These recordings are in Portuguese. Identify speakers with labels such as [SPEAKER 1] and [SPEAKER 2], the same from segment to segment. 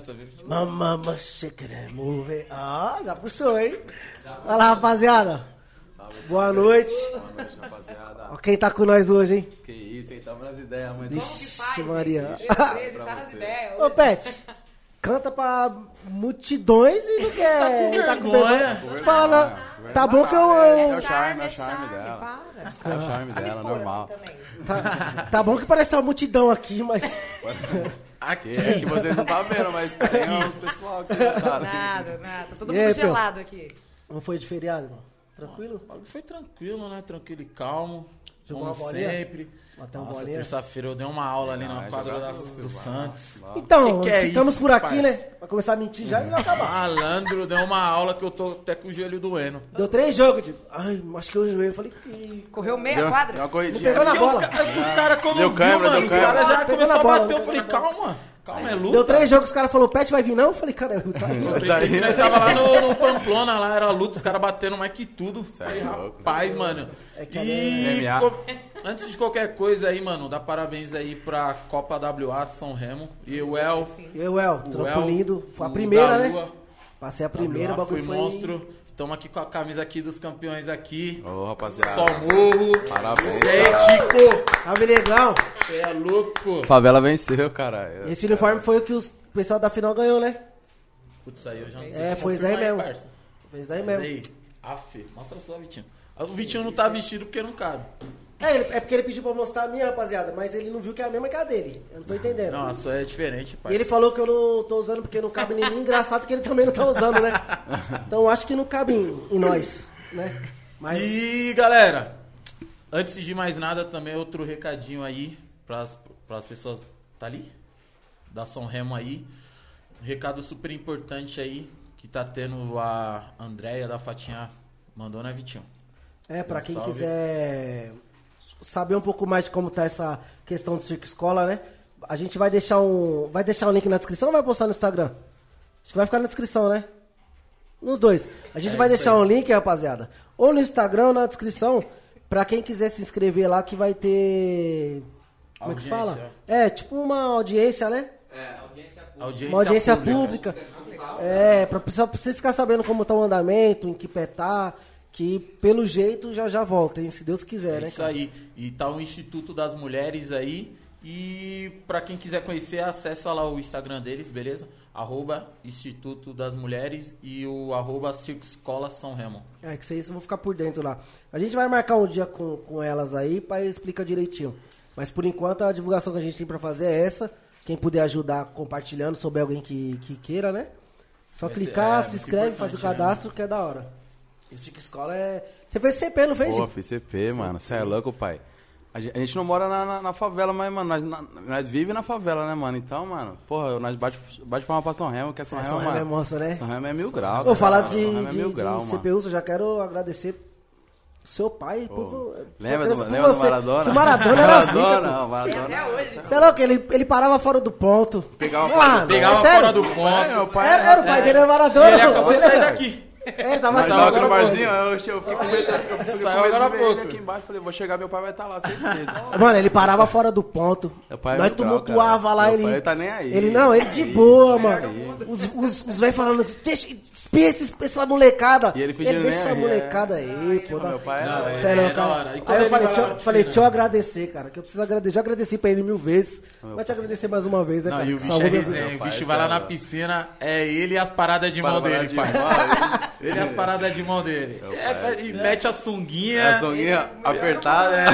[SPEAKER 1] só vive de
[SPEAKER 2] Mama, mama, shake it, move it. Ah, já puxou, hein? Vai lá, rapaziada. Boa noite.
[SPEAKER 1] Boa noite, rapaziada.
[SPEAKER 2] Ó, quem tá com nós hoje, hein?
[SPEAKER 1] Que isso, hein? Tava nas ideias, mas...
[SPEAKER 2] Ixi.
[SPEAKER 3] que faz, gente?
[SPEAKER 2] Maria.
[SPEAKER 3] Dia 13,
[SPEAKER 1] Pra
[SPEAKER 3] tá nas
[SPEAKER 1] você.
[SPEAKER 3] ideias.
[SPEAKER 2] Ô, Pet, canta pra multidões e não quer. Tá com vergonha. Fala, tá bom que eu.
[SPEAKER 1] É o
[SPEAKER 2] eu-
[SPEAKER 1] charme, é o charme dela.
[SPEAKER 3] para.
[SPEAKER 1] É o charme dela,
[SPEAKER 3] Fora
[SPEAKER 1] normal.
[SPEAKER 3] assim também.
[SPEAKER 2] tá, tá bom que parece uma multidão aqui, mas.
[SPEAKER 1] Aqui, é que vocês não tá vendo, mas tem uns pessoal que não sabe.
[SPEAKER 3] Nada, nada. Tá todo
[SPEAKER 2] E aí,
[SPEAKER 3] mundo
[SPEAKER 2] Pel?
[SPEAKER 3] gelado aqui.
[SPEAKER 2] Não foi de feriado, irmão? Tranquilo?
[SPEAKER 4] Olha, Foi tranquilo, né? Tranquilo e calmo.
[SPEAKER 2] Jogou
[SPEAKER 4] como
[SPEAKER 2] uma bolinha?
[SPEAKER 4] sempre.
[SPEAKER 2] Bateu uma
[SPEAKER 4] Nossa,
[SPEAKER 2] bolinha?
[SPEAKER 4] terça-feira eu dei uma aula ali na
[SPEAKER 1] Ah,
[SPEAKER 4] quadra
[SPEAKER 1] jogar
[SPEAKER 4] da-
[SPEAKER 1] tudo, vai
[SPEAKER 4] do
[SPEAKER 1] lá,
[SPEAKER 4] Santos.
[SPEAKER 2] Então,
[SPEAKER 4] Que que é
[SPEAKER 2] ficamos
[SPEAKER 4] isso,
[SPEAKER 2] por aqui,
[SPEAKER 4] parça?
[SPEAKER 2] né? Vai começar a mentir já e não acabar.
[SPEAKER 4] Malandro, deu uma aula que eu tô até com o joelho doendo.
[SPEAKER 2] Deu três jogos, tipo, ai, acho que eu joelho. Falei, que.
[SPEAKER 3] Correu meia
[SPEAKER 1] Deu,
[SPEAKER 3] quadra.
[SPEAKER 1] deu uma
[SPEAKER 2] É Não
[SPEAKER 1] corridinha.
[SPEAKER 2] pegou na
[SPEAKER 4] E os,
[SPEAKER 2] bola.
[SPEAKER 4] ca- é que os caras, como
[SPEAKER 1] Deu
[SPEAKER 4] viu,
[SPEAKER 1] câmera,
[SPEAKER 4] mano,
[SPEAKER 1] deu
[SPEAKER 4] os caras
[SPEAKER 2] câmera.
[SPEAKER 4] já começaram a
[SPEAKER 2] Pegou na
[SPEAKER 4] bater. Eu
[SPEAKER 2] bola,
[SPEAKER 4] falei, calma, calma, é luta.
[SPEAKER 2] Deu três jogos, os caras falaram, Pet vai vir não? Eu falei, cara, tá aí.
[SPEAKER 4] Eu pensei que nós tava lá no, no Pamplona, lá era luta, os caras batendo mais que tudo.
[SPEAKER 1] é
[SPEAKER 4] Falei,
[SPEAKER 1] louco,
[SPEAKER 4] rapaz, mano.
[SPEAKER 2] É que
[SPEAKER 4] E
[SPEAKER 1] MMA.
[SPEAKER 4] co- antes de qualquer coisa aí, mano, dá parabéns aí pra Copa WA São Remo. E o El.
[SPEAKER 2] Eu, El,
[SPEAKER 4] o El,
[SPEAKER 2] trampo lindo. Foi a
[SPEAKER 4] o
[SPEAKER 2] primeira,
[SPEAKER 4] da
[SPEAKER 2] né?
[SPEAKER 4] Lua.
[SPEAKER 2] Passei a primeira, o
[SPEAKER 4] Lá fui
[SPEAKER 2] bagulho foi.
[SPEAKER 4] monstro. Estamos aqui com a camisa aqui dos campeões aqui.
[SPEAKER 1] Ô, rapaziada.
[SPEAKER 4] Só morro.
[SPEAKER 1] Parabéns,
[SPEAKER 4] Zé, Tico.
[SPEAKER 2] Sabe, legal.
[SPEAKER 4] Cê é louco.
[SPEAKER 1] Favela venceu, caralho.
[SPEAKER 2] Esse uniforme foi o que os o pessoal da final ganhou, né?
[SPEAKER 4] Putz, aí eu já não sei.
[SPEAKER 2] É,
[SPEAKER 4] se
[SPEAKER 2] foi isso aí
[SPEAKER 4] confirma
[SPEAKER 2] mesmo.
[SPEAKER 4] parça.
[SPEAKER 2] Fez aí
[SPEAKER 4] Mas
[SPEAKER 2] mesmo.
[SPEAKER 4] aí, af, mostra só, Vitinho. O Vitinho não tá vestido porque não cabe.
[SPEAKER 2] É, ele- é porque ele pediu pra eu mostrar a minha, rapaziada, mas ele não viu que é a mesma que a dele. Eu não tô entendendo.
[SPEAKER 4] Não, a sua é diferente,
[SPEAKER 2] E
[SPEAKER 4] parça.
[SPEAKER 2] ele falou que eu não tô usando porque não cabe em mim. Engraçado que ele também não tá usando, né? Então eu acho que não cabe em, em nós, né? Mas
[SPEAKER 4] E galera, antes de mais nada, também outro recadinho aí pras, pras pessoas. Tá ali? Da São Remo aí. Um recado super importante aí que tá tendo a Andréia da Fatinha. Mandou, né, Vitinho?
[SPEAKER 2] é, pra quem
[SPEAKER 4] Salve.
[SPEAKER 2] quiser saber um pouco mais de como tá essa questão do circo escola, né? A gente vai deixar um. Vai deixar o link na descrição ou vai postar no Instagram? Acho que vai ficar na descrição, né? Nos dois. A gente
[SPEAKER 4] É
[SPEAKER 2] vai
[SPEAKER 4] isso
[SPEAKER 2] deixar
[SPEAKER 4] aí.
[SPEAKER 2] um link, rapaziada. Ou no Instagram ou na descrição. Pra quem quiser se inscrever lá, que vai ter. Como é que
[SPEAKER 4] Audiência.
[SPEAKER 2] fala? É, tipo uma audiência, né?
[SPEAKER 5] É, audiência pública.
[SPEAKER 4] Audiência,
[SPEAKER 2] uma audiência
[SPEAKER 4] pública.
[SPEAKER 2] pública. É, pra, pessoal- pra vocês ficarem sabendo como tá o andamento, em que pé tá, que pelo jeito já já volta, hein? Se Deus quiser,
[SPEAKER 4] É
[SPEAKER 2] né?
[SPEAKER 4] isso aí. E tá o Instituto das Mulheres aí. E pra quem quiser conhecer, acessa lá o Instagram deles, beleza? Arroba Instituto das Mulheres e o arroba Circo Escola São Remo.
[SPEAKER 2] É, que vocês vão ficar por dentro lá. A gente vai marcar um dia com, com elas aí pra explicar direitinho. Mas por enquanto a divulgação que a gente tem pra fazer é essa. Quem puder ajudar compartilhando, souber alguém que, que queira, né? Só
[SPEAKER 4] Esse- é,
[SPEAKER 2] clicar, se
[SPEAKER 4] muito
[SPEAKER 2] inscreve, faz o
[SPEAKER 4] importante, né,
[SPEAKER 2] cadastro, que é da hora. E o Chico Escola é. Você fez CP, não fez?
[SPEAKER 1] Pô,
[SPEAKER 2] Gi?
[SPEAKER 1] fiz CP, mano. Você é louco, pai. A gen- a gente, não mora na, na- na favela, mas, mano, nós, na- nós vive na favela, né, mano? Então, mano, porra, nós bate, bate palma pra São Remo, que é São
[SPEAKER 2] É,
[SPEAKER 1] Remo,
[SPEAKER 2] São Remo
[SPEAKER 1] mano.
[SPEAKER 2] é monstro, né?
[SPEAKER 1] São Remo é mil graus.
[SPEAKER 2] Vou falar
[SPEAKER 1] São
[SPEAKER 2] de,
[SPEAKER 1] Remo é
[SPEAKER 2] de-
[SPEAKER 1] mil
[SPEAKER 2] de
[SPEAKER 1] graus, mano.
[SPEAKER 2] CPU, eu já quero agradecer seu pai por,
[SPEAKER 1] Pô,
[SPEAKER 2] por
[SPEAKER 1] Lembra,
[SPEAKER 2] por-
[SPEAKER 1] do,
[SPEAKER 2] por
[SPEAKER 1] lembra do
[SPEAKER 2] você.
[SPEAKER 1] Maradona?
[SPEAKER 2] Que Maradona era zica.
[SPEAKER 1] Maradona, o Maradona.
[SPEAKER 3] Até hoje.
[SPEAKER 2] pô. Sei lá o que, ele, ele parava fora do ponto.
[SPEAKER 1] Pegava
[SPEAKER 2] Mano,
[SPEAKER 1] fora do-
[SPEAKER 4] Pegava
[SPEAKER 2] é sério?
[SPEAKER 4] fora do
[SPEAKER 1] Pai, meu
[SPEAKER 4] ponto.
[SPEAKER 1] pai né? É.
[SPEAKER 2] Era, era o pai dele, era Maradona.
[SPEAKER 4] E ele É, acabou de
[SPEAKER 2] Você
[SPEAKER 4] sair
[SPEAKER 2] lembra?
[SPEAKER 4] daqui.
[SPEAKER 2] É, ele tava
[SPEAKER 1] Mas
[SPEAKER 2] assim.
[SPEAKER 1] tava aqui no
[SPEAKER 4] agora
[SPEAKER 1] barzinho, eu, eu fiquei com medo, eu fiquei com
[SPEAKER 4] Saiu
[SPEAKER 1] medo
[SPEAKER 4] agora
[SPEAKER 1] de
[SPEAKER 4] há
[SPEAKER 1] ver ele
[SPEAKER 4] pouco.
[SPEAKER 1] aqui embaixo, falei, vou chegar, meu pai vai estar lá sempre mesmo.
[SPEAKER 2] Mano, ele parava fora do ponto.
[SPEAKER 1] Meu pai é
[SPEAKER 2] Nós
[SPEAKER 1] mil grau,
[SPEAKER 2] tumultuava
[SPEAKER 1] cara.
[SPEAKER 2] lá,
[SPEAKER 1] Meu
[SPEAKER 2] ele.
[SPEAKER 1] pai tá nem aí.
[SPEAKER 2] Ele não, ele de
[SPEAKER 1] Aí,
[SPEAKER 2] boa,
[SPEAKER 1] nem
[SPEAKER 2] mano. Os, os, os velhos falando assim, deixa, espia esses- essa molecada.
[SPEAKER 1] E ele fingindo nem
[SPEAKER 2] deixa a
[SPEAKER 1] aí, é."
[SPEAKER 2] molecada aí, pô. tá dá-
[SPEAKER 1] Meu pai
[SPEAKER 4] Não,
[SPEAKER 1] era...
[SPEAKER 4] é-
[SPEAKER 2] Sério,
[SPEAKER 4] da hora. E
[SPEAKER 2] cara.
[SPEAKER 4] quando
[SPEAKER 2] Aí eu
[SPEAKER 4] ele assim, né?"
[SPEAKER 2] falei,
[SPEAKER 4] vai
[SPEAKER 2] deixa,
[SPEAKER 4] lá
[SPEAKER 2] eu- falei,
[SPEAKER 4] na piscina?
[SPEAKER 2] deixa eu agradecer, cara, que eu preciso agradecer. Já agradeci pra ele mil vezes. Vai te agradecer mais uma vez, né,
[SPEAKER 4] Não,
[SPEAKER 2] cara?
[SPEAKER 4] e o
[SPEAKER 2] Que
[SPEAKER 4] bicho é
[SPEAKER 2] saúde-
[SPEAKER 4] resenha,
[SPEAKER 1] meu
[SPEAKER 4] o
[SPEAKER 1] pai,
[SPEAKER 4] bicho vai lá na
[SPEAKER 1] cara.
[SPEAKER 4] piscina, é ele e as paradas de mão dele,
[SPEAKER 1] de
[SPEAKER 4] parça.
[SPEAKER 1] bola,
[SPEAKER 4] Ele e as paradas de mão dele. É,
[SPEAKER 1] pai.
[SPEAKER 4] e mete
[SPEAKER 1] ele- É,
[SPEAKER 4] a
[SPEAKER 1] A
[SPEAKER 4] sunguinha.
[SPEAKER 1] songuinha apertada, é.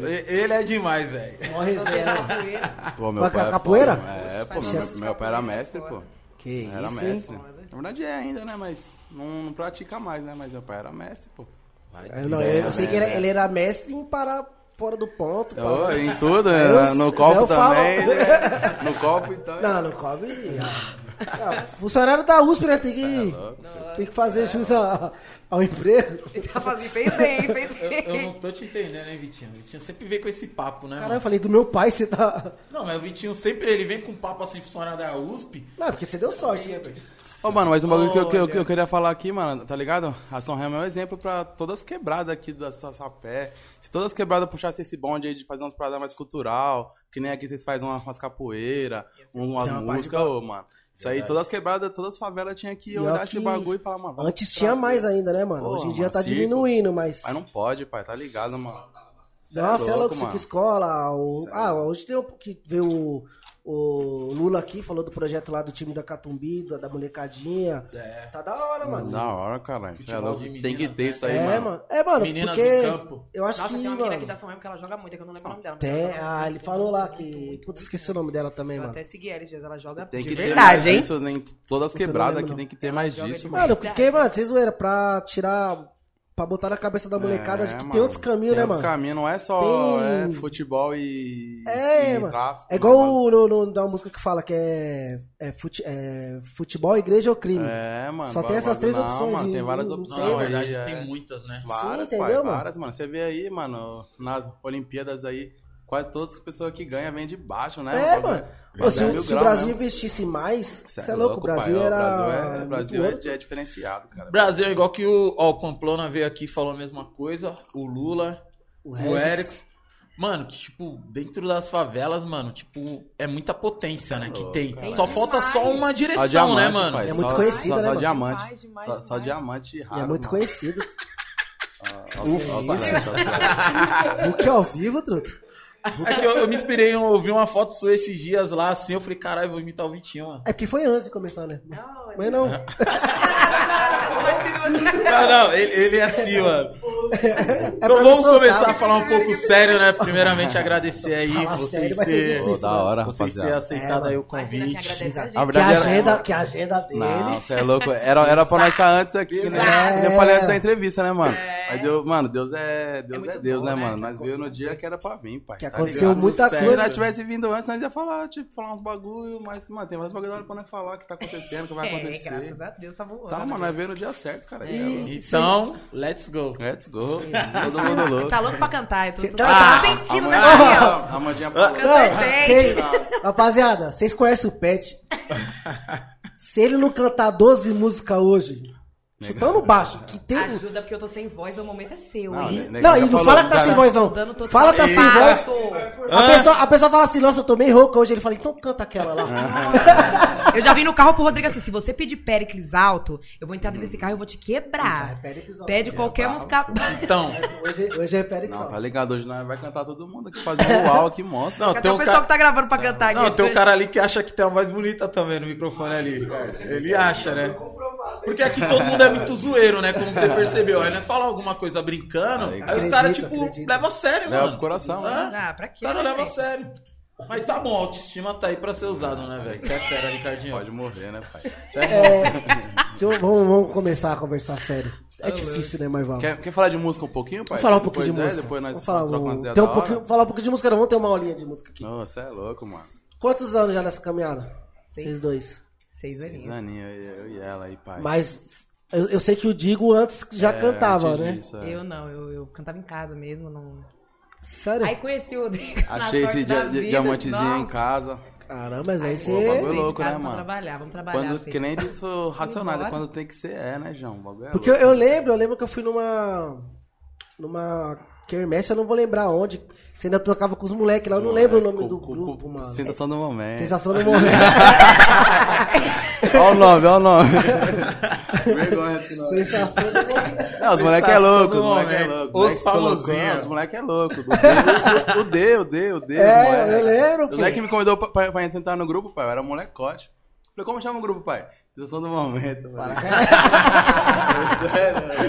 [SPEAKER 4] Não, ele é demais, velho.
[SPEAKER 2] Mó resenha.
[SPEAKER 1] Pô,
[SPEAKER 2] Mas
[SPEAKER 1] pai é
[SPEAKER 2] capoeira?
[SPEAKER 1] foda, mano. É, pô,
[SPEAKER 2] Chefe
[SPEAKER 1] meu,
[SPEAKER 2] de
[SPEAKER 1] meu pai era mestre, pô.
[SPEAKER 2] né? Que
[SPEAKER 1] Era
[SPEAKER 2] isso, hein?
[SPEAKER 1] mestre. Na verdade é ainda, né? Mas não, não pratica mais, né? Mas meu pai era mestre, pô.
[SPEAKER 2] Eu, não, eu, eu sei que ele, ele era mestre em parar fora do ponto.
[SPEAKER 1] Ô,
[SPEAKER 2] parar-
[SPEAKER 1] em tudo, né?
[SPEAKER 2] Eu-
[SPEAKER 1] no
[SPEAKER 2] Zé,
[SPEAKER 1] copo
[SPEAKER 2] eu falo.
[SPEAKER 1] também. né? No copo, então.
[SPEAKER 2] Não, não cobre. Ah, funcionário da USP, né? Tem
[SPEAKER 4] é
[SPEAKER 2] que, tem que fazer jus a- ao emprego.
[SPEAKER 3] Tá fazendo, fez bem, fez
[SPEAKER 4] Eu, eu não
[SPEAKER 3] bem.
[SPEAKER 4] tô te entendendo, hein, Vitinho? O Vitinho sempre vem com esse papo, né?
[SPEAKER 2] Caralho, eu
[SPEAKER 4] mano?
[SPEAKER 2] falei, do meu pai você tá.
[SPEAKER 4] Não, mas o Vitinho sempre ele vem com papo assim, funcionário da USP.
[SPEAKER 2] Não, é porque você deu sorte, né?
[SPEAKER 1] Ô, mano, mas um bagulho que eu, que eu- que eu queria falar aqui, mano, tá ligado? A São Remo é um exemplo pra todas as quebradas aqui da Sa- Sapé. Se todas as quebradas puxassem esse bonde aí de fazer umas paradas mais cultural, que nem aqui vocês fazem uma- umas capoeiras, umas
[SPEAKER 2] Tem uma parte
[SPEAKER 1] músicas, ô, mano. Isso aí, todas as quebradas, todas as favelas tinham que
[SPEAKER 2] E
[SPEAKER 1] olhar
[SPEAKER 2] ó
[SPEAKER 1] esse
[SPEAKER 2] que
[SPEAKER 1] bagulho e falar, mano. vamos
[SPEAKER 2] Antes tinha
[SPEAKER 1] trazer.
[SPEAKER 2] mais ainda, né, mano?
[SPEAKER 1] Porra,
[SPEAKER 2] Hoje em dia
[SPEAKER 1] mano,
[SPEAKER 2] tá
[SPEAKER 1] circo.
[SPEAKER 2] diminuindo, mas.
[SPEAKER 1] Mas não pode, pai, tá ligado, mano? Cê
[SPEAKER 2] Nossa, é louco, Circo
[SPEAKER 1] mano. é
[SPEAKER 2] Escola. o- Ah, hoje tem o que veio o, o Lula aqui, falou do projeto lá do time da Catumbi, da, da molecadinha.
[SPEAKER 4] É.
[SPEAKER 2] Tá da hora, mano.
[SPEAKER 1] Da hora, caralho. Cê é
[SPEAKER 4] Futebol
[SPEAKER 1] louco.
[SPEAKER 4] de
[SPEAKER 1] Tem que
[SPEAKER 4] meninas,
[SPEAKER 1] ter
[SPEAKER 4] né?
[SPEAKER 1] isso aí,
[SPEAKER 2] é,
[SPEAKER 1] mano.
[SPEAKER 2] mano. É, mano,
[SPEAKER 4] Meninas
[SPEAKER 2] porque
[SPEAKER 4] em campo.
[SPEAKER 2] eu acho
[SPEAKER 3] Nossa,
[SPEAKER 2] que,
[SPEAKER 3] tem uma menina aqui da
[SPEAKER 2] mano,
[SPEAKER 3] São Remo que ela joga muito, é que eu não lembro o nome dela.
[SPEAKER 2] tem, ah, ele falou lá que,
[SPEAKER 3] Muito, muito,
[SPEAKER 2] puta,
[SPEAKER 3] muito.
[SPEAKER 2] esqueci o nome dela também,
[SPEAKER 3] Eu
[SPEAKER 2] mano.
[SPEAKER 3] até segui ela, esses dias, ela joga
[SPEAKER 1] Tem
[SPEAKER 3] de
[SPEAKER 1] que ter mais
[SPEAKER 3] verdade, hein?
[SPEAKER 1] isso, nem todas as
[SPEAKER 2] Puta, eu não
[SPEAKER 1] quebradas
[SPEAKER 2] lembro,
[SPEAKER 1] aqui
[SPEAKER 2] não.
[SPEAKER 1] tem que ter mais
[SPEAKER 3] Joga
[SPEAKER 1] disso,
[SPEAKER 3] demais.
[SPEAKER 1] mano.
[SPEAKER 2] Mano, porque, mano, vocês zoeira, pra tirar, pra botar na cabeça da molecada, acho que tem
[SPEAKER 1] mano.
[SPEAKER 2] outros caminhos,
[SPEAKER 1] É, Tem
[SPEAKER 2] né,
[SPEAKER 1] outros
[SPEAKER 2] mano?
[SPEAKER 1] caminhos, não é só
[SPEAKER 2] Tem-
[SPEAKER 1] é, futebol e,
[SPEAKER 2] É,
[SPEAKER 1] e
[SPEAKER 2] mano.
[SPEAKER 1] tráfico.
[SPEAKER 2] É igual
[SPEAKER 1] mano.
[SPEAKER 2] o, no, no, da uma música que fala que é, é, fute- é futebol, igreja ou crime.
[SPEAKER 1] É, mano.
[SPEAKER 2] Só tem essas três
[SPEAKER 1] não,
[SPEAKER 2] opções
[SPEAKER 1] Mano,
[SPEAKER 2] e
[SPEAKER 1] tem várias
[SPEAKER 2] não- não
[SPEAKER 1] opções.
[SPEAKER 4] Não, na
[SPEAKER 1] aí,
[SPEAKER 4] verdade
[SPEAKER 1] é.
[SPEAKER 4] tem muitas, né?
[SPEAKER 1] Várias,
[SPEAKER 2] Sim,
[SPEAKER 1] pai,
[SPEAKER 2] entendeu, mano?
[SPEAKER 1] várias, mano. Você vê aí, mano, nas Olimpíadas aí, quase todas as pessoas que ganham vêm de baixo, né?
[SPEAKER 2] É,
[SPEAKER 1] Um bagulho-
[SPEAKER 2] mano.
[SPEAKER 1] bagulho
[SPEAKER 2] Ô, se, o-
[SPEAKER 1] mil
[SPEAKER 2] se o
[SPEAKER 1] grau
[SPEAKER 2] Brasil
[SPEAKER 1] mesmo.
[SPEAKER 2] investisse mais,
[SPEAKER 1] Cê
[SPEAKER 2] você é louco, o Brasil
[SPEAKER 1] pai,
[SPEAKER 2] era.
[SPEAKER 1] O Brasil, é, o Brasil é,
[SPEAKER 2] muito
[SPEAKER 1] é diferenciado, cara.
[SPEAKER 4] Brasil é igual que o, ó, o Pamplona veio aqui e falou a mesma coisa, o Lula,
[SPEAKER 2] O é
[SPEAKER 4] o,
[SPEAKER 2] Regis.
[SPEAKER 4] É, Erics. Mano, que tipo, dentro das favelas, mano, tipo, é muita potência, né, que tem.
[SPEAKER 1] Cara,
[SPEAKER 4] Só
[SPEAKER 3] demais.
[SPEAKER 4] falta só uma
[SPEAKER 1] Só
[SPEAKER 4] direção,
[SPEAKER 1] diamante,
[SPEAKER 4] né, mano?
[SPEAKER 1] pai,
[SPEAKER 2] É muito
[SPEAKER 1] só-
[SPEAKER 2] conhecida,
[SPEAKER 1] só-
[SPEAKER 2] né,
[SPEAKER 1] Só
[SPEAKER 2] mano?
[SPEAKER 1] diamante.
[SPEAKER 3] Demais, demais,
[SPEAKER 1] Só só
[SPEAKER 3] demais.
[SPEAKER 1] diamante raro.
[SPEAKER 2] E é muito
[SPEAKER 1] mano.
[SPEAKER 2] conhecido.
[SPEAKER 1] Nossa, nossa, nossa,
[SPEAKER 2] Book ao vivo, truto.
[SPEAKER 4] É que eu, eu me inspirei, eu ouvi uma foto sua esses dias lá, assim, eu falei, caralho, vou imitar o Vitinho, mano.
[SPEAKER 2] É porque foi antes de começar, né?
[SPEAKER 3] Não,
[SPEAKER 2] Mas não.
[SPEAKER 4] Não, não, ele, ele é assim, mano.
[SPEAKER 2] pra
[SPEAKER 4] Então
[SPEAKER 2] não
[SPEAKER 4] vamos
[SPEAKER 2] soltar,
[SPEAKER 4] começar a
[SPEAKER 2] mano.
[SPEAKER 4] falar um pouco sério, né? Primeiramente agradecer aí
[SPEAKER 2] Falar sério
[SPEAKER 4] vocês
[SPEAKER 2] vai ser
[SPEAKER 4] terem
[SPEAKER 2] difícil.
[SPEAKER 1] Pô, da hora,
[SPEAKER 4] vocês terem
[SPEAKER 1] rapaziada.
[SPEAKER 4] aceitado
[SPEAKER 2] É,
[SPEAKER 4] aí o
[SPEAKER 3] Imagina quem
[SPEAKER 4] convite.
[SPEAKER 3] agradece a gente.
[SPEAKER 1] A
[SPEAKER 2] Que a
[SPEAKER 1] verdade era-
[SPEAKER 2] agenda, que a agenda
[SPEAKER 1] Não,
[SPEAKER 2] dele.
[SPEAKER 1] você é louco. Era, era pra nós estar antes aqui, né?
[SPEAKER 2] Exato.
[SPEAKER 1] Eu falei antes
[SPEAKER 2] É.
[SPEAKER 1] da entrevista, né, mano?
[SPEAKER 3] É.
[SPEAKER 1] Mas Deus, mano, Deus é Deus, é,
[SPEAKER 3] muito
[SPEAKER 1] Deus
[SPEAKER 3] bom,
[SPEAKER 1] né,
[SPEAKER 3] né,
[SPEAKER 1] mano?
[SPEAKER 3] que
[SPEAKER 1] Nós veio no dia que era pra vir, pai.
[SPEAKER 2] Que
[SPEAKER 1] tá
[SPEAKER 2] aconteceu
[SPEAKER 1] ligado?
[SPEAKER 2] muita
[SPEAKER 1] Se
[SPEAKER 2] coisa.
[SPEAKER 1] nós tivesse vindo antes, nós ia falar, tipo, falar uns bagulho, mas, mano, tem vários bagulho da hora pra nós falar o que tá acontecendo, o que vai
[SPEAKER 3] É,
[SPEAKER 1] acontecer.
[SPEAKER 3] graças a Deus, tá voando.
[SPEAKER 1] Tá, mano, nós veio no dia certo, cara. É,
[SPEAKER 2] E-
[SPEAKER 4] Então, let's go.
[SPEAKER 1] Let's go. Todo mundo louco.
[SPEAKER 3] Tá louco pra cantar, eu tô, tô,
[SPEAKER 2] Tá,
[SPEAKER 3] tá,
[SPEAKER 2] tá.
[SPEAKER 3] sentindo
[SPEAKER 1] Amanhã-
[SPEAKER 3] na
[SPEAKER 5] né,
[SPEAKER 3] barriga.
[SPEAKER 1] a Mandinha
[SPEAKER 3] Não,
[SPEAKER 1] falou.
[SPEAKER 3] Cantei,
[SPEAKER 2] quem- Rapaziada, vocês conhecem o Pet. Se ele não cantar 12 músicas hoje, chutando baixo, que tem.
[SPEAKER 3] Ajuda, porque eu tô sem voz, o momento é seu,
[SPEAKER 1] Não,
[SPEAKER 3] hein?
[SPEAKER 1] né,
[SPEAKER 2] Não,
[SPEAKER 1] já
[SPEAKER 2] e não
[SPEAKER 1] falou,
[SPEAKER 2] fala que tá sem
[SPEAKER 1] cara.
[SPEAKER 2] voz, não.
[SPEAKER 3] Dando todo
[SPEAKER 2] Fala que tá sem voz.
[SPEAKER 3] espaço.
[SPEAKER 2] A pessoa, a pessoa fala assim, nossa, eu tô meio rouca hoje. Ele fala, então canta aquela lá.
[SPEAKER 3] Eu já vim no carro pro Rodrigo assim, se você pedir Péricles alto, eu vou entrar dentro
[SPEAKER 1] Uhum.
[SPEAKER 3] desse carro e eu vou te quebrar.
[SPEAKER 2] Péricles alto.
[SPEAKER 1] é
[SPEAKER 3] Pede qualquer música...
[SPEAKER 4] Então,
[SPEAKER 2] Hoje, hoje é Péricles.
[SPEAKER 1] Não,
[SPEAKER 2] Não,
[SPEAKER 1] tá ligado? Hoje nós vai cantar todo mundo aqui, fazer um uau aqui, mostra.
[SPEAKER 4] não,
[SPEAKER 3] Até
[SPEAKER 4] tem
[SPEAKER 3] o
[SPEAKER 4] um
[SPEAKER 3] pessoal que
[SPEAKER 4] cara.
[SPEAKER 3] tá gravando pra cantar aqui.
[SPEAKER 4] Não, tem um cara ali que acha que tem uma voz bonita também no microfone ali. Ele acha, né? Porque aqui todo mundo é muito zoeiro, né? Como você percebeu. Aí nós falamos alguma coisa brincando, aí os caras,
[SPEAKER 2] Acredito,
[SPEAKER 4] tipo,
[SPEAKER 2] acredito.
[SPEAKER 4] leva a sério,
[SPEAKER 1] Ah, Leva
[SPEAKER 4] mano.
[SPEAKER 1] pro coração,
[SPEAKER 4] Tá?
[SPEAKER 3] Ah, pra quê?
[SPEAKER 4] Os caras
[SPEAKER 3] né,
[SPEAKER 1] é
[SPEAKER 4] levam a
[SPEAKER 3] gente?
[SPEAKER 4] sério. Mas tá bom, a autoestima tá aí pra ser usada, né, velho? Você é fera, Ricardinho.
[SPEAKER 1] Pode morrer, né, pai?
[SPEAKER 4] Você é fera.
[SPEAKER 2] vamos, vamos começar a conversar sério. É difícil, né, mas vamos.
[SPEAKER 1] Quer, quer falar de música um pouquinho, pai?
[SPEAKER 2] Vamos falar um pouquinho de
[SPEAKER 1] Depois, né,
[SPEAKER 2] música.
[SPEAKER 1] Depois nós
[SPEAKER 2] vamos falar,
[SPEAKER 1] trocamos
[SPEAKER 2] um...
[SPEAKER 1] umas ideias
[SPEAKER 2] Tem um
[SPEAKER 1] da
[SPEAKER 2] pouquinho,
[SPEAKER 1] hora.
[SPEAKER 2] falar um pouquinho de música, não. Vamos ter uma aulinha de música aqui.
[SPEAKER 1] Não, você é louco, mano.
[SPEAKER 2] Quantos anos já nessa caminhada?
[SPEAKER 3] Sim.
[SPEAKER 2] Vocês dois.
[SPEAKER 3] Seis aninhos.
[SPEAKER 1] Zaninho, eu, eu e ela aí, pai.
[SPEAKER 2] Mas eu, eu sei que o Digo antes já
[SPEAKER 1] É,
[SPEAKER 2] cantava,
[SPEAKER 1] antes
[SPEAKER 2] né?
[SPEAKER 1] disso, é.
[SPEAKER 3] Eu não, eu, eu cantava em casa mesmo, não...
[SPEAKER 2] Sério?
[SPEAKER 3] Aí conheci o Rodrigo na
[SPEAKER 1] Achei esse
[SPEAKER 3] sorte da
[SPEAKER 1] dia- dia-
[SPEAKER 3] vida.
[SPEAKER 1] diamantezinho em
[SPEAKER 3] Nossa.
[SPEAKER 1] casa.
[SPEAKER 2] Caramba, mas aí
[SPEAKER 1] Pô, o
[SPEAKER 2] você...
[SPEAKER 1] bagulho é
[SPEAKER 3] Vem de
[SPEAKER 1] louco,
[SPEAKER 3] casa,
[SPEAKER 1] né,
[SPEAKER 3] Vamos
[SPEAKER 1] mano?
[SPEAKER 3] trabalhar, vamos trabalhar.
[SPEAKER 1] Quando,
[SPEAKER 3] filho.
[SPEAKER 1] que nem disso racionado, é
[SPEAKER 3] Vambora.
[SPEAKER 1] quando tem que ser, é, né, João? O bagulho é
[SPEAKER 2] Porque eu,
[SPEAKER 1] louco.
[SPEAKER 2] eu lembro, eu lembro que eu fui numa. numa quermesse, eu não vou lembrar onde. Você ainda tocava com os moleques lá, eu não lembro o nome
[SPEAKER 1] Cu-
[SPEAKER 2] do
[SPEAKER 1] cu-
[SPEAKER 2] grupo,
[SPEAKER 1] cu-
[SPEAKER 2] mano.
[SPEAKER 1] Sensação do momento.
[SPEAKER 2] Sensação do momento.
[SPEAKER 1] Olha o nome, olha o nome. Vergonha do nome.
[SPEAKER 2] Sensação do momento.
[SPEAKER 1] Não, os moleque é
[SPEAKER 4] Sensação
[SPEAKER 1] louco,
[SPEAKER 4] do
[SPEAKER 1] os moleque é
[SPEAKER 4] momento.
[SPEAKER 1] louco.
[SPEAKER 4] Os
[SPEAKER 1] Moleque colocou,
[SPEAKER 4] famosinhos.
[SPEAKER 1] Os moleque é louco. Do- O D, o D, o D. os
[SPEAKER 2] É,
[SPEAKER 1] moleque.
[SPEAKER 2] eu lembro,
[SPEAKER 1] O
[SPEAKER 2] pô.
[SPEAKER 1] moleque me convidou pra, pra, pra entrar no grupo, pai. Eu era um molecote. Falei, como chama o grupo, pai? Sensação do momento. Mano.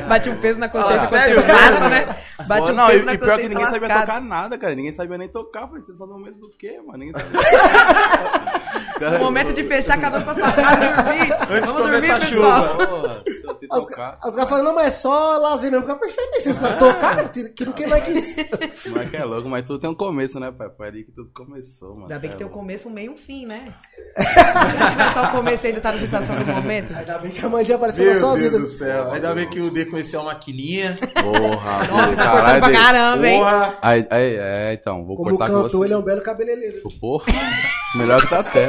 [SPEAKER 3] Bate um peso na consciência.
[SPEAKER 4] Ah,
[SPEAKER 3] quando
[SPEAKER 4] sério
[SPEAKER 3] você passa, né? Bate
[SPEAKER 1] Pô,
[SPEAKER 3] um
[SPEAKER 1] não, e,
[SPEAKER 3] peso na
[SPEAKER 1] e pior que
[SPEAKER 3] consciência
[SPEAKER 1] ninguém sabia
[SPEAKER 3] lascada.
[SPEAKER 1] tocar nada, cara. Ninguém sabia nem tocar. Falei, sensação do momento do quê, mano? Ninguém sabia. Os
[SPEAKER 3] No
[SPEAKER 1] caras-
[SPEAKER 3] momento de fechar, cada um pra sua casa dormir.
[SPEAKER 4] Antes de
[SPEAKER 3] Vamos
[SPEAKER 4] começar a
[SPEAKER 3] dormir, pessoal.
[SPEAKER 4] chuva.
[SPEAKER 1] Pô, se
[SPEAKER 2] Os
[SPEAKER 1] tocar.
[SPEAKER 2] caras falam, não, mas é só lazer mesmo. Eu percebi, é, vocês só tocaram, tira- que não que mais que isso.
[SPEAKER 1] O moleque é louco, mas tudo tem um começo, né, pai? Foi ali que tudo começou, mano.
[SPEAKER 3] Ainda
[SPEAKER 1] Cê
[SPEAKER 3] bem
[SPEAKER 1] é
[SPEAKER 3] que tem um
[SPEAKER 1] louco.
[SPEAKER 3] começo, um meio e um fim, né? Se não tiver só o começo e ainda tá na sensação do momento.
[SPEAKER 2] Ainda bem que é a Mandinha apareceu na
[SPEAKER 4] Meu
[SPEAKER 2] sua
[SPEAKER 4] Deus
[SPEAKER 2] vida.
[SPEAKER 4] do céu. Ainda bem que o D conheceu a maquininha.
[SPEAKER 1] Porra,
[SPEAKER 3] Nossa,
[SPEAKER 1] mano,
[SPEAKER 3] na
[SPEAKER 5] cortando pra
[SPEAKER 1] Dave.
[SPEAKER 5] caramba, hein?
[SPEAKER 4] Porra!
[SPEAKER 1] Aí, aí, é, então, vou
[SPEAKER 2] Como
[SPEAKER 1] cortar com
[SPEAKER 2] cantor,
[SPEAKER 1] você.
[SPEAKER 2] ele é um belo cabeleireiro.
[SPEAKER 1] Porra, melhor que tá até.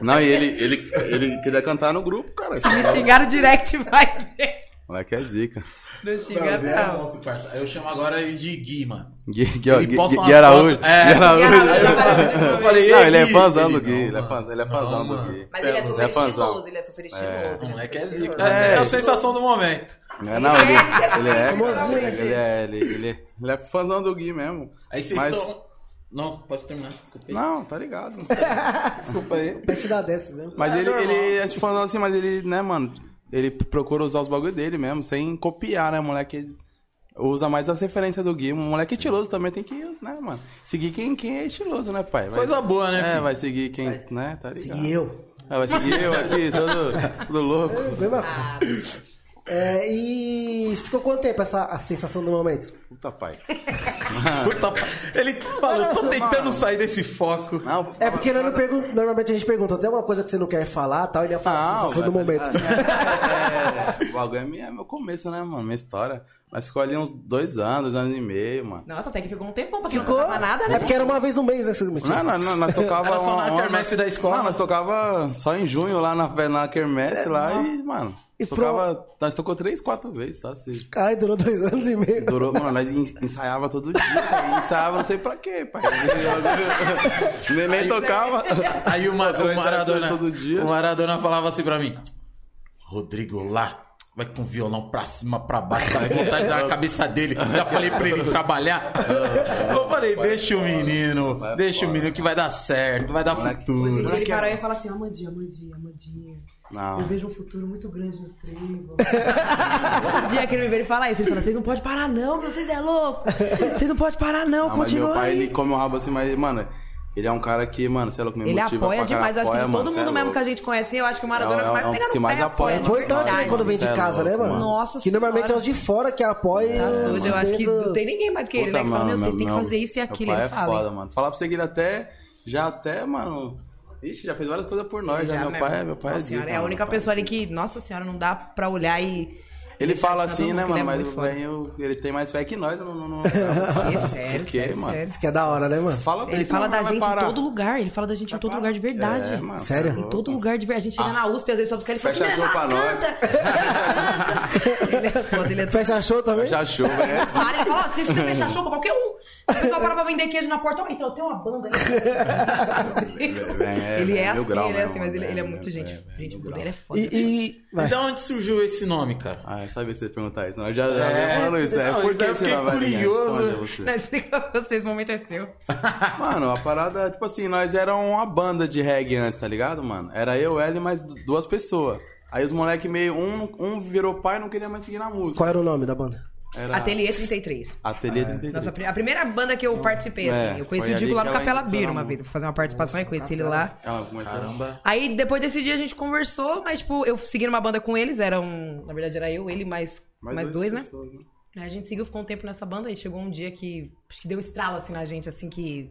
[SPEAKER 1] Não, e ele, ele, ele queria cantar no grupo, cara.
[SPEAKER 5] Se me xingar o direct vai ver.
[SPEAKER 1] Moleque é zica.
[SPEAKER 5] Não né?
[SPEAKER 4] Não,
[SPEAKER 5] xinga,
[SPEAKER 1] né,
[SPEAKER 4] Gui é
[SPEAKER 5] não.
[SPEAKER 4] monstro, parça. Eu chamo agora ele de Gui, mano.
[SPEAKER 1] Gui, Gui,
[SPEAKER 4] Ele
[SPEAKER 1] Gui,
[SPEAKER 4] posta
[SPEAKER 1] Gui,
[SPEAKER 4] umas
[SPEAKER 1] Gui Araújo.
[SPEAKER 4] fotos- é.
[SPEAKER 1] Gui Araújo.
[SPEAKER 5] Gui Araújo, já falei.
[SPEAKER 4] Eu falei,
[SPEAKER 1] Não,
[SPEAKER 4] "Ei,
[SPEAKER 1] ele é
[SPEAKER 4] Gui".
[SPEAKER 1] fãzão do
[SPEAKER 4] Ele,
[SPEAKER 1] Gui,
[SPEAKER 4] "Não,
[SPEAKER 1] ele é
[SPEAKER 4] mano.
[SPEAKER 1] fãzão, ele é
[SPEAKER 4] Não,
[SPEAKER 1] fãzão do
[SPEAKER 4] mano.
[SPEAKER 1] Gui.
[SPEAKER 4] Cê
[SPEAKER 6] Mas ele
[SPEAKER 4] é
[SPEAKER 6] é
[SPEAKER 1] é
[SPEAKER 4] louco.
[SPEAKER 6] super
[SPEAKER 1] fãzão.
[SPEAKER 6] estiloso, ele é super estiloso. ele é
[SPEAKER 4] O
[SPEAKER 6] super
[SPEAKER 4] moleque é
[SPEAKER 6] estiloso.
[SPEAKER 4] zica.
[SPEAKER 1] É.
[SPEAKER 4] É, a sensação do momento.
[SPEAKER 1] É, não, ele, ele é.
[SPEAKER 2] Famosinho,
[SPEAKER 1] Ele é,
[SPEAKER 5] né,
[SPEAKER 1] ele, ele, ele é fãzão do Gui mesmo.
[SPEAKER 4] Aí vocês
[SPEAKER 1] Mas-
[SPEAKER 4] estão... Não, pode terminar. Desculpa aí.
[SPEAKER 1] Não, tá ligado.
[SPEAKER 4] Desculpa aí.
[SPEAKER 2] Até te dar dessas mesmo.
[SPEAKER 1] Mas
[SPEAKER 4] É
[SPEAKER 1] ele,
[SPEAKER 4] normal.
[SPEAKER 1] ele é tipo, falando assim, mas ele, né, mano, ele procura usar os bagulho dele mesmo, sem copiar, né, moleque? Usa mais as referências do Gui. Um moleque estiloso também tem que, né, mano? Seguir quem, quem é estiloso, né, pai? Vai-
[SPEAKER 4] Coisa boa, né,
[SPEAKER 1] É,
[SPEAKER 4] filho?
[SPEAKER 1] vai seguir quem, né, tá ligado?
[SPEAKER 2] Segui eu.
[SPEAKER 1] É, vai seguir eu aqui, todo, todo louco.
[SPEAKER 2] Mesma coisa.
[SPEAKER 5] Ah,
[SPEAKER 2] É, e ficou quanto tempo essa a sensação do momento?
[SPEAKER 1] Puta, pai.
[SPEAKER 4] Puta, ele falou, tô tentando sair desse foco.
[SPEAKER 1] Não,
[SPEAKER 2] É porque nós não pergun- normalmente a gente pergunta, tem uma coisa que você não quer falar tal, ele ia falar a sensação do
[SPEAKER 1] vai,
[SPEAKER 2] momento.
[SPEAKER 1] tá ligado? É, é, o bagulho é, minha- é meu começo, né, mano? Minha história. Mas ficou ali uns dois anos, dois anos e meio, mano.
[SPEAKER 5] Nossa, até que ficou um tempão pra quem
[SPEAKER 2] Ficou?
[SPEAKER 5] não tava nada,
[SPEAKER 2] É
[SPEAKER 5] né?
[SPEAKER 2] porque era uma vez no mês, né? você mentiu?
[SPEAKER 1] Não, não, não, nós tocava
[SPEAKER 4] Era só
[SPEAKER 1] uma-
[SPEAKER 4] na
[SPEAKER 1] uma-
[SPEAKER 4] quermesse da escola.
[SPEAKER 1] Não, nós tocava só em junho lá na, fe- na quermesse lá e, mano,
[SPEAKER 2] E
[SPEAKER 1] tocava, nós tocou três, quatro vezes, só assim.
[SPEAKER 2] Caralho, durou dois anos e meio.
[SPEAKER 1] Durou, mano, nós en- ensaiava todo dia, cara, ensaiava não sei pra quê, pai. nem, nem tocava.
[SPEAKER 4] Aí o, Ma-
[SPEAKER 1] Fazendo
[SPEAKER 4] o Maradona,
[SPEAKER 1] todo dia.
[SPEAKER 4] o Maradona falava assim pra mim: Rodrigo lá, vai com o violão pra cima, pra baixo, tá com vontade de dar na cabeça dele. Já falei pra ele trabalhar. Eu falei: deixa o menino,
[SPEAKER 1] vai
[SPEAKER 4] deixa o
[SPEAKER 1] fora.
[SPEAKER 4] menino que vai dar certo, vai dar
[SPEAKER 1] Moleque,
[SPEAKER 4] futuro.
[SPEAKER 2] é
[SPEAKER 5] Ele parou e fala assim, Amandinha, Amandinha, Amandinha.
[SPEAKER 1] Não.
[SPEAKER 5] Eu vejo um futuro muito grande no trevo. Todo dia que ele me vê, ele fala isso. Ele fala, vocês não podem parar não, meu, vocês é louco. Vocês não podem parar não,
[SPEAKER 1] Não, Ah, mas
[SPEAKER 5] continua
[SPEAKER 1] meu pai,
[SPEAKER 5] aí.
[SPEAKER 1] ele come o rabo assim, mas, mano, ele é um cara que, mano, sei lá, que me
[SPEAKER 5] Ele
[SPEAKER 1] É motiva
[SPEAKER 5] apoia
[SPEAKER 1] pra
[SPEAKER 5] demais. Eu
[SPEAKER 1] caralho,
[SPEAKER 5] acho que de
[SPEAKER 1] apoia, mano,
[SPEAKER 5] todo
[SPEAKER 1] cê é
[SPEAKER 5] mundo mesmo que a
[SPEAKER 1] louco.
[SPEAKER 5] gente conhece, eu acho que o Maradona
[SPEAKER 1] É, é
[SPEAKER 5] mais
[SPEAKER 1] um
[SPEAKER 5] pega
[SPEAKER 1] dos
[SPEAKER 5] no
[SPEAKER 1] que mais
[SPEAKER 5] pé,
[SPEAKER 1] apoia,
[SPEAKER 5] apoia,
[SPEAKER 1] mano.
[SPEAKER 5] de
[SPEAKER 2] Importante, né?
[SPEAKER 5] verdade.
[SPEAKER 2] Quando vem de
[SPEAKER 1] Sério,
[SPEAKER 2] casa, né, mano?
[SPEAKER 1] mano.
[SPEAKER 5] Tá Nossa
[SPEAKER 2] Que normalmente é os de fora que apoiam.
[SPEAKER 5] Tá doido, eu acho que não tem ninguém mais que ele, né?
[SPEAKER 1] Puta,
[SPEAKER 5] Que fala, meu,
[SPEAKER 1] mano,
[SPEAKER 5] vocês têm que
[SPEAKER 1] meu-
[SPEAKER 5] fazer isso e aquilo.
[SPEAKER 1] Meu pai
[SPEAKER 5] Ele
[SPEAKER 1] é
[SPEAKER 5] fala.
[SPEAKER 1] foda, mano. Falar pra você que ele até. Já até, mano. Ixi, já fez várias coisas por nós. Já, meu, pai, meu pai
[SPEAKER 5] Nossa
[SPEAKER 1] é
[SPEAKER 5] senhora,
[SPEAKER 1] zica,
[SPEAKER 5] é a
[SPEAKER 1] mano,
[SPEAKER 5] única
[SPEAKER 1] meu pai
[SPEAKER 5] pessoa ali
[SPEAKER 1] zica.
[SPEAKER 5] que, nossa senhora, não dá pra olhar e.
[SPEAKER 1] Ele
[SPEAKER 5] deixar
[SPEAKER 1] fala
[SPEAKER 5] de todo
[SPEAKER 1] assim,
[SPEAKER 5] mundo,
[SPEAKER 1] né,
[SPEAKER 5] que ele
[SPEAKER 1] mano?
[SPEAKER 5] é
[SPEAKER 1] Mas
[SPEAKER 5] muito
[SPEAKER 1] o
[SPEAKER 5] foda.
[SPEAKER 1] velhinho, ele tem mais fé que nós. Não, não, não.
[SPEAKER 5] É sério,
[SPEAKER 1] Por quê,
[SPEAKER 5] sério,
[SPEAKER 1] mano?
[SPEAKER 5] sério.
[SPEAKER 2] Isso que é da hora, né, mano?
[SPEAKER 1] Fala pra
[SPEAKER 5] Ele
[SPEAKER 1] que
[SPEAKER 5] fala
[SPEAKER 1] não
[SPEAKER 5] da
[SPEAKER 1] vai
[SPEAKER 5] gente em
[SPEAKER 1] parar.
[SPEAKER 5] todo lugar. Ele fala da gente em todo lugar de verdade.
[SPEAKER 1] É, mano,
[SPEAKER 2] Sério?
[SPEAKER 1] tá
[SPEAKER 5] Em
[SPEAKER 1] louco.
[SPEAKER 5] todo lugar de verdade. A gente chega na USP, às vezes só buscar ele e fala assim,
[SPEAKER 1] Fecha
[SPEAKER 5] "Meu,
[SPEAKER 1] show pra nós.
[SPEAKER 5] ele é foda, ele é
[SPEAKER 2] Fecha show também?
[SPEAKER 1] Já achou, velho.
[SPEAKER 5] Para, e- ó, se você fecha show pra qualquer um. Se o pessoal para pra vender queijo na porta, ó, então tem uma banda ali.
[SPEAKER 1] É,
[SPEAKER 5] ele
[SPEAKER 1] é,
[SPEAKER 5] é
[SPEAKER 1] é mil
[SPEAKER 5] assim,
[SPEAKER 1] grau
[SPEAKER 5] ele é
[SPEAKER 1] mesmo,
[SPEAKER 5] assim, mas ele,
[SPEAKER 1] é,
[SPEAKER 5] ele é
[SPEAKER 1] é,
[SPEAKER 5] muito
[SPEAKER 1] é,
[SPEAKER 5] gente.
[SPEAKER 1] é, é,
[SPEAKER 5] gente,
[SPEAKER 1] mil
[SPEAKER 5] foda,
[SPEAKER 1] grau.
[SPEAKER 5] ele é foda.
[SPEAKER 2] E. e...
[SPEAKER 5] Então-
[SPEAKER 4] E
[SPEAKER 2] Vai.
[SPEAKER 4] da onde surgiu esse nome, cara?
[SPEAKER 1] Ah, eu sabia que você ia perguntar isso. Não, eu já, já
[SPEAKER 4] É.
[SPEAKER 1] venho falando isso. É,
[SPEAKER 4] Não,
[SPEAKER 1] por
[SPEAKER 4] isso
[SPEAKER 1] que
[SPEAKER 4] eu
[SPEAKER 1] você
[SPEAKER 4] fiquei
[SPEAKER 1] não vai ligar?
[SPEAKER 4] curioso.
[SPEAKER 1] Responda você.
[SPEAKER 5] Não, explica pra vocês, o momento é seu.
[SPEAKER 1] Mano, a parada, tipo assim, nós era uma banda de reggae antes, tá ligado, mano? Era eu, ela e mais du- duas pessoas. Aí os moleque meio, um, um virou pai e não queria mais seguir na música.
[SPEAKER 2] Qual era o nome da banda?
[SPEAKER 1] Era
[SPEAKER 5] Ateliê 33.
[SPEAKER 1] Ateliê
[SPEAKER 4] É,
[SPEAKER 1] 33.
[SPEAKER 5] Nossa, a pri- a primeira banda que eu participei,
[SPEAKER 1] É,
[SPEAKER 5] assim. Eu conheci
[SPEAKER 1] foi
[SPEAKER 5] o Digo
[SPEAKER 1] ali
[SPEAKER 5] lá
[SPEAKER 1] que
[SPEAKER 5] no
[SPEAKER 1] ela
[SPEAKER 5] Café
[SPEAKER 1] entrou
[SPEAKER 5] Labiro
[SPEAKER 1] na
[SPEAKER 5] uma vez. Fui fazer uma participação e conheci ele lá.
[SPEAKER 1] Ela Ah, começou-
[SPEAKER 4] Caramba.
[SPEAKER 5] Aí depois desse dia a gente conversou, mas tipo, eu segui numa banda com eles, era um. Na verdade era eu, ele mais, mais, dois, né?
[SPEAKER 1] pessoas, né?
[SPEAKER 5] Aí a gente seguiu, ficou um tempo nessa banda e chegou um dia que. Acho que deu um estralo assim na gente, assim que.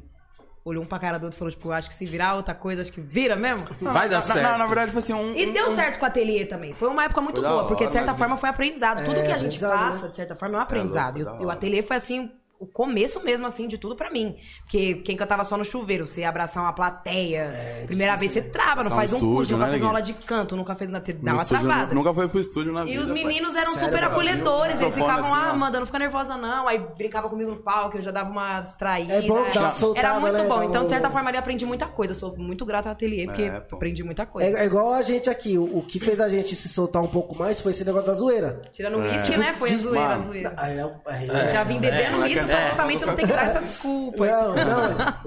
[SPEAKER 5] Olhou um pra cara do outro e falou, tipo, acho que se virar outra coisa, acho que vira mesmo.
[SPEAKER 4] Vai dar
[SPEAKER 1] Na-
[SPEAKER 4] certo.
[SPEAKER 1] Não, na verdade, foi assim, um...
[SPEAKER 5] E
[SPEAKER 1] um-
[SPEAKER 5] deu certo com o ateliê também. Foi uma época muito
[SPEAKER 1] Foi da
[SPEAKER 5] boa,
[SPEAKER 1] hora,
[SPEAKER 5] porque de certa
[SPEAKER 1] mas-
[SPEAKER 5] forma foi aprendizado. Tudo
[SPEAKER 2] É,
[SPEAKER 5] que a gente
[SPEAKER 2] aprendizado,
[SPEAKER 5] passa,
[SPEAKER 2] né?
[SPEAKER 5] de certa forma, é um
[SPEAKER 1] Cê é louco,
[SPEAKER 5] aprendizado. E
[SPEAKER 1] da
[SPEAKER 5] o- e o
[SPEAKER 1] hora.
[SPEAKER 5] ateliê foi assim, o começo mesmo, assim, de tudo pra mim. Porque quem cantava só no chuveiro, você ia abraçar uma plateia.
[SPEAKER 1] É,
[SPEAKER 5] primeira vez você trava,
[SPEAKER 1] Passar
[SPEAKER 5] não
[SPEAKER 1] um
[SPEAKER 5] faz um curso,
[SPEAKER 1] estúdio,
[SPEAKER 5] nunca
[SPEAKER 1] né,
[SPEAKER 5] fez uma aula
[SPEAKER 1] Neguinho?
[SPEAKER 5] de canto, nunca fez nada. Você
[SPEAKER 1] no
[SPEAKER 5] dá uma
[SPEAKER 1] estúdio,
[SPEAKER 5] travada.
[SPEAKER 1] Nunca foi pro estúdio na vida,
[SPEAKER 5] E os
[SPEAKER 1] pai.
[SPEAKER 5] meninos eram
[SPEAKER 2] Sério,
[SPEAKER 5] super
[SPEAKER 2] Brasil?
[SPEAKER 5] acolhedores, eles
[SPEAKER 1] Microfone
[SPEAKER 5] ficavam,
[SPEAKER 1] assim,
[SPEAKER 5] ah,
[SPEAKER 1] ó.
[SPEAKER 5] Amanda, não fica nervosa não. Aí brincava comigo no palco, eu já dava uma distraída.
[SPEAKER 2] É bom que dá uma
[SPEAKER 5] Era
[SPEAKER 2] soltada,
[SPEAKER 5] muito
[SPEAKER 2] né? Dá
[SPEAKER 5] bom.
[SPEAKER 2] uma-
[SPEAKER 5] Então, de certa forma, ali eu aprendi muita coisa. Eu sou muito grata ao ateliê, porque
[SPEAKER 1] É, pô.
[SPEAKER 5] aprendi muita
[SPEAKER 2] É,
[SPEAKER 5] coisa.
[SPEAKER 2] é igual a gente aqui, o, o que fez a gente se soltar um pouco mais foi esse negócio da zoeira.
[SPEAKER 5] Tirando o uísque, né? Foi a zoeira, a
[SPEAKER 1] Mano,
[SPEAKER 5] zoeira.
[SPEAKER 2] Aí, eu- aí-
[SPEAKER 5] Já vim bebendo
[SPEAKER 1] é. é,
[SPEAKER 5] isso, então
[SPEAKER 1] é.
[SPEAKER 5] justamente eu não tenho que dar essa desculpa.
[SPEAKER 2] Não,
[SPEAKER 4] então.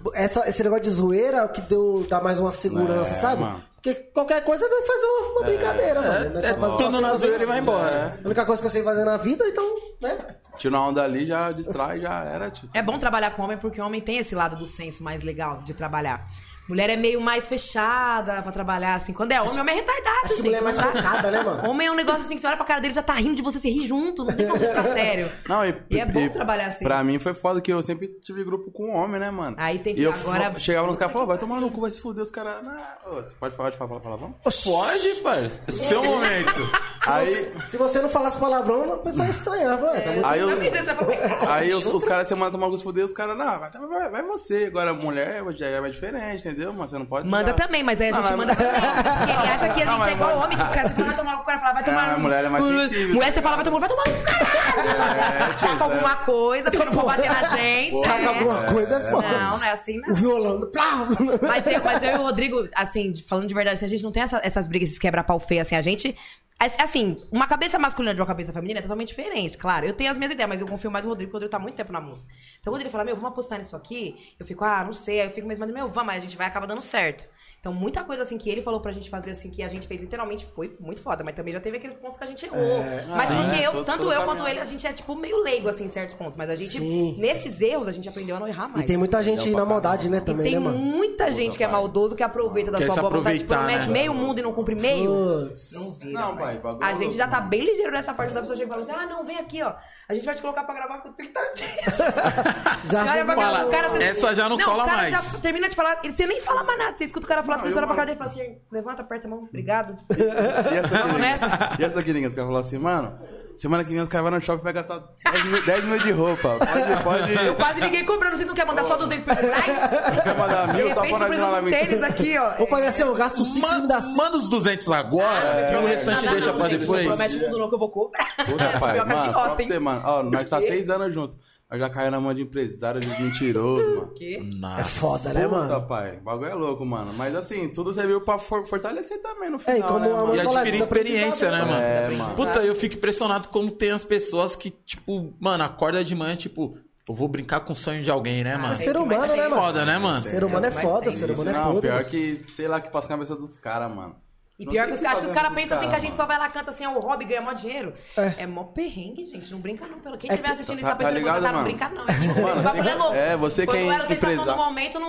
[SPEAKER 2] não. Essa, esse negócio de zoeira é o que deu, dá mais uma segurança,
[SPEAKER 1] É,
[SPEAKER 2] sabe?
[SPEAKER 1] mano.
[SPEAKER 2] Porque qualquer coisa não faz uma, uma brincadeira, mano. Não
[SPEAKER 4] é
[SPEAKER 2] só fazer-
[SPEAKER 4] tudo
[SPEAKER 2] só
[SPEAKER 4] na
[SPEAKER 2] fazer-
[SPEAKER 4] zoeira e vai embora. né?
[SPEAKER 2] É. A única coisa que eu sei fazer na vida, então, né?
[SPEAKER 1] Tira uma onda ali, já distrai, já era, tipo.
[SPEAKER 5] É bom trabalhar com homem porque o homem tem esse lado do senso mais legal de trabalhar. Mulher é meio mais fechada pra trabalhar, assim. Quando é homem, homem é retardado,
[SPEAKER 2] Acho que
[SPEAKER 5] gente.
[SPEAKER 2] mulher é mais
[SPEAKER 5] Não dá.
[SPEAKER 2] focada, né, mano?
[SPEAKER 5] Homem é um negócio assim que você olha pra cara dele já tá rindo de você, você ri junto, não tem como ficar sério.
[SPEAKER 1] Não, e,
[SPEAKER 5] E é bom trabalhar assim.
[SPEAKER 1] Pra mim foi foda que eu sempre tive grupo com homem, né, mano?
[SPEAKER 5] Aí tem que-
[SPEAKER 1] E eu
[SPEAKER 5] agora-
[SPEAKER 1] fa- chegava nos caras e falava, vai tomar no cu, vai se fuder, os caras. "Não, ô, Você pode falar de falar palavrão?
[SPEAKER 4] Pode, parceiro.
[SPEAKER 5] É.
[SPEAKER 1] É.
[SPEAKER 4] Seu é momento.
[SPEAKER 1] Aí,
[SPEAKER 2] Se você não falasse palavrão, o pessoal ia estranhar. Falar, "Ué, tá muito-
[SPEAKER 1] aí eu.
[SPEAKER 5] Exatamente, você tá falando.
[SPEAKER 1] Aí os, os caras semana tomar alguns poderes, os caras, não, vai, vai, vai você. Agora, mulher já é mais diferente, entendeu? Mas você não pode.
[SPEAKER 5] Manda
[SPEAKER 1] ficar-
[SPEAKER 5] também, mas aí a
[SPEAKER 1] Não,
[SPEAKER 5] gente
[SPEAKER 1] Ah, mas-
[SPEAKER 5] manda também. Porque ele acha que a
[SPEAKER 1] Não,
[SPEAKER 5] gente
[SPEAKER 1] mas
[SPEAKER 5] é igual
[SPEAKER 1] manda-
[SPEAKER 5] homem, que cara, você fala, vai tomar o cara, fala, vai tomar
[SPEAKER 1] É, a
[SPEAKER 5] no-
[SPEAKER 1] mulher é mais
[SPEAKER 5] Uh,
[SPEAKER 1] sensível,
[SPEAKER 5] Mulher,
[SPEAKER 1] tá
[SPEAKER 5] você fala, vai tomar, vai tomar no
[SPEAKER 1] É,
[SPEAKER 5] caralho.
[SPEAKER 1] tio, é.
[SPEAKER 5] Taca alguma coisa, porque não for bater na gente.
[SPEAKER 2] Taca
[SPEAKER 5] é.
[SPEAKER 2] alguma coisa, é foda.
[SPEAKER 5] Não, não é assim, não.
[SPEAKER 2] O violão. plá!
[SPEAKER 5] Mas é eu, mas eu e o Rodrigo, assim, de- falando de verdade, assim, a gente não tem essa- essas brigas, esses quebra-pau feio, assim, a gente. as- Assim, uma cabeça masculina de uma cabeça feminina é totalmente diferente, claro. Eu tenho as minhas ideias, mas eu confio mais no Rodrigo, porque o Rodrigo tá muito tempo na música. Então, quando ele fala, meu, vamos apostar nisso aqui, eu fico, ah, não sei, aí eu fico mesmo, mas, meu, vamos, mas a gente vai acaba dando certo. Então, muita coisa assim que ele falou pra gente fazer, assim, que a gente fez literalmente foi muito foda, mas também já teve aqueles pontos que a gente errou. mas
[SPEAKER 1] sim,
[SPEAKER 5] porque
[SPEAKER 1] né?
[SPEAKER 5] eu,
[SPEAKER 1] Todo-
[SPEAKER 5] tanto
[SPEAKER 1] todo
[SPEAKER 5] eu quanto
[SPEAKER 1] caminhado.
[SPEAKER 5] ele, a gente é, tipo, meio leigo, assim, em certos pontos. Mas a gente,
[SPEAKER 2] Sim.
[SPEAKER 5] nesses erros, a gente aprendeu a não errar mais.
[SPEAKER 2] E tem muita gente na maldade, né,
[SPEAKER 5] E
[SPEAKER 2] também,
[SPEAKER 5] tem
[SPEAKER 2] né, mano?
[SPEAKER 5] muita gente que é maldoso que aproveita da
[SPEAKER 4] Quer se
[SPEAKER 5] sua boa vontade, que
[SPEAKER 4] aproveitar,
[SPEAKER 5] promete
[SPEAKER 4] né?
[SPEAKER 5] meio mundo e não cumpre meio.
[SPEAKER 2] Putz.
[SPEAKER 5] Não vira,
[SPEAKER 1] Não,
[SPEAKER 5] pai.
[SPEAKER 1] pai, bagulho
[SPEAKER 5] A
[SPEAKER 1] é
[SPEAKER 5] gente
[SPEAKER 1] louco,
[SPEAKER 5] já tá
[SPEAKER 1] mano.
[SPEAKER 5] bem ligeiro nessa parte da pessoa chega e fala assim: ah, não, vem aqui, ó. A gente vai te colocar pra gravar com 30 dias.
[SPEAKER 2] Já
[SPEAKER 1] Tá
[SPEAKER 5] Você olha pra cara
[SPEAKER 4] falar,
[SPEAKER 5] do cara, você-
[SPEAKER 4] essa já não cola
[SPEAKER 5] o cara
[SPEAKER 4] mais.
[SPEAKER 5] já termina de falar, você nem fala mais nada. Você escuta o cara falar,
[SPEAKER 1] Não,
[SPEAKER 5] você
[SPEAKER 1] eu
[SPEAKER 5] olha pra
[SPEAKER 1] mando.
[SPEAKER 5] cara dele e fala assim: levanta, aperta a mão, obrigado.
[SPEAKER 1] E essa aqui,
[SPEAKER 5] Vamos
[SPEAKER 1] ninguém-
[SPEAKER 5] nessa?
[SPEAKER 1] E essa aqui, ninguém. Os caras falaram assim, mano, semana que vem os caras vão no shopping e vai gastar 10 mil, 10 mil de roupa. Pode, pode.
[SPEAKER 5] Eu quase ninguém cobrando, vocês não querem mandar só 200 pra trás?
[SPEAKER 1] Quer mandar
[SPEAKER 5] De
[SPEAKER 1] mil só
[SPEAKER 5] repente,
[SPEAKER 1] pra
[SPEAKER 5] eu
[SPEAKER 1] nós
[SPEAKER 5] preciso
[SPEAKER 1] lá
[SPEAKER 5] de
[SPEAKER 1] na
[SPEAKER 5] um tênis aqui, ó.
[SPEAKER 2] Ou parece eu gasto 5 e me dá
[SPEAKER 4] Manda,
[SPEAKER 2] 5.
[SPEAKER 4] manda os 200 agora e o
[SPEAKER 5] Não,
[SPEAKER 4] restante
[SPEAKER 5] não, Ah,
[SPEAKER 4] deixa
[SPEAKER 5] é. não,
[SPEAKER 4] pra
[SPEAKER 5] gente,
[SPEAKER 4] depois.
[SPEAKER 5] Não promete tudo não que eu vou cobrar.
[SPEAKER 1] Puta, pai,
[SPEAKER 5] Subiu a
[SPEAKER 1] mano,
[SPEAKER 5] caixota,
[SPEAKER 1] fala pra
[SPEAKER 5] hein?
[SPEAKER 1] você, mano. Ó, nós tá seis anos juntos. Nós já caiu na mão de empresário, de mentiroso, mano.
[SPEAKER 5] Quê?
[SPEAKER 2] É
[SPEAKER 4] Nossa.
[SPEAKER 2] foda, né,
[SPEAKER 1] Puta,
[SPEAKER 2] mano?
[SPEAKER 1] pai. O bagulho é louco, mano. Mas assim, tudo serviu pra for- fortalecer também no
[SPEAKER 2] É,
[SPEAKER 1] final,
[SPEAKER 2] e como
[SPEAKER 1] né,
[SPEAKER 2] a
[SPEAKER 1] mano?
[SPEAKER 2] mãe
[SPEAKER 4] E
[SPEAKER 2] falou,
[SPEAKER 4] adquirir
[SPEAKER 2] tá aprendizado,
[SPEAKER 4] experiência, né, mano?
[SPEAKER 1] É, mano.
[SPEAKER 4] Puta, eu fico impressionado como tem as pessoas que, tipo, mano, acorda de manhã, tipo, eu vou brincar com o sonho de alguém, né, mano?
[SPEAKER 5] Ah,
[SPEAKER 2] Ser humano, né, mano?
[SPEAKER 4] Foda, né, mano?
[SPEAKER 2] Ser humano é
[SPEAKER 5] Mas
[SPEAKER 2] foda,
[SPEAKER 5] tem
[SPEAKER 2] ser humano é
[SPEAKER 1] Não,
[SPEAKER 2] foda.
[SPEAKER 1] pior
[SPEAKER 2] mano.
[SPEAKER 1] que, sei lá, que passa na cabeça dos caras, mano.
[SPEAKER 5] E
[SPEAKER 1] Não
[SPEAKER 5] pior
[SPEAKER 1] sei
[SPEAKER 5] que os
[SPEAKER 1] o que
[SPEAKER 5] caras, acho que os caras
[SPEAKER 1] fazemos
[SPEAKER 5] pensam assim
[SPEAKER 1] dos
[SPEAKER 5] que a gente
[SPEAKER 1] caras,
[SPEAKER 5] só vai lá, canta assim, é o hobby, ganha mó dinheiro.
[SPEAKER 2] É.
[SPEAKER 5] É, mó perrengue, gente. Não brinca não. Pelo quem
[SPEAKER 2] É
[SPEAKER 5] estiver
[SPEAKER 2] que-
[SPEAKER 5] assistindo isso
[SPEAKER 1] tá-
[SPEAKER 5] tá pensando,
[SPEAKER 1] tá
[SPEAKER 5] "Vou cantar,
[SPEAKER 1] ligado,
[SPEAKER 5] não
[SPEAKER 1] mano?
[SPEAKER 5] brinca não. É
[SPEAKER 1] Mano,
[SPEAKER 5] mano, bagulho
[SPEAKER 1] você-
[SPEAKER 5] é louco.
[SPEAKER 1] é, você
[SPEAKER 5] Quando
[SPEAKER 1] quem
[SPEAKER 5] eu era sensação
[SPEAKER 1] empresa-
[SPEAKER 5] do momento, não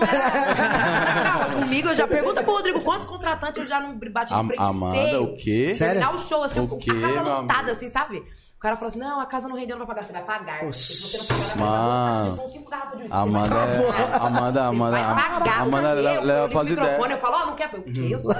[SPEAKER 5] era... não, comigo eu já pergunto pro Rodrigo quantos contratantes eu já não bati de
[SPEAKER 1] Am-
[SPEAKER 5] frente
[SPEAKER 1] Amanda,
[SPEAKER 5] feio.
[SPEAKER 1] o quê?
[SPEAKER 2] Sério?
[SPEAKER 5] Terminar o show, assim,
[SPEAKER 1] O
[SPEAKER 5] o
[SPEAKER 1] quê,
[SPEAKER 5] a casa
[SPEAKER 1] meu
[SPEAKER 5] lotada,
[SPEAKER 1] amigo?
[SPEAKER 5] assim, sabe? O cara fala assim, não, a casa não rendeu, não vai pagar. Você vai pagar. Se você não pagar, vai
[SPEAKER 1] Mano.
[SPEAKER 5] pagar. duas taxas de- São cinco garrafas de uísque. você vai
[SPEAKER 1] Amanda, é-
[SPEAKER 5] pagar.
[SPEAKER 1] Amanda,
[SPEAKER 5] Você
[SPEAKER 1] Amanda,
[SPEAKER 5] vai pagar,
[SPEAKER 1] Amanda, Amanda
[SPEAKER 5] cadê?
[SPEAKER 1] leva
[SPEAKER 5] Eu ligo
[SPEAKER 1] pras
[SPEAKER 5] o microfone,
[SPEAKER 1] ideias.
[SPEAKER 5] eu falo, ó, não quer... O quê? Eu sou...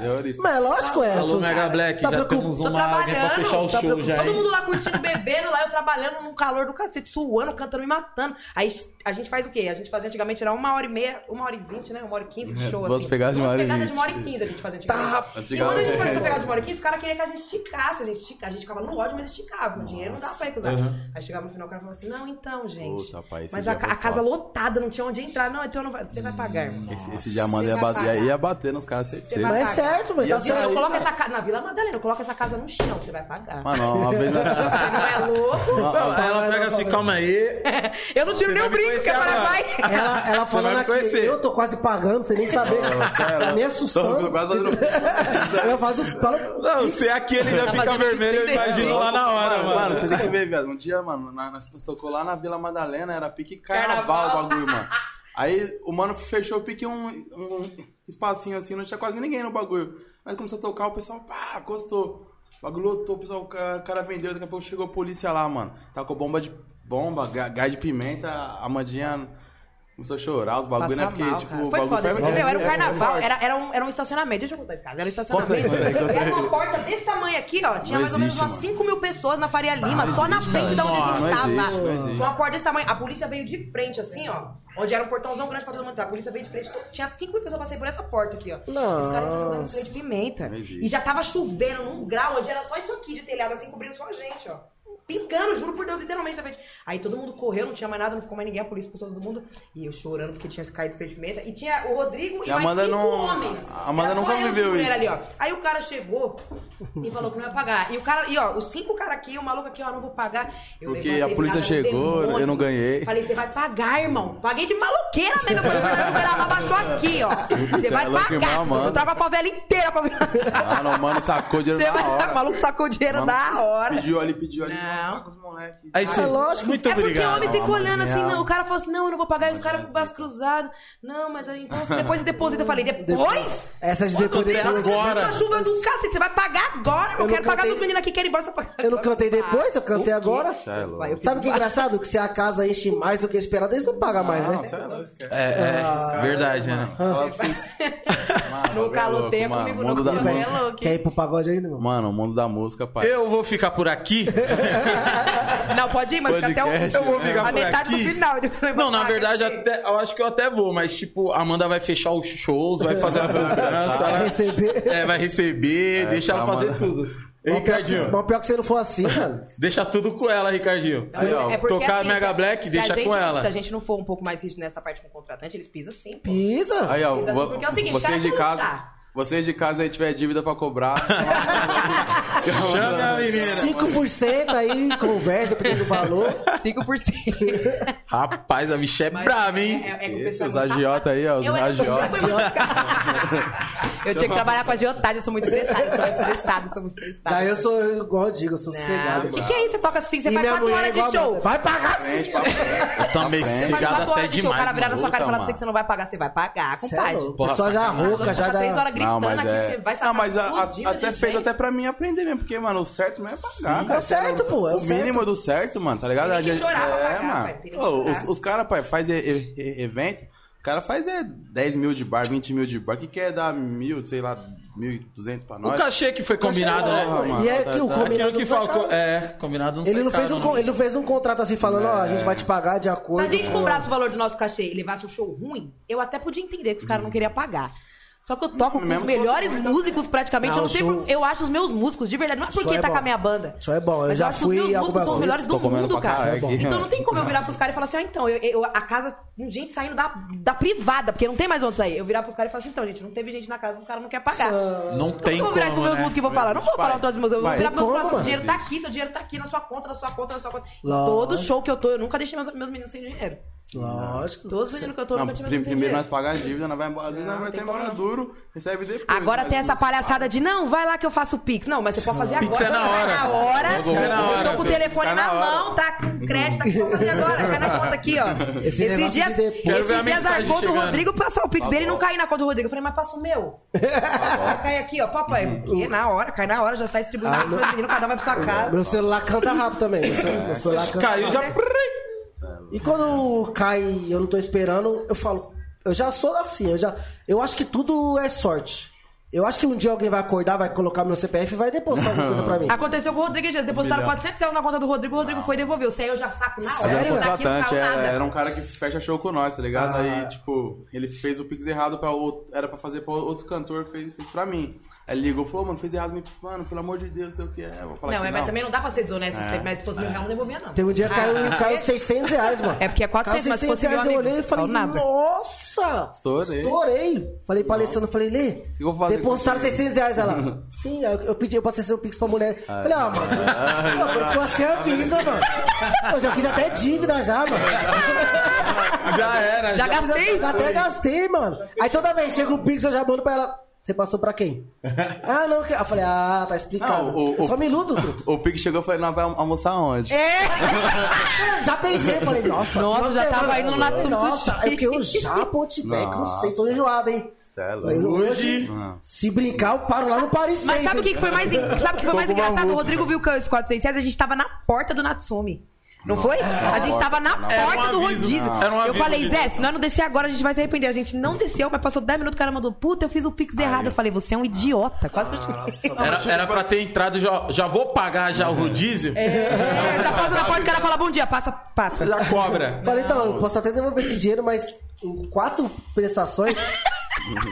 [SPEAKER 1] Teorista.
[SPEAKER 2] Mas é lógico, é.
[SPEAKER 4] Alô,
[SPEAKER 2] tu-
[SPEAKER 4] Mega Black,
[SPEAKER 2] tá
[SPEAKER 4] já
[SPEAKER 2] preocup-
[SPEAKER 4] temos um
[SPEAKER 5] Tô
[SPEAKER 4] uma água pra
[SPEAKER 5] trabalhando,
[SPEAKER 4] fechar o
[SPEAKER 2] tá
[SPEAKER 4] show já.
[SPEAKER 5] Todo
[SPEAKER 4] hein?
[SPEAKER 5] mundo lá curtindo, bebendo, lá eu trabalhando num calor do cacete, suando, cantando, me matando. Aí a gente faz o quê? A gente fazia antigamente, era uma hora e meia, uma hora e vinte, né? Uma hora e quinze de show,
[SPEAKER 1] Duas
[SPEAKER 5] assim.
[SPEAKER 1] pegadas É, de uma hora e
[SPEAKER 5] pegadas de
[SPEAKER 1] vinte.
[SPEAKER 5] uma hora e quinze a gente fazia antigamente.
[SPEAKER 2] Tá.
[SPEAKER 5] E quando a gente fazia essa
[SPEAKER 1] Antigamente.
[SPEAKER 5] pegada de uma hora e quinze, os caras queriam que a gente esticasse, a gente esticava, a gente ficava no ódio, mas esticava. O dinheiro não dava pra recusar. Aí chegava no final, o cara falava assim, não, então, gente,
[SPEAKER 1] Puta, pai, esse
[SPEAKER 5] mas a,
[SPEAKER 1] dia foi
[SPEAKER 5] a casa
[SPEAKER 1] foda. Hum,
[SPEAKER 5] lotada, não tinha onde entrar. Não, então não vai, você vai pagar, irmão.
[SPEAKER 1] Esse, esse diamante ia
[SPEAKER 5] Você vai
[SPEAKER 1] bater,
[SPEAKER 5] pagar.
[SPEAKER 1] ia bater nos caras, certeza.
[SPEAKER 5] vai-
[SPEAKER 2] Mas é certo, mas
[SPEAKER 1] E
[SPEAKER 2] tá
[SPEAKER 1] assim,
[SPEAKER 2] certo.
[SPEAKER 5] Eu coloco essa casa, na Vila Madalena, eu coloco essa casa no chão, você vai pagar.
[SPEAKER 1] Mano, uma vez... na-
[SPEAKER 5] Não é louco?
[SPEAKER 4] Não, aí ela pega assim, calma aí.
[SPEAKER 5] Eu não tiro nem o
[SPEAKER 4] vai me
[SPEAKER 5] brinco, que é
[SPEAKER 4] conhecer agora.
[SPEAKER 5] Paraguai.
[SPEAKER 2] Ela, ela
[SPEAKER 4] vai
[SPEAKER 2] falando
[SPEAKER 4] me
[SPEAKER 2] aqui,
[SPEAKER 4] conhecer.
[SPEAKER 2] eu tô quase pagando, sem nem saber.
[SPEAKER 1] Você é louco.
[SPEAKER 2] me assustando.
[SPEAKER 1] Tô quase fazendo-
[SPEAKER 2] Eu faço. um falo-
[SPEAKER 4] Não, se é aqui ele já
[SPEAKER 5] Tá
[SPEAKER 4] fica
[SPEAKER 5] fazendo
[SPEAKER 4] vermelho, eu
[SPEAKER 5] sem
[SPEAKER 4] imagino lá Tá na hora,
[SPEAKER 1] mano,
[SPEAKER 4] mano.
[SPEAKER 1] você tem que ver, viado. Um dia, mano, na- nós tocou lá na Vila Madalena, era pique carnaval,
[SPEAKER 5] Carnaval.
[SPEAKER 1] o bagulho, mano. Aí o mano fechou o pique um, um espacinho assim, não tinha quase ninguém no bagulho. Aí começou a tocar, o pessoal, pá, gostou. O bagulho lotou, o pessoal, o ca- o cara vendeu, daqui a pouco chegou a polícia lá, mano. Tacou bomba de bomba, ga- gás de pimenta, a Mandinha começou a chorar, os bagulho, né?
[SPEAKER 5] Passar
[SPEAKER 1] Porque,
[SPEAKER 5] mal,
[SPEAKER 1] tipo,
[SPEAKER 5] cara.
[SPEAKER 1] o
[SPEAKER 5] Foi
[SPEAKER 1] bagulho
[SPEAKER 5] foda. Você
[SPEAKER 1] foi-
[SPEAKER 5] viu? Era um
[SPEAKER 1] é, foi
[SPEAKER 5] carnaval,
[SPEAKER 1] forte.
[SPEAKER 5] era, era, um, era um estacionamento. Deixa eu contar esse caso. Era um estacionamento.
[SPEAKER 1] Conta aí, conta aí, conta
[SPEAKER 5] Era uma
[SPEAKER 1] aí.
[SPEAKER 5] porta desse tamanho aqui, ó. Tinha
[SPEAKER 1] Não
[SPEAKER 5] mais ou menos
[SPEAKER 1] existe,
[SPEAKER 5] umas
[SPEAKER 1] mano. Tá,
[SPEAKER 5] 5 mil pessoas na Faria Lima, só na frente da onde a gente
[SPEAKER 1] Não
[SPEAKER 5] tava.
[SPEAKER 1] existe, não existe.
[SPEAKER 5] Tinha uma porta desse tamanho. A polícia veio de frente, assim, ó. Onde era um portãozão grande pra todo mundo entrar. A polícia veio de frente. to- Tinha 5 mil pessoas passei por essa porta aqui, ó.
[SPEAKER 2] Nossa.
[SPEAKER 5] Os caras já jogando spray de pimenta.
[SPEAKER 1] Não existe.
[SPEAKER 5] E já tava chovendo num grau onde era só isso aqui de telhado, assim, cobrindo só a gente, ó. Pingando, juro por Deus, literalmente na frente. Aí todo mundo correu, não tinha mais nada, não ficou mais ninguém, a polícia expulsou todo mundo. E eu chorando porque tinha caído spray de pimenta. E tinha o Rodrigo e
[SPEAKER 1] E a Amanda
[SPEAKER 5] mais cinco
[SPEAKER 1] não-
[SPEAKER 5] homens.
[SPEAKER 1] a Amanda
[SPEAKER 5] Era
[SPEAKER 1] não
[SPEAKER 5] só eu de
[SPEAKER 1] conviveu
[SPEAKER 5] mulher
[SPEAKER 1] isso.
[SPEAKER 5] Ali, ó. Aí o cara chegou e falou que não ia pagar. E o cara, e ó, os cinco caras aqui, o maluco aqui, ó, não vou pagar. Eu
[SPEAKER 1] Porque
[SPEAKER 5] levantei,
[SPEAKER 1] a polícia
[SPEAKER 5] virada no
[SPEAKER 1] chegou, eu não ganhei.
[SPEAKER 5] Falei, você vai pagar, irmão. Paguei de maluqueira mesmo. Eu falei, Fernando, o cara abaixou aqui, ó. Você
[SPEAKER 1] Você
[SPEAKER 5] vai
[SPEAKER 1] é louco,
[SPEAKER 5] pagar.
[SPEAKER 1] irmão, mano.
[SPEAKER 5] Eu tava a favela inteira pra virar.
[SPEAKER 1] Mano, o mano sacou dinheiro
[SPEAKER 5] Você
[SPEAKER 1] na
[SPEAKER 5] vai-
[SPEAKER 1] hora.
[SPEAKER 5] O maluco sacou dinheiro
[SPEAKER 1] Mano,
[SPEAKER 5] da hora.
[SPEAKER 1] Pediu ali, pediu ali.
[SPEAKER 5] Não.
[SPEAKER 1] Mano, moleque.
[SPEAKER 4] É isso aí.
[SPEAKER 2] Ah, lógico.
[SPEAKER 4] Muito
[SPEAKER 5] é porque o
[SPEAKER 4] obrigado.
[SPEAKER 5] homem fica
[SPEAKER 1] Ah,
[SPEAKER 5] olhando assim,
[SPEAKER 1] real.
[SPEAKER 5] não, o cara falou assim, não, eu não vou pagar, e os caras com o braço cruzado. Não, mas aí, então, se depois você deposita. Eu falei, depois?
[SPEAKER 2] Essa de
[SPEAKER 4] Quando
[SPEAKER 2] depois
[SPEAKER 4] der
[SPEAKER 2] depois.
[SPEAKER 4] agora.
[SPEAKER 5] A chuva do cacete, você vai pagar agora? Eu,
[SPEAKER 2] Eu não
[SPEAKER 5] quero pagar
[SPEAKER 2] cantei-
[SPEAKER 5] dos meninos aqui que querem ir embora. você paga
[SPEAKER 2] Eu não
[SPEAKER 5] agora.
[SPEAKER 2] cantei depois, eu cantei agora.
[SPEAKER 1] Cê é louco.
[SPEAKER 5] Vai, eu-
[SPEAKER 2] Sabe o que é engraçado? Que se a casa enche mais do que esperado, eles não pagam mais,
[SPEAKER 1] Não, cê é
[SPEAKER 2] né?
[SPEAKER 1] louco, esquece.
[SPEAKER 4] É, é,
[SPEAKER 2] Ah.
[SPEAKER 4] verdade, né?
[SPEAKER 1] Fala pra vocês. Mano,
[SPEAKER 5] No
[SPEAKER 1] bagulho é
[SPEAKER 5] caloteia
[SPEAKER 1] louco, mano.
[SPEAKER 5] comigo,
[SPEAKER 1] Mundo
[SPEAKER 5] não,
[SPEAKER 1] da
[SPEAKER 5] comigo não.
[SPEAKER 1] música.
[SPEAKER 5] É louco.
[SPEAKER 2] Quer ir pro pagode ainda, irmão?
[SPEAKER 1] Mano, o mundo da música, pai.
[SPEAKER 4] Eu vou ficar por aqui.
[SPEAKER 5] Não, pode ir, mas fica até o.
[SPEAKER 1] Podcast,
[SPEAKER 4] Eu vou ficar
[SPEAKER 5] a
[SPEAKER 4] por
[SPEAKER 5] metade
[SPEAKER 4] aqui.
[SPEAKER 5] do final. depois eu vou
[SPEAKER 4] Não, na
[SPEAKER 5] pagar.
[SPEAKER 4] verdade, até, eu acho que eu até vou, mas tipo, a Amanda vai fechar os shows, vai fazer a cobrança.
[SPEAKER 2] Vai
[SPEAKER 4] ela-
[SPEAKER 2] receber.
[SPEAKER 4] É, né? vai receber, deixa ela
[SPEAKER 1] tá,
[SPEAKER 4] fazer
[SPEAKER 1] Amanda.
[SPEAKER 4] tudo. Ei,
[SPEAKER 2] Mas pior que se-
[SPEAKER 4] Ricardinho,
[SPEAKER 2] Mas pior que você não for assim, mano.
[SPEAKER 4] deixa tudo com ela, Ricardinho.
[SPEAKER 1] Aí, ó,
[SPEAKER 5] É porque,
[SPEAKER 4] Tocar
[SPEAKER 5] assim,
[SPEAKER 4] Mega
[SPEAKER 5] se-
[SPEAKER 4] Black,
[SPEAKER 5] se a
[SPEAKER 4] deixa
[SPEAKER 5] gente-
[SPEAKER 4] com ela.
[SPEAKER 5] Se a gente não for um pouco mais rígido nessa parte com o contratante, eles pisam sim. pô.
[SPEAKER 2] Pisa.
[SPEAKER 1] Aí, ó,
[SPEAKER 5] Mas assim,
[SPEAKER 1] vo-
[SPEAKER 5] porque é o seguinte, o cara
[SPEAKER 1] vocês de
[SPEAKER 5] quer
[SPEAKER 1] casa.
[SPEAKER 5] luxar.
[SPEAKER 1] Vocês de casa aí tiver dívida pra cobrar. tá
[SPEAKER 4] Chama a
[SPEAKER 1] é.
[SPEAKER 4] menina.
[SPEAKER 2] 5% aí, conversa, dependendo do valor.
[SPEAKER 5] 5%.
[SPEAKER 4] Rapaz, a bicha é
[SPEAKER 5] Mas
[SPEAKER 4] brava,
[SPEAKER 5] é-
[SPEAKER 4] hein?
[SPEAKER 5] É, é, que o
[SPEAKER 1] Esse,
[SPEAKER 5] pessoal
[SPEAKER 1] os
[SPEAKER 5] é muito
[SPEAKER 1] agiota aí, ó. Os
[SPEAKER 5] Eu era
[SPEAKER 1] agiota.
[SPEAKER 5] muito Eu tinha que trabalhar pra agiotagem, eu sou muito estressada, eu sou muito estressada, eu sou muito estressada.
[SPEAKER 2] Já eu sou, igual eu digo, eu sou sossegado,
[SPEAKER 5] O que,
[SPEAKER 2] mano.
[SPEAKER 5] que é isso? Você toca assim, você
[SPEAKER 2] E
[SPEAKER 5] faz
[SPEAKER 2] minha
[SPEAKER 5] quatro
[SPEAKER 2] mulher é
[SPEAKER 5] horas de
[SPEAKER 2] igual a
[SPEAKER 5] show. É,
[SPEAKER 2] Amanda.
[SPEAKER 5] tipo,
[SPEAKER 2] Vai pagar sim.
[SPEAKER 4] Eu também
[SPEAKER 1] frente.
[SPEAKER 5] Faz
[SPEAKER 4] cegado
[SPEAKER 5] quatro
[SPEAKER 4] até
[SPEAKER 5] horas de show, o
[SPEAKER 4] demais.
[SPEAKER 5] cara virar na sua
[SPEAKER 1] maluco,
[SPEAKER 5] cara e falar assim, pra você
[SPEAKER 1] mano.
[SPEAKER 5] que você não vai pagar, você vai pagar,
[SPEAKER 2] Cê é
[SPEAKER 5] compadre.
[SPEAKER 2] louco. O pessoal já rouca, já
[SPEAKER 5] Fica três
[SPEAKER 2] já.
[SPEAKER 5] horas Tá gritando aqui, você vai sacar
[SPEAKER 1] Não, mas é- a- a-
[SPEAKER 5] explodindo de
[SPEAKER 1] até fez
[SPEAKER 5] gente.
[SPEAKER 1] até pra mim aprender mesmo, porque, mano, o certo mesmo é pagar,
[SPEAKER 2] É o
[SPEAKER 1] cara.
[SPEAKER 2] certo,
[SPEAKER 4] tá
[SPEAKER 2] pô. É o,
[SPEAKER 1] O mínimo do certo, mano, tá ligado?
[SPEAKER 5] Tem
[SPEAKER 1] A
[SPEAKER 5] que
[SPEAKER 1] gente-
[SPEAKER 5] chorar pra
[SPEAKER 1] é,
[SPEAKER 5] pagar,
[SPEAKER 1] mano.
[SPEAKER 5] pai, tem que
[SPEAKER 1] Ô,
[SPEAKER 5] chorar.
[SPEAKER 1] Os, os caras, pai, faz e- e- e- evento, o cara faz é 10 mil de bar, 20 mil de bar. O que quer dar mil, sei lá, 1.200 pra
[SPEAKER 4] O
[SPEAKER 1] nós?
[SPEAKER 4] cachê que foi combinado,
[SPEAKER 2] Cachê é
[SPEAKER 4] né?
[SPEAKER 2] bom,
[SPEAKER 1] mano?
[SPEAKER 2] E é que o
[SPEAKER 1] Aquilo
[SPEAKER 2] combinado
[SPEAKER 4] Aquilo
[SPEAKER 2] não
[SPEAKER 4] que
[SPEAKER 2] sai
[SPEAKER 4] faltou.
[SPEAKER 2] caro.
[SPEAKER 4] É, combinado não
[SPEAKER 2] Ele
[SPEAKER 4] sai
[SPEAKER 2] não, fez
[SPEAKER 4] caro, né?
[SPEAKER 2] um, con- ele não fez um contrato assim falando, ó, a gente vai te pagar de
[SPEAKER 5] Se a
[SPEAKER 2] acordo.
[SPEAKER 5] gente
[SPEAKER 2] com-
[SPEAKER 5] cobrasse o valor do nosso cachê e levasse um show ruim, eu até podia entender que os
[SPEAKER 2] Uhum.
[SPEAKER 5] caras não queriam pagar. Só que eu toco com os
[SPEAKER 1] Mesmo se fosse
[SPEAKER 5] melhores
[SPEAKER 1] ruim,
[SPEAKER 5] músicos praticamente.
[SPEAKER 2] Não,
[SPEAKER 5] eu não sei
[SPEAKER 2] show-
[SPEAKER 5] por- Eu acho os meus músicos, de verdade. Não é
[SPEAKER 2] Show
[SPEAKER 5] porque
[SPEAKER 2] é
[SPEAKER 5] tá
[SPEAKER 2] bom.
[SPEAKER 5] com a minha banda.
[SPEAKER 2] Show é bom, eu
[SPEAKER 5] Mas
[SPEAKER 2] já
[SPEAKER 5] acho
[SPEAKER 2] fui
[SPEAKER 5] que os meus músicos
[SPEAKER 2] algumas
[SPEAKER 5] são os melhores
[SPEAKER 2] vezes.
[SPEAKER 1] Tô
[SPEAKER 5] do
[SPEAKER 1] comendo
[SPEAKER 5] mundo,
[SPEAKER 1] pra
[SPEAKER 5] cara.
[SPEAKER 1] caralho aqui.
[SPEAKER 5] Então não tem como eu virar pros caras e falar assim, ah, então, eu, eu- a casa tem gente saindo da, da privada, porque não tem mais onde sair. Eu virar pros caras e falar assim, então, gente, não teve gente na casa, os caras não querem pagar.
[SPEAKER 4] né?
[SPEAKER 2] um
[SPEAKER 4] Não tem
[SPEAKER 5] eu vou
[SPEAKER 4] como,
[SPEAKER 5] virar pros meus
[SPEAKER 4] né?
[SPEAKER 5] músicos e vou falar, não vou
[SPEAKER 1] Vai.
[SPEAKER 5] falar todos os meus, eu vou
[SPEAKER 1] Vai.
[SPEAKER 5] virar pros meus
[SPEAKER 2] Como,
[SPEAKER 5] próximos, seu
[SPEAKER 2] mano?
[SPEAKER 5] dinheiro tá aqui, seu dinheiro tá aqui na sua conta, na sua conta, na sua conta.
[SPEAKER 2] Lógico.
[SPEAKER 5] Todo show que eu tô, eu nunca deixei meus, meus meninos sem dinheiro.
[SPEAKER 2] Lógico.
[SPEAKER 5] Todos os meninos que eu tô, eu
[SPEAKER 1] Não,
[SPEAKER 5] nunca
[SPEAKER 1] prim-
[SPEAKER 5] tive meus
[SPEAKER 1] primeiro nós
[SPEAKER 5] meninos sem dinheiro.
[SPEAKER 1] pagar a dívida, nós vai, embora- às vezes nós
[SPEAKER 5] Não,
[SPEAKER 1] vai
[SPEAKER 5] tem
[SPEAKER 1] ter embora
[SPEAKER 5] como não.
[SPEAKER 1] duro, recebe depois.
[SPEAKER 5] Agora
[SPEAKER 1] né?
[SPEAKER 5] tem essa palhaçada de, não, vai lá que eu faço Pix. Não, mas você pode fazer agora.
[SPEAKER 4] Pix é na
[SPEAKER 5] vai
[SPEAKER 4] hora.
[SPEAKER 5] Na hora,
[SPEAKER 1] Logo, logo.
[SPEAKER 5] eu tô
[SPEAKER 4] Tá na
[SPEAKER 5] com o
[SPEAKER 1] hora,
[SPEAKER 5] telefone
[SPEAKER 1] tá
[SPEAKER 5] na,
[SPEAKER 1] na hora.
[SPEAKER 5] mão, tá com crédito, tá com o que eu vou fazer agora. Cai na conta aqui, ó.
[SPEAKER 2] Esse negócio de depois-
[SPEAKER 4] Quero ver a
[SPEAKER 5] esses dias a
[SPEAKER 4] mensagem
[SPEAKER 5] conta do
[SPEAKER 4] chegando. Tá
[SPEAKER 5] Rodrigo passar o Pix
[SPEAKER 1] Tá
[SPEAKER 5] dele e não
[SPEAKER 1] bom.
[SPEAKER 5] cair na conta do Rodrigo. Eu falei, mas passa o meu. Cai aqui, ó, papai.
[SPEAKER 2] Uhum.
[SPEAKER 5] Que na hora, cai na hora, já
[SPEAKER 2] Ah,
[SPEAKER 5] sai distribuindo. Meu menino, cada um vai pra sua casa.
[SPEAKER 2] Meu celular canta rápido também. Meu cel- meu celular canta
[SPEAKER 4] Caiu
[SPEAKER 5] né?
[SPEAKER 4] já.
[SPEAKER 2] E quando cai e eu não tô esperando, eu falo, eu já sou assim, eu já. Eu acho que tudo é sorte. Eu acho que um dia alguém vai acordar, vai colocar meu CPF e vai depositar alguma coisa pra mim.
[SPEAKER 5] Aconteceu com o Rodrigo Dias, depositaram
[SPEAKER 1] Milhão.
[SPEAKER 5] 400 reais na conta do Rodrigo, o Rodrigo foi e devolveu. Isso aí eu já saco na
[SPEAKER 1] Mas é
[SPEAKER 5] hora. eu daqui não
[SPEAKER 1] contratante,
[SPEAKER 5] caiu
[SPEAKER 1] era,
[SPEAKER 5] nada.
[SPEAKER 1] era um cara que fecha show com nós, tá ligado?
[SPEAKER 2] Ah.
[SPEAKER 1] Aí, tipo, ele fez o pix errado pra outro, era pra fazer pra outro cantor, fez, fez pra mim. Aí ele ligou, falou, mano, fez errado, me- mano, pelo amor de Deus, sei o que é, vou falar
[SPEAKER 5] Não,
[SPEAKER 1] que
[SPEAKER 5] é, mas também não dá pra ser desonesto, isso aí, mas se fosse mil reais, eu não devolvia, não.
[SPEAKER 2] Tem um dia que caiu,
[SPEAKER 5] Ah,
[SPEAKER 2] caiu
[SPEAKER 5] é.
[SPEAKER 2] 600 reais, mano.
[SPEAKER 5] É porque é 400,
[SPEAKER 2] Caiu
[SPEAKER 5] mas se fosse
[SPEAKER 2] 600
[SPEAKER 5] meu
[SPEAKER 2] eu
[SPEAKER 5] amigo,
[SPEAKER 2] olhei e falei,
[SPEAKER 5] fala nada.
[SPEAKER 2] nossa!
[SPEAKER 1] Estourei.
[SPEAKER 2] Estourei. Falei pra Alessandra, falei, Lê,
[SPEAKER 1] que eu vou fazer
[SPEAKER 2] depositaram
[SPEAKER 1] com esse
[SPEAKER 2] 600 reais, ela. Sim, aí eu, eu pedi, eu passei seu pix pra mulher. falei, ah, mano, pô, agora que você avisa, mano. Eu já fiz até dívida já, mano.
[SPEAKER 4] Já era,
[SPEAKER 5] Já
[SPEAKER 4] já.
[SPEAKER 5] gastei.
[SPEAKER 2] Já até gastei, mano. Aí toda vez chega o Pix, eu já mando pra ela. Você passou pra quem? ah, não. que- Eu falei, ah, tá explicado.
[SPEAKER 1] Não, o-
[SPEAKER 2] eu só
[SPEAKER 1] o-
[SPEAKER 2] me iludo, truto.
[SPEAKER 1] O Pix chegou e falou, não, vai almoçar onde?
[SPEAKER 5] É,
[SPEAKER 2] Já pensei, falei, nossa.
[SPEAKER 5] Nossa,
[SPEAKER 2] final de
[SPEAKER 5] já tava
[SPEAKER 2] semana.
[SPEAKER 5] indo no Natsume
[SPEAKER 2] Nossa,
[SPEAKER 5] Sushi.
[SPEAKER 2] eu fiquei o Japa, o Tibete, não sei, tô enjoado, hein.
[SPEAKER 1] Cê é louco.
[SPEAKER 2] Falei,
[SPEAKER 4] Hoje.
[SPEAKER 2] Se brincar, eu paro lá no Paris
[SPEAKER 5] Mas
[SPEAKER 2] Saint,
[SPEAKER 5] sabe o que
[SPEAKER 2] hein.
[SPEAKER 5] que foi mais, sabe o que foi
[SPEAKER 1] Ficou
[SPEAKER 5] mais
[SPEAKER 1] com
[SPEAKER 5] engraçado? O
[SPEAKER 1] maluco.
[SPEAKER 5] Rodrigo viu que os 400 a gente tava na porta do Natsumi. Não foi? a gente
[SPEAKER 1] porta,
[SPEAKER 5] tava na
[SPEAKER 1] na
[SPEAKER 5] porta
[SPEAKER 4] porta.
[SPEAKER 5] do
[SPEAKER 4] Era um aviso,
[SPEAKER 5] rodízio.
[SPEAKER 4] não. Era um
[SPEAKER 5] eu
[SPEAKER 4] aviso
[SPEAKER 5] falei,
[SPEAKER 4] de
[SPEAKER 5] Zé,
[SPEAKER 4] Deus.
[SPEAKER 5] se nós não descer agora, a gente vai se arrepender. A gente não desceu, mas passou 10 minutos, o cara mandou, puta, eu fiz o pix errado. Eu falei, você é um idiota. Quase que eu te...
[SPEAKER 4] Era, era pra ter entrado, já, já vou pagar já o rodízio.
[SPEAKER 5] É, já passa na porta, o cara fala, bom dia, passa, passa.
[SPEAKER 4] Já cobra.
[SPEAKER 2] Falei, então, eu posso até devolver esse dinheiro, mas em quatro prestações,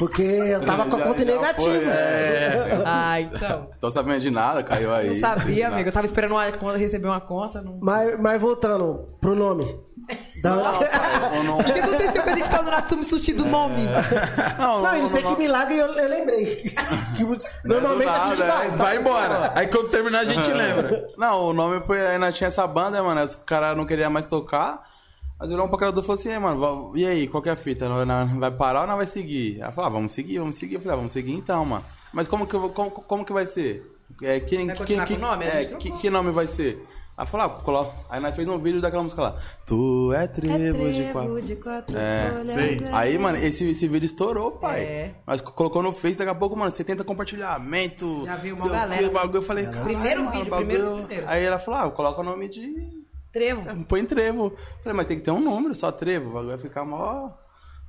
[SPEAKER 2] porque eu tava com a
[SPEAKER 1] Já-
[SPEAKER 2] conta
[SPEAKER 1] já foi,
[SPEAKER 2] negativa.
[SPEAKER 1] é.
[SPEAKER 5] Ah, então.
[SPEAKER 1] Tô sabendo de nada, caiu aí.
[SPEAKER 5] Eu sabia, amigo. Eu tava esperando uma, quando receber uma conta. Não...
[SPEAKER 2] Mas, mas voltando pro nome. Da...
[SPEAKER 1] Eu não- É.
[SPEAKER 5] O que aconteceu que a gente falou do Natsumi Sushi do nome?
[SPEAKER 1] Não,
[SPEAKER 2] Não, eu não sei que
[SPEAKER 1] não-
[SPEAKER 2] milagre eu, eu lembrei. Que mu- normalmente a gente
[SPEAKER 1] nada,
[SPEAKER 2] vai.
[SPEAKER 1] é.
[SPEAKER 2] tá?
[SPEAKER 4] Vai embora. Aí quando terminar a gente lembra.
[SPEAKER 1] Não, o nome foi. Aí nós tinha essa banda, mano. Os caras não queriam mais tocar. Mas olhou um pra cara do outro e falou assim: "Ei, mano, va- e aí, qual que é a fita? Não- não- Vai parar ou não vai seguir? Ela falou: ah, vamos seguir, vamos seguir. Eu falei: ah, vamos seguir então, mano. Mas como que, eu vou- como, como que vai ser? É, quem,
[SPEAKER 5] Vai
[SPEAKER 1] quem-
[SPEAKER 5] continuar com
[SPEAKER 1] quem-
[SPEAKER 5] o nome? A
[SPEAKER 1] é,
[SPEAKER 5] gente não
[SPEAKER 1] que,
[SPEAKER 5] pode.
[SPEAKER 1] que nome vai ser? Aí falou, ah, coloca. Aí nós fez um vídeo daquela música lá. Tu é trevo, de quatro.
[SPEAKER 5] quatro
[SPEAKER 1] É,
[SPEAKER 5] folhas,
[SPEAKER 4] sei.
[SPEAKER 5] é.
[SPEAKER 1] Aí, mano, esse, esse vídeo estourou, pai.
[SPEAKER 5] É.
[SPEAKER 1] Mas co- colocou no Face, daqui a pouco, mano, 70 compartilhamento.
[SPEAKER 5] Já viu uma
[SPEAKER 1] sei o quê,
[SPEAKER 5] galera. né?
[SPEAKER 1] bagulho, eu falei, cara.
[SPEAKER 5] Primeiro vídeo, primeiro dos primeiros.
[SPEAKER 1] Aí ela falou, ah, coloca o nome de.
[SPEAKER 5] Trevo.
[SPEAKER 1] Põe trevo. Eu falei, mas tem que ter um número, só trevo. O bagulho vai ficar mó.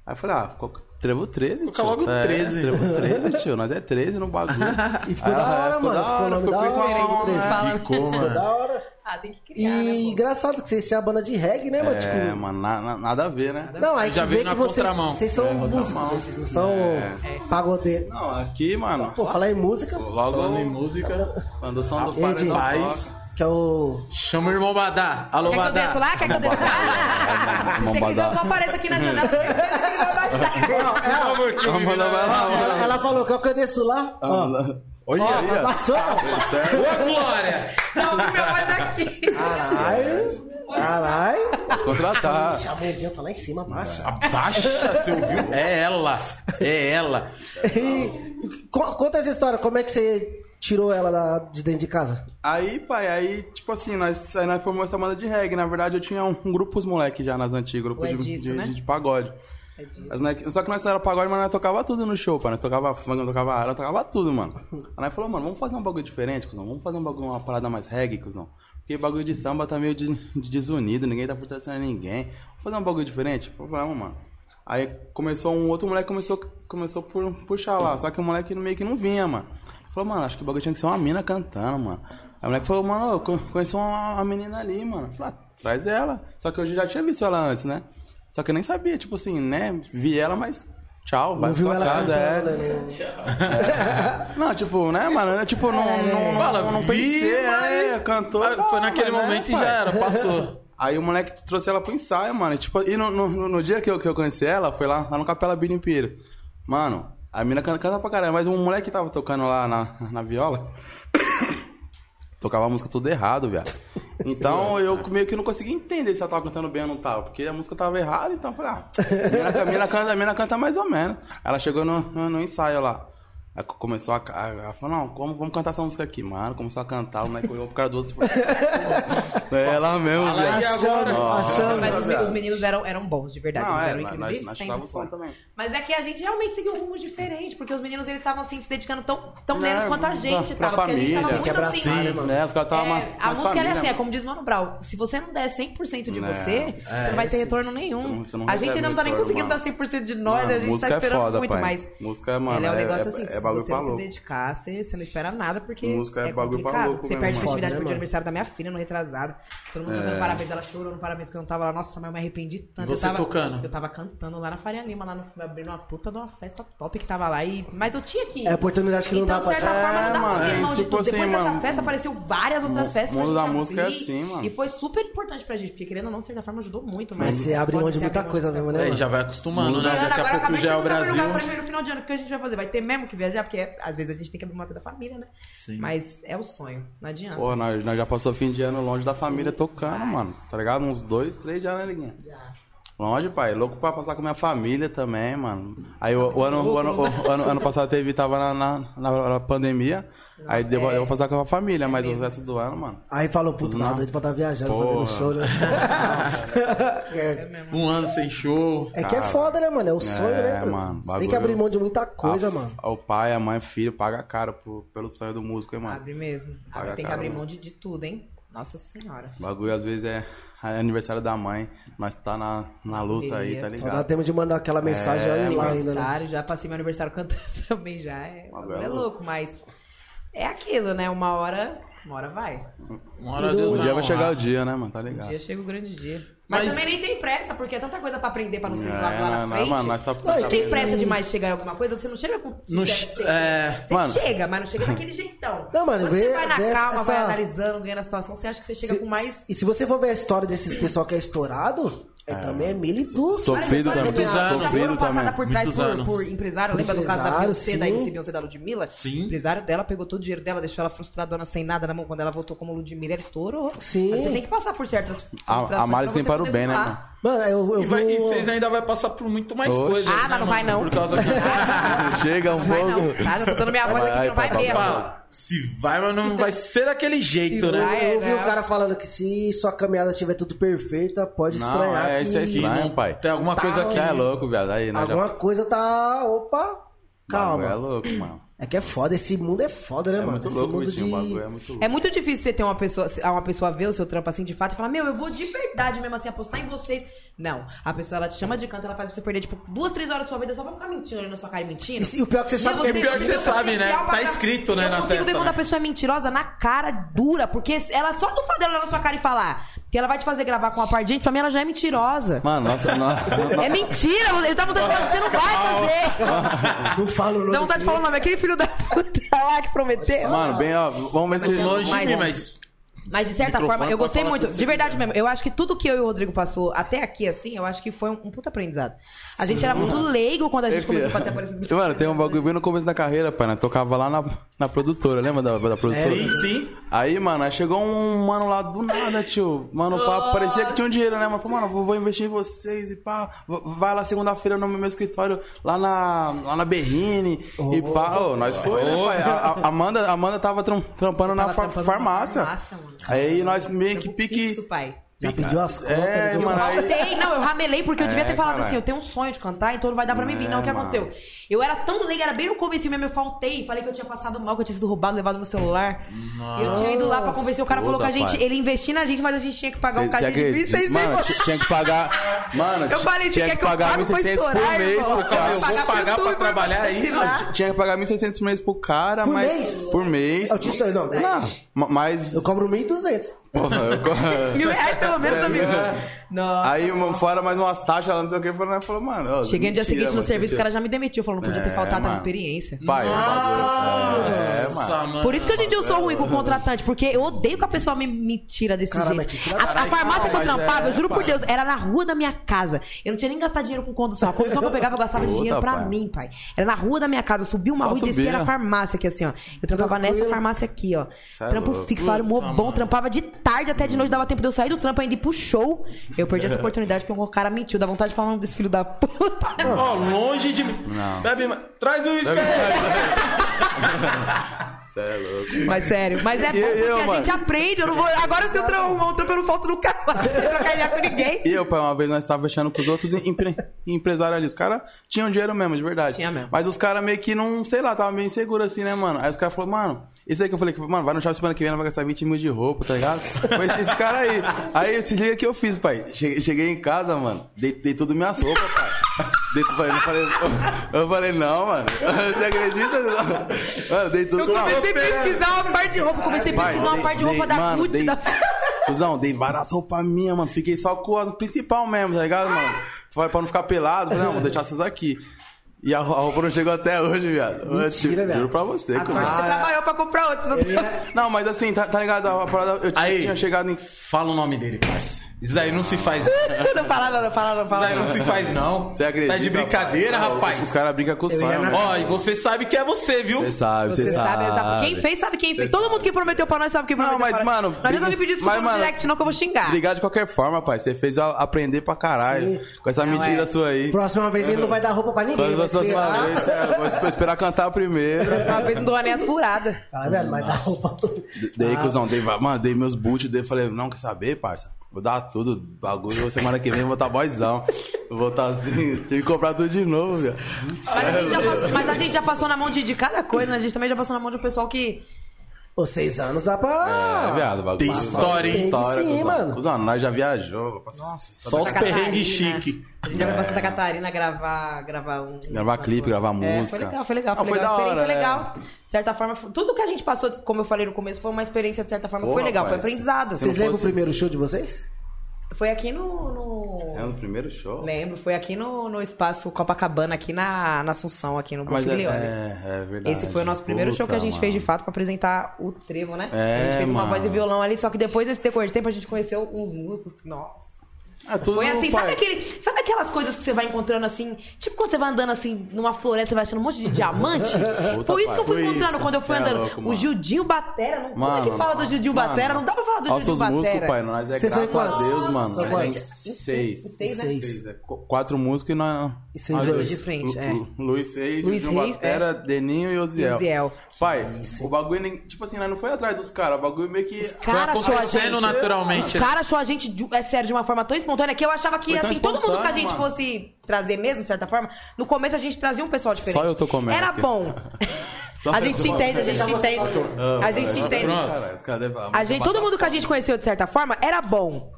[SPEAKER 1] Aí eu falei, ah, ficou com trevo 13,
[SPEAKER 4] Coloca
[SPEAKER 1] tio.
[SPEAKER 4] logo
[SPEAKER 1] É,
[SPEAKER 4] 13.
[SPEAKER 1] Trevo 13, tio. Nós é 13 no bagulho.
[SPEAKER 2] E ficou
[SPEAKER 1] Aí
[SPEAKER 2] da
[SPEAKER 1] ela,
[SPEAKER 2] hora,
[SPEAKER 1] ficou
[SPEAKER 2] mano,
[SPEAKER 1] da
[SPEAKER 2] ficou o
[SPEAKER 1] hora,
[SPEAKER 2] nome
[SPEAKER 1] ficou
[SPEAKER 2] da
[SPEAKER 1] muito
[SPEAKER 2] hora,
[SPEAKER 1] da
[SPEAKER 5] diferente do
[SPEAKER 1] hora,
[SPEAKER 5] trevo.
[SPEAKER 1] né?
[SPEAKER 5] Fala.
[SPEAKER 4] Ficou,
[SPEAKER 2] Ficou
[SPEAKER 4] mano.
[SPEAKER 2] da hora.
[SPEAKER 5] Ah, tem que criar, né,
[SPEAKER 2] E
[SPEAKER 5] pô?
[SPEAKER 2] engraçado que vocês tinham a banda de reggae, né, mano?
[SPEAKER 1] É,
[SPEAKER 2] Tipo,
[SPEAKER 1] mano, na- na- nada a ver, né?
[SPEAKER 2] não, aí
[SPEAKER 4] Já
[SPEAKER 2] que
[SPEAKER 4] veio
[SPEAKER 2] vê que
[SPEAKER 4] na
[SPEAKER 2] vocês,
[SPEAKER 4] contramão.
[SPEAKER 2] vocês são músicos, né? vocês não são pagodeiros.
[SPEAKER 1] Não, aqui, mano.
[SPEAKER 2] Pô, falar em música,
[SPEAKER 1] Logo
[SPEAKER 7] Falando em música,
[SPEAKER 1] Mandou som do
[SPEAKER 2] Rapaz.
[SPEAKER 1] paredão.
[SPEAKER 4] Paz.
[SPEAKER 2] que é o.
[SPEAKER 4] Chama o irmão Badá. Alô,
[SPEAKER 5] Quer que eu
[SPEAKER 4] Badá.
[SPEAKER 5] desço lá? Quer que eu desço lá? Se você
[SPEAKER 1] É, Vamos
[SPEAKER 5] quiser, eu
[SPEAKER 1] bazar.
[SPEAKER 5] só apareço aqui na janela. pra você ver que ele vai baixar.
[SPEAKER 4] Por favor, que o
[SPEAKER 1] Vamos
[SPEAKER 4] menino-
[SPEAKER 1] mandar vai lá, mano.
[SPEAKER 2] Ela, ela falou, qual que eu desço lá?
[SPEAKER 1] Ah,
[SPEAKER 2] Ó,
[SPEAKER 1] mano.
[SPEAKER 7] Olha
[SPEAKER 1] Ó,
[SPEAKER 7] aí, ó.
[SPEAKER 1] rapaz.
[SPEAKER 2] passou?
[SPEAKER 1] Foi certo.
[SPEAKER 4] Ô, Glória!
[SPEAKER 5] Já ouvi meu voz aqui.
[SPEAKER 2] Caralho! Caralho!
[SPEAKER 1] Contratar.
[SPEAKER 2] A moedinha tá lá em cima, baixa.
[SPEAKER 4] Abaixa, você ouviu? É ela. É ela.
[SPEAKER 2] E co- conta essa história, como é que você tirou ela da- de dentro de casa?
[SPEAKER 1] Aí, pai, aí, tipo assim, nós, aí nós formamos essa banda de reggae. Na verdade, eu tinha um, um grupo, os moleques já nas antigas, grupo
[SPEAKER 5] Ué,
[SPEAKER 1] de,
[SPEAKER 5] disso,
[SPEAKER 1] de-
[SPEAKER 5] né?
[SPEAKER 1] de- de pagode. Mas nós- só que nós não era pagode, mas nós tocava tudo no show, pai. Nós tocava funk, nós tocava área, tocava tudo, mano. Aí nós falou, mano, vamos fazer um bagulho diferente, cuzão. Vamos fazer um bagulho, uma parada mais reggae, cuzão. Porque bagulho de samba tá meio de- de- desunido, ninguém tá fortalecendo ninguém. Vamos fazer um bagulho diferente? Pô, vamos, mano. Aí começou um outro moleque começou começou por puxar lá, só que o moleque meio que não vinha, mano. Falou, mano, acho que o bagulho tinha que ser uma mina cantando, mano. Aí o moleque falou, mano, eu co- conheci uma, uma menina ali, mano. Falei, ah, traz ela. Só que eu já tinha visto ela antes, né? Só que eu nem sabia, tipo assim, né? Vi ela, mas tchau, vai
[SPEAKER 2] Não
[SPEAKER 1] pra
[SPEAKER 2] viu
[SPEAKER 1] sua
[SPEAKER 2] ela
[SPEAKER 1] casa. É.
[SPEAKER 2] cantando, né?
[SPEAKER 1] Não, tipo, né, mano? Eu, tipo, não,
[SPEAKER 2] É.
[SPEAKER 1] não, não,
[SPEAKER 4] Fala,
[SPEAKER 1] não
[SPEAKER 4] vi,
[SPEAKER 1] pensei,
[SPEAKER 4] mas- tá
[SPEAKER 1] é, cantou.
[SPEAKER 4] Foi
[SPEAKER 1] não,
[SPEAKER 4] naquele
[SPEAKER 1] mas, né,
[SPEAKER 4] momento e
[SPEAKER 1] pai?
[SPEAKER 4] já era, passou.
[SPEAKER 1] Aí o moleque trouxe ela pro ensaio, mano. E, tipo, e no, no- no- no dia que eu, que eu conheci ela, foi lá, lá no Capela Billy Pinheiro. Mano, a mina canta, canta pra caralho, mas um moleque que tava tocando lá na, na viola tocava a música tudo errado, viado. Então eu meio que não conseguia entender se ela tava cantando bem ou não tava, porque a música tava errada, então eu falei, ah, a mina, a mina canta, a mina canta mais ou menos. Ela chegou no, no, no ensaio lá. Aí co- começou a. ca- Ela falou, não, como, vamos cantar essa música aqui, mano. Começou a cantar, o moleque olhou pro cara do outro e falou. É ela mesmo,
[SPEAKER 4] Fala aí,
[SPEAKER 1] viado.
[SPEAKER 4] E agora?
[SPEAKER 2] Achando,
[SPEAKER 1] Nossa.
[SPEAKER 2] achando.
[SPEAKER 5] Mas os, me- os meninos eram, eram bons, de verdade.
[SPEAKER 1] Não,
[SPEAKER 5] eles
[SPEAKER 1] é,
[SPEAKER 5] eram
[SPEAKER 1] mas
[SPEAKER 5] incríveis.
[SPEAKER 1] nós-
[SPEAKER 5] desde
[SPEAKER 1] nós
[SPEAKER 5] sempre
[SPEAKER 1] tocava o som
[SPEAKER 5] foram.
[SPEAKER 1] também.
[SPEAKER 5] Mas é que a gente realmente seguiu rumos diferentes, porque os meninos eles estavam assim, se dedicando tão, tão
[SPEAKER 1] Não,
[SPEAKER 5] menos quanto a
[SPEAKER 1] pra-
[SPEAKER 5] gente
[SPEAKER 1] É, pra
[SPEAKER 5] tava. Porque a gente tava
[SPEAKER 2] Tem
[SPEAKER 1] família.
[SPEAKER 2] que
[SPEAKER 5] muito assim.
[SPEAKER 2] abraçar, né, mano?
[SPEAKER 1] Né, os caras
[SPEAKER 5] É,
[SPEAKER 1] estavam mais.
[SPEAKER 5] a
[SPEAKER 1] mais
[SPEAKER 5] música ela é assim,
[SPEAKER 1] família,
[SPEAKER 5] é como diz Mano Brown, se você não der 100% de
[SPEAKER 1] Né,
[SPEAKER 5] você,
[SPEAKER 1] isso
[SPEAKER 5] você não vai ter retorno nenhum.
[SPEAKER 1] Você não- você não
[SPEAKER 5] a gente
[SPEAKER 1] recebe
[SPEAKER 5] ainda não tá nem
[SPEAKER 1] retorno,
[SPEAKER 5] conseguindo
[SPEAKER 1] mano.
[SPEAKER 5] dar 100% de nós,
[SPEAKER 1] Mano,
[SPEAKER 5] a gente
[SPEAKER 1] música
[SPEAKER 5] tá
[SPEAKER 1] é
[SPEAKER 5] esperando
[SPEAKER 1] foda,
[SPEAKER 5] muito
[SPEAKER 1] pai.
[SPEAKER 5] mais.
[SPEAKER 1] Música, mano,
[SPEAKER 5] Ela é um
[SPEAKER 1] é-
[SPEAKER 5] negócio
[SPEAKER 1] é-
[SPEAKER 5] assim,
[SPEAKER 1] é
[SPEAKER 5] se
[SPEAKER 1] bagulho
[SPEAKER 5] você
[SPEAKER 1] pra
[SPEAKER 5] não se
[SPEAKER 1] louco.
[SPEAKER 5] dedicar, você, você não espera nada, porque
[SPEAKER 1] Música é
[SPEAKER 5] é
[SPEAKER 1] bagulho pra
[SPEAKER 5] complicado.
[SPEAKER 1] louco
[SPEAKER 5] você
[SPEAKER 1] mesmo,
[SPEAKER 5] perde
[SPEAKER 1] mano.
[SPEAKER 5] festividade,
[SPEAKER 2] Foda, né,
[SPEAKER 5] perdi o
[SPEAKER 2] mano? É.
[SPEAKER 5] aniversário da minha filha, no retrasado. Todo mundo cantando parabéns, ela chorou no parabéns que eu não tava lá. Nossa, mas eu me arrependi tanto.
[SPEAKER 4] E você
[SPEAKER 5] eu tava,
[SPEAKER 4] tocando?
[SPEAKER 5] Eu tava cantando lá na Faria Lima, lá no, abrindo uma puta de uma festa top que tava lá. E, mas eu tinha que ir.
[SPEAKER 2] É a oportunidade que não
[SPEAKER 5] então,
[SPEAKER 2] dá pra
[SPEAKER 5] de certa
[SPEAKER 1] tirar.
[SPEAKER 5] forma, não dá
[SPEAKER 1] É,
[SPEAKER 5] pra abrir
[SPEAKER 1] mano,
[SPEAKER 5] mão de
[SPEAKER 1] tipo
[SPEAKER 5] tudo. Depois
[SPEAKER 1] assim,
[SPEAKER 5] dessa
[SPEAKER 1] mano,
[SPEAKER 5] festa, apareceu várias outras
[SPEAKER 1] mu-
[SPEAKER 5] festas pra
[SPEAKER 1] mundo
[SPEAKER 5] gente
[SPEAKER 1] da música é
[SPEAKER 5] abrir.
[SPEAKER 1] assim, mano.
[SPEAKER 5] E foi super importante pra gente, porque querendo ou não, de certa forma, ajudou muito.
[SPEAKER 2] Mas você abre
[SPEAKER 5] pode
[SPEAKER 2] mão de
[SPEAKER 5] se
[SPEAKER 2] muita
[SPEAKER 5] abrir
[SPEAKER 2] coisa mesmo, né?
[SPEAKER 4] Aí
[SPEAKER 2] mano?
[SPEAKER 4] já vai acostumando, né?
[SPEAKER 5] Juliana,
[SPEAKER 4] Daqui
[SPEAKER 5] agora
[SPEAKER 4] a pouco
[SPEAKER 5] acabei de
[SPEAKER 4] já é o
[SPEAKER 5] perguntar pra
[SPEAKER 4] Brasil.
[SPEAKER 5] Lugar, falei, no final de ano, o que a gente vai fazer? Vai ter mesmo que viajar? Porque é, às vezes a gente tem que abrir mão até da família, né?
[SPEAKER 4] Sim.
[SPEAKER 5] Mas é o sonho, não adianta.
[SPEAKER 1] Pô, nós, nós já passou fim de ano longe da família tocando, mano. Tá ligado? Uns dois, três já, né, Liguinha?
[SPEAKER 5] Já.
[SPEAKER 1] Longe, pai. Louco pra passar com minha família também, mano. Aí o, o ano,
[SPEAKER 5] louco,
[SPEAKER 1] o ano, o
[SPEAKER 5] mano.
[SPEAKER 1] ano, ano passado teve, tava na, na, na- na pandemia. aí deu, eu vou passar com a família, mas o resto do ano, mano.
[SPEAKER 2] Aí falou, puto, tá
[SPEAKER 1] Não.
[SPEAKER 2] doido pra estar viajando, fazendo
[SPEAKER 1] Porra.
[SPEAKER 2] show, né? é,
[SPEAKER 4] Um ano sem show.
[SPEAKER 2] é que é foda, né, mano? É o sonho,
[SPEAKER 1] É,
[SPEAKER 2] né? Mano,
[SPEAKER 1] mano,
[SPEAKER 2] Você tem
[SPEAKER 1] bagulho-
[SPEAKER 2] que abrir mão de muita coisa,
[SPEAKER 1] A-
[SPEAKER 2] mano.
[SPEAKER 1] O pai, a mãe, o filho, paga caro pro- pelo sonho do músico, hein, mano.
[SPEAKER 5] Abre mesmo.
[SPEAKER 1] Paga
[SPEAKER 5] tem que
[SPEAKER 1] caro,
[SPEAKER 5] abrir
[SPEAKER 1] mano.
[SPEAKER 5] mão de, de tudo, hein? Nossa senhora.
[SPEAKER 1] O bagulho às vezes é aniversário da mãe, mas tá na, na luta aí, tá
[SPEAKER 5] Correria.
[SPEAKER 2] Só dá
[SPEAKER 1] ligado?
[SPEAKER 2] tempo de mandar aquela mensagem
[SPEAKER 4] É,
[SPEAKER 1] É,
[SPEAKER 2] olha lá ainda, né?
[SPEAKER 5] Aniversário, já passei meu aniversário cantando também, já. É,
[SPEAKER 1] Uma
[SPEAKER 5] é
[SPEAKER 1] bela.
[SPEAKER 5] louco, mas é aquilo, né? Uma hora, uma hora vai.
[SPEAKER 4] Uma hora Deus
[SPEAKER 1] O Um dia vai
[SPEAKER 4] honrar.
[SPEAKER 1] chegar o dia, né, mano? Tá
[SPEAKER 5] Um
[SPEAKER 1] ligado?
[SPEAKER 5] dia chega o grande dia. Mas,
[SPEAKER 4] É. Mas-
[SPEAKER 5] também nem tem pressa, porque é tanta coisa pra aprender pra não se
[SPEAKER 1] É,
[SPEAKER 5] esvagar lá na
[SPEAKER 1] não,
[SPEAKER 5] frente.
[SPEAKER 1] mano, nós tá-
[SPEAKER 5] não
[SPEAKER 1] tá-
[SPEAKER 5] tem pressa demais chegar em alguma coisa, você não chega com
[SPEAKER 4] No
[SPEAKER 5] sucesso
[SPEAKER 4] ch-
[SPEAKER 5] sempre.
[SPEAKER 4] é,
[SPEAKER 5] Você
[SPEAKER 1] mano.
[SPEAKER 5] chega, mas não chega daquele jeitão.
[SPEAKER 2] Não, mano,
[SPEAKER 5] Quando
[SPEAKER 2] vê-
[SPEAKER 5] você vai na
[SPEAKER 2] vê
[SPEAKER 5] calma, vai
[SPEAKER 2] essa-
[SPEAKER 5] analisando, ganhando a situação, você acha que você chega
[SPEAKER 2] Se-
[SPEAKER 5] com mais...
[SPEAKER 2] E se você for ver a história desses pessoal que é estourado, é, também é mil e duas.
[SPEAKER 1] Sofrido
[SPEAKER 5] Várias
[SPEAKER 1] também.
[SPEAKER 5] histórias de pessoas Já
[SPEAKER 1] Sofrido
[SPEAKER 5] foram passadas
[SPEAKER 1] também.
[SPEAKER 5] por trás
[SPEAKER 4] Muitos
[SPEAKER 5] por,
[SPEAKER 4] anos.
[SPEAKER 5] por empresário.
[SPEAKER 2] Por
[SPEAKER 5] Lembra do caso da
[SPEAKER 2] empresário,
[SPEAKER 5] Beyoncé, da
[SPEAKER 2] sim.
[SPEAKER 5] MC Beyoncé da Ludmilla?
[SPEAKER 4] Sim.
[SPEAKER 5] O empresário dela pegou todo o dinheiro dela, deixou ela frustradona, sem nada na mão. Quando ela voltou como Ludmilla, ela estourou.
[SPEAKER 2] Sim.
[SPEAKER 5] Mas você tem que passar por certas
[SPEAKER 1] A-
[SPEAKER 5] frustrações
[SPEAKER 1] a Mari
[SPEAKER 5] pra você
[SPEAKER 1] tem para o
[SPEAKER 5] poder
[SPEAKER 1] bem, né,
[SPEAKER 5] voar.
[SPEAKER 1] mano?
[SPEAKER 2] Mano, eu, eu
[SPEAKER 4] E, vai-
[SPEAKER 2] vou...
[SPEAKER 4] e vocês ainda vai passar por muito mais
[SPEAKER 1] Oxe.
[SPEAKER 4] coisas.
[SPEAKER 5] Ah, mas não
[SPEAKER 4] né,
[SPEAKER 5] vai,
[SPEAKER 4] mano?
[SPEAKER 5] não.
[SPEAKER 4] Por causa que...
[SPEAKER 1] Chega um
[SPEAKER 5] Vai não,
[SPEAKER 1] pouco.
[SPEAKER 5] tá? Já tô dando minha voz
[SPEAKER 1] Vai,
[SPEAKER 5] aqui, que não vai
[SPEAKER 1] papapá.
[SPEAKER 5] ver.
[SPEAKER 4] Fala, se vai, mas não vai ser daquele jeito,
[SPEAKER 5] Se
[SPEAKER 4] né?
[SPEAKER 5] vai,
[SPEAKER 2] Eu ouvi
[SPEAKER 5] né?
[SPEAKER 2] o cara falando que se sua caminhada estiver tudo perfeita, pode
[SPEAKER 1] Não,
[SPEAKER 2] estranhar
[SPEAKER 1] é,
[SPEAKER 2] que
[SPEAKER 1] isso é estranho. Vai, pai.
[SPEAKER 4] Tem alguma coisa
[SPEAKER 1] Você
[SPEAKER 4] aqui.
[SPEAKER 1] é louco, viado. Aí, né?
[SPEAKER 2] alguma coisa tá... Opa,
[SPEAKER 1] já... O bagulho É
[SPEAKER 2] calma.
[SPEAKER 1] louco, mano.
[SPEAKER 2] É que é foda, esse mundo é foda, né,
[SPEAKER 1] É
[SPEAKER 2] mano?
[SPEAKER 1] muito
[SPEAKER 2] esse
[SPEAKER 1] louco,
[SPEAKER 2] mundo
[SPEAKER 1] Vitinho. O
[SPEAKER 2] de-
[SPEAKER 1] bagulho é muito louco.
[SPEAKER 5] É muito difícil você ter uma pessoa, se- uma pessoa ver o seu trampo assim de fato e falar, meu, eu vou de verdade mesmo assim apostar em vocês. Não. A pessoa, ela te chama de canto, ela faz você perder, tipo, duas, três horas da sua vida só pra ficar mentindo ali na sua cara e mentindo.
[SPEAKER 2] E se- e o pior que você
[SPEAKER 5] E
[SPEAKER 2] sabe
[SPEAKER 5] eu
[SPEAKER 2] que é
[SPEAKER 5] vou ter
[SPEAKER 4] pior que você
[SPEAKER 5] ver
[SPEAKER 4] sabe, né?
[SPEAKER 5] potencial pra
[SPEAKER 4] Tá
[SPEAKER 5] cá.
[SPEAKER 4] escrito, né,
[SPEAKER 5] Eu
[SPEAKER 4] na
[SPEAKER 5] consigo ver
[SPEAKER 4] testa,
[SPEAKER 5] quando
[SPEAKER 4] né?
[SPEAKER 5] a pessoa é mentirosa na cara dura, porque ela só do fato dela olhar na sua cara e falar que ela vai te fazer gravar com uma parte de gente, pra mim ela já é mentirosa.
[SPEAKER 1] Mano, nossa, no- no-
[SPEAKER 5] É mentira, você- ele tá mudando de coisa, você não vai fazer.
[SPEAKER 2] Não falo o nome
[SPEAKER 5] Dá vontade de falar o nome, aquele filho da puta lá que prometeu.
[SPEAKER 1] mano, bem, ó, vamos ver se...
[SPEAKER 4] Longe de
[SPEAKER 5] Mas-
[SPEAKER 4] mim, mas...
[SPEAKER 5] Mas de certa
[SPEAKER 1] Microfone
[SPEAKER 5] forma, eu
[SPEAKER 1] pra
[SPEAKER 5] gostei
[SPEAKER 1] falar
[SPEAKER 5] muito.
[SPEAKER 1] tudo que
[SPEAKER 5] De
[SPEAKER 1] você
[SPEAKER 5] verdade
[SPEAKER 1] quiser.
[SPEAKER 5] mesmo. Eu acho que tudo que eu e o Rodrigo passou até aqui, assim, eu acho que foi um, um puta aprendizado. A gente era muito leigo quando a gente começou a bater aparecido.
[SPEAKER 1] Mano, tem um bagulho bem no começo da carreira, pai, né? Tocava lá na, na produtora, lembra da, da produtora?
[SPEAKER 4] Sim, sim.
[SPEAKER 1] Aí, mano, aí chegou um mano lá do nada, tio. Mano, o papo parecia que tinha um dinheiro, né? Mano, falou, mano, vou, vou investir em vocês e pá. v- Vai lá segunda-feira no meu escritório, lá na, lá na Berrine. e pá, ô, nós foi, né, pai? A, a Amanda, a Amanda tava tram- trampando na
[SPEAKER 5] Tava
[SPEAKER 1] fa-
[SPEAKER 5] trampando na
[SPEAKER 1] farmácia.
[SPEAKER 5] farmácia, mano.
[SPEAKER 1] Aí nós meio que
[SPEAKER 5] Trampo
[SPEAKER 1] pique.
[SPEAKER 5] fixo, pai.
[SPEAKER 2] Já pediu as contas.
[SPEAKER 1] É,
[SPEAKER 2] né?
[SPEAKER 5] Eu
[SPEAKER 1] mano, aí-
[SPEAKER 5] faltei, não, eu ramelei porque eu devia
[SPEAKER 1] É,
[SPEAKER 5] ter falado
[SPEAKER 1] caralho.
[SPEAKER 5] assim, eu tenho um sonho de cantar, então não vai dar pra mim vir. Não, o que
[SPEAKER 1] É, mano.
[SPEAKER 5] aconteceu? Eu era tão leiga, era bem no começo mesmo, eu faltei, falei que eu tinha passado mal, que eu tinha sido roubado, levado meu celular. Eu tinha ido lá pra convencer, o cara falou que a
[SPEAKER 1] Puta,
[SPEAKER 5] gente,
[SPEAKER 1] pai.
[SPEAKER 5] ele investiu na gente, mas a gente tinha que pagar um
[SPEAKER 1] Cê- cê
[SPEAKER 5] cachê de
[SPEAKER 1] acredita?
[SPEAKER 5] 1.600
[SPEAKER 1] Mano,
[SPEAKER 5] reais.
[SPEAKER 1] t- tinha que pagar. Mano,
[SPEAKER 5] Eu
[SPEAKER 1] t-
[SPEAKER 5] falei,
[SPEAKER 1] tinha
[SPEAKER 5] você
[SPEAKER 1] que,
[SPEAKER 5] quer que eu
[SPEAKER 1] pagar
[SPEAKER 5] pago pra
[SPEAKER 1] 1.600 por
[SPEAKER 5] estourar,
[SPEAKER 1] mês
[SPEAKER 5] irmão?
[SPEAKER 1] pro cara.
[SPEAKER 4] Eu vou
[SPEAKER 5] pagar pro
[SPEAKER 4] pagar pra
[SPEAKER 5] YouTube,
[SPEAKER 4] trabalhar é
[SPEAKER 5] pra
[SPEAKER 4] isso?
[SPEAKER 5] patrocinar.
[SPEAKER 1] T- Tinha que pagar 1.600 por mês pro cara,
[SPEAKER 2] Por
[SPEAKER 1] mas.
[SPEAKER 2] mês?
[SPEAKER 1] Por mês.
[SPEAKER 2] Eu te estou- não, né?
[SPEAKER 1] Ma- Mas.
[SPEAKER 2] Eu cobro 1.200.
[SPEAKER 1] Porra, eu co-
[SPEAKER 5] Mil reais pelo menos,
[SPEAKER 1] É,
[SPEAKER 5] amigo.
[SPEAKER 1] mil.
[SPEAKER 5] Nossa.
[SPEAKER 1] Aí mano, fora mais umas taxas, lá, não sei o que, falou, né? falou, mano. ó,
[SPEAKER 5] Cheguei no
[SPEAKER 1] mentira,
[SPEAKER 5] dia seguinte no
[SPEAKER 1] mano,
[SPEAKER 5] serviço,
[SPEAKER 1] mentira.
[SPEAKER 5] o cara já me demitiu, falou, não podia ter
[SPEAKER 1] É,
[SPEAKER 5] faltado na
[SPEAKER 1] mano.
[SPEAKER 5] experiência.
[SPEAKER 1] Pai, o bagulho- é, é, mano.
[SPEAKER 4] Nossa, mano.
[SPEAKER 5] Por isso que hoje em dia eu sou ruim com
[SPEAKER 1] é,
[SPEAKER 5] o contratante, porque eu odeio que a pessoa me, me tira desse
[SPEAKER 2] Caramba,
[SPEAKER 5] jeito.
[SPEAKER 2] que filha
[SPEAKER 5] A-
[SPEAKER 2] da
[SPEAKER 5] a, farmácia que eu
[SPEAKER 1] mas
[SPEAKER 5] trampava,
[SPEAKER 1] é,
[SPEAKER 5] eu juro por
[SPEAKER 1] pai.
[SPEAKER 5] Deus, era na rua da minha casa. Eu não tinha nem gastar dinheiro com condução. A condução que eu pegava, eu gastava
[SPEAKER 1] Puta,
[SPEAKER 5] dinheiro pra
[SPEAKER 1] pai.
[SPEAKER 5] mim, pai. Era na rua da minha casa. Eu subia uma
[SPEAKER 1] Só
[SPEAKER 5] rua e descia
[SPEAKER 1] subia.
[SPEAKER 5] na farmácia aqui, assim, ó. Eu trampava nessa farmácia aqui, ó.
[SPEAKER 1] Cê é
[SPEAKER 5] Trampo
[SPEAKER 1] louco.
[SPEAKER 5] fixo, salário mó
[SPEAKER 4] Puta,
[SPEAKER 5] bom,
[SPEAKER 4] mano.
[SPEAKER 5] trampava de tarde até de noite, dava tempo de eu sair do trampo ainda ir pro show. Eu perdi essa oportunidade porque um cara mentiu. Dá vontade de falar o nome desse filho da puta.
[SPEAKER 4] Ó, longe de mim.
[SPEAKER 1] Não.
[SPEAKER 4] Bebe, ma- traz um uísque aí.
[SPEAKER 1] Cê é louco.
[SPEAKER 5] Mas sério, mas é bom porque
[SPEAKER 1] eu,
[SPEAKER 5] a
[SPEAKER 1] mano?
[SPEAKER 5] gente aprende. Eu não vou... Agora se eu tra- arrumar um trampo, eu não volto nunca mais. Não sei trocar ideia com ninguém.
[SPEAKER 1] E eu, pai, uma vez nós tava fechando com os outros empre... empresários ali. Os caras tinham dinheiro mesmo, de verdade.
[SPEAKER 5] Tinha mesmo.
[SPEAKER 1] Mas os caras meio que não, sei lá, tava meio inseguro assim, né, mano? Aí os caras falaram, mano, isso aí que eu falei, que, mano, vai no shopping semana que vem, não vai gastar 20 mil de roupa, tá ligado? Foi esse, esse cara aí. Aí se liga que eu fiz, pai. Cheguei, cheguei em casa, mano, dei, dei tudo minhas roupas, pai. Dei, eu, falei, eu, falei- eu falei, não, mano. Você acredita? Mano, dei tudo
[SPEAKER 5] Eu comecei a pesquisar uma par de roupa. Comecei a
[SPEAKER 1] Pai,
[SPEAKER 5] pesquisar uma
[SPEAKER 1] dei-
[SPEAKER 5] par de roupa
[SPEAKER 1] dei-
[SPEAKER 5] da
[SPEAKER 1] mano,
[SPEAKER 5] Gucci.
[SPEAKER 1] dei-
[SPEAKER 5] Da...
[SPEAKER 1] Cusão, dei várias roupas minhas, mano. Fiquei só com as principal mesmo, tá ligado, mano? Pra, pra não ficar pelado, falei, não, vou deixar essas aqui. E a, ro- a roupa não chegou até hoje, viado. Eu
[SPEAKER 2] Mentira,
[SPEAKER 1] te-
[SPEAKER 2] viado.
[SPEAKER 1] Juro pra você,
[SPEAKER 5] A sorte
[SPEAKER 1] cuzão.
[SPEAKER 5] que você trabalhou pra comprar outros. Não...
[SPEAKER 1] Não, mas assim, tá, tá ligado? A parada, eu tinha-
[SPEAKER 4] Aí.
[SPEAKER 1] tinha chegado em.
[SPEAKER 4] Fala o nome dele, parça. Isso daí não se faz. Isso
[SPEAKER 5] não fala, não, não fala, não fala.
[SPEAKER 4] daí
[SPEAKER 5] não.
[SPEAKER 4] não se faz, não.
[SPEAKER 1] é- Você acredita?
[SPEAKER 4] Tá de brincadeira,
[SPEAKER 1] rapaz?
[SPEAKER 4] rapaz.
[SPEAKER 1] Os caras brincam com o
[SPEAKER 2] ia
[SPEAKER 1] sonho,
[SPEAKER 2] na-
[SPEAKER 1] mano.
[SPEAKER 4] Ó, e você sabe que é você, viu?
[SPEAKER 1] Você sabe, você
[SPEAKER 5] Você sabe,
[SPEAKER 1] sabe.
[SPEAKER 5] exato. Quem fez sabe quem fez.
[SPEAKER 1] Você
[SPEAKER 5] Todo mundo que prometeu pra nós sabe quem
[SPEAKER 1] Não,
[SPEAKER 5] prometeu.
[SPEAKER 1] mas,
[SPEAKER 5] pra nós.
[SPEAKER 1] mano.
[SPEAKER 5] Não adianta me pedir
[SPEAKER 1] mas,
[SPEAKER 5] desculpa no
[SPEAKER 1] mano,
[SPEAKER 5] direct, não, que eu vou xingar.
[SPEAKER 1] Brigar de qualquer forma, pai. Você fez eu aprender pra caralho. Com essa
[SPEAKER 5] Não,
[SPEAKER 1] mentira
[SPEAKER 5] é.
[SPEAKER 1] sua aí.
[SPEAKER 2] Próxima vez ele não vai dar roupa pra ninguém.
[SPEAKER 1] Quando
[SPEAKER 2] vai
[SPEAKER 1] você
[SPEAKER 2] esperar.
[SPEAKER 1] falar, é, vou esp- esperar cantar primeiro.
[SPEAKER 5] Uma vez não dou nem as furadas.
[SPEAKER 2] Ah, velho, mas dá roupa tudo.
[SPEAKER 1] Daí,
[SPEAKER 2] Ah.
[SPEAKER 1] cuzão, dei, va- mano, dei meus boots, daí falei, não, quer saber, parça? Vou dar tudo, bagulho, semana que vem eu vou tá boizão. Eu Vou tá assim, tive que comprar tudo de novo, velho.
[SPEAKER 5] Mas a gente já passou, mas a gente já passou na mão de, de cada coisa, né? A gente também já passou na mão de um pessoal que.
[SPEAKER 2] Ô, seis anos dá
[SPEAKER 1] É,
[SPEAKER 2] pra.
[SPEAKER 1] viado, bagulho.
[SPEAKER 4] Tem história, hein?
[SPEAKER 1] História,
[SPEAKER 2] Tem sim,
[SPEAKER 1] cuzão.
[SPEAKER 2] mano.
[SPEAKER 1] Cuzão, nós já viajou. Nossa.
[SPEAKER 4] Só os
[SPEAKER 5] Santa Catarina.
[SPEAKER 4] perrengues chique.
[SPEAKER 5] A gente já foi pra
[SPEAKER 1] É.
[SPEAKER 5] Santa Catarina gravar, gravar um.
[SPEAKER 1] Gravar clipe, gravar
[SPEAKER 5] É,
[SPEAKER 1] música.
[SPEAKER 5] foi legal, foi legal.
[SPEAKER 1] Não,
[SPEAKER 5] Foi
[SPEAKER 1] foi da
[SPEAKER 5] legal. a experiência
[SPEAKER 1] hora, né?
[SPEAKER 5] é legal. De certa forma, foi- tudo que a gente passou, como eu falei no começo, foi uma experiência, de certa forma,
[SPEAKER 1] Porra,
[SPEAKER 5] foi legal,
[SPEAKER 1] rapaz.
[SPEAKER 5] foi aprendizado.
[SPEAKER 1] Você
[SPEAKER 2] Vocês
[SPEAKER 1] Se não
[SPEAKER 2] lembram
[SPEAKER 1] fosse-
[SPEAKER 2] o primeiro show de vocês?
[SPEAKER 5] Foi aqui no. no-
[SPEAKER 1] É no primeiro show.
[SPEAKER 5] Lembro, foi aqui no, no espaço Copacabana, aqui na, na Assunção, aqui no
[SPEAKER 1] Mas
[SPEAKER 5] Bonfim
[SPEAKER 1] é,
[SPEAKER 5] Leone.
[SPEAKER 1] é, é verdade.
[SPEAKER 5] Esse foi o nosso primeiro show que a
[SPEAKER 1] Puta,
[SPEAKER 5] gente fez de
[SPEAKER 1] mano.
[SPEAKER 5] fato pra apresentar o Trevo, né?
[SPEAKER 1] É,
[SPEAKER 5] a gente fez uma
[SPEAKER 1] mano.
[SPEAKER 5] voz e violão ali, só que depois desse decorrer de tempo a gente conheceu uns músicos. Nossa.
[SPEAKER 1] É, tudo
[SPEAKER 5] Foi assim, sabe,
[SPEAKER 1] pai.
[SPEAKER 5] aquele, sabe aquelas coisas que você vai encontrando assim? Tipo quando você vai andando assim numa floresta, você vai achando um monte de diamante? foi isso que eu fui
[SPEAKER 1] pai.
[SPEAKER 5] encontrando
[SPEAKER 1] Foi
[SPEAKER 5] quando eu fui
[SPEAKER 1] isso. Cê é
[SPEAKER 5] andando.
[SPEAKER 1] louco,
[SPEAKER 5] o
[SPEAKER 1] mano.
[SPEAKER 5] Judinho Batera, não, como é que
[SPEAKER 1] Mano,
[SPEAKER 5] fala do Judinho
[SPEAKER 1] mano.
[SPEAKER 5] Batera? Não dá pra falar do
[SPEAKER 1] Olha os
[SPEAKER 5] Judinho
[SPEAKER 1] seus
[SPEAKER 5] Batera.
[SPEAKER 1] músicos, pai. Nós é
[SPEAKER 2] Vocês são
[SPEAKER 1] grato a
[SPEAKER 2] quantos?
[SPEAKER 1] Deus, mano.
[SPEAKER 2] São
[SPEAKER 1] Nós é
[SPEAKER 2] quantos?
[SPEAKER 1] seis.
[SPEAKER 5] Seis, né?
[SPEAKER 2] Seis.
[SPEAKER 1] Seis, é. Qu- Quatro músicos e nós...
[SPEAKER 2] E seis
[SPEAKER 1] nós
[SPEAKER 2] dois.
[SPEAKER 1] dois.
[SPEAKER 5] de frente,
[SPEAKER 1] Lu-
[SPEAKER 5] é.
[SPEAKER 1] Lu- Luiz Reis,
[SPEAKER 5] Luiz
[SPEAKER 1] Luiz Reis
[SPEAKER 5] Reis,
[SPEAKER 1] Batera, Deninho e Oziel.
[SPEAKER 5] Oziel.
[SPEAKER 1] Pai, o bagulho... nem- Tipo assim, nós não foi atrás dos caras. O bagulho meio que...
[SPEAKER 4] Foi
[SPEAKER 5] Cara, só a
[SPEAKER 4] acontecendo
[SPEAKER 5] gente. Os
[SPEAKER 4] naturalmente. né?
[SPEAKER 5] caras achou a gente, de- é sério, de uma forma tão espontânea que eu achava que,
[SPEAKER 1] Foi tão
[SPEAKER 5] assim, todo mundo que a
[SPEAKER 1] espontâneo,
[SPEAKER 5] gente
[SPEAKER 1] mano.
[SPEAKER 5] fosse trazer mesmo, de certa forma, no começo a gente trazia um pessoal diferente.
[SPEAKER 1] Só eu tô comendo
[SPEAKER 5] Era
[SPEAKER 1] aqui.
[SPEAKER 5] bom.
[SPEAKER 1] Só
[SPEAKER 5] a
[SPEAKER 1] eu
[SPEAKER 5] gente
[SPEAKER 1] tô
[SPEAKER 5] se entende,
[SPEAKER 1] comendo. Ah, tá.
[SPEAKER 5] a gente se entende. A gente se entende.
[SPEAKER 4] Pronto.
[SPEAKER 1] Caralho, os caras devem-
[SPEAKER 5] A gente, todo mundo que a gente conheceu, de certa forma, era bom.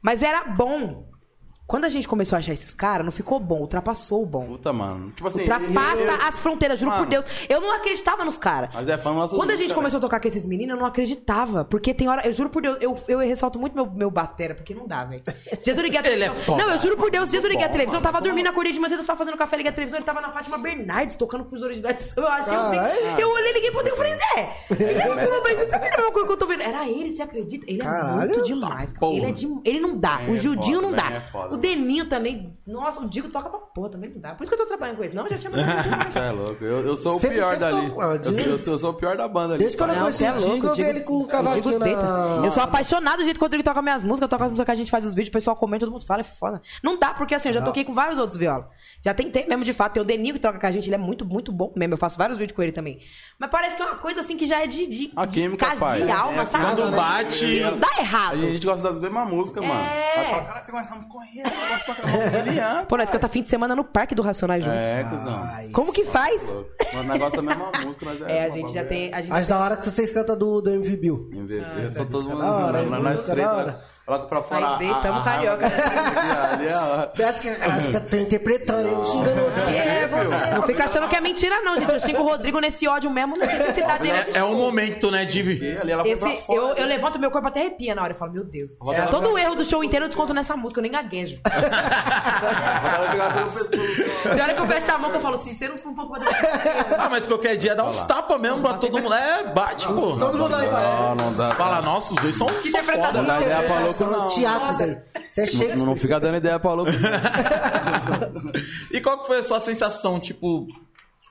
[SPEAKER 5] Mas era bom. Quando a gente começou a achar esses caras, não ficou bom, ultrapassou o bom.
[SPEAKER 1] Puta, mano. Tipo assim...
[SPEAKER 5] Ultrapassa
[SPEAKER 1] eu-
[SPEAKER 5] as fronteiras, juro por
[SPEAKER 1] Mano.
[SPEAKER 5] Deus. Eu não acreditava nos caras.
[SPEAKER 1] Mas é fã do nosso
[SPEAKER 5] Quando a gente
[SPEAKER 1] cara.
[SPEAKER 5] começou a tocar com esses meninos, eu não acreditava. Porque tem hora. Eu juro por Deus, eu, eu ressalto muito meu, meu batera, porque não dá, velho. Jesus liguei a
[SPEAKER 4] Ele é
[SPEAKER 5] televisão.
[SPEAKER 4] foda.
[SPEAKER 5] não, eu juro por Deus, Jesus liguei a televisão. Eu tava dormindo, acordei de manhã, cedo, eu tava fazendo café, liguei a televisão, ele tava na Fátima Bernardes tocando com os originais. Eu achei. Eu,
[SPEAKER 2] Caralho.
[SPEAKER 5] dei- eu olhei, liguei pro Deus e falei, Zé, ele tá falando, mas isso também não é uma coisa que eu tô vendo. Era ele, você acredita? Ele é
[SPEAKER 2] Caralho.
[SPEAKER 5] muito demais, cara. Ele, é de- ele não dá.
[SPEAKER 1] Bem
[SPEAKER 5] o
[SPEAKER 1] é foda,
[SPEAKER 5] Judinho não
[SPEAKER 1] bem
[SPEAKER 5] dá.
[SPEAKER 1] é foda.
[SPEAKER 5] o Deninho também. Nossa, o Digo toca pra porra, também não dá. Por isso que eu tô trabalhando com ele. Não, eu já tinha
[SPEAKER 1] Você é louco. Eu, eu sou o
[SPEAKER 2] Sempre-
[SPEAKER 1] pior
[SPEAKER 2] sempre
[SPEAKER 1] dali.
[SPEAKER 2] tô- ah,
[SPEAKER 1] Eu, sou- eu sou- eu sou o pior da banda ali.
[SPEAKER 2] Desde que eu não
[SPEAKER 1] pai.
[SPEAKER 5] Não,
[SPEAKER 2] conheci
[SPEAKER 5] você é
[SPEAKER 2] o
[SPEAKER 5] louco.
[SPEAKER 2] Digo, eu vi
[SPEAKER 5] Digo-
[SPEAKER 2] ele com o
[SPEAKER 5] Digo
[SPEAKER 2] cavaquinho
[SPEAKER 5] teta.
[SPEAKER 2] na...
[SPEAKER 5] Eu sou apaixonado do jeito que o Rodrigo toca minhas músicas, eu toco as músicas que a gente faz os vídeos, o pessoal comenta, todo mundo fala, é foda. Não dá, porque assim, eu já toquei com vários outros viola. Já tentei mesmo, de fato. Tem o Deninho que toca com a gente, ele é muito, muito bom mesmo. Eu faço vários vídeos com ele também. Mas parece que é uma coisa assim que já é de, de,
[SPEAKER 1] A
[SPEAKER 5] de
[SPEAKER 1] química,
[SPEAKER 5] casa-
[SPEAKER 1] pai.
[SPEAKER 5] de alma,
[SPEAKER 1] É,
[SPEAKER 5] sabe?
[SPEAKER 4] Quando bate.
[SPEAKER 5] Que não dá errado.
[SPEAKER 1] A gente gosta das mesmas músicas, mano.
[SPEAKER 5] É.
[SPEAKER 1] Aí fala, cara, você gosta dessa música corrida, eu gosto pra caramba dessa música ali, ah.
[SPEAKER 5] Pô, nós cantamos fim de semana no Parque do Racionais junto.
[SPEAKER 1] É, cuzão.
[SPEAKER 5] Como que faz?
[SPEAKER 1] Louco. O negócio da mesma música, nós é.
[SPEAKER 5] É, a gente já tem. A gente
[SPEAKER 2] Acho da hora que vocês cantam do, do MV Bill.
[SPEAKER 1] MVB, eu tô todo mundo.
[SPEAKER 2] da hora,
[SPEAKER 1] nós-
[SPEAKER 2] hein?
[SPEAKER 1] nós
[SPEAKER 2] Música
[SPEAKER 1] três,
[SPEAKER 2] da
[SPEAKER 1] nós-
[SPEAKER 2] hora.
[SPEAKER 1] Coloca pra fora. a-
[SPEAKER 5] Sai bem,
[SPEAKER 1] a-
[SPEAKER 5] tamo
[SPEAKER 1] a
[SPEAKER 5] carioca.
[SPEAKER 1] ah, raiva. Ali, ó.
[SPEAKER 2] Você acha que a galera fica tão interpretando, ele xingando o outro? Que é você?
[SPEAKER 5] Não fica achando que é mentira, não, gente. Eu xingo o Rodrigo nesse ódio mesmo, não sei necessidade
[SPEAKER 1] Né?
[SPEAKER 5] dele.
[SPEAKER 4] É, é um momento, né, de.
[SPEAKER 1] Ali ela foi pra
[SPEAKER 5] Esse,
[SPEAKER 1] fora. né?
[SPEAKER 5] eu, eu levanto meu corpo até arrepia na hora. Eu falo, meu Deus. É
[SPEAKER 1] Vou dar uma-
[SPEAKER 5] Todo o erro do show inteiro eu desconto nessa música, eu nem gaguejo.
[SPEAKER 1] Ela pegava pelo pescoço.
[SPEAKER 5] Na hora que eu fecho a mão, que eu falo, Cícero, um pouco pra
[SPEAKER 4] Ah, mas qualquer dia dá uns tapas mesmo pra todo mundo. É, bate, pô.
[SPEAKER 2] Todo mundo aí,
[SPEAKER 1] Não,
[SPEAKER 2] vai.
[SPEAKER 1] não dá.
[SPEAKER 4] Fala, nossa, os dois são, são
[SPEAKER 5] interpretação.
[SPEAKER 4] foda.
[SPEAKER 1] Não dá ideia pra louco,
[SPEAKER 2] São
[SPEAKER 1] não.
[SPEAKER 2] teatros aí. Você chega...
[SPEAKER 1] Não, não fica dando ideia pra louco.
[SPEAKER 4] E qual que foi a sua sensação, tipo,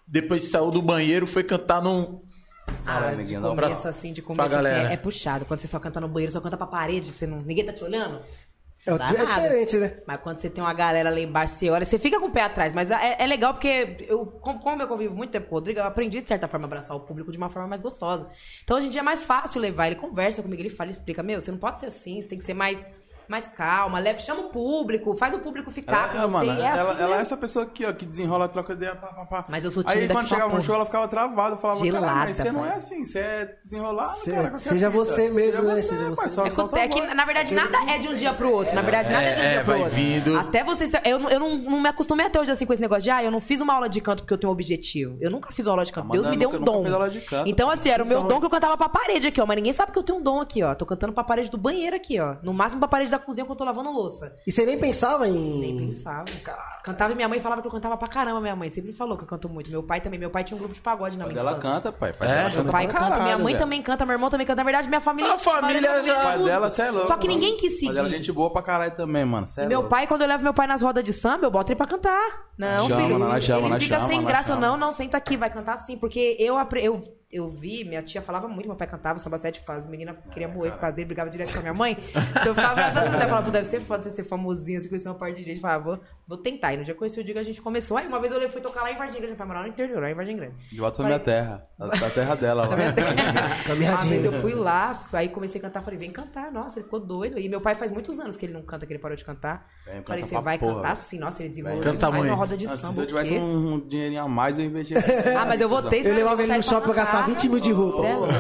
[SPEAKER 4] depois que saiu do banheiro, foi cantar num...
[SPEAKER 5] Ah,
[SPEAKER 1] Caralho,
[SPEAKER 5] de
[SPEAKER 1] ninguém dá um pra-
[SPEAKER 5] começo assim, de começo
[SPEAKER 4] pra
[SPEAKER 5] assim,
[SPEAKER 4] galera.
[SPEAKER 5] é, é puxado. Quando você só canta no banheiro, só canta pra parede, você não, ninguém tá te olhando.
[SPEAKER 2] É,
[SPEAKER 5] Não dá
[SPEAKER 2] é
[SPEAKER 5] nada.
[SPEAKER 2] diferente, né?
[SPEAKER 5] Mas quando você tem uma galera lá embaixo, você olha, você fica com o pé atrás. Mas é, é legal porque, eu, como como eu convivo muito tempo com o Rodrigo, eu aprendi, de certa forma, a abraçar o público de uma forma mais gostosa. Então, hoje em dia é mais fácil levar. Ele conversa comigo, ele fala, ele explica: Meu, você não pode ser assim, você tem que ser mais, mais calma, leve, chama o público, faz o público ficar com
[SPEAKER 1] ela,
[SPEAKER 5] você.
[SPEAKER 1] mano,
[SPEAKER 5] e é
[SPEAKER 1] ela,
[SPEAKER 5] assim
[SPEAKER 1] ela é
[SPEAKER 5] mesmo.
[SPEAKER 1] essa pessoa aqui, ó, que desenrola, troca ideia, pá, pá, pá.
[SPEAKER 5] Mas eu sou
[SPEAKER 1] Aí
[SPEAKER 5] tímida
[SPEAKER 1] quando
[SPEAKER 5] que só
[SPEAKER 1] chegava no
[SPEAKER 5] porra.
[SPEAKER 1] show, ela ficava travada, eu falava,
[SPEAKER 5] Gelada,
[SPEAKER 1] caralho, mas você não
[SPEAKER 5] pai.
[SPEAKER 1] é assim, você é desenrolado,
[SPEAKER 2] Você-
[SPEAKER 1] cara. qualquer
[SPEAKER 2] seja
[SPEAKER 1] fita.
[SPEAKER 2] você mesmo, né? Seja
[SPEAKER 1] pai,
[SPEAKER 2] você.
[SPEAKER 1] só
[SPEAKER 5] É,
[SPEAKER 1] solta
[SPEAKER 5] que-
[SPEAKER 1] a
[SPEAKER 5] é que,
[SPEAKER 1] voz.
[SPEAKER 5] na verdade, nada é de um dia pro outro. Na verdade, nada é de um
[SPEAKER 4] É,
[SPEAKER 5] dia pro
[SPEAKER 4] vai
[SPEAKER 5] outro.
[SPEAKER 4] vindo.
[SPEAKER 5] Até você. se- Eu, não- eu não, não me acostumei até hoje assim com esse negócio de, ah, eu não fiz uma aula de canto porque eu tenho um objetivo. Eu nunca fiz aula de canto.
[SPEAKER 1] Amanda
[SPEAKER 5] Deus me deu
[SPEAKER 1] nunca-
[SPEAKER 5] um
[SPEAKER 1] nunca
[SPEAKER 5] dom.
[SPEAKER 1] fez aula de canto.
[SPEAKER 5] Então, assim, era o meu dom que eu cantava pra parede aqui, ó. Mas ninguém sabe que eu tenho um dom aqui, ó. Tô cantando pra parede do banheiro aqui, ó. No máximo pra parede da cozinha quando eu tô lavando louça.
[SPEAKER 2] E você nem pensava em...
[SPEAKER 5] Nem pensava. Cantava e minha mãe falava que eu cantava pra caramba, minha mãe. Sempre falou que eu canto muito. Meu pai também. Meu pai tinha um grupo de pagode na
[SPEAKER 1] Pai
[SPEAKER 5] minha
[SPEAKER 1] dela
[SPEAKER 5] infância.
[SPEAKER 1] canta, pai. Pai
[SPEAKER 4] É?
[SPEAKER 1] dela
[SPEAKER 5] Meu
[SPEAKER 1] canta
[SPEAKER 5] pai
[SPEAKER 1] pra
[SPEAKER 5] canta, minha
[SPEAKER 1] caralho,
[SPEAKER 5] mãe
[SPEAKER 1] velho.
[SPEAKER 5] também canta, meu irmão também canta. Na verdade, minha família.
[SPEAKER 4] A família
[SPEAKER 5] Olha,
[SPEAKER 4] já-
[SPEAKER 5] meu
[SPEAKER 1] Pai
[SPEAKER 5] músico.
[SPEAKER 1] dela, cê é louco.
[SPEAKER 5] Só que ninguém
[SPEAKER 1] mano.
[SPEAKER 5] quis seguir.
[SPEAKER 1] Pai dela é gente boa pra caralho também, mano. Cê é
[SPEAKER 5] Meu
[SPEAKER 1] louco.
[SPEAKER 5] pai, quando eu levo meu pai nas rodas de samba, eu boto ele pra cantar. Não,
[SPEAKER 1] Chama,
[SPEAKER 5] filho.
[SPEAKER 1] não, nós chama,
[SPEAKER 5] ele
[SPEAKER 1] nós
[SPEAKER 5] fica
[SPEAKER 1] chama,
[SPEAKER 5] sem
[SPEAKER 1] nós
[SPEAKER 5] graça,
[SPEAKER 1] chama.
[SPEAKER 5] não, não, senta aqui, vai cantar sim. Porque eu, apre- eu, eu vi, minha tia falava muito, meu pai cantava samba sete fases. Menina queria morrer por causa dele, brigava direto com a minha mãe. Então eu ficava abraçando, ela falava, "Pô, deve ser foda você ser famosinha, você conhecer uma parte de gente. Eu falava, vou, vou tentar. E no dia que eu conheci o Diego, a gente começou. Aí uma vez eu fui tocar lá em Vargem Grande, meu pai morar no interior, lá em Vargem Grande.
[SPEAKER 1] De volta pra minha
[SPEAKER 5] Falei-
[SPEAKER 1] terra. Da da terra dela, lá.
[SPEAKER 2] Caminhadinha.
[SPEAKER 5] Uma vez Ah, eu fui lá, aí comecei a cantar, falei, vem cantar, nossa, ele ficou doido. E meu pai faz muitos anos que ele não canta, que ele parou de cantar.
[SPEAKER 1] Vem, É, canta
[SPEAKER 5] falei, você
[SPEAKER 1] pra
[SPEAKER 5] vai
[SPEAKER 1] porra,
[SPEAKER 5] cantar
[SPEAKER 1] velho.
[SPEAKER 5] sim, nossa, ele desenvolveu
[SPEAKER 4] Canta
[SPEAKER 5] demais
[SPEAKER 4] muito.
[SPEAKER 5] uma roda de
[SPEAKER 1] Ah,
[SPEAKER 5] samba.
[SPEAKER 1] Se eu
[SPEAKER 5] o
[SPEAKER 1] tivesse
[SPEAKER 5] quê?
[SPEAKER 1] um um dinheirinho a mais, eu investia.
[SPEAKER 5] Ah, mas eu votei
[SPEAKER 2] Eu levava ele no shopping pra gastar 20 mil de roupa.
[SPEAKER 5] roupa.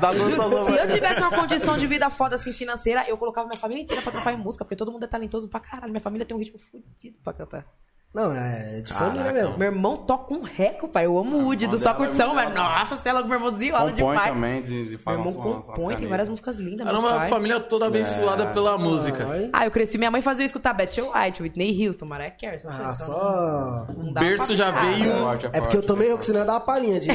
[SPEAKER 1] Dá gosto aos
[SPEAKER 5] Se
[SPEAKER 1] homens.
[SPEAKER 5] eu tivesse uma condição de vida foda, assim, financeira, eu colocava minha família inteira pra cantar em música, porque todo mundo é talentoso pra caralho. Minha família tem um ritmo fudido pra cantar.
[SPEAKER 2] Não, é de família mesmo.
[SPEAKER 5] Meu irmão toca um reco, pai. Eu amo o Woody do
[SPEAKER 1] irmão
[SPEAKER 5] Só
[SPEAKER 1] dela é
[SPEAKER 5] Curtição,
[SPEAKER 1] muito
[SPEAKER 5] mas
[SPEAKER 1] legal.
[SPEAKER 5] nossa, você é louco, meu irmão desenrola
[SPEAKER 1] Compõe
[SPEAKER 5] demais.
[SPEAKER 1] também, diz- e
[SPEAKER 5] Meu
[SPEAKER 1] faz
[SPEAKER 5] irmão
[SPEAKER 1] umas- umas
[SPEAKER 5] compõe, tem
[SPEAKER 1] canetas.
[SPEAKER 5] várias músicas lindas.
[SPEAKER 4] Era
[SPEAKER 5] meu
[SPEAKER 4] uma
[SPEAKER 5] pai.
[SPEAKER 4] família toda abençoada
[SPEAKER 2] É.
[SPEAKER 4] pela música.
[SPEAKER 2] Aí-
[SPEAKER 5] Ah, eu cresci, minha mãe fazia eu escutar Betty White, Whitney Houston, Mariah Carey, essas
[SPEAKER 2] Ah,
[SPEAKER 5] coisas. Então,
[SPEAKER 2] só...
[SPEAKER 5] não
[SPEAKER 4] O
[SPEAKER 5] dava
[SPEAKER 4] berço
[SPEAKER 5] pra
[SPEAKER 4] já
[SPEAKER 5] ficar.
[SPEAKER 1] É
[SPEAKER 4] veio...
[SPEAKER 1] forte,
[SPEAKER 4] né?
[SPEAKER 2] É porque eu
[SPEAKER 1] forte.
[SPEAKER 2] tomei oxinando dar uma palhinha de...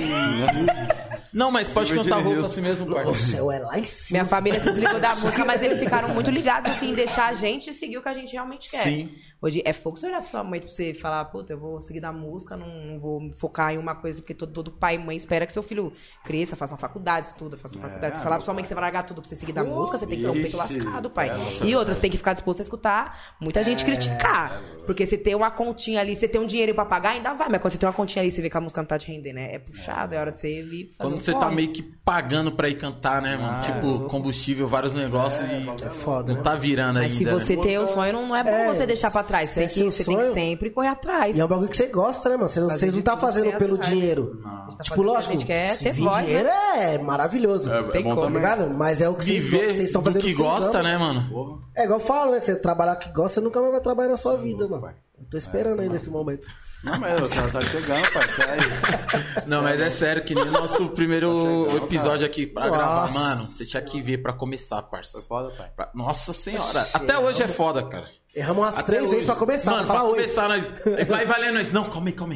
[SPEAKER 4] Não, mas pode
[SPEAKER 1] Virgin
[SPEAKER 4] cantar roupa
[SPEAKER 1] Hills.
[SPEAKER 4] assim mesmo,
[SPEAKER 2] O
[SPEAKER 4] parceiro.
[SPEAKER 2] céu é lá em cima.
[SPEAKER 5] Minha família se desligou da música, mas eles ficaram muito ligados, assim, em deixar a gente seguir o que a gente realmente quer.
[SPEAKER 4] Sim.
[SPEAKER 5] Hoje é foco você olhar pra sua mãe pra você falar, puta, eu vou seguir da música, não, não vou me focar em uma coisa, porque todo, todo pai e mãe espera que seu filho cresça, faça uma faculdade, estuda, faça uma
[SPEAKER 1] É,
[SPEAKER 5] faculdade. Você falar pra sua mãe que você vai largar tudo pra você seguir da música, você tem que ter um peito
[SPEAKER 1] Ixi,
[SPEAKER 5] lascado, pai.
[SPEAKER 1] é, nossa,
[SPEAKER 5] e outras, tem que ficar disposto a escutar muita gente
[SPEAKER 4] É.
[SPEAKER 5] criticar. Porque você tem uma continha ali, você tem um dinheiro pra pagar, ainda vai, mas quando você tem uma continha ali, você vê que a música não tá te rendendo, né? É puxado, é, hora de você vir. fazer um
[SPEAKER 4] Quando você tá
[SPEAKER 5] corre.
[SPEAKER 4] meio que pagando pra ir cantar, né, mano? tipo, combustível, vários negócios
[SPEAKER 2] Ah, É
[SPEAKER 4] e
[SPEAKER 2] foda, né?
[SPEAKER 4] não tá virando
[SPEAKER 5] Mas se
[SPEAKER 4] ainda.
[SPEAKER 5] você
[SPEAKER 4] né?
[SPEAKER 5] tem o sonho, não, não é bom
[SPEAKER 2] É,
[SPEAKER 5] você deixar pra trás.
[SPEAKER 2] se
[SPEAKER 5] Você,
[SPEAKER 2] é
[SPEAKER 5] tem, que,
[SPEAKER 2] seu
[SPEAKER 5] você tem que
[SPEAKER 2] sonho-
[SPEAKER 5] sempre correr atrás.
[SPEAKER 2] E é um bagulho que você gosta, né, mano? Você não-
[SPEAKER 5] Fazer
[SPEAKER 2] Vocês não
[SPEAKER 5] de
[SPEAKER 2] tá
[SPEAKER 5] tudo
[SPEAKER 2] fazendo
[SPEAKER 5] certo,
[SPEAKER 2] pelo
[SPEAKER 5] né?
[SPEAKER 2] dinheiro.
[SPEAKER 5] A gente
[SPEAKER 2] Tipo,
[SPEAKER 5] tá fazendo o que a
[SPEAKER 2] lógico.
[SPEAKER 5] gente quer
[SPEAKER 2] se
[SPEAKER 5] ter
[SPEAKER 2] vir
[SPEAKER 5] voz, né?
[SPEAKER 2] dinheiro é maravilhoso.
[SPEAKER 1] É, é
[SPEAKER 5] Tem
[SPEAKER 1] bom
[SPEAKER 5] como.
[SPEAKER 2] Tá
[SPEAKER 1] também.
[SPEAKER 2] ligado? Mas é o que vocês vocês
[SPEAKER 4] Viver
[SPEAKER 2] estão
[SPEAKER 4] do
[SPEAKER 2] fazendo. o
[SPEAKER 4] que
[SPEAKER 2] vocês
[SPEAKER 4] gosta,
[SPEAKER 2] amam.
[SPEAKER 4] né, mano?
[SPEAKER 1] Porra.
[SPEAKER 2] É igual fala, né? Que você trabalhar o que gosta, você nunca mais vai trabalhar na sua vida, mano.
[SPEAKER 1] pai.
[SPEAKER 2] Eu tô esperando aí nesse momento.
[SPEAKER 1] Não, mas você tá chegando, pai. Sério.
[SPEAKER 4] Não, mas é sério, que nem o nosso primeiro
[SPEAKER 1] Tá chegando,
[SPEAKER 4] episódio aqui pra
[SPEAKER 2] Nossa
[SPEAKER 4] gravar, mano. Você tinha que ver pra começar, parça.
[SPEAKER 1] Foi foda, pai.
[SPEAKER 4] Pra- Nossa senhora,
[SPEAKER 2] Oxê,
[SPEAKER 4] até hoje é foda, cara.
[SPEAKER 2] Erramos umas
[SPEAKER 4] Até
[SPEAKER 2] três
[SPEAKER 4] hoje.
[SPEAKER 2] vezes pra começar.
[SPEAKER 4] Mano,
[SPEAKER 2] fala
[SPEAKER 4] pra
[SPEAKER 2] oi.
[SPEAKER 4] começar, nós. Vai valendo isso. Não, come aí, come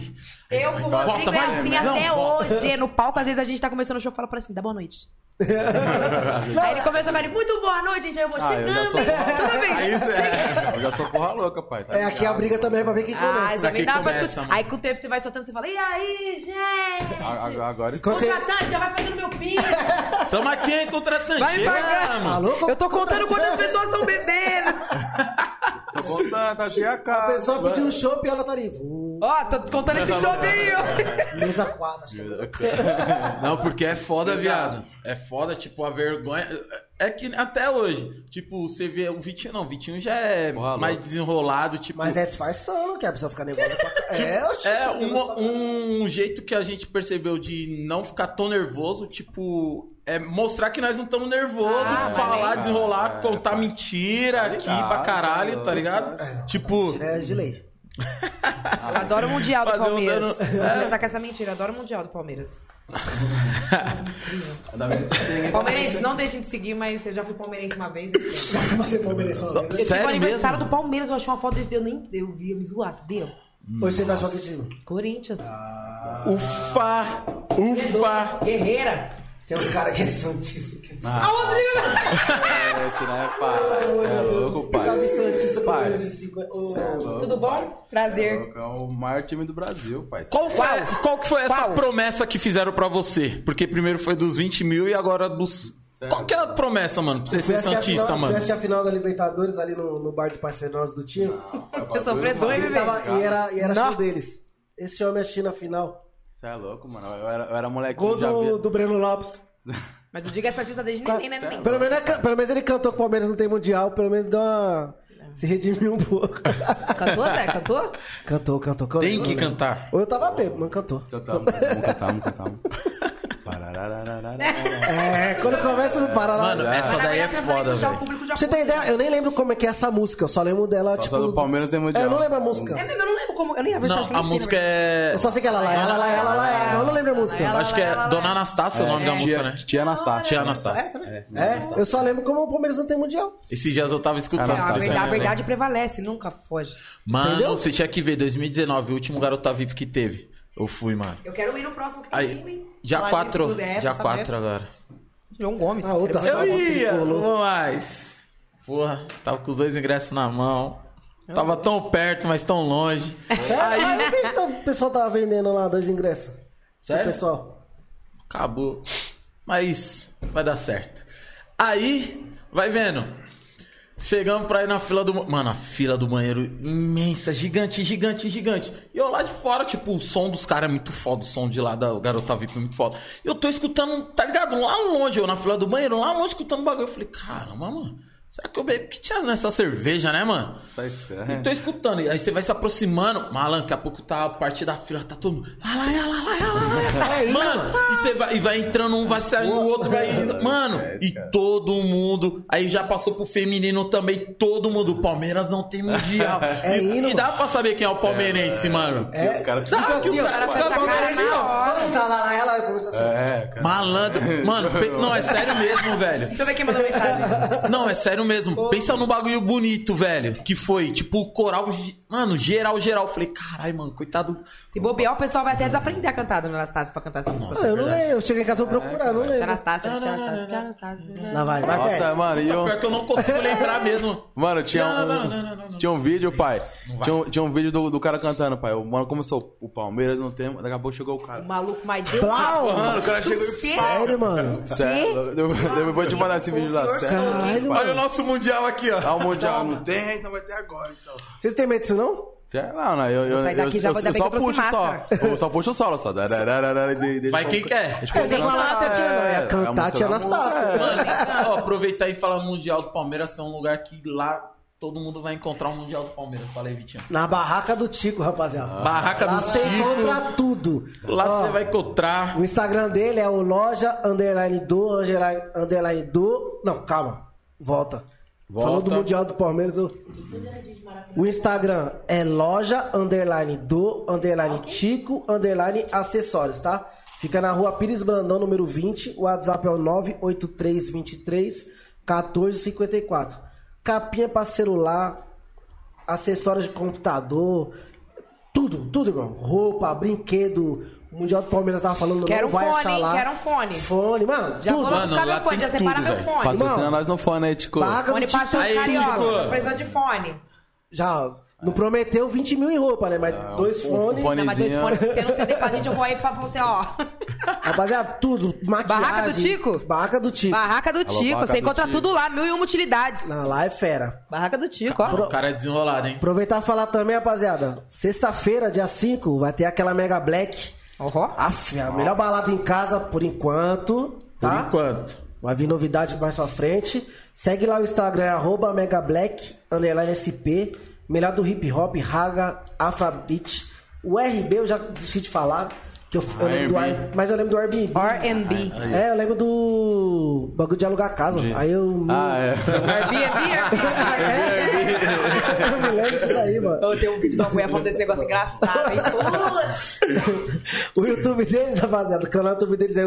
[SPEAKER 4] aí.
[SPEAKER 5] Eu com o Rodrigo
[SPEAKER 4] Volta,
[SPEAKER 5] é
[SPEAKER 4] vai.
[SPEAKER 5] assim
[SPEAKER 4] Não,
[SPEAKER 5] até
[SPEAKER 4] volta.
[SPEAKER 5] hoje. No palco, às vezes a gente tá começando o show e fala pra assim, dá boa noite. aí ele começa a falar, muito boa noite, gente. Aí eu vou
[SPEAKER 1] Ah, eu
[SPEAKER 5] chegando,
[SPEAKER 1] já sou
[SPEAKER 5] hein? tudo bem.
[SPEAKER 4] Aí você-
[SPEAKER 1] Eu já sou porra louca, pai. tá
[SPEAKER 2] É, aqui a
[SPEAKER 1] ligado?
[SPEAKER 2] briga também é pra ver quem
[SPEAKER 5] Ah,
[SPEAKER 2] começa.
[SPEAKER 5] já
[SPEAKER 4] Pra
[SPEAKER 5] vem
[SPEAKER 4] quem
[SPEAKER 5] dá uma
[SPEAKER 4] começa,
[SPEAKER 5] discussão.
[SPEAKER 4] mano.
[SPEAKER 5] Aí com o tempo você vai soltando, você fala, e aí, gente?
[SPEAKER 1] A- a- Agora isso.
[SPEAKER 2] Quando você-
[SPEAKER 5] Contratante, já vai fazendo meu pix.
[SPEAKER 4] Tamo aqui, hein, contratante.
[SPEAKER 5] Vai
[SPEAKER 4] Chega,
[SPEAKER 5] pagar.
[SPEAKER 4] mano.
[SPEAKER 2] Alô,
[SPEAKER 5] Eu tô contando quantas pessoas estão bebendo.
[SPEAKER 1] Tô contando, tá cheia a
[SPEAKER 2] A
[SPEAKER 1] cara.
[SPEAKER 2] pessoa pediu um chopp e ela tá ali. Vum,
[SPEAKER 5] Ó, tô descontando esse
[SPEAKER 4] tá
[SPEAKER 5] show aí, ó.
[SPEAKER 2] Mesa 4, acho que é mesa
[SPEAKER 4] Não, porque é foda, viado. É foda, tipo, a vergonha. É que até hoje, tipo, você vê o Vitinho, não, o Vitinho já é
[SPEAKER 1] Porra,
[SPEAKER 4] mais
[SPEAKER 1] louco.
[SPEAKER 4] desenrolado, tipo.
[SPEAKER 2] Mas é disfarçando que a pessoa fica nervosa pra... É, oxi.
[SPEAKER 4] É uma- um, jeito que a gente percebeu de não ficar tão nervoso, tipo, é mostrar que nós não estamos nervosos,
[SPEAKER 5] Ah, mas
[SPEAKER 4] falar,
[SPEAKER 1] é.
[SPEAKER 4] desenrolar,
[SPEAKER 1] É,
[SPEAKER 4] contar
[SPEAKER 1] tá.
[SPEAKER 4] mentira
[SPEAKER 1] Tá
[SPEAKER 4] aqui
[SPEAKER 1] ligado,
[SPEAKER 4] pra caralho,
[SPEAKER 1] tá
[SPEAKER 4] tá ligado? Tipo,
[SPEAKER 2] É de lei.
[SPEAKER 5] Eu adoro o Mundial do
[SPEAKER 4] Fazer um
[SPEAKER 5] Palmeiras.
[SPEAKER 4] dano-
[SPEAKER 5] Vou começar com essa mentira, eu adoro o Mundial do Palmeiras.
[SPEAKER 1] Ainda bem que tem-
[SPEAKER 5] Palmeirense, não deixem de seguir, mas eu já fui palmeirense uma vez. eu entendo.
[SPEAKER 2] Você foi mereceu uma vez.
[SPEAKER 5] Eu tive
[SPEAKER 4] Sério
[SPEAKER 5] o aniversário
[SPEAKER 4] mesmo?
[SPEAKER 5] do Palmeiras, eu achei uma foto desse, eu nem eu vi, eu me zoar, sabia?
[SPEAKER 2] Hoje você tá só que time.
[SPEAKER 5] Corinthians.
[SPEAKER 4] ufa, ufa.
[SPEAKER 5] Guerreira.
[SPEAKER 2] Tem uns caras que são santíssimo. que-
[SPEAKER 5] Ah, Rodrigo!
[SPEAKER 1] É, esse não é pai.
[SPEAKER 2] Pelo amor de
[SPEAKER 1] É
[SPEAKER 2] Deus.
[SPEAKER 1] louco,
[SPEAKER 2] Eu já vi
[SPEAKER 1] pai.
[SPEAKER 2] Santista com
[SPEAKER 1] Pai.
[SPEAKER 2] menos de 50. Ô,
[SPEAKER 5] Tudo bom? Prazer.
[SPEAKER 1] Louco, É o maior time do Brasil, pai.
[SPEAKER 4] Qual, foi, qual que foi essa
[SPEAKER 5] Qual?
[SPEAKER 4] promessa que fizeram pra você? Porque primeiro foi dos 20 mil e agora dos. Qual que é a promessa, mano? Pra você
[SPEAKER 2] Fui
[SPEAKER 4] ser
[SPEAKER 2] assistir a
[SPEAKER 4] Santista,
[SPEAKER 2] final-
[SPEAKER 4] mano?
[SPEAKER 2] Fui assistir a final da Libertadores ali no, no bar do parceiro nosso do time.
[SPEAKER 5] Eu sofri dois,
[SPEAKER 2] Eles
[SPEAKER 5] velho.
[SPEAKER 2] tava- e era, e era
[SPEAKER 5] Não.
[SPEAKER 2] show deles. Esse homem achei na final.
[SPEAKER 1] Você é louco, mano. Eu era, eu era moleque
[SPEAKER 2] Gol
[SPEAKER 1] que já via-
[SPEAKER 2] do, do Breno Lopes.
[SPEAKER 5] Mas o Diga é Santista desde
[SPEAKER 2] Qua-
[SPEAKER 5] neném, né? neném.
[SPEAKER 2] Pelo menos, é ca- pelo menos ele cantou que o Palmeiras não tem mundial, pelo menos deu uma. Se redimiu um pouco.
[SPEAKER 5] Cantou, Zé? Cantou?
[SPEAKER 2] cantou, cantou, cantou.
[SPEAKER 4] Tem que
[SPEAKER 2] né?
[SPEAKER 4] cantar.
[SPEAKER 2] Ou eu tava bêbado, mas cantou.
[SPEAKER 1] Cantamos, cantamos, cantamos, cantamos. Pararararararara.
[SPEAKER 2] É, quando começa no Paraná.
[SPEAKER 4] Mano, essa
[SPEAKER 5] Mas, na
[SPEAKER 4] daí é
[SPEAKER 5] verdade, eu falei
[SPEAKER 4] foda,
[SPEAKER 5] que já O
[SPEAKER 4] velho.
[SPEAKER 5] público já
[SPEAKER 2] Pra você ter ideia, eu nem lembro como é que é essa música, eu só lembro dela,
[SPEAKER 1] Só
[SPEAKER 2] tipo.
[SPEAKER 1] do Palmeiras tem mundial.
[SPEAKER 2] É, eu não lembro a música.
[SPEAKER 5] É mesmo, eu não lembro como. Eu nem lembro, acho
[SPEAKER 4] Não,
[SPEAKER 5] que né? eu
[SPEAKER 4] a
[SPEAKER 5] nem sei,
[SPEAKER 4] música
[SPEAKER 5] na verdade.
[SPEAKER 4] é.
[SPEAKER 2] Eu só sei que ela lá, ela lá, ela lá, ela lá, eu não lembro a música.
[SPEAKER 5] Ela-
[SPEAKER 4] Acho que é Dona Anastácia o nome da música,
[SPEAKER 1] É. Tia,
[SPEAKER 4] né?
[SPEAKER 1] tia Anastácia.
[SPEAKER 4] Tia Anastácia.
[SPEAKER 2] É, eu só lembro como o Palmeiras não tem mundial.
[SPEAKER 4] Esses dias eu tava escutando.
[SPEAKER 1] Ela-
[SPEAKER 5] é, A
[SPEAKER 1] Ela-
[SPEAKER 4] também,
[SPEAKER 5] verdade, a
[SPEAKER 4] né?
[SPEAKER 5] verdade prevalece, nunca foge.
[SPEAKER 4] Mano,
[SPEAKER 2] Entendeu?
[SPEAKER 4] você tinha que ver 2019, o último Garota VIP que teve. Eu fui, mano.
[SPEAKER 5] Eu quero ir no próximo que tem time,
[SPEAKER 4] Aí,
[SPEAKER 5] hein?
[SPEAKER 4] dia
[SPEAKER 5] Falar disso,
[SPEAKER 4] 4.
[SPEAKER 2] é,
[SPEAKER 5] Zé,
[SPEAKER 4] Dia
[SPEAKER 5] essa
[SPEAKER 4] 4 agora.
[SPEAKER 5] merda. João Gomes.
[SPEAKER 2] Ah, outra
[SPEAKER 5] Quero-
[SPEAKER 2] Salva o tricolor.
[SPEAKER 4] vamos mais. Porra, tava com os dois ingressos na mão. Tava tão perto, mas tão longe.
[SPEAKER 2] É, Aí, eu vi que tá- o pessoal tava vendendo lá dois ingressos.
[SPEAKER 4] Sério?
[SPEAKER 2] Esse pessoal.
[SPEAKER 4] Acabou. Mas vai dar certo. Aí, vai vendo. Chegamos pra ir na fila do. Mano, a fila do banheiro imensa, gigante, gigante, gigante. E eu lá de fora, tipo, o som dos caras é muito foda, o som de lá da garota VIP é muito foda. E eu tô escutando, tá ligado? Lá longe, eu na fila do banheiro, lá longe escutando bagulho. Eu falei, caramba, mano, será que eu bebi? O que tinha nessa cerveja, né, mano?
[SPEAKER 1] Tá estranho.
[SPEAKER 4] E tô Então, escutando. E aí você vai se aproximando. Malandro, daqui a pouco tá a parte da fila, tá todo mundo. Lá, lá, lá, lá, lá, lá, lá, lá. Mano, e você vai, e vai entrando um, vai saindo, o outro vai indo. Mano, e todo mundo. Aí já passou pro feminino também. Todo mundo. O Palmeiras não tem mundial.
[SPEAKER 2] É
[SPEAKER 4] e,
[SPEAKER 2] hino.
[SPEAKER 4] e dá pra saber quem é o palmeirense, mano.
[SPEAKER 1] E os caras
[SPEAKER 4] Tá, que os caras
[SPEAKER 5] essa cara
[SPEAKER 4] palmeirense,
[SPEAKER 5] na
[SPEAKER 4] ó.
[SPEAKER 2] Quando tá lá, ela vai começar assim.
[SPEAKER 1] É, cara.
[SPEAKER 4] Malandro. Mano, pe- não, é sério mesmo, velho.
[SPEAKER 5] Deixa eu ver quem mandou mensagem.
[SPEAKER 4] Não, é sério Sério mesmo. Pensa num bagulho bonito, velho. Que foi, tipo, o coral. ge- Mano, geral, geral. Eu Falei, caralho, mano, coitado.
[SPEAKER 3] Se bobear, o pessoal vai até desaprender a cantar Dona Anastácia pra cantar essa música.
[SPEAKER 2] Ah, eu não
[SPEAKER 4] é verdade.
[SPEAKER 2] lembro. Eu cheguei em casa e vou procurar, não
[SPEAKER 3] Tia
[SPEAKER 2] lembro.
[SPEAKER 3] Anastácia, tia Anastácia, tia Anastácia.
[SPEAKER 2] Lá vai, marca
[SPEAKER 1] Nossa, é,
[SPEAKER 2] essa.
[SPEAKER 1] mano, e eu...
[SPEAKER 4] Tá Pior que eu não consigo lembrar mesmo.
[SPEAKER 1] Mano, tinha
[SPEAKER 4] Não,
[SPEAKER 1] um,
[SPEAKER 4] não, não, não, não, não.
[SPEAKER 1] tinha um vídeo, pai.
[SPEAKER 4] não vai.
[SPEAKER 1] Tinha um, tinha um vídeo do, do cara cantando, pai. O mano começou o Palmeiras não tem. Daqui a pouco chegou o
[SPEAKER 3] O
[SPEAKER 1] cara.
[SPEAKER 3] maluco, my Deus.
[SPEAKER 2] Blau!
[SPEAKER 1] Mano, o cara chegou e.
[SPEAKER 3] Quê?
[SPEAKER 2] Sério, mano.
[SPEAKER 1] Sério? é Eu, eu, eu vou te mandar esse vídeo lá. é Sério?
[SPEAKER 2] Caralho,
[SPEAKER 4] Olha o
[SPEAKER 2] mano.
[SPEAKER 4] nosso mundial aqui, ó.
[SPEAKER 1] Ah, o Mundial não tem, então vai ter agora, então.
[SPEAKER 2] Vocês têm medo disso, não?
[SPEAKER 1] Sério, é, não, não. Eu, eu,
[SPEAKER 3] Vou sair
[SPEAKER 1] eu,
[SPEAKER 3] daqui,
[SPEAKER 1] eu-
[SPEAKER 3] já
[SPEAKER 1] eu
[SPEAKER 3] vou- ainda bem
[SPEAKER 1] só
[SPEAKER 3] que eu trouxe
[SPEAKER 1] puxo só.
[SPEAKER 3] máscara.
[SPEAKER 1] Eu só puxo o solo só.
[SPEAKER 4] Vai quem quer.
[SPEAKER 2] É, você falar até tia não, é cantar tia
[SPEAKER 1] É.
[SPEAKER 2] Anastácia.
[SPEAKER 4] Mano, ó, aproveitar e falar Mundial do Palmeiras é um lugar que lá todo mundo vai encontrar o Mundial do Palmeiras, fala aí, Vitinho.
[SPEAKER 2] Na barraca do Tico, rapaziada.
[SPEAKER 4] Barraca
[SPEAKER 2] Lá
[SPEAKER 4] do
[SPEAKER 2] você
[SPEAKER 4] Chico,
[SPEAKER 2] encontra tudo.
[SPEAKER 4] lá
[SPEAKER 2] Ó,
[SPEAKER 4] você vai encontrar.
[SPEAKER 2] O Instagram dele é o loja underline do underline, underline do. Não, calma. Volta.
[SPEAKER 4] Volta.
[SPEAKER 2] Falou do Mundial do Palmeiras. Eu... O Instagram é loja underline do underline Tico underline acessórios, tá? Fica na rua Pires Brandão, número 20. O WhatsApp é o 98323 1454. Capinha pra celular, acessórios de computador, tudo, tudo, irmão. Roupa, brinquedo. O Mundial do Palmeiras tava falando,
[SPEAKER 3] Quero
[SPEAKER 2] não
[SPEAKER 3] um
[SPEAKER 2] vai
[SPEAKER 3] fone,
[SPEAKER 2] achar
[SPEAKER 3] hein?
[SPEAKER 2] lá.
[SPEAKER 3] Quero um fone.
[SPEAKER 2] Fone, mano,
[SPEAKER 3] Já
[SPEAKER 2] tudo.
[SPEAKER 3] vou lá
[SPEAKER 4] Mano,
[SPEAKER 3] buscar
[SPEAKER 4] lá
[SPEAKER 3] meu fone,
[SPEAKER 4] tem
[SPEAKER 3] já separa
[SPEAKER 4] tudo,
[SPEAKER 3] meu
[SPEAKER 4] velho.
[SPEAKER 3] fone.
[SPEAKER 1] Patrocina
[SPEAKER 2] Irmão.
[SPEAKER 1] nós no fone aí, Tico.
[SPEAKER 2] Barraca do
[SPEAKER 3] Fone
[SPEAKER 2] Tico,
[SPEAKER 3] passou
[SPEAKER 4] Aí,
[SPEAKER 3] carioca,
[SPEAKER 4] Tico.
[SPEAKER 3] tô precisando de fone.
[SPEAKER 2] já não prometeu 20 mil em roupa, né? Mas dois
[SPEAKER 1] um
[SPEAKER 2] fones.
[SPEAKER 1] fone-
[SPEAKER 3] Não, mas dois
[SPEAKER 1] Fonezinho.
[SPEAKER 3] fones, se você não ceder pra gente, eu vou aí pra você, ó.
[SPEAKER 2] Rapaziada, tudo. Maquiagem.
[SPEAKER 3] Barraca do Tico?
[SPEAKER 2] Barraca do Tico.
[SPEAKER 3] Barraca do Tico,
[SPEAKER 1] barraca do
[SPEAKER 3] você encontra
[SPEAKER 1] Tico.
[SPEAKER 3] tudo lá, mil e uma utilidades.
[SPEAKER 2] Não, lá é fera.
[SPEAKER 3] Barraca do Tico, ó.
[SPEAKER 4] O cara é desenrolado, hein?
[SPEAKER 2] Aproveitar e falar também, rapaziada. Sexta-feira, dia 5, vai ter aquela Mega Black.
[SPEAKER 3] Ó.
[SPEAKER 2] Aff, a melhor balada em casa por enquanto. Tá?
[SPEAKER 4] Por enquanto.
[SPEAKER 2] Vai vir novidade mais pra frente. Segue lá o Instagram, é arroba megablack, underline SP. Melhor do hip hop, raga, afrobeat. O RB eu já desisti de falar. Que eu, eu lembro do
[SPEAKER 1] R&B.
[SPEAKER 2] R- mas eu lembro do Airbnb.
[SPEAKER 3] R&B.
[SPEAKER 2] É, eu lembro do bagulho de alugar casa. Aí eu...
[SPEAKER 1] Ah, é.
[SPEAKER 3] Airbnb,
[SPEAKER 5] é.
[SPEAKER 2] É, eu me lembro disso daí, mano.
[SPEAKER 3] Eu tenho um vídeo da mulher falando desse negócio engraçado, hein? Putz.
[SPEAKER 2] O YouTube deles, rapaziada, o canal do YouTube deles é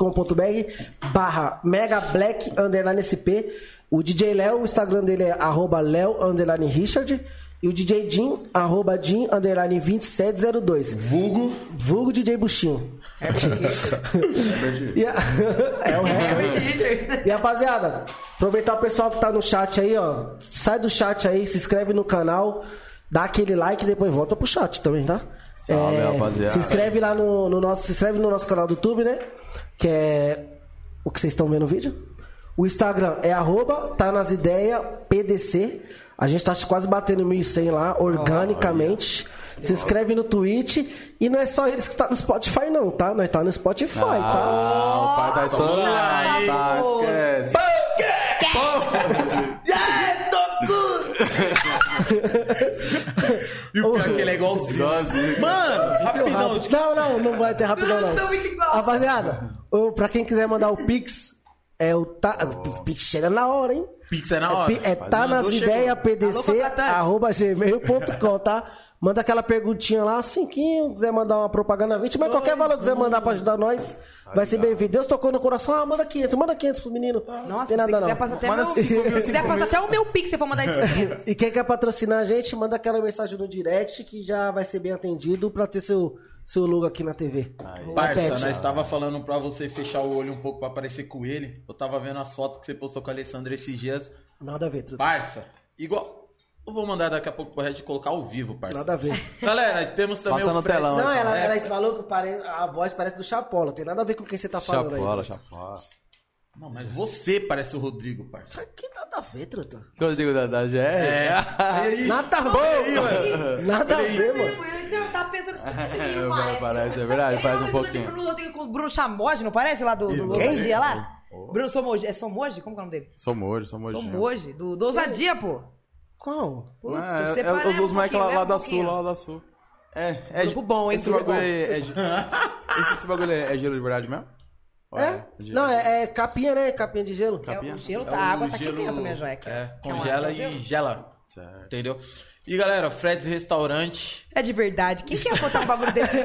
[SPEAKER 2] youtube.com.br barra Mega Black Underline SP. O DJ Léo, o Instagram dele é arroba Léo Underline Richard. E o DJ Jim, arroba Jim Underline 2702.
[SPEAKER 4] Vulgo.
[SPEAKER 2] Vulgo DJ Buchinho.
[SPEAKER 3] É bonito.
[SPEAKER 2] E a- é o Herbert. E rapaziada, aproveitar o pessoal que tá no chat aí, ó. Sai do chat aí, se inscreve no canal, dá aquele like e depois volta pro chat também, tá?
[SPEAKER 1] Salve, rapaziada.
[SPEAKER 2] Se inscreve lá no, no nosso. Se inscreve no nosso canal do YouTube, né? Que é o que vocês estão vendo no vídeo. O Instagram é arroba, tá nas ideias, PDC. A gente tá quase batendo 1.100 lá, organicamente. Se inscreve no Twitch. E não é só eles que tá no Spotify, não, tá? Nós tá no Spotify, tá?
[SPEAKER 1] Ah, o pai tá estourando.
[SPEAKER 4] lá, hein?
[SPEAKER 1] Tá, esquece.
[SPEAKER 4] E o pior é que ele é igualzinho.
[SPEAKER 1] Igualzinho.
[SPEAKER 4] Mano, rapidão.
[SPEAKER 2] Rápido.
[SPEAKER 4] tipo,
[SPEAKER 2] Não, não, não vai ter rapidão,
[SPEAKER 1] tá
[SPEAKER 2] não. Rapaziada, ô, pra quem quiser mandar o Pix, é o tá. O Pix chega na hora, hein?
[SPEAKER 4] Pizza é na hora.
[SPEAKER 2] Pi- É tá nas
[SPEAKER 4] Mandou, chegou.
[SPEAKER 2] ideias
[SPEAKER 3] Alô,
[SPEAKER 2] pdc
[SPEAKER 3] contratante.
[SPEAKER 2] arroba gmail.com, tá? Manda aquela perguntinha lá, cinquinho, quiser mandar uma propaganda 20, mas qualquer valor que quiser mandar pra ajudar nós,
[SPEAKER 3] um.
[SPEAKER 2] vai ser bem-vindo. Deus tocou no coração, ah, manda 500, manda 500 pro menino.
[SPEAKER 3] Nossa,
[SPEAKER 2] Tem
[SPEAKER 3] se
[SPEAKER 2] nada,
[SPEAKER 3] quiser
[SPEAKER 2] não.
[SPEAKER 3] passar até
[SPEAKER 1] Manda
[SPEAKER 3] meu...
[SPEAKER 1] cinco mil,
[SPEAKER 3] Se quiser
[SPEAKER 1] cinco
[SPEAKER 3] passar até o meu pix, você for mandar esses dinheiros.
[SPEAKER 2] E quem quer patrocinar a gente, manda aquela mensagem no direct que já vai ser bem atendido pra ter seu, seu logo aqui na TV.
[SPEAKER 4] Parça,
[SPEAKER 2] Repete.
[SPEAKER 4] nós tá- tava falando pra você fechar o olho um pouco pra aparecer com ele. Eu tava vendo as fotos que você postou com a Alessandra esses dias.
[SPEAKER 2] Nada a ver, truta.
[SPEAKER 4] Parça, igual. Eu vou mandar daqui a pouco pro Red colocar ao vivo, parça.
[SPEAKER 2] Nada a ver.
[SPEAKER 4] Galera, temos também
[SPEAKER 1] Passa
[SPEAKER 4] o
[SPEAKER 1] no
[SPEAKER 4] Fred.
[SPEAKER 1] telão,
[SPEAKER 2] Não, ela,
[SPEAKER 4] É,
[SPEAKER 2] ela falou que pare- a voz parece do Chapola. Tem nada a ver com o que você tá falando
[SPEAKER 1] Chapola,
[SPEAKER 2] aí. Truta.
[SPEAKER 1] chapola.
[SPEAKER 4] Não, mas você parece o Rodrigo, parça.
[SPEAKER 2] Que nada a ver, truta.
[SPEAKER 1] O que eu digo da, da GR?
[SPEAKER 4] É.
[SPEAKER 1] Ah,
[SPEAKER 4] E aí?
[SPEAKER 2] Nada a ver, mano. Nada a ver, mano.
[SPEAKER 3] Eu tava pensando que esse
[SPEAKER 1] É,
[SPEAKER 3] menino
[SPEAKER 1] parece, é verdade,
[SPEAKER 3] Tem
[SPEAKER 1] parece um
[SPEAKER 3] uma mistura
[SPEAKER 1] pouquinho.
[SPEAKER 5] tipo,
[SPEAKER 3] De Bruno Rodrigues com o Bruno Chamoge, não parece? Lá do, do, do
[SPEAKER 2] Quem?
[SPEAKER 3] Ousadia lá? Bruno Somoji. É Somoji? Como que é o nome dele?
[SPEAKER 1] Sou mojo, sou mojinho.
[SPEAKER 3] Somoji, do, do Ousadia, pô.
[SPEAKER 2] Qual?
[SPEAKER 3] Puta,
[SPEAKER 1] Ah,
[SPEAKER 3] você
[SPEAKER 1] é, é,
[SPEAKER 3] parece
[SPEAKER 1] os
[SPEAKER 3] um
[SPEAKER 1] os moleques lá,
[SPEAKER 3] pouquinho,
[SPEAKER 1] lá
[SPEAKER 3] né, um
[SPEAKER 1] da Sul,
[SPEAKER 3] pouquinho.
[SPEAKER 1] lá da Sul. É, é.
[SPEAKER 3] Grupo bom, hein,
[SPEAKER 1] Esse
[SPEAKER 3] grupo
[SPEAKER 1] bagulho
[SPEAKER 3] bom.
[SPEAKER 1] aí é. esse, esse bagulho aí é gelo de verdade mesmo? Ou
[SPEAKER 2] É?
[SPEAKER 1] de-
[SPEAKER 2] Não, é, é capinha, né? Capinha de gelo.
[SPEAKER 3] É, o
[SPEAKER 1] Capinha?
[SPEAKER 3] gelo
[SPEAKER 4] É
[SPEAKER 3] tá,
[SPEAKER 4] o
[SPEAKER 3] a água tá aqui
[SPEAKER 4] gelo-
[SPEAKER 3] dentro, minha joia.
[SPEAKER 4] É,
[SPEAKER 3] Quer uma
[SPEAKER 4] congela
[SPEAKER 3] água,
[SPEAKER 4] e
[SPEAKER 3] gelo?
[SPEAKER 4] gela.
[SPEAKER 1] Certo.
[SPEAKER 4] Entendeu? E galera, Fred's Restaurante.
[SPEAKER 5] É de verdade. Quem quer contar um bagulho desse?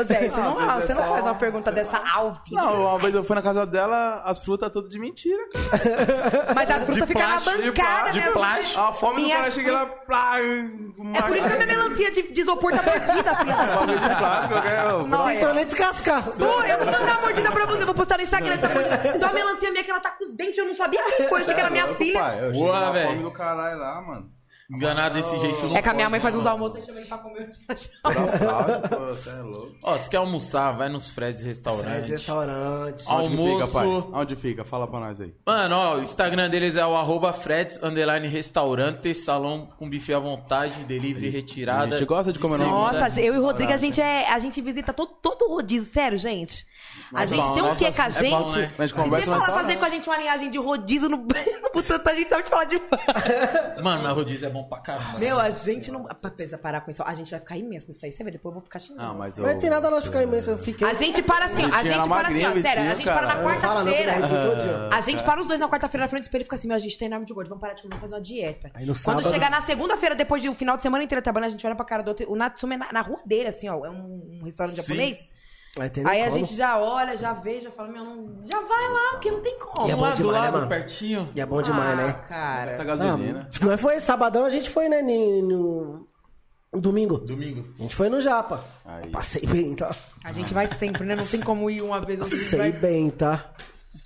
[SPEAKER 5] Ô Zé, você não,
[SPEAKER 1] Não, às vezes
[SPEAKER 5] você
[SPEAKER 1] é
[SPEAKER 5] não
[SPEAKER 1] só-
[SPEAKER 5] faz uma pergunta dessa ao vivo.
[SPEAKER 1] Não, uma vez eu fui na casa dela, as frutas tudo de mentira, cara.
[SPEAKER 5] Mas as frutas ficam na
[SPEAKER 4] plástico, de
[SPEAKER 5] bancada,
[SPEAKER 4] plástico,
[SPEAKER 5] né?
[SPEAKER 4] de plástico.
[SPEAKER 1] A fome do
[SPEAKER 5] E
[SPEAKER 1] cara
[SPEAKER 5] as
[SPEAKER 1] chega lá. um Plá,
[SPEAKER 5] É por isso que a minha melancia de, de isopor tá mordida, filha. da
[SPEAKER 1] Uma vez de plástico, eu quero-
[SPEAKER 5] Não,
[SPEAKER 2] Não tô nem descascar.
[SPEAKER 5] Tô, eu vou mandar a mordida pra você, eu vou postar no Instagram essa mordida. Então a melancia minha que ela tá com os dentes, eu não sabia que coisa, achei que era minha
[SPEAKER 1] é Louco,
[SPEAKER 5] filha.
[SPEAKER 1] pai, eu cheguei
[SPEAKER 4] Boa,
[SPEAKER 1] lá,
[SPEAKER 4] velho.
[SPEAKER 1] fome do caralho lá, mano.
[SPEAKER 4] Enganado desse jeito não
[SPEAKER 5] É que a minha mãe
[SPEAKER 4] pode, né,
[SPEAKER 5] faz uns
[SPEAKER 4] mano?
[SPEAKER 5] almoços e chama ele pra comer. um
[SPEAKER 1] Pra fraude, pô, você é louco.
[SPEAKER 4] Ó, se quer almoçar, vai nos Fred's Restaurante.
[SPEAKER 2] Mas restaurante.
[SPEAKER 4] Ó,
[SPEAKER 1] Onde que fica, pai?
[SPEAKER 4] Almoço.
[SPEAKER 1] Onde fica? Fala pra nós aí.
[SPEAKER 4] Mano, ó, o Instagram deles é o arroba Freds, underline restaurante, salão com buffet à vontade, delivery retirada.
[SPEAKER 1] A gente gosta de comer no
[SPEAKER 4] segunda-
[SPEAKER 5] Nossa, eu e o Rodrigo, a gente, é, a gente visita todo, todo o rodízio, sério, gente. A gente
[SPEAKER 4] bom,
[SPEAKER 5] tem um
[SPEAKER 4] né?
[SPEAKER 5] quê com a
[SPEAKER 4] É bom,
[SPEAKER 5] gente?
[SPEAKER 4] né?
[SPEAKER 1] A gente
[SPEAKER 5] Se você
[SPEAKER 1] conversa
[SPEAKER 5] falar
[SPEAKER 1] mas
[SPEAKER 5] fazer com a gente uma linhagem de rodízio no, no Butantan, a gente sabe te falar de
[SPEAKER 4] Mano, mas rodízio é bom pra caramba.
[SPEAKER 5] Meu, a gente não. Precisa parar com isso. A gente vai ficar imenso nisso aí. Você vê, depois eu vou ficar xingando.
[SPEAKER 1] Ah, mas eu...
[SPEAKER 2] Mas não tem nada lá de ficar imenso. Eu fiquei.
[SPEAKER 5] A gente para assim, ó. A
[SPEAKER 1] Vitinho
[SPEAKER 5] gente
[SPEAKER 1] era
[SPEAKER 5] para assim, ó.
[SPEAKER 1] magrinho,
[SPEAKER 5] Sério, a gente
[SPEAKER 1] Vitinho,
[SPEAKER 5] para na
[SPEAKER 1] cara.
[SPEAKER 2] Não fala não, que
[SPEAKER 5] quarta-feira.
[SPEAKER 2] eu tô todo dia.
[SPEAKER 5] A gente para os dois na quarta-feira na frente do espelho e fica assim, meu, a gente tem nome de gordo, vamos parar de comer, vamos fazer uma dieta.
[SPEAKER 2] Aí no
[SPEAKER 5] Quando
[SPEAKER 2] sábado-
[SPEAKER 5] chegar na segunda-feira, depois de um final de semana inteira trabalhando, a gente olha pra cara do outro. O Natsume é na, na rua dele, assim, ó, é um, um restaurante
[SPEAKER 4] Sim.
[SPEAKER 5] japonês.
[SPEAKER 2] Aí, tem
[SPEAKER 5] Aí a
[SPEAKER 2] como.
[SPEAKER 5] gente já olha, já vê, já fala, meu, não, já vai lá, porque não tem como.
[SPEAKER 2] E é
[SPEAKER 4] Vamos
[SPEAKER 2] bom
[SPEAKER 4] lá do
[SPEAKER 2] demais, né,
[SPEAKER 4] lado,
[SPEAKER 2] mano?
[SPEAKER 4] pertinho.
[SPEAKER 2] E é bom demais,
[SPEAKER 5] Ah,
[SPEAKER 2] né?
[SPEAKER 1] Tá
[SPEAKER 5] Cara.
[SPEAKER 4] né?
[SPEAKER 1] gasolina.
[SPEAKER 2] Ah, nós foi, sabadão a gente foi, né? ni- No, no domingo.
[SPEAKER 4] Domingo.
[SPEAKER 2] A gente foi no Japa.
[SPEAKER 1] Aí.
[SPEAKER 2] Eu Passei bem, tá?
[SPEAKER 5] A gente vai sempre, né? Não tem como ir uma vez ou duas.
[SPEAKER 2] Passei
[SPEAKER 5] vai-
[SPEAKER 2] bem, tá?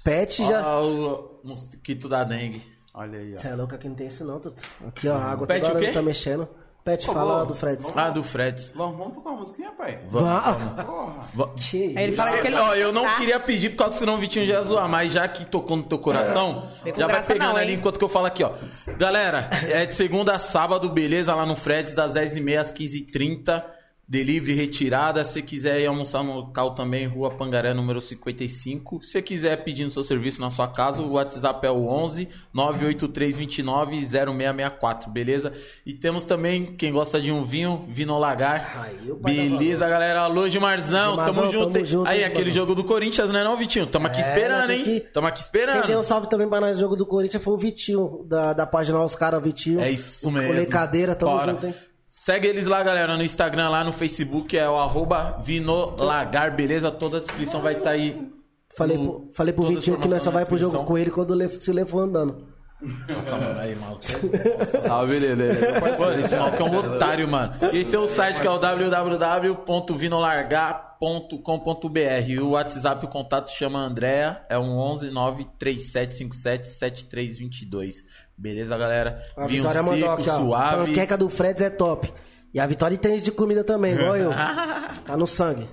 [SPEAKER 2] Pet já.
[SPEAKER 4] Ó, o mosquito da dengue.
[SPEAKER 1] Olha aí, ó.
[SPEAKER 2] Você é louco, aqui não tem isso não, Tuto. Aqui, ó, a água
[SPEAKER 4] Pet
[SPEAKER 2] toda
[SPEAKER 4] o
[SPEAKER 2] hora
[SPEAKER 4] quê?
[SPEAKER 2] não tá mexendo. Pet,
[SPEAKER 1] Pô,
[SPEAKER 2] fala
[SPEAKER 1] boa.
[SPEAKER 2] do Fred.
[SPEAKER 4] Ah, do Freds.
[SPEAKER 1] Vamos, vamos tocar uma musiquinha, pai?
[SPEAKER 2] Vá.
[SPEAKER 1] Porra.
[SPEAKER 4] Va-
[SPEAKER 2] Que isso?
[SPEAKER 5] Aí ele fala que ele.
[SPEAKER 4] Ó, eu não
[SPEAKER 5] tá?
[SPEAKER 4] queria pedir, porque senão o Vitinho já ia zoar, mas já que tocou no teu coração,
[SPEAKER 5] Pegou
[SPEAKER 4] já vai
[SPEAKER 5] graça
[SPEAKER 4] pegando
[SPEAKER 5] É. não,
[SPEAKER 4] ali
[SPEAKER 5] hein?
[SPEAKER 4] enquanto que eu falo aqui, ó. Galera, é de segunda a sábado, beleza? Lá no Freds, das 10h30 às 15h30. Delivery retirada. Se quiser ir almoçar no local também, Rua Pangaré, número 55. Se quiser pedindo seu serviço na sua casa, o WhatsApp é o 11 983 29 0664, beleza? E temos também, quem gosta de um vinho, Vinolagar.
[SPEAKER 2] Aí, o pai da
[SPEAKER 4] Beleza, galera? Alô, Gilmarzão,
[SPEAKER 2] Gilmarzão,
[SPEAKER 4] tamo junto.
[SPEAKER 2] tamo
[SPEAKER 4] hein?
[SPEAKER 2] junto,
[SPEAKER 4] Aí,
[SPEAKER 2] Gilmarzão.
[SPEAKER 4] aquele jogo do Corinthians, né, não, Vitinho? Tamo
[SPEAKER 2] É,
[SPEAKER 4] aqui esperando,
[SPEAKER 2] nós
[SPEAKER 4] hein?
[SPEAKER 2] tem que-
[SPEAKER 4] Tamo aqui
[SPEAKER 2] Quem deu um
[SPEAKER 4] esperando.
[SPEAKER 2] salve também pra nós no jogo do Corinthians foi o Vitinho, da, da página lá, os caras, Vitinho.
[SPEAKER 4] É isso mesmo.
[SPEAKER 2] Colei cadeira, tamo
[SPEAKER 4] Bora.
[SPEAKER 2] junto, hein?
[SPEAKER 4] Segue eles lá, galera, no Instagram, lá no Facebook, é o arroba Vinolagar, beleza? Toda a descrição vai estar aí.
[SPEAKER 2] Falei,
[SPEAKER 4] No-
[SPEAKER 2] pro, falei pro
[SPEAKER 4] toda a
[SPEAKER 2] Vitinho que nós só
[SPEAKER 4] informação
[SPEAKER 2] vai
[SPEAKER 4] na
[SPEAKER 2] pro jogo
[SPEAKER 4] descrição.
[SPEAKER 2] com ele quando o Le- se o Lefo andando.
[SPEAKER 4] Nossa, mano, aí, maluco.
[SPEAKER 2] Ah,
[SPEAKER 1] Salve, Lele.
[SPEAKER 4] Mano, esse maluco é um otário, mano. Esse é o site que é o www.vinolargar.com.br. E o WhatsApp, o contato chama Andréa, é um 11 93757 7322. Beleza, galera?
[SPEAKER 2] A
[SPEAKER 4] Vinho
[SPEAKER 2] Vitória mandou
[SPEAKER 4] seco,
[SPEAKER 2] aqui, ó.
[SPEAKER 4] suave.
[SPEAKER 2] Panqueca do Freds é top. E a Vitória entende de comida também, igual eu. Tá no sangue.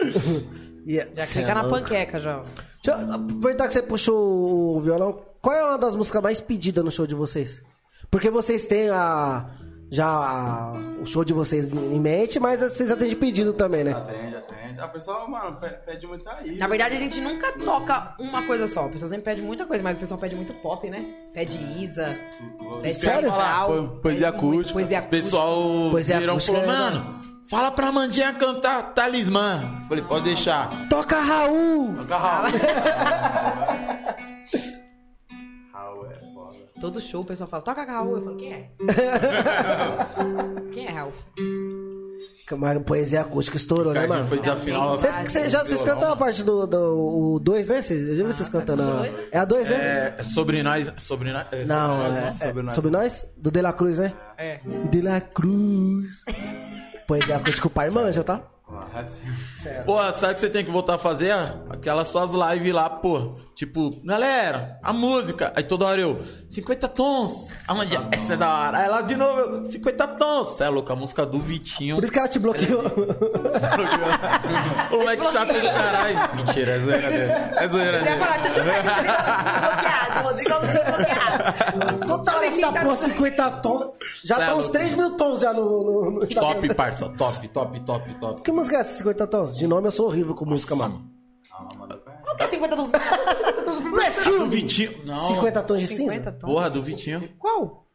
[SPEAKER 2] E é-
[SPEAKER 5] Já
[SPEAKER 2] cê
[SPEAKER 5] clica
[SPEAKER 2] é
[SPEAKER 5] na
[SPEAKER 2] louco.
[SPEAKER 5] panqueca, João.
[SPEAKER 2] Deixa eu aproveitar que você puxou o violão. Qual é uma das músicas mais pedidas no show de vocês? Porque vocês têm a. Já a- o show de vocês em mente, mas vocês atendem pedido também, né?
[SPEAKER 1] Atende, atende. A pessoa, Ah, mano, pe- pede muito aí.
[SPEAKER 5] Na verdade, a gente nunca toca uma coisa só. A pessoa sempre pede muita coisa, mas o pessoal pede muito pop, né? Pede Isa, pede
[SPEAKER 2] Sério?
[SPEAKER 5] Central,
[SPEAKER 1] Po- poesia
[SPEAKER 5] pede muito
[SPEAKER 1] acústica.
[SPEAKER 5] Poesia
[SPEAKER 4] O
[SPEAKER 5] acústica.
[SPEAKER 4] pessoal
[SPEAKER 2] Pois é,
[SPEAKER 4] virou e
[SPEAKER 2] acústica
[SPEAKER 4] falou,
[SPEAKER 2] é-
[SPEAKER 4] mano, fala pra Mandinha cantar Talismã. Falei, pode deixar.
[SPEAKER 2] Toca Raul!
[SPEAKER 1] Raul. Raul é foda.
[SPEAKER 5] Todo show o pessoal fala, toca Raul. Eu falo, quem é? quem é Raul?
[SPEAKER 2] Mas poesia acústica estourou, né,
[SPEAKER 4] Cardinho
[SPEAKER 2] mano?
[SPEAKER 4] foi desafinar.
[SPEAKER 2] Vocês, vocês, já, vocês cantam a parte do 2, dois, né? Vocês- eu já vi vocês cantando. a- É a 2, né?
[SPEAKER 4] É, sobre nós. Sobre nós. é,
[SPEAKER 2] Não,
[SPEAKER 4] sobre nós,
[SPEAKER 2] é,
[SPEAKER 4] né?
[SPEAKER 2] é, sobre, nós. Do De La Cruz, né?
[SPEAKER 5] É.
[SPEAKER 2] De La Cruz. é, Poesia acústica, o pai manja, tá?
[SPEAKER 4] Pô, sabe o que você tem que voltar a fazer? Aquelas suas lives lá, pô. Tipo, galera, a música. Aí toda hora eu, 50 tons. A Mandinha,
[SPEAKER 1] Tá
[SPEAKER 4] essa é da hora. Aí lá de novo, eu, 50 tons. Cê é louco, a música do Vitinho.
[SPEAKER 2] Por isso que ela te bloqueou.
[SPEAKER 4] O moleque chato do caralho. Mentira, é zoeira dele. É zoeira
[SPEAKER 5] Você vai
[SPEAKER 4] dele.
[SPEAKER 5] falar, tio, tio, Rodrigo bloqueado, Rodrigo tá bloqueado.
[SPEAKER 2] Total essa porra, 50 tá tons. Já
[SPEAKER 4] Cê é
[SPEAKER 2] tá uns
[SPEAKER 4] louco.
[SPEAKER 2] 3 mil tons já no, no, no Instagram.
[SPEAKER 4] Top, parça. Top, top, top, top.
[SPEAKER 2] Que música é essa, 50 tons? De nome eu sou horrível com música,
[SPEAKER 4] Nossa,
[SPEAKER 2] mano.
[SPEAKER 5] Qual que é 50 tons? 50 tons do Brasil?
[SPEAKER 4] Do Vitinho. Não.
[SPEAKER 2] 50 é tons de
[SPEAKER 5] 50
[SPEAKER 2] cinza?
[SPEAKER 5] tons.
[SPEAKER 4] Porra, do Vitinho.
[SPEAKER 5] Qual?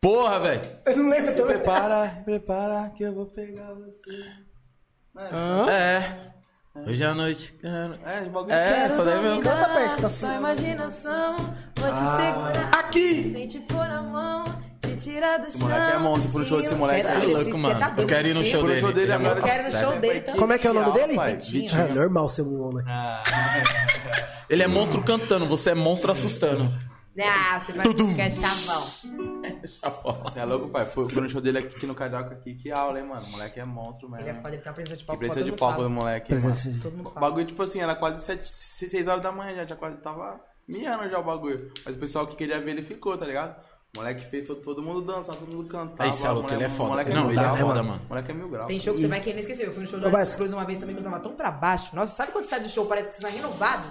[SPEAKER 4] Porra, velho.
[SPEAKER 2] Eu não lembro também.
[SPEAKER 1] Prepara, prepara que eu vou pegar você.
[SPEAKER 4] É. Hoje à noite.
[SPEAKER 1] É, de bagulho
[SPEAKER 4] É,
[SPEAKER 1] sério.
[SPEAKER 4] essa daí mesmo.
[SPEAKER 2] Canta perto, tá Ah. assim.
[SPEAKER 8] Sua imaginação, vou te segurar.
[SPEAKER 4] Aqui!
[SPEAKER 8] Sem te pôr a mão, te
[SPEAKER 5] tira do chão.
[SPEAKER 1] moleque é monstro, pro show desse moleque
[SPEAKER 5] Cê
[SPEAKER 1] é
[SPEAKER 5] tá doido,
[SPEAKER 4] louco,
[SPEAKER 5] cê
[SPEAKER 4] mano.
[SPEAKER 5] tá
[SPEAKER 4] Eu
[SPEAKER 5] doido,
[SPEAKER 4] quero ir no
[SPEAKER 5] tio.
[SPEAKER 4] show
[SPEAKER 1] Pro
[SPEAKER 4] dele.
[SPEAKER 1] show dele
[SPEAKER 4] ele é
[SPEAKER 1] agora.
[SPEAKER 5] Eu quero no
[SPEAKER 1] Sério?
[SPEAKER 5] show dele então. também.
[SPEAKER 2] Como é que é o nome dele?
[SPEAKER 1] Pai,
[SPEAKER 5] Vitinho.
[SPEAKER 1] Vitinho.
[SPEAKER 2] É normal ser um homem.
[SPEAKER 4] Ele é monstro cantando, você é monstro assustando.
[SPEAKER 5] Ah, você vai ficar chavão.
[SPEAKER 1] Você é louco, pai. Foi, foi no show dele aqui, aqui no Carioca aqui. Que aula, hein, mano. O moleque é monstro, mesmo.
[SPEAKER 5] Ele é foda, ele tem uma presença de
[SPEAKER 1] Que
[SPEAKER 5] palco.
[SPEAKER 1] presença de
[SPEAKER 5] todo mundo
[SPEAKER 1] palco
[SPEAKER 5] fala.
[SPEAKER 1] do moleque.
[SPEAKER 2] Presença
[SPEAKER 1] mano.
[SPEAKER 2] de-
[SPEAKER 5] Todo mundo
[SPEAKER 1] O
[SPEAKER 5] fala.
[SPEAKER 1] bagulho, tipo assim, era quase 7, 6 horas da manhã já, já quase tava miando já o bagulho. Mas o pessoal que queria ver ele ficou, tá ligado? O moleque fez todo, todo mundo dançar, todo mundo cantar.
[SPEAKER 4] Aí, cê é louco, ele é foda. Não,
[SPEAKER 1] mil
[SPEAKER 4] ele é
[SPEAKER 1] grau,
[SPEAKER 4] foda, mano.
[SPEAKER 1] O moleque é mil graus.
[SPEAKER 5] Tem show que você vai que é inesquecível. Eu fui no show do
[SPEAKER 2] Ô,
[SPEAKER 5] Arctic
[SPEAKER 2] Bessa.
[SPEAKER 5] Cruz uma vez também que eu tava tão pra baixo. Nossa, sabe quando você sai do show parece que você tá renovado?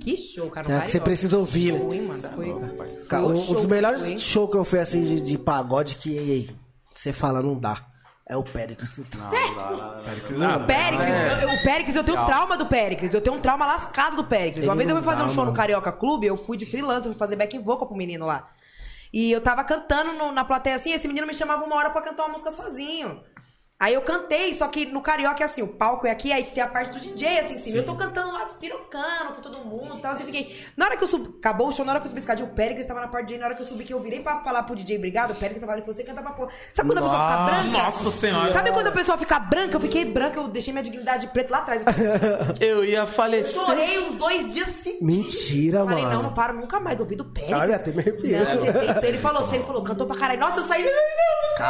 [SPEAKER 5] Que show, cara.
[SPEAKER 2] É,
[SPEAKER 5] Vai,
[SPEAKER 2] você
[SPEAKER 5] ó.
[SPEAKER 2] precisa ouvir, né?
[SPEAKER 5] Show, hein, mano.
[SPEAKER 1] Cê é
[SPEAKER 5] Foi,
[SPEAKER 1] louco,
[SPEAKER 5] cara.
[SPEAKER 1] pai.
[SPEAKER 2] Cara,
[SPEAKER 5] Foi
[SPEAKER 2] um,
[SPEAKER 5] show
[SPEAKER 2] um dos
[SPEAKER 5] que
[SPEAKER 2] melhores
[SPEAKER 5] foi.
[SPEAKER 2] show que eu fui assim de, de pagode que ei, ei, você fala não dá. É o Péricles
[SPEAKER 1] Ah,
[SPEAKER 2] Central.
[SPEAKER 4] é
[SPEAKER 5] O Péricles,
[SPEAKER 1] É.
[SPEAKER 2] é.
[SPEAKER 5] eu, eu- o Péricles, eu tenho trauma do Péricles. Eu tenho um trauma lascado do Péricles. Uma
[SPEAKER 2] Ele
[SPEAKER 5] vez eu
[SPEAKER 2] não
[SPEAKER 5] fui fazer um
[SPEAKER 2] dá,
[SPEAKER 5] show no
[SPEAKER 2] mano.
[SPEAKER 5] Carioca Clube, eu fui de freelancer, fui fazer back vocal pro menino lá. E eu tava cantando no- na plateia assim, esse menino me chamava uma hora pra cantar uma música sozinho. Aí eu cantei, só que no Carioca é assim, o palco é aqui, aí tem a parte do DJ, assim, em cima. Eu tô cantando lá, despirocando com todo mundo e tal. Assim, fiquei. Na hora que eu subi. Acabou o show, na hora que eu subi a escadinha, o Péricles tava na parte do DJ. Na hora que eu subi, que eu virei pra falar pro DJ, obrigado, o Péricles tava ali e falou: você canta pra porra. Sabe quando a pessoa fica
[SPEAKER 4] Ah,
[SPEAKER 5] branca?
[SPEAKER 4] Nossa senhora.
[SPEAKER 5] Sabe quando a pessoa fica branca? Eu fiquei branca, eu deixei minha dignidade preta lá atrás.
[SPEAKER 4] Eu ia
[SPEAKER 5] Eu
[SPEAKER 4] falecer.
[SPEAKER 5] chorei os dois dias seguintes.
[SPEAKER 2] Mentira,
[SPEAKER 5] Falei,
[SPEAKER 2] mano. né?
[SPEAKER 5] não, não paro nunca mais. Ouvi do pé.
[SPEAKER 2] Caralho, até me arrepiei.
[SPEAKER 5] Ele falou, assim, ele falou, cantou pra caralho. Nossa, eu saí.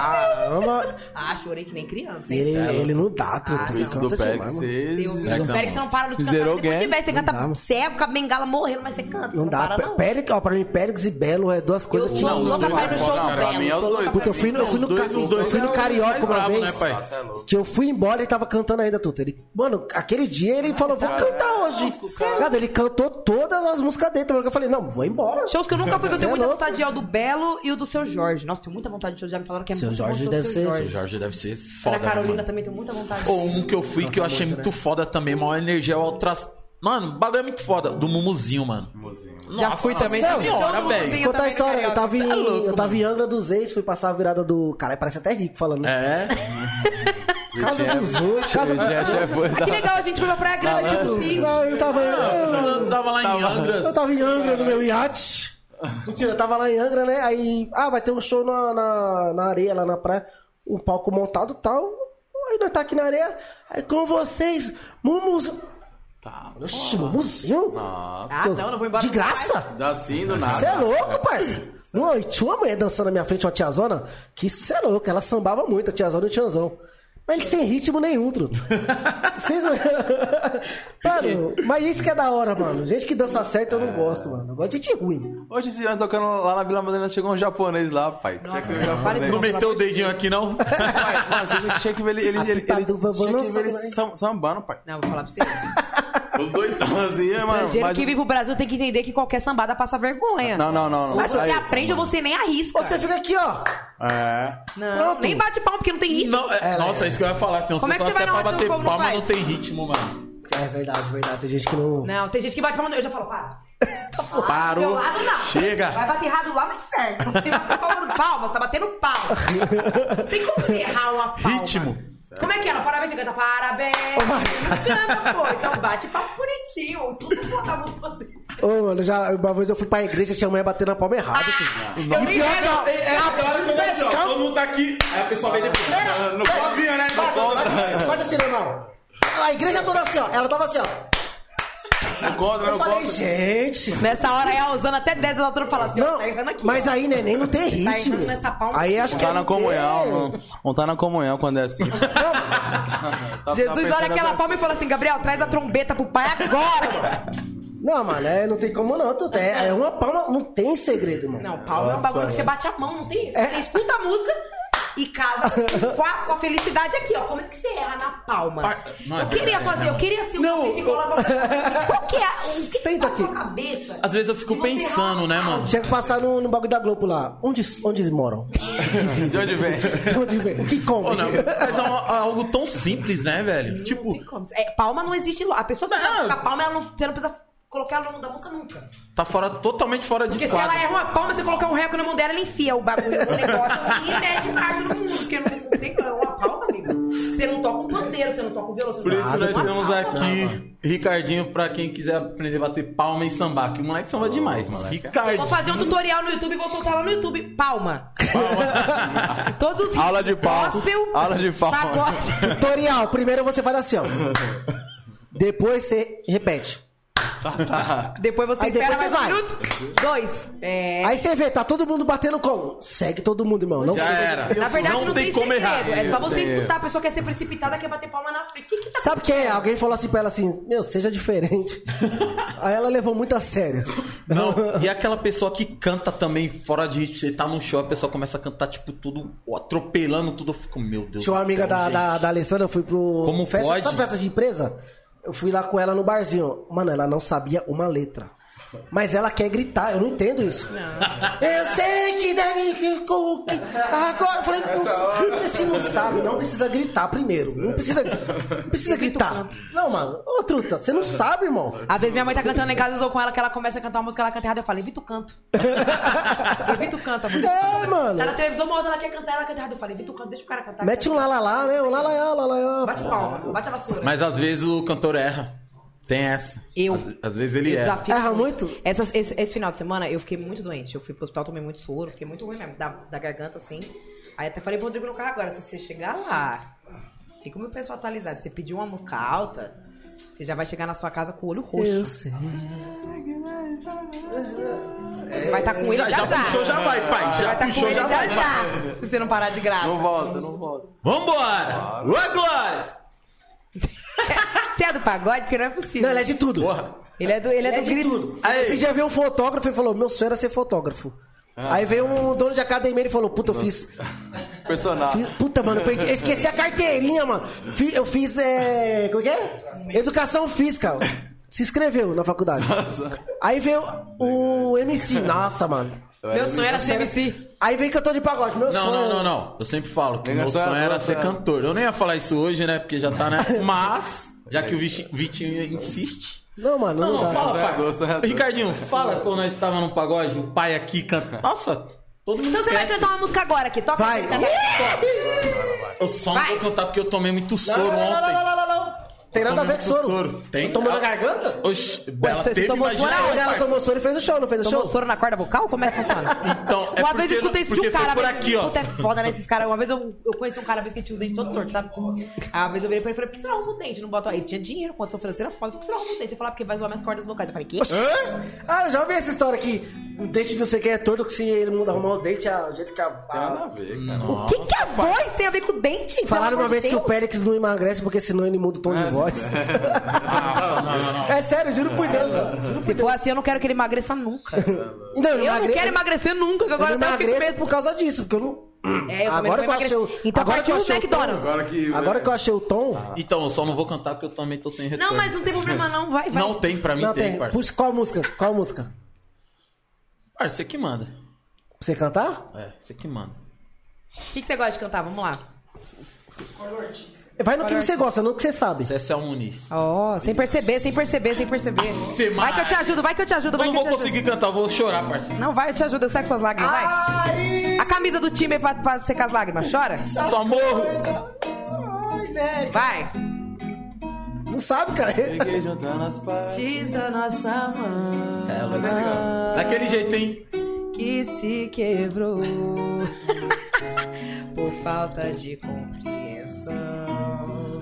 [SPEAKER 2] Caramba.
[SPEAKER 5] Ah, chorei que nem criança.
[SPEAKER 2] E
[SPEAKER 5] hein?
[SPEAKER 2] Ele, ele não dá, truta.
[SPEAKER 1] O
[SPEAKER 2] ele
[SPEAKER 1] É, Ah, isso do
[SPEAKER 2] canta
[SPEAKER 1] Pérez,
[SPEAKER 2] demais, mano.
[SPEAKER 5] Você ouviu
[SPEAKER 1] vocês.
[SPEAKER 5] do pé que você não para de cantar.
[SPEAKER 1] Zerou
[SPEAKER 5] Depois de
[SPEAKER 1] game.
[SPEAKER 5] velho, você
[SPEAKER 2] Não
[SPEAKER 5] canta
[SPEAKER 2] dá, mano.
[SPEAKER 5] cego, com a bengala morrendo, mas você canta. Você
[SPEAKER 2] Não dá.
[SPEAKER 5] para,
[SPEAKER 2] Pé-
[SPEAKER 5] não.
[SPEAKER 2] Péricles, ó, pra mim, Péricles e Belo é duas coisas
[SPEAKER 5] eu um
[SPEAKER 2] que
[SPEAKER 5] sou
[SPEAKER 4] os
[SPEAKER 5] louca
[SPEAKER 4] dois
[SPEAKER 5] pra ir
[SPEAKER 4] é
[SPEAKER 5] no show
[SPEAKER 4] foda,
[SPEAKER 5] do
[SPEAKER 4] cara.
[SPEAKER 1] Pra mim é
[SPEAKER 5] Belo.
[SPEAKER 1] os
[SPEAKER 5] sou louca
[SPEAKER 1] dois.
[SPEAKER 5] pra
[SPEAKER 2] Puta, eu
[SPEAKER 5] ir
[SPEAKER 2] fui no, eu fui no,
[SPEAKER 4] Os dois,
[SPEAKER 2] ca-
[SPEAKER 4] os dois
[SPEAKER 2] eu fui no
[SPEAKER 4] é o-
[SPEAKER 2] Carioca
[SPEAKER 4] mais
[SPEAKER 2] uma
[SPEAKER 4] brabo, né,
[SPEAKER 2] vez.
[SPEAKER 5] tá,
[SPEAKER 4] pai?
[SPEAKER 1] Nossa, é louco.
[SPEAKER 2] Que eu fui embora e tava cantando ainda, Tuta. Ele, mano, aquele dia ele falou, vou
[SPEAKER 1] cara,
[SPEAKER 2] cantar
[SPEAKER 1] é,
[SPEAKER 2] hoje.
[SPEAKER 1] os caras-
[SPEAKER 2] Ligado? Ele cantou todas as músicas dele. tá Eu falei, não, vou embora.
[SPEAKER 5] Shows que eu nunca fui, que eu tenho
[SPEAKER 2] Você é
[SPEAKER 5] muita
[SPEAKER 2] louco.
[SPEAKER 5] vontade de ir ao do Belo e o do Seu Jorge. Nossa, tenho muita vontade de show, já me falaram que é
[SPEAKER 2] Seu
[SPEAKER 5] muito
[SPEAKER 2] Jorge
[SPEAKER 5] bom o show do
[SPEAKER 2] deve
[SPEAKER 5] Seu
[SPEAKER 2] ser-
[SPEAKER 4] O
[SPEAKER 5] Jorge.
[SPEAKER 4] Jorge deve ser
[SPEAKER 5] Ana
[SPEAKER 4] foda, né,
[SPEAKER 5] Carolina
[SPEAKER 4] mano?
[SPEAKER 5] também tenho muita vontade.
[SPEAKER 4] Ou um que eu fui que eu achei muito né? foda também, maior energia, ultras... Mano, o bagulho é muito foda. Do Mumuzinho, mano.
[SPEAKER 5] Já fui também.
[SPEAKER 4] Nossa
[SPEAKER 5] Também show
[SPEAKER 4] senhora,
[SPEAKER 5] do
[SPEAKER 4] velho.
[SPEAKER 5] Mumuzinho
[SPEAKER 2] Contar a
[SPEAKER 5] também no
[SPEAKER 2] história, eu
[SPEAKER 5] Carioca.
[SPEAKER 2] tava, em,
[SPEAKER 4] Cê é louco,
[SPEAKER 2] eu tava em Angra dos Reis, fui passar a virada do. Caralho, parece até rico falando. né?
[SPEAKER 4] É.
[SPEAKER 2] Casa dos outros, casa dos
[SPEAKER 1] Jeff é boa.
[SPEAKER 5] Ah, que legal, a gente foi pra Praia Grande
[SPEAKER 2] outros.
[SPEAKER 5] domingo.
[SPEAKER 2] Não, eu tava em Angra.
[SPEAKER 4] Eu tava lá em
[SPEAKER 2] Eu
[SPEAKER 4] Andras.
[SPEAKER 2] tava em Angra no meu iate. Mentira, eu tava lá em Angra, né? Aí, ah, vai ter um show na, na, na areia, lá na praia. Um palco montado e tal. Aí nós tá aqui na areia. Aí com vocês, Mumus.
[SPEAKER 1] Tá.
[SPEAKER 2] Oxi, Mumuzinho?
[SPEAKER 1] Nossa.
[SPEAKER 5] Ah, não, não vou embora.
[SPEAKER 2] De graça?
[SPEAKER 1] Dá assim do
[SPEAKER 2] Você é
[SPEAKER 1] nada.
[SPEAKER 2] louco, parceiro? Não, e tinha uma mulher dançando na minha frente, uma tiazona, que isso, você é louco, ela sambava muito, a tiazona e o tiazão. Mas ele sem ritmo nenhum, truto. Vocês Mano, mas isso que é da hora, mano. Gente que dança certo eu não gosto, mano. Eu gosto de gente ruim.
[SPEAKER 1] Hoje se nós tocando lá na Vila Madalena, chegou um japonês lá, pai.
[SPEAKER 5] Nossa,
[SPEAKER 1] Tinha que ver
[SPEAKER 5] você
[SPEAKER 1] o
[SPEAKER 5] não fala isso,
[SPEAKER 1] japonês.
[SPEAKER 4] Não meteu o dedinho aqui, não?
[SPEAKER 1] Pai, mano, você tinha que- tinha que ver ele, ele,
[SPEAKER 2] A
[SPEAKER 1] ele, ele,
[SPEAKER 2] pitada do vovô
[SPEAKER 1] tinha
[SPEAKER 2] não
[SPEAKER 1] que ver ele
[SPEAKER 2] sabe, né?
[SPEAKER 1] sam- sambando, pai.
[SPEAKER 5] Não, vou falar pra você.
[SPEAKER 1] Os doidão assim, é, mano.
[SPEAKER 5] Estrangeiro
[SPEAKER 1] mas-
[SPEAKER 5] que vive pro Brasil tem que entender que qualquer sambada passa vergonha.
[SPEAKER 1] Não, não, não. não.
[SPEAKER 5] Mas se você
[SPEAKER 1] Aí-
[SPEAKER 5] aprende ou você nem arrisca.
[SPEAKER 2] Você fica aqui, ó.
[SPEAKER 1] É.
[SPEAKER 5] Não,
[SPEAKER 2] Pronto.
[SPEAKER 5] nem bate palma porque não tem ritmo.
[SPEAKER 4] Não, é- nossa, é isso que eu ia falar. Tem uns
[SPEAKER 5] Como é que
[SPEAKER 4] pessoas
[SPEAKER 5] você vai na
[SPEAKER 4] até pra
[SPEAKER 5] hora que
[SPEAKER 4] bater
[SPEAKER 5] o povo não
[SPEAKER 4] palma
[SPEAKER 5] faz?
[SPEAKER 4] não tem ritmo, mano.
[SPEAKER 2] É verdade, verdade. Tem gente que não.
[SPEAKER 5] Não, tem gente que bate palma. Eu já falo, para. Do meu
[SPEAKER 4] Parou.
[SPEAKER 5] lado, não. Vai
[SPEAKER 4] Chega.
[SPEAKER 5] bater errado lá no inferno. Você tá falando palma, você tá batendo palma. Não tem como você errar uma palma.
[SPEAKER 4] Ritmo.
[SPEAKER 5] Como é que é? Ela parabéns, você canta parabéns. Canta, pô. Então bate palma bonitinho. Escuta o povo da música dele.
[SPEAKER 2] Ô, mano, já, uma vez eu fui pra igreja, tinha mulher batendo a palma errada. Ah,
[SPEAKER 5] Eu nem quero.
[SPEAKER 4] Todo mundo tá aqui. Aí a pessoa vem depois. No cozinho, né?
[SPEAKER 2] Faz assim, normal. A igreja toda assim, ó. Ela tava assim, ó.
[SPEAKER 1] Não contra,
[SPEAKER 2] Eu
[SPEAKER 1] não
[SPEAKER 2] falei,
[SPEAKER 1] contra.
[SPEAKER 2] gente.
[SPEAKER 5] Nessa hora aí, a Osana até 10 da altura fala assim, ó,
[SPEAKER 2] Não,
[SPEAKER 5] tá errando tá aqui.
[SPEAKER 2] mas
[SPEAKER 5] ó.
[SPEAKER 2] aí, neném, não tem
[SPEAKER 5] Tá
[SPEAKER 2] ritmo.
[SPEAKER 5] errando nessa palma.
[SPEAKER 2] Aí acho
[SPEAKER 1] Não
[SPEAKER 2] que
[SPEAKER 1] tá
[SPEAKER 2] é
[SPEAKER 1] na
[SPEAKER 2] não
[SPEAKER 1] comunhão,
[SPEAKER 2] ter.
[SPEAKER 1] não, não tá na comunhão quando é assim. Tá- tá
[SPEAKER 5] Jesus
[SPEAKER 1] pensando
[SPEAKER 5] olha aquela
[SPEAKER 1] até-
[SPEAKER 5] palma e fala assim, Gabriel, traz a trombeta pro pai agora, mano.
[SPEAKER 2] Não, mano, é, não tem como não, tu é, é uma palma, não tem segredo, mano.
[SPEAKER 5] Não, palma é um bagulho que você bate a mão, não tem isso. Você escuta a música e casa com a, com a felicidade aqui, ó. Como é que você erra na palma?
[SPEAKER 4] Ah, não,
[SPEAKER 5] eu
[SPEAKER 4] é
[SPEAKER 5] queria
[SPEAKER 4] verdade,
[SPEAKER 5] fazer, eu queria ser
[SPEAKER 4] Não,
[SPEAKER 5] um psicólogo. Qual que é? O que
[SPEAKER 2] Senta
[SPEAKER 5] que tá na
[SPEAKER 2] aqui.
[SPEAKER 5] sua cabeça?
[SPEAKER 4] Às vezes eu fico
[SPEAKER 5] de você
[SPEAKER 4] pensando,
[SPEAKER 5] errar
[SPEAKER 4] né,
[SPEAKER 5] na palma?
[SPEAKER 4] mano?
[SPEAKER 2] Tinha que passar no, no bagulho da Globo lá. Onde, onde eles moram?
[SPEAKER 1] De onde vem?
[SPEAKER 2] De onde vem? O que come?
[SPEAKER 4] Pô, não, mas é um- algo tão simples, né, velho?
[SPEAKER 5] Não tem
[SPEAKER 4] Tipo,
[SPEAKER 5] como. É, palma não existe. lo- A pessoa que
[SPEAKER 4] Não.
[SPEAKER 5] sabe tocar palma, ela não, você não precisa colocar ela no nome da música nunca.
[SPEAKER 4] tá fora, totalmente fora de
[SPEAKER 5] Porque se ela
[SPEAKER 4] quadro.
[SPEAKER 5] erra uma palma, você colocar um recorde na mão dela, ela enfia o bagulho, o negócio assim, e mete marcha no mundo. Porque não tem é uma palma, amigo. Você não toca um pandeiro, você não
[SPEAKER 9] toco violão. Você
[SPEAKER 4] Por
[SPEAKER 9] não
[SPEAKER 4] isso que
[SPEAKER 9] sabe.
[SPEAKER 4] nós temos aqui Ricardinho pra quem quiser aprender a bater palma em sambar. Que o moleque samba demais, mano.
[SPEAKER 5] Vou
[SPEAKER 4] Ricardinho.
[SPEAKER 5] fazer um tutorial no YouTube e vou soltar lá no YouTube. Palma. Todos os
[SPEAKER 1] Aula de palma.
[SPEAKER 5] Gospel,
[SPEAKER 1] Aula de palma.
[SPEAKER 5] pagode.
[SPEAKER 2] Tutorial, primeiro você faz assim, ó. Depois você repete.
[SPEAKER 5] Depois você
[SPEAKER 2] Aí
[SPEAKER 5] espera
[SPEAKER 2] depois você
[SPEAKER 5] mais um
[SPEAKER 2] vai.
[SPEAKER 5] minuto. Dois. É.
[SPEAKER 2] Aí você vê, tá todo mundo batendo como? Segue todo mundo, irmão. Não
[SPEAKER 4] Já
[SPEAKER 2] segue.
[SPEAKER 4] era.
[SPEAKER 5] um Na verdade, não, tem, segredo. É só você
[SPEAKER 1] Tem.
[SPEAKER 5] escutar. A pessoa quer ser precipitada, quer bater palma na frente. O que que tá
[SPEAKER 2] Sabe o que é? Alguém falou assim pra ela assim, meu, seja diferente. Aí ela levou muito a sério.
[SPEAKER 4] Não, e aquela pessoa que canta também fora de ritmo, você tá num show, a pessoa começa a cantar, tipo, tudo atropelando tudo. Eu fico, meu Deus.
[SPEAKER 2] Tinha uma
[SPEAKER 4] do
[SPEAKER 2] amiga
[SPEAKER 4] céu,
[SPEAKER 2] da,
[SPEAKER 4] gente.
[SPEAKER 2] da, da Alessandra, eu fui pro.
[SPEAKER 4] Como
[SPEAKER 2] festa,
[SPEAKER 4] pode?
[SPEAKER 2] Sabe festa de empresa? Eu fui lá com ela no barzinho. Mano, ela não sabia uma letra. Mas ela quer gritar, eu não entendo isso. Eu sei que deve. que- que- Agora eu falei, não, se não sabe, não precisa gritar primeiro. Não precisa, não precisa gritar. Não, mano, ô truta, você não sabe, irmão.
[SPEAKER 5] Às vezes minha mãe tá cantando em casa, eu sou com ela, que ela começa a cantar uma música, ela canta errada, eu falo, evita o canto. evita o canto, a música.
[SPEAKER 2] É, mano.
[SPEAKER 5] Tá na televisão, uma outra, ela quer cantar, ela canta errada, eu falo, evita o canto, deixa o cara cantar.
[SPEAKER 2] Mete um lá, lá, lá, né? Um lá, lá, lá, lá, lá, lá.
[SPEAKER 5] Bate palma, bate a vassoura.
[SPEAKER 4] Mas às vezes o cantor erra. Tem essa.
[SPEAKER 5] Eu.
[SPEAKER 4] Às, às vezes ele
[SPEAKER 5] Eu
[SPEAKER 4] erra.
[SPEAKER 5] desafio
[SPEAKER 2] Erra
[SPEAKER 5] muito.
[SPEAKER 2] muito?
[SPEAKER 5] Essas- esse, esse final de semana eu fiquei muito doente. Eu fui pro hospital, tomei muito soro, fiquei muito ruim mesmo, da, da garganta assim. Aí até falei pro Rodrigo no carro agora, se você chegar lá, assim como o pessoal atualizado, você pedir uma música alta, você já vai chegar na sua casa com o olho roxo.
[SPEAKER 2] Eu sei.
[SPEAKER 5] Você vai estar com ele
[SPEAKER 4] Já,
[SPEAKER 5] já,
[SPEAKER 4] já
[SPEAKER 5] tá.
[SPEAKER 4] puxou, já vai, pai. Já
[SPEAKER 5] Vai tá com
[SPEAKER 4] puxou,
[SPEAKER 5] ele
[SPEAKER 4] já
[SPEAKER 5] já,
[SPEAKER 4] vai.
[SPEAKER 5] já. Se você não parar de graça.
[SPEAKER 1] Não volta, não volta.
[SPEAKER 4] Vambora! Ô, Glória!
[SPEAKER 5] Você é do pagode? Porque não é possível.
[SPEAKER 2] Não, ela é de tudo.
[SPEAKER 4] Porra!
[SPEAKER 5] Ele é do, ele é
[SPEAKER 2] É
[SPEAKER 5] do
[SPEAKER 2] de
[SPEAKER 5] grito.
[SPEAKER 2] tudo.
[SPEAKER 4] Aí.
[SPEAKER 2] Esse dia veio um fotógrafo e falou: Meu sonho era ser fotógrafo. Aí veio um dono de academia e falou: Puta, eu fiz.
[SPEAKER 1] Personagem.
[SPEAKER 2] fiz- puta, mano, eu, perdi, eu esqueci a carteirinha, mano. Fi- eu fiz. É, como é que é? Educação física. Se inscreveu na faculdade. Aí veio o MC. Nossa, mano.
[SPEAKER 5] Meu sonho era ser
[SPEAKER 2] é
[SPEAKER 5] MC.
[SPEAKER 2] Aí veio cantor de pagode. Meu
[SPEAKER 4] Não,
[SPEAKER 2] sonho.
[SPEAKER 4] não, não, não. Eu sempre falo que
[SPEAKER 1] Liga
[SPEAKER 4] meu
[SPEAKER 1] só,
[SPEAKER 4] sonho era
[SPEAKER 1] só,
[SPEAKER 4] ser
[SPEAKER 1] só.
[SPEAKER 4] cantor. Eu nem ia falar isso hoje, né? Porque já tá, né? Mas, já que o Vichi- Vitinho insiste.
[SPEAKER 2] Não, mano, não,
[SPEAKER 4] Não,
[SPEAKER 2] dá.
[SPEAKER 4] não, fala,
[SPEAKER 1] Só é
[SPEAKER 4] pai.
[SPEAKER 1] gosto, né?
[SPEAKER 4] Ricardinho, fala quando nós estava no pagode, o pai aqui canta. Nossa, todo mundo
[SPEAKER 5] Então você vai
[SPEAKER 4] esquece.
[SPEAKER 5] cantar uma música agora aqui. Toca
[SPEAKER 2] Vai.
[SPEAKER 5] aí, canta aí.
[SPEAKER 4] Eu só não vou
[SPEAKER 5] Vai.
[SPEAKER 4] cantar porque eu tomei muito
[SPEAKER 2] Não,
[SPEAKER 4] soro
[SPEAKER 2] não, não, não,
[SPEAKER 4] ontem.
[SPEAKER 2] não, não, não, não. Tem nada a ver com
[SPEAKER 4] Tomei muito
[SPEAKER 2] soro. Ah.
[SPEAKER 4] soro. Tem.
[SPEAKER 2] Tomou na garganta?
[SPEAKER 4] Oxi, ela
[SPEAKER 5] você
[SPEAKER 4] teve,
[SPEAKER 5] tomou
[SPEAKER 4] imagina
[SPEAKER 5] soro aonde?
[SPEAKER 4] eu,
[SPEAKER 2] Ela
[SPEAKER 4] parça.
[SPEAKER 2] tomou soro e fez o show, não fez o show?
[SPEAKER 5] Tomou soro na corda vocal? Como é que funciona?
[SPEAKER 4] Então, é
[SPEAKER 5] uma
[SPEAKER 4] porque
[SPEAKER 5] vez eu escutei isso de
[SPEAKER 4] porque
[SPEAKER 5] um
[SPEAKER 4] foi
[SPEAKER 5] cara.
[SPEAKER 4] por
[SPEAKER 5] mas
[SPEAKER 4] aqui, ó.
[SPEAKER 5] Puta, é foda, né? Esses caras. Uma vez eu, eu conheci um cara, uma vez que ele tinha os dentes todo torto, sabe? Aí uma vez eu virei pra ele e falei, por que você não arruma o dente? Não bota... Ele tinha dinheiro, condição financeira foda. Por que você não arruma o dente? Ele falou, "Ah, porque vai zoar minhas cordas vocais. Eu falei, que?
[SPEAKER 2] Ah, eu já ouvi essa história que o dente não sei quem é torto, que se ele muda arrumar o dente, é o jeito que a.
[SPEAKER 1] Tem nada a
[SPEAKER 2] a...
[SPEAKER 1] ver, cara.
[SPEAKER 5] O que, que a voz tem a ver com o dente? Pelo
[SPEAKER 2] Falaram uma
[SPEAKER 5] amor de É.
[SPEAKER 2] vez que o
[SPEAKER 5] Deus.
[SPEAKER 2] Périx não emagrece porque senão ele muda o tom de voz.
[SPEAKER 4] Nossa, não, não, não.
[SPEAKER 2] É sério, juro por Deus, mano. Juro por
[SPEAKER 5] Se for assim, eu não quero que ele emagreça nunca.
[SPEAKER 2] Deus. Não,
[SPEAKER 5] Eu não quero emagrecer nunca, que agora
[SPEAKER 2] Agora
[SPEAKER 5] tá?
[SPEAKER 2] eu
[SPEAKER 5] eu até eu fico
[SPEAKER 2] emagreço
[SPEAKER 5] medo.
[SPEAKER 2] por causa disso, porque eu não.
[SPEAKER 5] É, eu também
[SPEAKER 2] agora
[SPEAKER 5] não
[SPEAKER 2] que eu achei
[SPEAKER 5] emagreço.
[SPEAKER 2] o.
[SPEAKER 5] Então
[SPEAKER 2] agora que eu
[SPEAKER 5] partiu
[SPEAKER 2] achei
[SPEAKER 5] o
[SPEAKER 2] o tom.
[SPEAKER 5] McDonald's.
[SPEAKER 1] Agora que.
[SPEAKER 2] Agora que eu achei o tom.
[SPEAKER 5] Ah,
[SPEAKER 4] Então, eu só não vou cantar porque eu também tô sem retorno.
[SPEAKER 5] Não, mas não tem problema não, vai, vai.
[SPEAKER 4] Não tem, pra mim
[SPEAKER 2] Não,
[SPEAKER 4] tem,
[SPEAKER 2] tem.
[SPEAKER 4] parça.
[SPEAKER 2] Puxa, qual música? Qual música? Pra
[SPEAKER 4] Parça, você que manda.
[SPEAKER 2] você cantar?
[SPEAKER 4] É, você que manda.
[SPEAKER 5] O que, que você gosta de cantar? Vamos lá.
[SPEAKER 2] Vai no que você gosta, não no que você sabe.
[SPEAKER 4] Cécil é Muniz.
[SPEAKER 5] Ó, sem perceber, sem perceber, sem perceber.
[SPEAKER 4] Ave
[SPEAKER 5] Vai que eu te ajudo, vai que eu te ajudo,
[SPEAKER 4] Eu
[SPEAKER 5] vai
[SPEAKER 4] não
[SPEAKER 5] que eu
[SPEAKER 4] vou
[SPEAKER 5] te ajudo.
[SPEAKER 4] conseguir cantar, eu vou chorar, parceiro.
[SPEAKER 5] Não, vai, eu te ajudo, eu seco suas lágrimas, vai. A camisa do time é pra, pra secar as lágrimas, chora?
[SPEAKER 4] Só morro.
[SPEAKER 5] Vai.
[SPEAKER 2] Não sabe, cara.
[SPEAKER 1] Fiquei juntando as partes.
[SPEAKER 5] Diz da nossa mão
[SPEAKER 4] É, ela tá ligado. Daquele jeito, hein?
[SPEAKER 5] que se quebrou por falta de compreensão,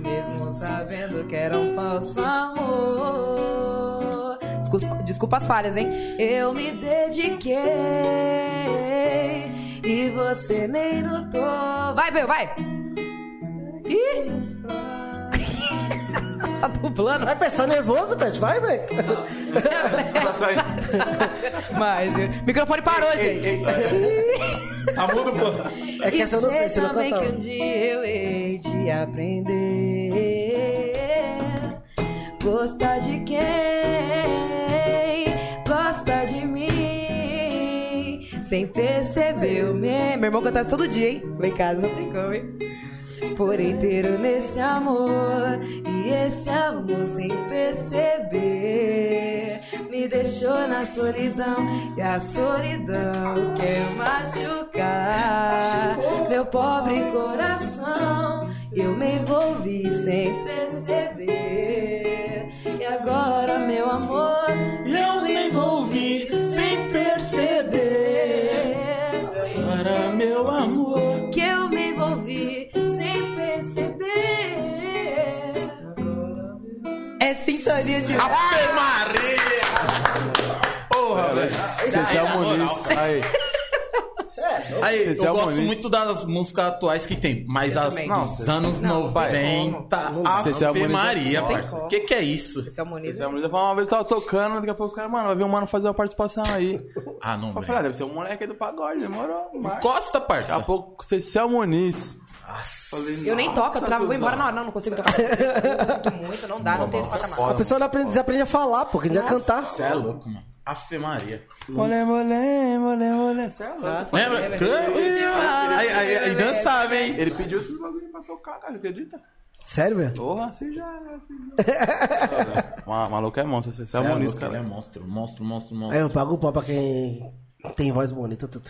[SPEAKER 5] mesmo assim. sabendo que era um falso amor. Desculpa, desculpa as falhas, hein? Eu me dediquei e você nem notou. Vai, meu, vai! Ih! tá dublando.
[SPEAKER 2] Vai pensar nervoso, Pet. Vai, velho.
[SPEAKER 1] Tá saindo.
[SPEAKER 5] Mas o microfone parou, gente.
[SPEAKER 4] Tá mudo, pô.
[SPEAKER 2] É que essa eu não sei, você não
[SPEAKER 5] também
[SPEAKER 2] cantava.
[SPEAKER 5] que um dia eu hei de aprender. Gosta de quem gosta de mim. Sem perceber o meu. Meu irmão canta isso todo dia, hein? Lá em casa não tem como, hein? Por inteiro nesse amor. E esse amor sem perceber. Me deixou na solidão. E a solidão quer machucar. Meu pobre coração. Eu me envolvi sem perceber. E agora, meu amor,
[SPEAKER 4] Eu me envolvi sem perceber. Para meu amor.
[SPEAKER 5] que eu me envolvi sem perceber.
[SPEAKER 3] É sintonia de.
[SPEAKER 4] Ave Maria! Porra,
[SPEAKER 1] É,
[SPEAKER 4] velho.
[SPEAKER 1] Cecel
[SPEAKER 4] na moral,
[SPEAKER 1] Muniz. Aí.
[SPEAKER 2] Sério?
[SPEAKER 4] Aí,
[SPEAKER 1] Esse é
[SPEAKER 4] eu
[SPEAKER 1] o
[SPEAKER 4] gosto
[SPEAKER 1] Maurício.
[SPEAKER 4] muito das músicas atuais que tem, mas as
[SPEAKER 3] também.
[SPEAKER 4] dos anos
[SPEAKER 3] Não,
[SPEAKER 4] 90,
[SPEAKER 3] não
[SPEAKER 1] tem como. Esse é o
[SPEAKER 4] Ave
[SPEAKER 1] Maurício.
[SPEAKER 4] Maria,
[SPEAKER 1] Não
[SPEAKER 3] tem
[SPEAKER 4] parça.
[SPEAKER 3] como.
[SPEAKER 4] O que, que é isso?
[SPEAKER 3] Esse é o Muniz.
[SPEAKER 1] Cecel Muniz. Eu falei, uma vez eu tava tocando, daqui a pouco os caras, mano, vai vir um mano fazer uma participação aí.
[SPEAKER 4] Ah, não,
[SPEAKER 1] Eu falei, ah,
[SPEAKER 4] velho.
[SPEAKER 1] deve ser um moleque aí do pagode, demorou. Daqui
[SPEAKER 4] Costa,
[SPEAKER 1] a
[SPEAKER 4] parça.
[SPEAKER 1] pouco, Cecel Muniz. Falei,
[SPEAKER 3] Eu nem
[SPEAKER 1] nossa,
[SPEAKER 3] toco, eu travo, vou
[SPEAKER 1] cuzão.
[SPEAKER 3] embora na hora. Não, não consigo tocar. Eu sinto muito, não dá, não tem esse
[SPEAKER 2] A
[SPEAKER 3] patamar.
[SPEAKER 2] pessoa não aprende, desaprende a falar, pô. Quem já cantar.
[SPEAKER 4] Você é louco, mano. Ave Maria.
[SPEAKER 1] Molê, molê, molê, molê. Cê é louco.
[SPEAKER 4] Tá.
[SPEAKER 3] Nossa,
[SPEAKER 4] Lembra?
[SPEAKER 3] lembra.
[SPEAKER 4] Aí, aí, aí dançava, hein?
[SPEAKER 1] Ele pediu esses bagulho pra tocar, cara, acredita?
[SPEAKER 2] Sério, velho?
[SPEAKER 1] Porra, você já. Você já. Ma- Maluco é monstro, Cecel
[SPEAKER 4] Cê é
[SPEAKER 1] Muniz,
[SPEAKER 4] louco, ele é
[SPEAKER 1] cara.
[SPEAKER 4] monstro, monstro, monstro,
[SPEAKER 2] Aí
[SPEAKER 4] monstro.
[SPEAKER 2] É, eu pago o pau pra quem tem voz bonita, tudo.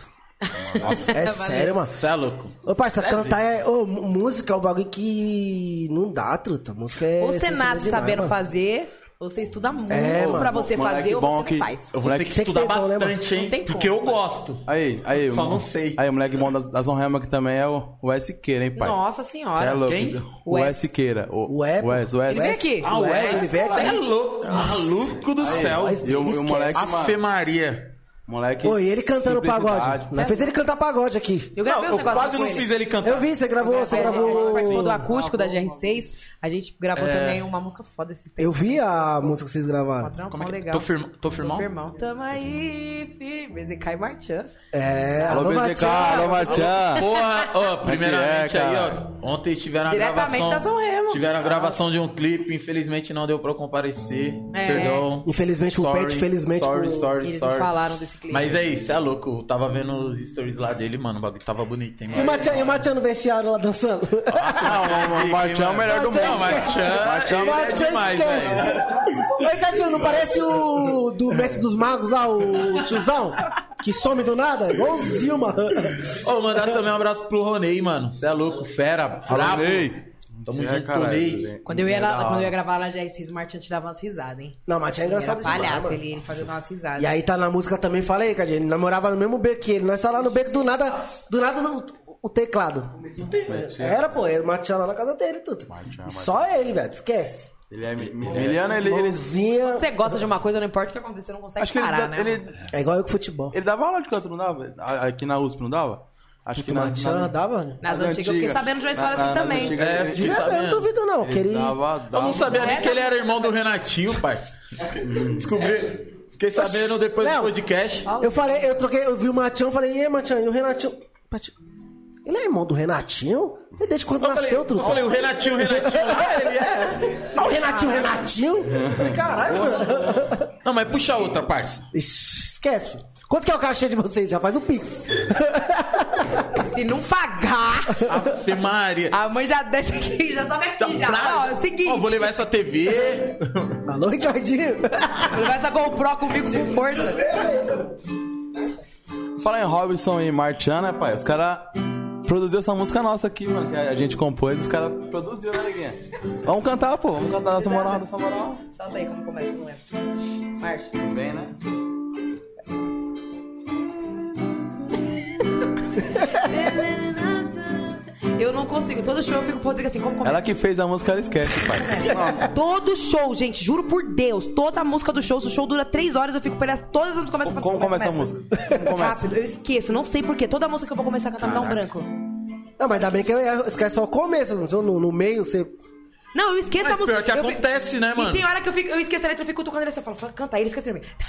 [SPEAKER 4] Nossa,
[SPEAKER 2] É sério, mano.
[SPEAKER 4] Você é louco.
[SPEAKER 2] Ô, parça, cantar é. Ô, mu- música é um bagulho que não dá, truta. Música é.
[SPEAKER 3] Ou você
[SPEAKER 2] sentimento
[SPEAKER 3] nasce
[SPEAKER 2] demais,
[SPEAKER 3] sabendo
[SPEAKER 2] mano. É,
[SPEAKER 3] fazer, ou você estuda muito
[SPEAKER 2] mano.
[SPEAKER 3] pra você
[SPEAKER 1] Moleque
[SPEAKER 3] fazer, ou
[SPEAKER 1] bom
[SPEAKER 3] você
[SPEAKER 1] que-
[SPEAKER 3] não faz.
[SPEAKER 4] Eu vou
[SPEAKER 1] Moleque,
[SPEAKER 4] ter que
[SPEAKER 2] tem que
[SPEAKER 4] estudar
[SPEAKER 2] ter dom, né,
[SPEAKER 4] bastante,
[SPEAKER 3] mano?
[SPEAKER 4] hein?
[SPEAKER 3] Não tem
[SPEAKER 4] Porque eu
[SPEAKER 3] como, mano.
[SPEAKER 4] gosto.
[SPEAKER 1] Aí, aí.
[SPEAKER 4] Só
[SPEAKER 1] mo-
[SPEAKER 4] não sei.
[SPEAKER 1] Aí, o moleque bom das, das Onrema que também é o, o S. Queira, hein, pai?
[SPEAKER 3] Nossa
[SPEAKER 1] Cê
[SPEAKER 3] senhora.
[SPEAKER 1] é louco.
[SPEAKER 4] Quem?
[SPEAKER 1] Zé.
[SPEAKER 3] O
[SPEAKER 1] O
[SPEAKER 3] S.
[SPEAKER 1] S. Queira. O
[SPEAKER 2] O E, pô.
[SPEAKER 1] O S. O S.
[SPEAKER 3] Ele veio aqui.
[SPEAKER 2] Ah, o Wesley, ele veio
[SPEAKER 4] Você é
[SPEAKER 2] aqui.
[SPEAKER 4] louco. Maluco do céu.
[SPEAKER 2] mas-
[SPEAKER 1] E o, e o moleque,
[SPEAKER 4] Ave
[SPEAKER 1] mano,
[SPEAKER 4] Maria.
[SPEAKER 1] moleque.
[SPEAKER 2] Pô, e ele cantando
[SPEAKER 3] né?
[SPEAKER 2] pagode.
[SPEAKER 1] simplicidade. Né?
[SPEAKER 2] Nós fez ele cantar pagode aqui.
[SPEAKER 3] Eu
[SPEAKER 4] Não,
[SPEAKER 3] gravei uns
[SPEAKER 4] eu
[SPEAKER 3] negócios
[SPEAKER 4] quase
[SPEAKER 3] com
[SPEAKER 4] não
[SPEAKER 3] ele.
[SPEAKER 4] fiz ele cantar.
[SPEAKER 2] Eu vi, você gravou, você
[SPEAKER 3] A gente é participou do
[SPEAKER 2] gravou.
[SPEAKER 3] acústico da GR6. A gente gravou também uma música foda esses tempos.
[SPEAKER 2] Eu vi a música que vocês gravaram.
[SPEAKER 3] Padrão,
[SPEAKER 4] Como é
[SPEAKER 3] pau
[SPEAKER 4] que-
[SPEAKER 3] legal.
[SPEAKER 4] Tô firmão? Tô firmão?
[SPEAKER 3] Tamo aí, firmes. E Kai Marchand.
[SPEAKER 2] É,
[SPEAKER 1] Alô, BZK, alô, Martian.
[SPEAKER 4] Porra, ó, primeiramente
[SPEAKER 1] É,
[SPEAKER 4] aí,
[SPEAKER 1] cara. Ah.
[SPEAKER 4] ó. Ontem tiveram a
[SPEAKER 3] Diretamente
[SPEAKER 4] gravação.
[SPEAKER 3] da São Remo.
[SPEAKER 4] Tiveram a gravação de um clipe, infelizmente não deu pra eu comparecer.
[SPEAKER 3] É.
[SPEAKER 4] Perdão.
[SPEAKER 2] Infelizmente o Pet, felizmente
[SPEAKER 4] Sorry,
[SPEAKER 2] o-
[SPEAKER 4] sorry,
[SPEAKER 3] Eles não
[SPEAKER 4] sorry.
[SPEAKER 3] falaram desse clipe.
[SPEAKER 4] Mas é isso, é louco. Eu tava vendo os stories lá dele, mano. O bagulho tava bonito, hein,
[SPEAKER 2] E o
[SPEAKER 4] mano.
[SPEAKER 2] Matian, e o Matian no vestiário lá dançando?
[SPEAKER 1] Não, o Martian é o melhor do mundo.
[SPEAKER 2] Martian
[SPEAKER 4] Não, Marchan,
[SPEAKER 1] Marchan
[SPEAKER 4] ele é
[SPEAKER 2] Matian
[SPEAKER 4] demais, velho.
[SPEAKER 2] esquece. Oi, Catinho, não parece o do Mestre dos Magos lá, o tiozão? Que some do nada? Igualzinho, mano.
[SPEAKER 4] Ô, mandar também um abraço pro Ronei, mano. Você é louco, fera, brabo.
[SPEAKER 1] Ronei.
[SPEAKER 4] Tamo
[SPEAKER 1] É,
[SPEAKER 4] junto,
[SPEAKER 1] caralho,
[SPEAKER 4] Ronei.
[SPEAKER 1] gente.
[SPEAKER 3] Quando eu, ia
[SPEAKER 1] É da
[SPEAKER 3] lá,
[SPEAKER 1] hora.
[SPEAKER 3] quando eu ia gravar lá na GR6, o Marchand tirava umas risadas, hein?
[SPEAKER 2] Não, Matian é
[SPEAKER 3] Ele era
[SPEAKER 2] engraçado demais,
[SPEAKER 3] palhaço,
[SPEAKER 2] mano.
[SPEAKER 3] ele, ele fazia umas risadas.
[SPEAKER 2] E aí tá na música também, falei, Cadinho, ele namorava no mesmo beco que ele. Nós tá lá no beco do nada, do nada o, o teclado. Era, pô, era o Matian lá na casa dele, tudo. E Só ele, velho, esquece.
[SPEAKER 1] Ele é mi- mi- Miliano, ele. ele-
[SPEAKER 2] Mãozinha.
[SPEAKER 3] Você gosta de uma coisa, não importa o que acontecer, você não consegue
[SPEAKER 1] Acho que ele,
[SPEAKER 3] parar,
[SPEAKER 1] dá-
[SPEAKER 3] né?
[SPEAKER 1] ele,
[SPEAKER 3] mano?
[SPEAKER 2] É igual eu com futebol.
[SPEAKER 1] ele dava aula de canto, não dava? A- Aqui na USP, não dava? Acho que
[SPEAKER 2] O
[SPEAKER 1] na,
[SPEAKER 2] Matian
[SPEAKER 1] na,
[SPEAKER 2] andava, né?
[SPEAKER 3] Nas antigas, eu fiquei sabendo de uma história
[SPEAKER 1] Na-
[SPEAKER 3] assim
[SPEAKER 1] Ah, nas
[SPEAKER 3] também.
[SPEAKER 1] antigas,
[SPEAKER 4] É,
[SPEAKER 1] ele-
[SPEAKER 4] fiquei
[SPEAKER 2] Eu não
[SPEAKER 4] sabendo.
[SPEAKER 2] duvido, não, que
[SPEAKER 1] Ele
[SPEAKER 2] ele...
[SPEAKER 1] dava, dava.
[SPEAKER 4] Eu não sabia nem que ele era irmão do Renatinho, parça. Descobri. Fiquei sabendo depois do
[SPEAKER 2] Léo.
[SPEAKER 4] podcast.
[SPEAKER 2] Eu falei, eu troquei, eu vi o Matião, falei, e aí, Matião, e o Renatinho? Matião, Ele é irmão do Renatinho? Falei, Desde quando
[SPEAKER 4] Eu falei,
[SPEAKER 2] nasceu,
[SPEAKER 4] eu falei, o Renatinho, o Renatinho. Ah, ele é.
[SPEAKER 2] Ah, o Renatinho, o Renatinho? Eu Falei, caralho, mano.
[SPEAKER 4] Não, mas puxa outra, parça.
[SPEAKER 2] Ixi, Esquece, filho. Quanto que é o cachê de vocês? Já faz o Pix.
[SPEAKER 3] Se não pagar,
[SPEAKER 4] Ave Maria.
[SPEAKER 3] a mãe já desce aqui, já sobe
[SPEAKER 4] Tá
[SPEAKER 3] aqui, Ah, já.
[SPEAKER 4] bravo.
[SPEAKER 3] Ó, é o seguinte,
[SPEAKER 4] Ó, vou levar essa TV.
[SPEAKER 2] Alô, Ricardinho?
[SPEAKER 3] levar essa GoPro comigo com força.
[SPEAKER 1] Fala em Robinson e Martian, né, pai? Os caras produziu essa música nossa aqui, mano. Que a gente compôs, os caras produziu, né, Neguinha? Vamos cantar, pô. Vamos cantar nossa moral, nossa moral.
[SPEAKER 3] Solta aí como começa, não lembro. Marcha.
[SPEAKER 1] Bem, né?
[SPEAKER 3] Eu não consigo. Todo show eu fico pro Rodrigo assim, como começa?
[SPEAKER 1] Ela que fez a música, ela esquece, pai.
[SPEAKER 3] Todo show, gente, juro por Deus. Toda a música do show, se o show dura três horas, eu fico perdendo. Todas as músicas começam
[SPEAKER 1] Como- como começa a música? Como começa?
[SPEAKER 3] é Rápido, eu esqueço, não sei porquê. Toda música que eu vou começar a cantar me dá um branco.
[SPEAKER 2] Não, mas ainda bem que eu esquece só o começo, não sou no, no meio, você...
[SPEAKER 3] Não, eu esqueço
[SPEAKER 4] Mas
[SPEAKER 3] a música.
[SPEAKER 4] pior que
[SPEAKER 3] Eu fi-
[SPEAKER 4] acontece, né,
[SPEAKER 3] E
[SPEAKER 4] mano?
[SPEAKER 3] tem hora que eu, fico, eu esqueço a letra, eu fico tocando ele assim, eu falo, fala, canta aí, ele fica assim. Aí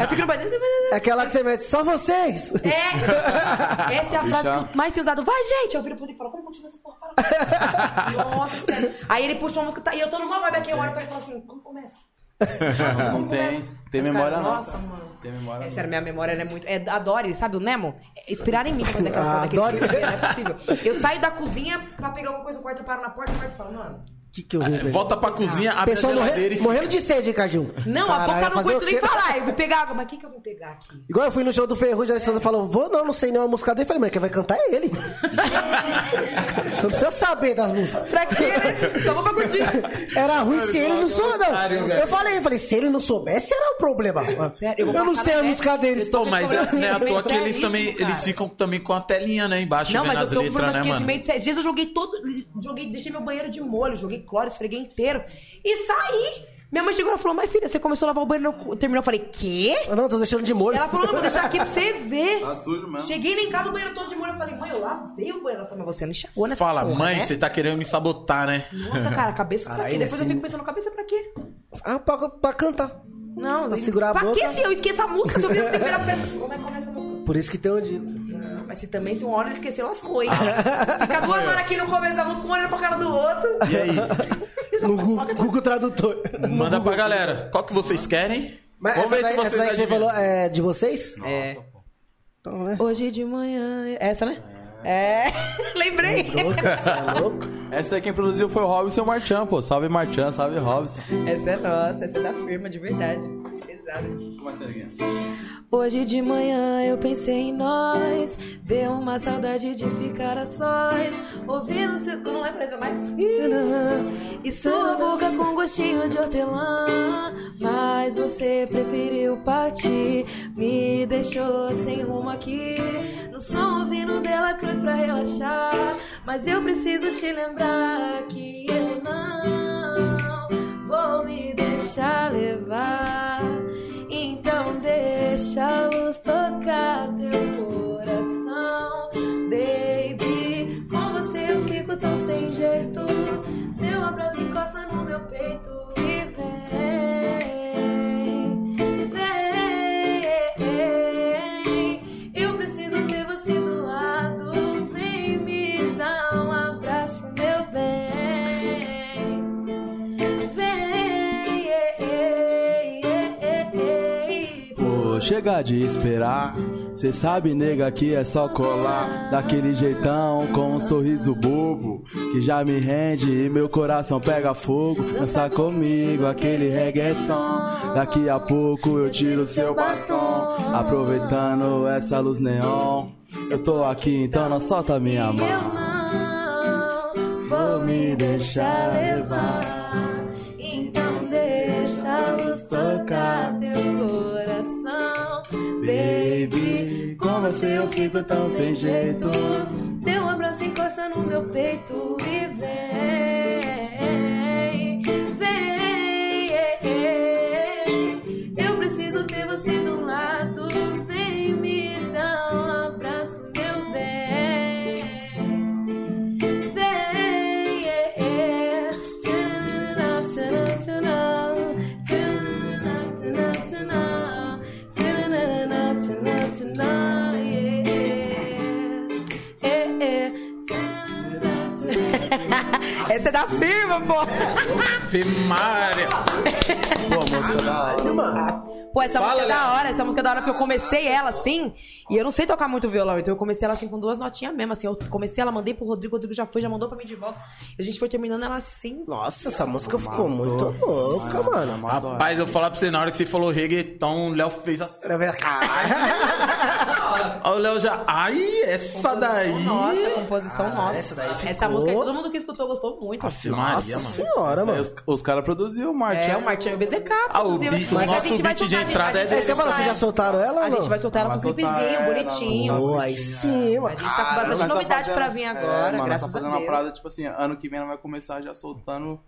[SPEAKER 3] eu fico no banheiro.
[SPEAKER 2] É aquela que você mete, só vocês!
[SPEAKER 3] É! Essa é a frase
[SPEAKER 1] Bichão.
[SPEAKER 3] que eu mais tenho usado. Vai, gente! Eu viro pro Rodrigo e falo, como continua essa porra? Fala. Nossa, sério. Aí ele puxou uma música tá- e eu tô numa vibe aqui, eu olho pra ele e falo assim, como começa?
[SPEAKER 1] Não, não tem, tem
[SPEAKER 3] Os
[SPEAKER 1] memória,
[SPEAKER 3] caras,
[SPEAKER 1] não.
[SPEAKER 3] Nossa,
[SPEAKER 1] cara.
[SPEAKER 3] mano.
[SPEAKER 1] Tem memória.
[SPEAKER 3] Essa era
[SPEAKER 1] não.
[SPEAKER 3] minha memória, ela é muito. É a Dory, sabe? O Nemo? É, Inspiraram em mim pra fazer aquela
[SPEAKER 2] Ah,
[SPEAKER 3] foto aquele
[SPEAKER 2] Dory.
[SPEAKER 3] desenho, Não é possível. Eu saio da cozinha pra pegar alguma coisa no quarto, eu paro na porta, o quarto e falo, mano.
[SPEAKER 2] Que que eu vi, velho?
[SPEAKER 4] Ah, Volta pra cozinha, abre a
[SPEAKER 2] Ah, Pessoal morre-
[SPEAKER 4] geladeira e...
[SPEAKER 2] morrendo de sede, Ricardinho.
[SPEAKER 3] Não,
[SPEAKER 2] Caralho,
[SPEAKER 3] a boca eu
[SPEAKER 2] fazer
[SPEAKER 3] não
[SPEAKER 2] o
[SPEAKER 3] aguento nem
[SPEAKER 2] quê?
[SPEAKER 3] falar. Eu vim pegar, mas o que, que eu vou pegar aqui?
[SPEAKER 2] Igual eu fui no show do Ferrugem, a Alessandra falou, vou não, não sei nenhuma música dele. Eu falei, mas quem vai cantar é ele. Você não precisa saber das músicas.
[SPEAKER 3] Pra quê, né? Só vou pra curtir.
[SPEAKER 2] Era ruim se ele não soubesse,
[SPEAKER 4] otário,
[SPEAKER 2] não.
[SPEAKER 4] velho.
[SPEAKER 2] Eu falei, eu falei, se ele não soubesse, era o problema.
[SPEAKER 3] É Sério, eu
[SPEAKER 2] eu
[SPEAKER 3] vou
[SPEAKER 2] não
[SPEAKER 3] passar
[SPEAKER 2] sei a
[SPEAKER 3] na
[SPEAKER 2] música deles.
[SPEAKER 4] Então, mas é, né, à toa
[SPEAKER 3] Pensa
[SPEAKER 4] que eles
[SPEAKER 3] nisso,
[SPEAKER 4] também
[SPEAKER 3] cara.
[SPEAKER 4] eles ficam também com a telinha, né, embaixo,
[SPEAKER 3] Não,
[SPEAKER 4] vendo
[SPEAKER 3] mas
[SPEAKER 4] as
[SPEAKER 3] eu tô com
[SPEAKER 4] letras, né, mano?
[SPEAKER 3] esquecimento. Esses dias eu joguei todo. Joguei, deixei meu banheiro de molho, joguei cloro, esfreguei inteiro. E saí! Minha mãe chegou e falou: Mas filha, você começou a lavar o banheiro, não terminou. Eu falei: Quê?
[SPEAKER 2] Eu Não, tô deixando de molho.
[SPEAKER 3] Ela falou: Não, vou deixar aqui pra você ver.
[SPEAKER 1] Tá sujo mesmo.
[SPEAKER 3] Cheguei lá em casa, o banheiro todo de molho. Eu falei: Mãe, eu lavei o banheiro. Ela falou: Mas você não enxergou nessa
[SPEAKER 4] Fala,
[SPEAKER 3] porra,
[SPEAKER 4] mãe,
[SPEAKER 3] né?"
[SPEAKER 4] você tá querendo me sabotar, né?
[SPEAKER 3] Nossa, cara, cabeça pra
[SPEAKER 2] Caralho,
[SPEAKER 3] quê? Depois eu
[SPEAKER 2] esse-
[SPEAKER 3] fico pensando: Cabeça pra quê?
[SPEAKER 2] Ah, pra, pra cantar.
[SPEAKER 3] Não,
[SPEAKER 2] Pra
[SPEAKER 3] eu-
[SPEAKER 2] segurar a
[SPEAKER 3] pra
[SPEAKER 2] boca.
[SPEAKER 3] que se eu esqueço a música? Se eu vi a primeira pessoa. Como é que começa a música?
[SPEAKER 2] Por isso que tem onde. ir.
[SPEAKER 3] Não, mas se também, se um hora ele esquecer, lascou, hein? Fica duas horas aqui no começo da música, um olhando pra cara do outro.
[SPEAKER 4] E aí?
[SPEAKER 2] No Gu- Google Tradutor.
[SPEAKER 4] Manda pra galera. Qual que vocês querem?
[SPEAKER 2] Mas essa
[SPEAKER 4] Vamos ver se
[SPEAKER 2] daí, essa
[SPEAKER 4] vocês
[SPEAKER 2] daí que você
[SPEAKER 4] adivinham.
[SPEAKER 2] falou é de vocês?
[SPEAKER 3] É.
[SPEAKER 2] Então, né?
[SPEAKER 3] Hoje de manhã. Essa, né? É. Lembrei.
[SPEAKER 2] Louca, você é louco?
[SPEAKER 1] Essa aí quem produziu foi o Robson e o Marchan, pô. Salve Marchan, salve Robson.
[SPEAKER 3] Essa é nossa, essa é da firma, de verdade. Pesado.
[SPEAKER 1] Como é
[SPEAKER 5] Hoje de manhã eu pensei em nós, deu uma saudade de ficar a sós, ouvindo seu
[SPEAKER 3] Eu não é lembro ainda mais.
[SPEAKER 5] e sua boca com gostinho de hortelã, mas você preferiu partir, me deixou sem rumo aqui, no som ouvindo dela cruz pra relaxar, mas eu preciso te lembrar que eu não vou me deixar levar, então deixa a luz tocar teu coração, baby, com você eu fico tão sem jeito. Teu abraço encosta no meu peito e vem, vem. Eu preciso ter você do lado. Vem me dar um abraço, meu bem. Vem.
[SPEAKER 1] Pô, chega de esperar. Cê sabe, nega, que é só colar daquele jeitão com um sorriso bobo que já me rende e meu coração pega fogo. Dança comigo aquele reggaeton. Daqui a pouco eu tiro seu batom, aproveitando essa luz neon. Eu tô aqui, então não solta minha
[SPEAKER 5] Eu
[SPEAKER 1] mão.
[SPEAKER 5] não vou me deixar levar. Então deixa a luz tocar teu coração, baby. Com você eu fico tão sem jeito. Teu abraço encosta no meu peito e vem, vem. Eu preciso ter você do lado. Vem me dar um abraço, meu bem. Eh,
[SPEAKER 3] Essa é da firma, pô.
[SPEAKER 4] Femária.
[SPEAKER 1] Pô, moça, da hora.
[SPEAKER 3] Pô, essa
[SPEAKER 4] Fala,
[SPEAKER 3] música é da
[SPEAKER 4] Léo.
[SPEAKER 3] hora. Essa música é da hora porque eu comecei ela assim. E eu não sei tocar muito violão, então eu comecei ela assim com duas notinhas mesmo. Assim, eu comecei ela, mandei pro Rodrigo, o Rodrigo já foi, já mandou pra mim de volta. E a gente foi terminando ela assim.
[SPEAKER 2] Nossa, essa música ficou muito louca, mano.
[SPEAKER 4] Rapaz, eu vou falar pra você, na hora que você falou reggaeton, o Léo fez assim.
[SPEAKER 2] Caralho.
[SPEAKER 4] Ó, o Léo já. Ai, essa daí.
[SPEAKER 3] Nossa, composição nossa.
[SPEAKER 2] Ah, essa daí
[SPEAKER 3] Essa
[SPEAKER 2] ficou-
[SPEAKER 3] música aí, todo mundo que escutou gostou muito.
[SPEAKER 4] Aff, Maria,
[SPEAKER 2] Nossa
[SPEAKER 4] mano.
[SPEAKER 2] senhora,
[SPEAKER 1] Aí
[SPEAKER 2] mano.
[SPEAKER 1] Os, os caras produziram o Marchan.
[SPEAKER 3] É, o Martinho BZK.
[SPEAKER 4] Ah, o
[SPEAKER 3] inclusive.
[SPEAKER 4] bi- o
[SPEAKER 3] Mas a
[SPEAKER 4] nosso
[SPEAKER 3] gente vai
[SPEAKER 4] beat de
[SPEAKER 3] soltar, gente,
[SPEAKER 4] entrada
[SPEAKER 3] a
[SPEAKER 4] é
[SPEAKER 3] gente
[SPEAKER 2] É isso que eu
[SPEAKER 3] vai
[SPEAKER 2] falo, vocês já
[SPEAKER 3] soltar
[SPEAKER 2] soltaram ela
[SPEAKER 3] ela.
[SPEAKER 2] ou
[SPEAKER 3] A gente vai
[SPEAKER 2] não?
[SPEAKER 3] soltar ela
[SPEAKER 1] Vai
[SPEAKER 3] com um
[SPEAKER 1] soltar
[SPEAKER 3] clipezinho
[SPEAKER 1] ela,
[SPEAKER 3] bonitinho.
[SPEAKER 2] Pô, aí sim,
[SPEAKER 3] A
[SPEAKER 2] mano.
[SPEAKER 3] gente tá com bastante
[SPEAKER 1] Nós tá
[SPEAKER 3] novidade
[SPEAKER 1] fazendo-
[SPEAKER 3] pra vir agora,
[SPEAKER 1] mano, nós
[SPEAKER 3] graças
[SPEAKER 1] tá fazendo
[SPEAKER 3] a Deus.
[SPEAKER 1] uma parada, tipo assim, ano que vem ela vai começar já soltando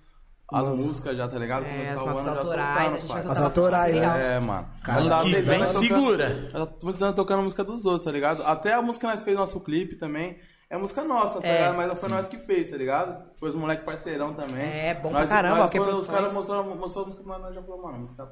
[SPEAKER 1] as músicas já, tá ligado?
[SPEAKER 3] É,
[SPEAKER 1] Começar
[SPEAKER 3] as
[SPEAKER 1] o
[SPEAKER 3] nossas
[SPEAKER 1] ano já
[SPEAKER 3] autorais, a
[SPEAKER 1] soltando, pai.
[SPEAKER 3] gente vai soltar
[SPEAKER 2] As
[SPEAKER 3] bastante
[SPEAKER 2] autorais, né?
[SPEAKER 3] material.
[SPEAKER 1] É, mano.
[SPEAKER 4] Ano
[SPEAKER 1] Nós
[SPEAKER 4] que
[SPEAKER 1] seis
[SPEAKER 4] vem,
[SPEAKER 1] anos
[SPEAKER 4] segura.
[SPEAKER 1] Tocando, ela tá muitos anos tocando música dos outros, tá ligado? Até a música que nós fez nosso clipe também. É música nossa, tá
[SPEAKER 3] É,
[SPEAKER 1] ligado? Mas não foi nós que fez, tá ligado? Foi os moleque parceirão também.
[SPEAKER 3] É, bom pra
[SPEAKER 1] nós,
[SPEAKER 3] caramba,
[SPEAKER 1] nós
[SPEAKER 3] ó, que
[SPEAKER 1] foram- Os
[SPEAKER 3] produções.
[SPEAKER 1] caras mostraram, mostraram a música, mas nós já falamos, mano, a música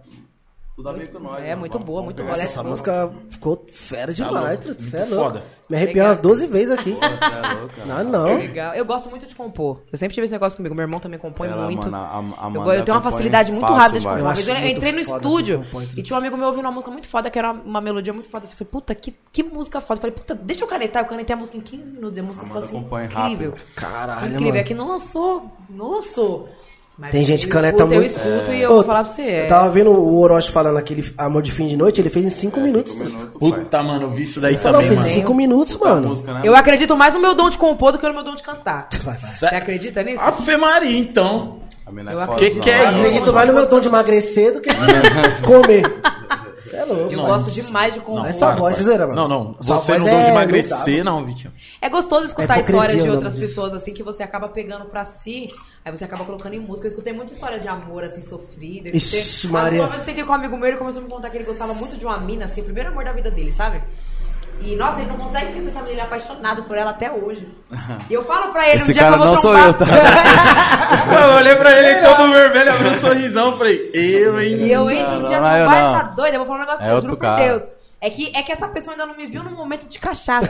[SPEAKER 1] tudo a ver com nós.
[SPEAKER 3] é,
[SPEAKER 1] mano,
[SPEAKER 3] muito
[SPEAKER 1] vamos-
[SPEAKER 3] boa,
[SPEAKER 1] vamos
[SPEAKER 3] muito
[SPEAKER 1] ver.
[SPEAKER 3] boa.
[SPEAKER 2] Nossa,
[SPEAKER 3] Olha,
[SPEAKER 2] essa
[SPEAKER 3] ficou-
[SPEAKER 2] música ficou fera demais,
[SPEAKER 4] Tá louco,
[SPEAKER 2] truta. Você é
[SPEAKER 4] muito
[SPEAKER 2] louco.
[SPEAKER 4] foda.
[SPEAKER 2] Me arrepiou umas 12 vezes aqui.
[SPEAKER 1] Você é louco, cara.
[SPEAKER 2] Não, não.
[SPEAKER 3] Legal. Eu gosto muito de compor. Eu sempre tive esse negócio comigo. Meu irmão também compõe
[SPEAKER 1] Ela,
[SPEAKER 3] muito.
[SPEAKER 1] mano, a- a
[SPEAKER 3] eu,
[SPEAKER 1] Amanda
[SPEAKER 3] go- eu tenho uma
[SPEAKER 1] compõe
[SPEAKER 3] facilidade muito
[SPEAKER 1] fácil,
[SPEAKER 3] rápida de
[SPEAKER 1] vai.
[SPEAKER 3] compor. Uma vez eu,
[SPEAKER 2] Eu acho
[SPEAKER 3] eu entrei no
[SPEAKER 2] muito foda
[SPEAKER 3] estúdio
[SPEAKER 2] quem compõe,
[SPEAKER 3] e tinha um amigo meu ouvindo uma música muito foda, que era uma, uma melodia muito foda. Eu falei, puta, que, que música foda. Eu falei, puta, deixa eu canetar. Eu canetei a música em 15 minutos. E a música ficou
[SPEAKER 1] Amanda
[SPEAKER 3] assim,
[SPEAKER 1] compõe
[SPEAKER 3] incrível.
[SPEAKER 1] rápido.
[SPEAKER 2] Caralho,
[SPEAKER 3] Incrível. É
[SPEAKER 2] mano.
[SPEAKER 3] que não lançou, não lançou. Mas
[SPEAKER 2] Tem gente
[SPEAKER 3] eu
[SPEAKER 2] que caneta
[SPEAKER 3] escuto, Eu
[SPEAKER 2] muito.
[SPEAKER 3] escuto e eu
[SPEAKER 2] Ô,
[SPEAKER 3] vou falar pra você. é.
[SPEAKER 2] Eu tava vendo o Orochi falando aquele Amor de Fim de Noite, ele fez em 5 minutos.
[SPEAKER 1] Cinco minutos, pai.
[SPEAKER 4] Puta, mano, eu vi isso daí
[SPEAKER 2] Não,
[SPEAKER 4] É, também,
[SPEAKER 2] fez em
[SPEAKER 4] mano.
[SPEAKER 2] 5 minutos,
[SPEAKER 1] Puta
[SPEAKER 2] mano.
[SPEAKER 1] música, né?
[SPEAKER 3] Eu acredito mais no meu dom de compor do que no meu dom de cantar.
[SPEAKER 2] Vai, vai.
[SPEAKER 3] Você
[SPEAKER 4] Sé-
[SPEAKER 3] acredita nisso?
[SPEAKER 4] é Ave Maria, então.
[SPEAKER 1] A mina é
[SPEAKER 3] Eu
[SPEAKER 1] foda,
[SPEAKER 3] acredito.
[SPEAKER 1] não.
[SPEAKER 4] Que que é
[SPEAKER 2] Ah,
[SPEAKER 4] isso?
[SPEAKER 2] Neguito, vai no meu tom de emagrecer do que de comer. Você é louco.
[SPEAKER 3] Eu
[SPEAKER 2] mano.
[SPEAKER 3] gosto demais de compor.
[SPEAKER 2] Essa voz,
[SPEAKER 4] pai.
[SPEAKER 2] vocês eram, mano.
[SPEAKER 4] Não, não.
[SPEAKER 2] Sua
[SPEAKER 4] Você
[SPEAKER 2] voz
[SPEAKER 4] não deu
[SPEAKER 2] é-
[SPEAKER 4] de emagrecer, não, Vitinho.
[SPEAKER 3] É gostoso escutar
[SPEAKER 2] É hipocrisia
[SPEAKER 3] histórias de
[SPEAKER 2] o nome
[SPEAKER 3] outras
[SPEAKER 2] disso.
[SPEAKER 3] pessoas, assim, que você acaba pegando pra si, aí você acaba colocando em música. Eu escutei muita história de amor, assim, sofrida. eu escutei-
[SPEAKER 2] Ixi,
[SPEAKER 3] Mas
[SPEAKER 2] Maria.
[SPEAKER 3] Uma vez eu sentei com um amigo meu, ele começou a me contar que ele gostava muito de uma mina, assim, o primeiro amor da vida dele, sabe? E, nossa, ele não consegue esquecer essa menina, ele é apaixonado por ela até hoje. E eu falo pra ele, um
[SPEAKER 1] Esse
[SPEAKER 3] dia que
[SPEAKER 1] cara
[SPEAKER 3] eu vou
[SPEAKER 1] não sou
[SPEAKER 3] trombar-
[SPEAKER 1] eu, tá?
[SPEAKER 4] Eu olhei pra ele todo vermelho, abriu um sorrisão, falei, eu, hein?
[SPEAKER 1] é
[SPEAKER 3] E eu entro um dia
[SPEAKER 1] Não, não,
[SPEAKER 3] não,
[SPEAKER 1] eu
[SPEAKER 3] vai
[SPEAKER 1] não.
[SPEAKER 3] essa doida, eu vou falar um negócio
[SPEAKER 1] É
[SPEAKER 3] pra você,
[SPEAKER 1] outro
[SPEAKER 3] juro por
[SPEAKER 1] cara.
[SPEAKER 3] Deus. É que, é que essa pessoa ainda não me viu no momento de cachaça.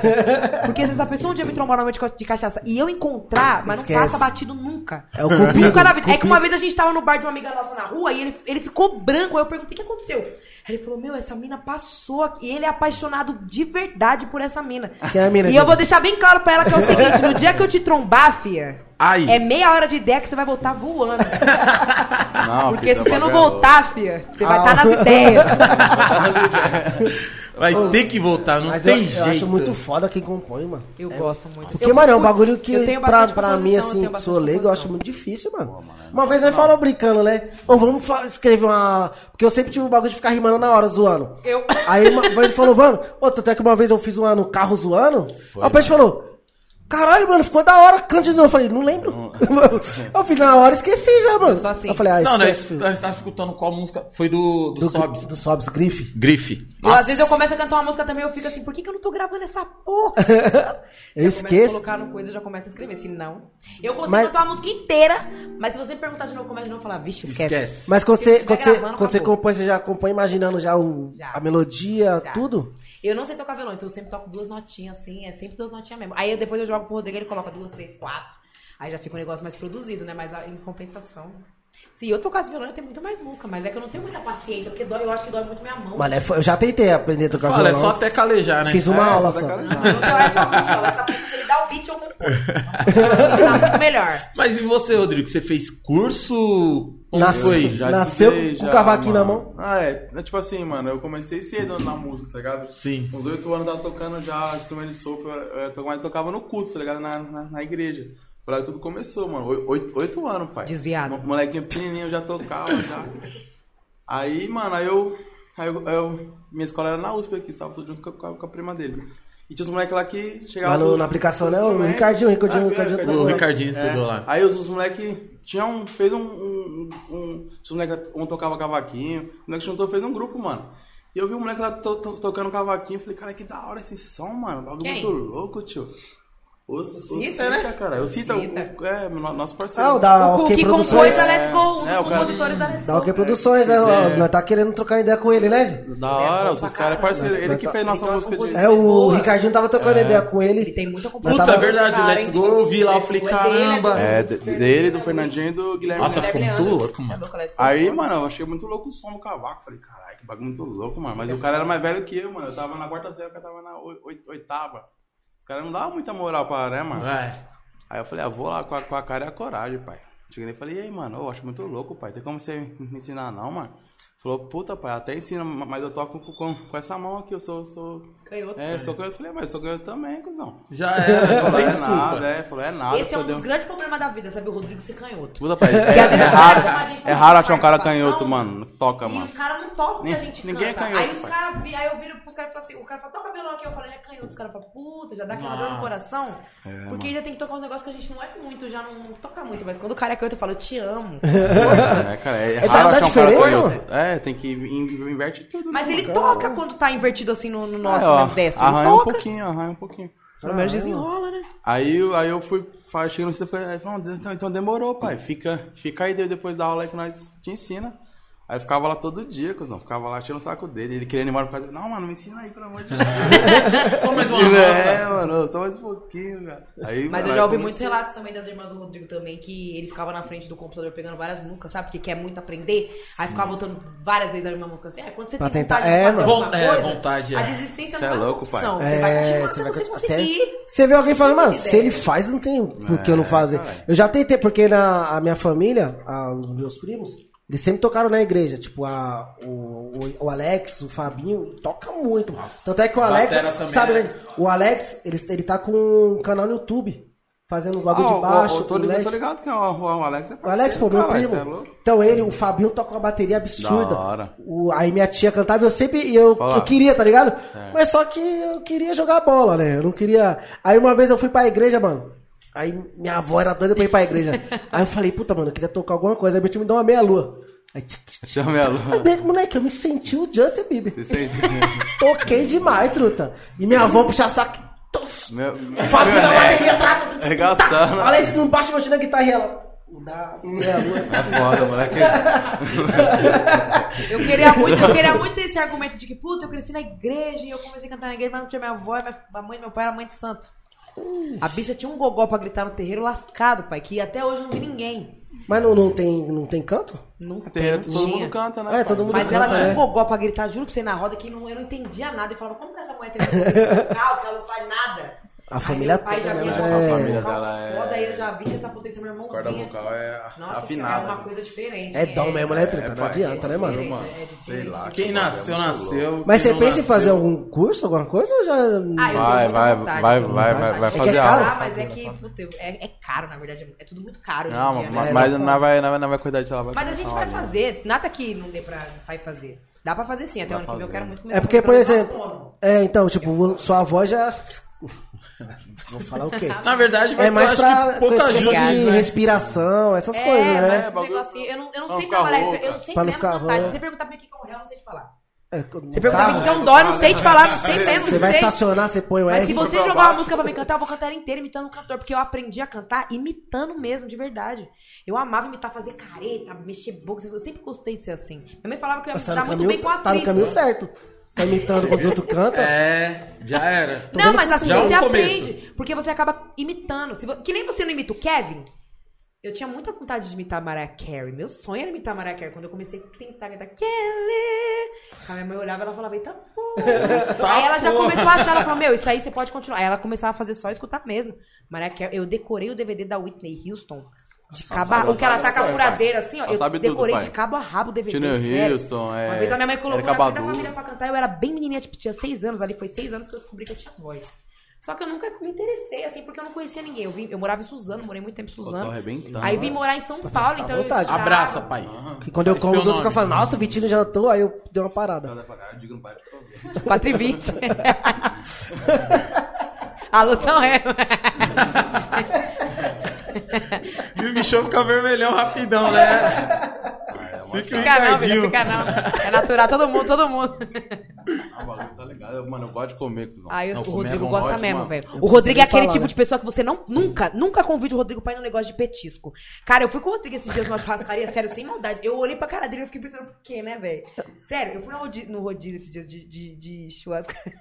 [SPEAKER 3] Porque se essa pessoa um dia me trombar no momento de ca- de cachaça e eu encontrar, mas
[SPEAKER 2] Esquece.
[SPEAKER 3] não passa batido nunca.
[SPEAKER 2] É o cupido.
[SPEAKER 3] Nunca na vida. É que
[SPEAKER 2] Cupido.
[SPEAKER 3] uma vez a gente tava no bar de uma amiga nossa na rua e ele, ele ficou branco. Aí eu perguntei o que aconteceu. Aí ele falou: Meu, essa mina passou aqui. E ele é apaixonado de verdade por essa mina.
[SPEAKER 2] Quem é a mina,
[SPEAKER 3] e
[SPEAKER 2] gente?
[SPEAKER 3] eu vou deixar bem claro pra ela que é o seguinte: no dia que eu te trombar, fia,
[SPEAKER 4] Aí.
[SPEAKER 3] é meia hora de ideia que você vai voltar voando.
[SPEAKER 1] Não,
[SPEAKER 3] Porque se
[SPEAKER 1] filho,
[SPEAKER 4] tá
[SPEAKER 3] você não
[SPEAKER 1] bagulho é louco.
[SPEAKER 3] voltar, fia, você vai
[SPEAKER 2] Ah.
[SPEAKER 3] estar nas ideias.
[SPEAKER 4] Vai ter que voltar, não
[SPEAKER 2] Mas eu,
[SPEAKER 4] tem
[SPEAKER 2] eu
[SPEAKER 4] jeito.
[SPEAKER 2] acho muito foda quem compõe, mano.
[SPEAKER 3] Eu gosto muito.
[SPEAKER 2] Porque, mano, é um
[SPEAKER 3] curto-
[SPEAKER 2] bagulho que
[SPEAKER 3] eu tenho
[SPEAKER 2] pra,
[SPEAKER 3] bastante
[SPEAKER 2] pra
[SPEAKER 3] composição,
[SPEAKER 2] mim,
[SPEAKER 3] eu
[SPEAKER 2] assim,
[SPEAKER 3] tenho
[SPEAKER 2] que
[SPEAKER 3] bastante então.
[SPEAKER 2] sou leigo, eu
[SPEAKER 3] composição.
[SPEAKER 2] acho muito difícil, mano.
[SPEAKER 4] é
[SPEAKER 2] Uma vez nós falamos brincando, né? Ou vamos fa- escrever uma. Porque eu sempre tive o bagulho de ficar rimando na hora, zoando.
[SPEAKER 3] Eu.
[SPEAKER 2] Aí uma vez ele falou, mano, ô, tanto é que uma vez eu fiz uma no carro zoando. aí o
[SPEAKER 4] né?
[SPEAKER 2] peixe falou, caralho, mano, ficou da hora, canta de novo. Eu falei, não lembro. eu fiz na hora e esqueci já, mano.
[SPEAKER 3] sou assim.
[SPEAKER 2] Eu falei, ah,
[SPEAKER 4] Não,
[SPEAKER 2] esquece,
[SPEAKER 4] nós,
[SPEAKER 2] filho.
[SPEAKER 4] nós tava escutando qual música? Foi do, do,
[SPEAKER 2] Do,
[SPEAKER 4] Sobs.
[SPEAKER 2] do Sobs Grife.
[SPEAKER 4] Grife.
[SPEAKER 3] Eu, às vezes eu começo a cantar uma música também, eu fico assim, por que, que eu não tô gravando essa porra?
[SPEAKER 2] Eu
[SPEAKER 3] Começo a
[SPEAKER 2] esqueço.
[SPEAKER 3] colocar no coisa, eu já começo a escrever. Se não, eu consigo
[SPEAKER 2] Mas-
[SPEAKER 3] cantar a música inteira, mas se você me perguntar de novo, começa de novo e falar, vixe, esquece.
[SPEAKER 4] Esquece.
[SPEAKER 2] Mas quando
[SPEAKER 3] Porque
[SPEAKER 2] você,
[SPEAKER 3] vai
[SPEAKER 2] quando, você,
[SPEAKER 3] gravando,
[SPEAKER 2] quando você
[SPEAKER 3] acabou.
[SPEAKER 2] compõe, você já compõe imaginando já, o,
[SPEAKER 3] Já.
[SPEAKER 2] a melodia,
[SPEAKER 3] Já.
[SPEAKER 2] tudo?
[SPEAKER 3] Eu não sei tocar violão, então eu sempre toco duas notinhas, assim, é sempre duas notinhas mesmo. Aí eu- depois eu jogo pro Rodrigo, ele coloca duas, três, quatro. Aí já fica um negócio mais produzido, né? Mas a- em compensação. Se eu tocasse violão, eu tenho muito mais música, mas é que eu não tenho muita paciência, porque dói, eu acho que dói muito minha mão.
[SPEAKER 2] Mano, é fo- eu já tentei aprender a tocar
[SPEAKER 4] Fala, é
[SPEAKER 2] violão.
[SPEAKER 4] só até calejar, né?
[SPEAKER 2] Fiz
[SPEAKER 3] um
[SPEAKER 2] uma
[SPEAKER 1] É,
[SPEAKER 2] aula
[SPEAKER 1] só
[SPEAKER 2] só.
[SPEAKER 1] da cara de-
[SPEAKER 3] Não tem essa função, essa função se ele dá o beat ou compõe. Tá muito melhor.
[SPEAKER 4] Mas e você, Rodrigo? Você fez curso? Como
[SPEAKER 2] Nasce-
[SPEAKER 4] foi?
[SPEAKER 1] Já
[SPEAKER 2] Nasceu
[SPEAKER 1] estudei,
[SPEAKER 2] com o cavaquinho na
[SPEAKER 1] mano. Ah, é. É Tipo assim, mano, eu comecei cedo na música, tá ligado?
[SPEAKER 4] Sim.
[SPEAKER 1] Com Uns oito anos eu tava tocando já instrumento de sopro, eu- eu to- mas tocava no culto, tá ligado? Na, na, na igreja. Foi lá que tudo começou, mano. Oi- Oito, oito anos, pai.
[SPEAKER 3] Desviado.
[SPEAKER 1] Mo- Molequinho pequenininho, eu já tocava, já. Aí, mano, aí eu, aí eu, aí eu- Minha escola era na USP aqui, estava todo junto com a, com a- com a prima dele. E tinha os moleques lá que chegavam...
[SPEAKER 2] Lá no- na aplicação, né? O Ricardinho, o Ricardinho, o
[SPEAKER 1] Ah,
[SPEAKER 2] Ricardinho É.
[SPEAKER 4] O
[SPEAKER 2] Não,
[SPEAKER 4] Ricardinho estudou lá.
[SPEAKER 1] Aí os, os moleque tinha um, fez um, um, um- os moleque, um tocava cavaquinho, o moleque juntou, fez um grupo, mano. E eu vi o moleque lá to- to- tocando cavaquinho, falei, cara, que da hora esse som, mano, bagulho
[SPEAKER 3] Quem?
[SPEAKER 1] muito louco, tio. O, Cita,
[SPEAKER 3] Cita, né?
[SPEAKER 1] cara, o Cita, o-
[SPEAKER 3] Cita.
[SPEAKER 1] o- é, no- nosso parceiro.
[SPEAKER 2] Ah, o da
[SPEAKER 3] O
[SPEAKER 2] OK
[SPEAKER 3] que
[SPEAKER 2] Produções.
[SPEAKER 3] compôs a Let's Go, um dos
[SPEAKER 1] É, o cara-
[SPEAKER 3] compositores da Let's
[SPEAKER 2] Da OK
[SPEAKER 3] Go.
[SPEAKER 2] Produções, né? Ó, Nós tá querendo trocar ideia com ele, né? Gi?
[SPEAKER 1] Da hora, os
[SPEAKER 3] pra
[SPEAKER 1] caras é
[SPEAKER 3] caramba.
[SPEAKER 1] parceiro, ele
[SPEAKER 2] Mas
[SPEAKER 1] que
[SPEAKER 2] tá-
[SPEAKER 1] fez nossa
[SPEAKER 3] então as
[SPEAKER 1] música de...
[SPEAKER 3] composições-
[SPEAKER 2] É, o
[SPEAKER 3] Boa.
[SPEAKER 2] Ricardinho tava trocando ideia com ele.
[SPEAKER 3] Ele tem muita
[SPEAKER 4] Puta,
[SPEAKER 3] composição.
[SPEAKER 4] é verdade, o
[SPEAKER 3] cara,
[SPEAKER 4] Let's
[SPEAKER 3] hein?
[SPEAKER 4] Go, eu vi lá, eu
[SPEAKER 3] Let's
[SPEAKER 4] falei,
[SPEAKER 3] Go é dele,
[SPEAKER 4] caramba.
[SPEAKER 1] É,
[SPEAKER 3] é
[SPEAKER 1] de- dele, do Fernandinho e do Guilherme.
[SPEAKER 4] Nossa,
[SPEAKER 1] Guilherme
[SPEAKER 4] ficou muito
[SPEAKER 1] Leandro.
[SPEAKER 4] louco, mano.
[SPEAKER 1] Aí, mano, eu achei muito louco o som do cavaco. Falei, caralho, que bagulho muito louco, mano. Mas o cara era mais velho que eu, mano. Eu tava na quarta série, o cara tava na oi- oi- oitava. Os caras não davam muita moral pra, né, mano?
[SPEAKER 4] Vai.
[SPEAKER 1] Aí eu falei, ah, vou lá com a, com a cara e a coragem, pai. Cheguei nele e falei, e aí, mano, eu acho muito louco, pai. Tem como você me ensinar, não, mano? Falou, puta, pai, até ensina, mas eu toco com, com, com essa mão aqui, eu sou. sou...
[SPEAKER 3] Canhoto.
[SPEAKER 1] É, eu sou canhoto. Eu falei, mas eu sou canhoto também, cuzão.
[SPEAKER 4] Já era, não
[SPEAKER 1] Falou,
[SPEAKER 4] tem
[SPEAKER 1] é
[SPEAKER 4] desculpa.
[SPEAKER 1] nada, é, falou, é nada.
[SPEAKER 3] Esse é um
[SPEAKER 1] fodeu.
[SPEAKER 3] dos grandes problemas da vida, sabe? O Rodrigo ser canhoto.
[SPEAKER 1] Puta, pai, é,
[SPEAKER 3] Porque às vezes
[SPEAKER 1] é
[SPEAKER 3] os
[SPEAKER 1] raro,
[SPEAKER 3] caras chamam a gente pra
[SPEAKER 1] é raro
[SPEAKER 3] fazer
[SPEAKER 1] achar um cara
[SPEAKER 3] participação.
[SPEAKER 1] canhoto, mano, que toca,
[SPEAKER 3] E
[SPEAKER 1] mano.
[SPEAKER 3] os caras não tocam que a gente
[SPEAKER 1] Ninguém é
[SPEAKER 3] canta.
[SPEAKER 1] canhoto,
[SPEAKER 3] aí os
[SPEAKER 1] pai.
[SPEAKER 3] caras vi- aí eu viro pros caras e falo assim, o cara fala, toca violão aqui, eu falo, ele é canhoto. Os caras falam, puta, já dá aquela dor no
[SPEAKER 4] Nossa.
[SPEAKER 3] coração.
[SPEAKER 1] É,
[SPEAKER 3] porque já tem que tocar uns negócios que a gente não é muito, já não, não toca muito. Mas quando o cara é canhoto, eu falo, eu te amo.
[SPEAKER 1] É, cara, é raro
[SPEAKER 2] dá
[SPEAKER 1] achar um cara
[SPEAKER 2] diferença,
[SPEAKER 1] canhoto. É, tem que in- inverte tudo.
[SPEAKER 3] Mas
[SPEAKER 1] né,
[SPEAKER 3] ele
[SPEAKER 1] mano?
[SPEAKER 3] toca quando tá invertido assim no, no nosso,
[SPEAKER 1] É, ó,
[SPEAKER 3] né, destro. Ele
[SPEAKER 1] Arranha um
[SPEAKER 3] toca.
[SPEAKER 1] pouquinho, arranha um pouquinho.
[SPEAKER 3] Pelo menos desenrola, né?
[SPEAKER 1] Aí, eu- aí eu fui, fa- cheguei "É, no centro e falei, aí falou, então, então demorou, pai. Fica, fica aí depois da aula aí que nós é te ensina. Aí eu ficava lá todo dia, cuzão. Ficava lá tirando o saco dele. Ele querendo ir embora por causa Não, mano, me ensina aí, pelo amor de Deus.
[SPEAKER 4] Só mais uma
[SPEAKER 1] é, mano, só mais um pouquinho, velho. Aí,
[SPEAKER 3] Mas
[SPEAKER 1] mano,
[SPEAKER 3] eu
[SPEAKER 1] aí
[SPEAKER 2] é
[SPEAKER 3] já ouvi
[SPEAKER 1] comecei-
[SPEAKER 3] muitos relatos também das irmãs do Rodrigo também, que ele ficava na frente do computador pegando várias músicas, sabe? Porque quer muito aprender. Aí ficava voltando várias vezes a mesma música assim. Ah, quando você
[SPEAKER 2] Pra
[SPEAKER 3] tem
[SPEAKER 2] tentar-
[SPEAKER 3] vontade de
[SPEAKER 2] é,
[SPEAKER 3] fazer
[SPEAKER 2] mano.
[SPEAKER 3] alguma
[SPEAKER 4] Von- é,
[SPEAKER 3] coisa,
[SPEAKER 4] vontade, é.
[SPEAKER 3] a desistência
[SPEAKER 1] Cê
[SPEAKER 3] não
[SPEAKER 1] é
[SPEAKER 3] é uma
[SPEAKER 1] louco, pai.
[SPEAKER 3] opção. Você vai continuar se
[SPEAKER 2] É,
[SPEAKER 3] você
[SPEAKER 2] continuar. Até-
[SPEAKER 3] conseguir.
[SPEAKER 2] Você vê alguém falando, mano,
[SPEAKER 3] Você
[SPEAKER 2] se ele
[SPEAKER 3] quiser.
[SPEAKER 2] faz, não tem por que eu não fazer. Eu já tentei, porque na a minha família, a- os meus primos, eles sempre tocaram na igreja. Tipo, a, o, o- o Alex, o Fabinho, toca muito.
[SPEAKER 4] Nossa,
[SPEAKER 2] Tanto é que o
[SPEAKER 4] batera
[SPEAKER 2] Alex,
[SPEAKER 4] também,
[SPEAKER 2] sabe,
[SPEAKER 4] né?
[SPEAKER 2] né? O Alex, ele, ele tá com um canal no YouTube, fazendo os bagulho
[SPEAKER 1] Ah,
[SPEAKER 2] de
[SPEAKER 1] o-
[SPEAKER 2] baixo.
[SPEAKER 1] o- o- tô,
[SPEAKER 2] moleque.
[SPEAKER 1] ligado, tô ligado que é o, o Alex é
[SPEAKER 2] O Alex, pô, meu
[SPEAKER 1] caralho,
[SPEAKER 2] primo.
[SPEAKER 1] cê é louco.
[SPEAKER 2] então ele, o Fabinho toca uma bateria absurda.
[SPEAKER 1] Da hora.
[SPEAKER 2] O- aí minha tia cantava e eu sempre. e Eu,
[SPEAKER 1] Fala. É.
[SPEAKER 2] eu queria, tá ligado? Mas só que eu queria jogar bola, né? Eu não queria. Aí uma vez eu fui pra igreja, mano. Aí minha avó era doida pra ir pra igreja. aí eu falei, puta, mano, eu queria tocar alguma coisa. Aí meu time me deu uma meia-lua. Aí, tic, tic,
[SPEAKER 1] Chama ela.
[SPEAKER 2] tic, moleque, eu me senti o Justin Bieber.
[SPEAKER 1] Isso aí.
[SPEAKER 2] Toquei demais, truta. E minha avó puxar saco. tuf,
[SPEAKER 1] Meu,
[SPEAKER 2] o Fábio
[SPEAKER 1] meu
[SPEAKER 2] na
[SPEAKER 1] neto.
[SPEAKER 2] bateria, trato.
[SPEAKER 1] É gastando.
[SPEAKER 2] Olha isso, tá. não baixa meu time na guitarra e ela. Não dá, meia lua.
[SPEAKER 1] É Foda, moleque.
[SPEAKER 3] Eu queria, muito, eu queria muito ter esse argumento de que, puta, eu cresci na igreja e eu comecei a cantar na igreja, mas não tinha minha avó, minha, minha mãe, meu pai era mãe de santo. A bicha tinha um gogó pra gritar no terreiro lascado, pai, que até hoje eu não vi ninguém.
[SPEAKER 2] Mas não, não, tem, não tem canto?
[SPEAKER 3] Nunca
[SPEAKER 1] É Terreiro,
[SPEAKER 3] não
[SPEAKER 1] todo
[SPEAKER 3] tinha.
[SPEAKER 1] mundo canta, né?
[SPEAKER 2] É,
[SPEAKER 1] pai?
[SPEAKER 2] todo mundo
[SPEAKER 3] Mas
[SPEAKER 2] canta,
[SPEAKER 3] ela tinha
[SPEAKER 2] é.
[SPEAKER 3] um gogó pra gritar, juro pra você, na roda, que não, eu não entendia nada. E falava, como que essa mulher tem esse vocal, que ela não faz nada?
[SPEAKER 2] A família
[SPEAKER 3] meu pai já
[SPEAKER 2] toda,
[SPEAKER 3] vinha
[SPEAKER 2] né?
[SPEAKER 3] já
[SPEAKER 2] É.
[SPEAKER 3] com esse
[SPEAKER 2] A família
[SPEAKER 3] vocal
[SPEAKER 1] dela é-
[SPEAKER 3] Foda, aí eu já vi que essa potência meu irmão
[SPEAKER 1] Corda
[SPEAKER 3] vinha.
[SPEAKER 1] vocal é
[SPEAKER 3] Nossa,
[SPEAKER 1] afinada.
[SPEAKER 3] é uma coisa diferente. é
[SPEAKER 2] É dom mesmo, né, Trita?
[SPEAKER 1] É,
[SPEAKER 2] não
[SPEAKER 1] pai,
[SPEAKER 2] adianta, né, mano?
[SPEAKER 3] diferente.
[SPEAKER 1] Sei lá.
[SPEAKER 4] Quem
[SPEAKER 1] que bagulho é
[SPEAKER 4] nasceu,
[SPEAKER 1] muito louco.
[SPEAKER 4] nasceu.
[SPEAKER 2] Mas você
[SPEAKER 4] quem não
[SPEAKER 2] pensa em
[SPEAKER 4] nasceu-
[SPEAKER 2] fazer algum curso, alguma coisa? Ou já.
[SPEAKER 3] Ah, eu tenho
[SPEAKER 1] Vai,
[SPEAKER 3] muita
[SPEAKER 1] vai,
[SPEAKER 3] vontade,
[SPEAKER 1] vai,
[SPEAKER 3] tenho
[SPEAKER 1] vai,
[SPEAKER 3] muita
[SPEAKER 1] vai,
[SPEAKER 3] vontade.
[SPEAKER 1] vai
[SPEAKER 2] É que
[SPEAKER 1] fazer
[SPEAKER 2] é
[SPEAKER 1] aula.
[SPEAKER 2] caro?
[SPEAKER 3] Ah, mas é que, puta, eu- é, é caro, na verdade. É tudo muito caro hoje
[SPEAKER 1] Não,
[SPEAKER 3] em dia,
[SPEAKER 1] mas,
[SPEAKER 3] né?
[SPEAKER 2] É,
[SPEAKER 1] mas
[SPEAKER 2] não
[SPEAKER 1] não vai, não vai, não vai cuidar de ela. vai
[SPEAKER 3] Mas a
[SPEAKER 1] começar
[SPEAKER 3] gente
[SPEAKER 1] uma
[SPEAKER 3] vai
[SPEAKER 1] aula.
[SPEAKER 3] fazer. Nada que não dê pra vai fazer. Dá pra fazer sim, até o ano que vem eu
[SPEAKER 1] fazer,
[SPEAKER 3] quero
[SPEAKER 1] né?
[SPEAKER 3] muito começar.
[SPEAKER 2] É porque,
[SPEAKER 3] a um
[SPEAKER 2] por
[SPEAKER 3] controlar
[SPEAKER 2] exemplo.
[SPEAKER 3] como.
[SPEAKER 2] É, então, tipo, vo- sua avó já. Vou falar o quê?
[SPEAKER 4] Na verdade, vai
[SPEAKER 2] É
[SPEAKER 4] ter,
[SPEAKER 2] mais
[SPEAKER 4] acho
[SPEAKER 2] pra
[SPEAKER 4] que pouca
[SPEAKER 2] coisa
[SPEAKER 4] ajuda.
[SPEAKER 2] de
[SPEAKER 4] né?
[SPEAKER 2] respiração, essas
[SPEAKER 3] É,
[SPEAKER 2] coisas,
[SPEAKER 3] mas
[SPEAKER 2] né?
[SPEAKER 3] esse
[SPEAKER 1] bagulho-
[SPEAKER 3] negocinho, eu não, eu não
[SPEAKER 1] Pra
[SPEAKER 3] sei
[SPEAKER 1] não ficar
[SPEAKER 3] trabalhar
[SPEAKER 1] rouca.
[SPEAKER 3] isso. Eu não sei
[SPEAKER 2] Pra não
[SPEAKER 3] mesmo
[SPEAKER 2] ficar
[SPEAKER 3] cantar. Se
[SPEAKER 2] rouca.
[SPEAKER 3] você perguntar pra mim o que é um real, eu não sei te falar.
[SPEAKER 2] É, no
[SPEAKER 3] Você perguntar pra mim o que é
[SPEAKER 2] carro,
[SPEAKER 3] um dó, eu não sei te falar, não sei mesmo.
[SPEAKER 2] Você
[SPEAKER 3] não
[SPEAKER 2] vai
[SPEAKER 3] sei.
[SPEAKER 2] estacionar, você põe o
[SPEAKER 3] Mas se
[SPEAKER 2] R.
[SPEAKER 3] você
[SPEAKER 1] pra
[SPEAKER 3] jogar uma
[SPEAKER 1] baixo.
[SPEAKER 3] música pra mim cantar, eu vou cantar ela inteira imitando um cantor, porque eu aprendi a cantar imitando mesmo, de verdade. Eu amava imitar, fazer careta, mexer boca, essas coisas. eu sempre gostei de ser assim. Minha mãe falava que eu ia me
[SPEAKER 2] Você
[SPEAKER 3] dar
[SPEAKER 2] tá no
[SPEAKER 3] muito bem
[SPEAKER 2] caminho,
[SPEAKER 3] com a
[SPEAKER 2] tá no
[SPEAKER 3] atriz.
[SPEAKER 2] caminho certo. Você tá imitando quando os outros
[SPEAKER 3] né?
[SPEAKER 2] cantam.
[SPEAKER 4] É, já era.
[SPEAKER 3] Não, mas assim,
[SPEAKER 4] Já é um
[SPEAKER 3] você
[SPEAKER 4] começo.
[SPEAKER 3] aprende, porque você acaba imitando. Se vo- Que nem você não imita o Kevin. Eu tinha muita vontade de imitar a Mariah Carey. Meu sonho era imitar a Mariah Carey. Quando eu comecei a tentar cantar Kelly, a minha mãe olhava e ela falava, eita porra.
[SPEAKER 4] Tá
[SPEAKER 3] aí ela já
[SPEAKER 4] porra.
[SPEAKER 3] começou a achar, ela falou, meu, isso aí você pode continuar. Aí ela começava a fazer só escutar mesmo. Mariah Carey, eu decorei o DVD da Whitney Houston. De cabo a...
[SPEAKER 1] sabe
[SPEAKER 3] O que ela
[SPEAKER 1] várias
[SPEAKER 3] tá com a
[SPEAKER 1] coisas,
[SPEAKER 3] furadeira, assim, ó.
[SPEAKER 1] Ela
[SPEAKER 3] Eu
[SPEAKER 1] sabe tudo,
[SPEAKER 3] decorei
[SPEAKER 1] pai.
[SPEAKER 3] de cabo a rabo o DVD,
[SPEAKER 1] Whitney
[SPEAKER 3] sério.
[SPEAKER 1] Houston, é.
[SPEAKER 3] né? Uma vez a minha mãe colocou
[SPEAKER 1] Erika
[SPEAKER 3] na frente da
[SPEAKER 1] Badu.
[SPEAKER 3] família pra cantar. Eu era bem menininha, tipo, tinha seis anos ali. Foi seis anos que eu descobri que eu tinha voz. Só que eu nunca me interessei, assim, porque eu não conhecia ninguém. Eu, vim, eu morava em Suzano, morei muito tempo em
[SPEAKER 1] Eu tô
[SPEAKER 3] Suzano.
[SPEAKER 1] arrebentando. né?
[SPEAKER 3] Aí vim morar em São Paulo, então eu
[SPEAKER 2] vontade.
[SPEAKER 3] estudava.
[SPEAKER 4] Abraça, pai.
[SPEAKER 2] Que quando eu
[SPEAKER 4] Esse
[SPEAKER 2] como,
[SPEAKER 4] teu
[SPEAKER 2] os outros
[SPEAKER 4] nome.
[SPEAKER 2] ficam falando, nossa, o Vitinho jantou, aí eu dei uma parada.
[SPEAKER 3] Quatro e vinte. Alô, São Remo.
[SPEAKER 4] E o bichão fica vermelhão rapidão, né?
[SPEAKER 1] É,
[SPEAKER 4] Fica o
[SPEAKER 3] Fica não, filha,
[SPEAKER 4] Ricardinho.
[SPEAKER 3] fica não. É natural, todo mundo, todo mundo.
[SPEAKER 1] Ah, o bagulho tá ligado. Mano, eu gosto de comer, cuzão.
[SPEAKER 3] Aí
[SPEAKER 1] Não,
[SPEAKER 3] o
[SPEAKER 1] comer é
[SPEAKER 3] Rodrigo
[SPEAKER 1] bom,
[SPEAKER 3] gosta
[SPEAKER 1] ótimo,
[SPEAKER 3] mesmo,
[SPEAKER 1] mano.
[SPEAKER 3] velho.
[SPEAKER 2] Eu
[SPEAKER 3] O Rodrigo é
[SPEAKER 2] preciso
[SPEAKER 3] aquele
[SPEAKER 2] falar,
[SPEAKER 3] tipo
[SPEAKER 2] né?
[SPEAKER 3] de pessoa que você não, nunca, nunca convide o Rodrigo pra ir num negócio de petisco. Cara, eu fui com o Rodrigo esses dias numa churrascaria, sério, sem maldade. Eu olhei pra cara dele e eu fiquei pensando, por quê, né, velho? Sério, eu fui no Rodi- no rodízio esses dias de, de, de churrascaria.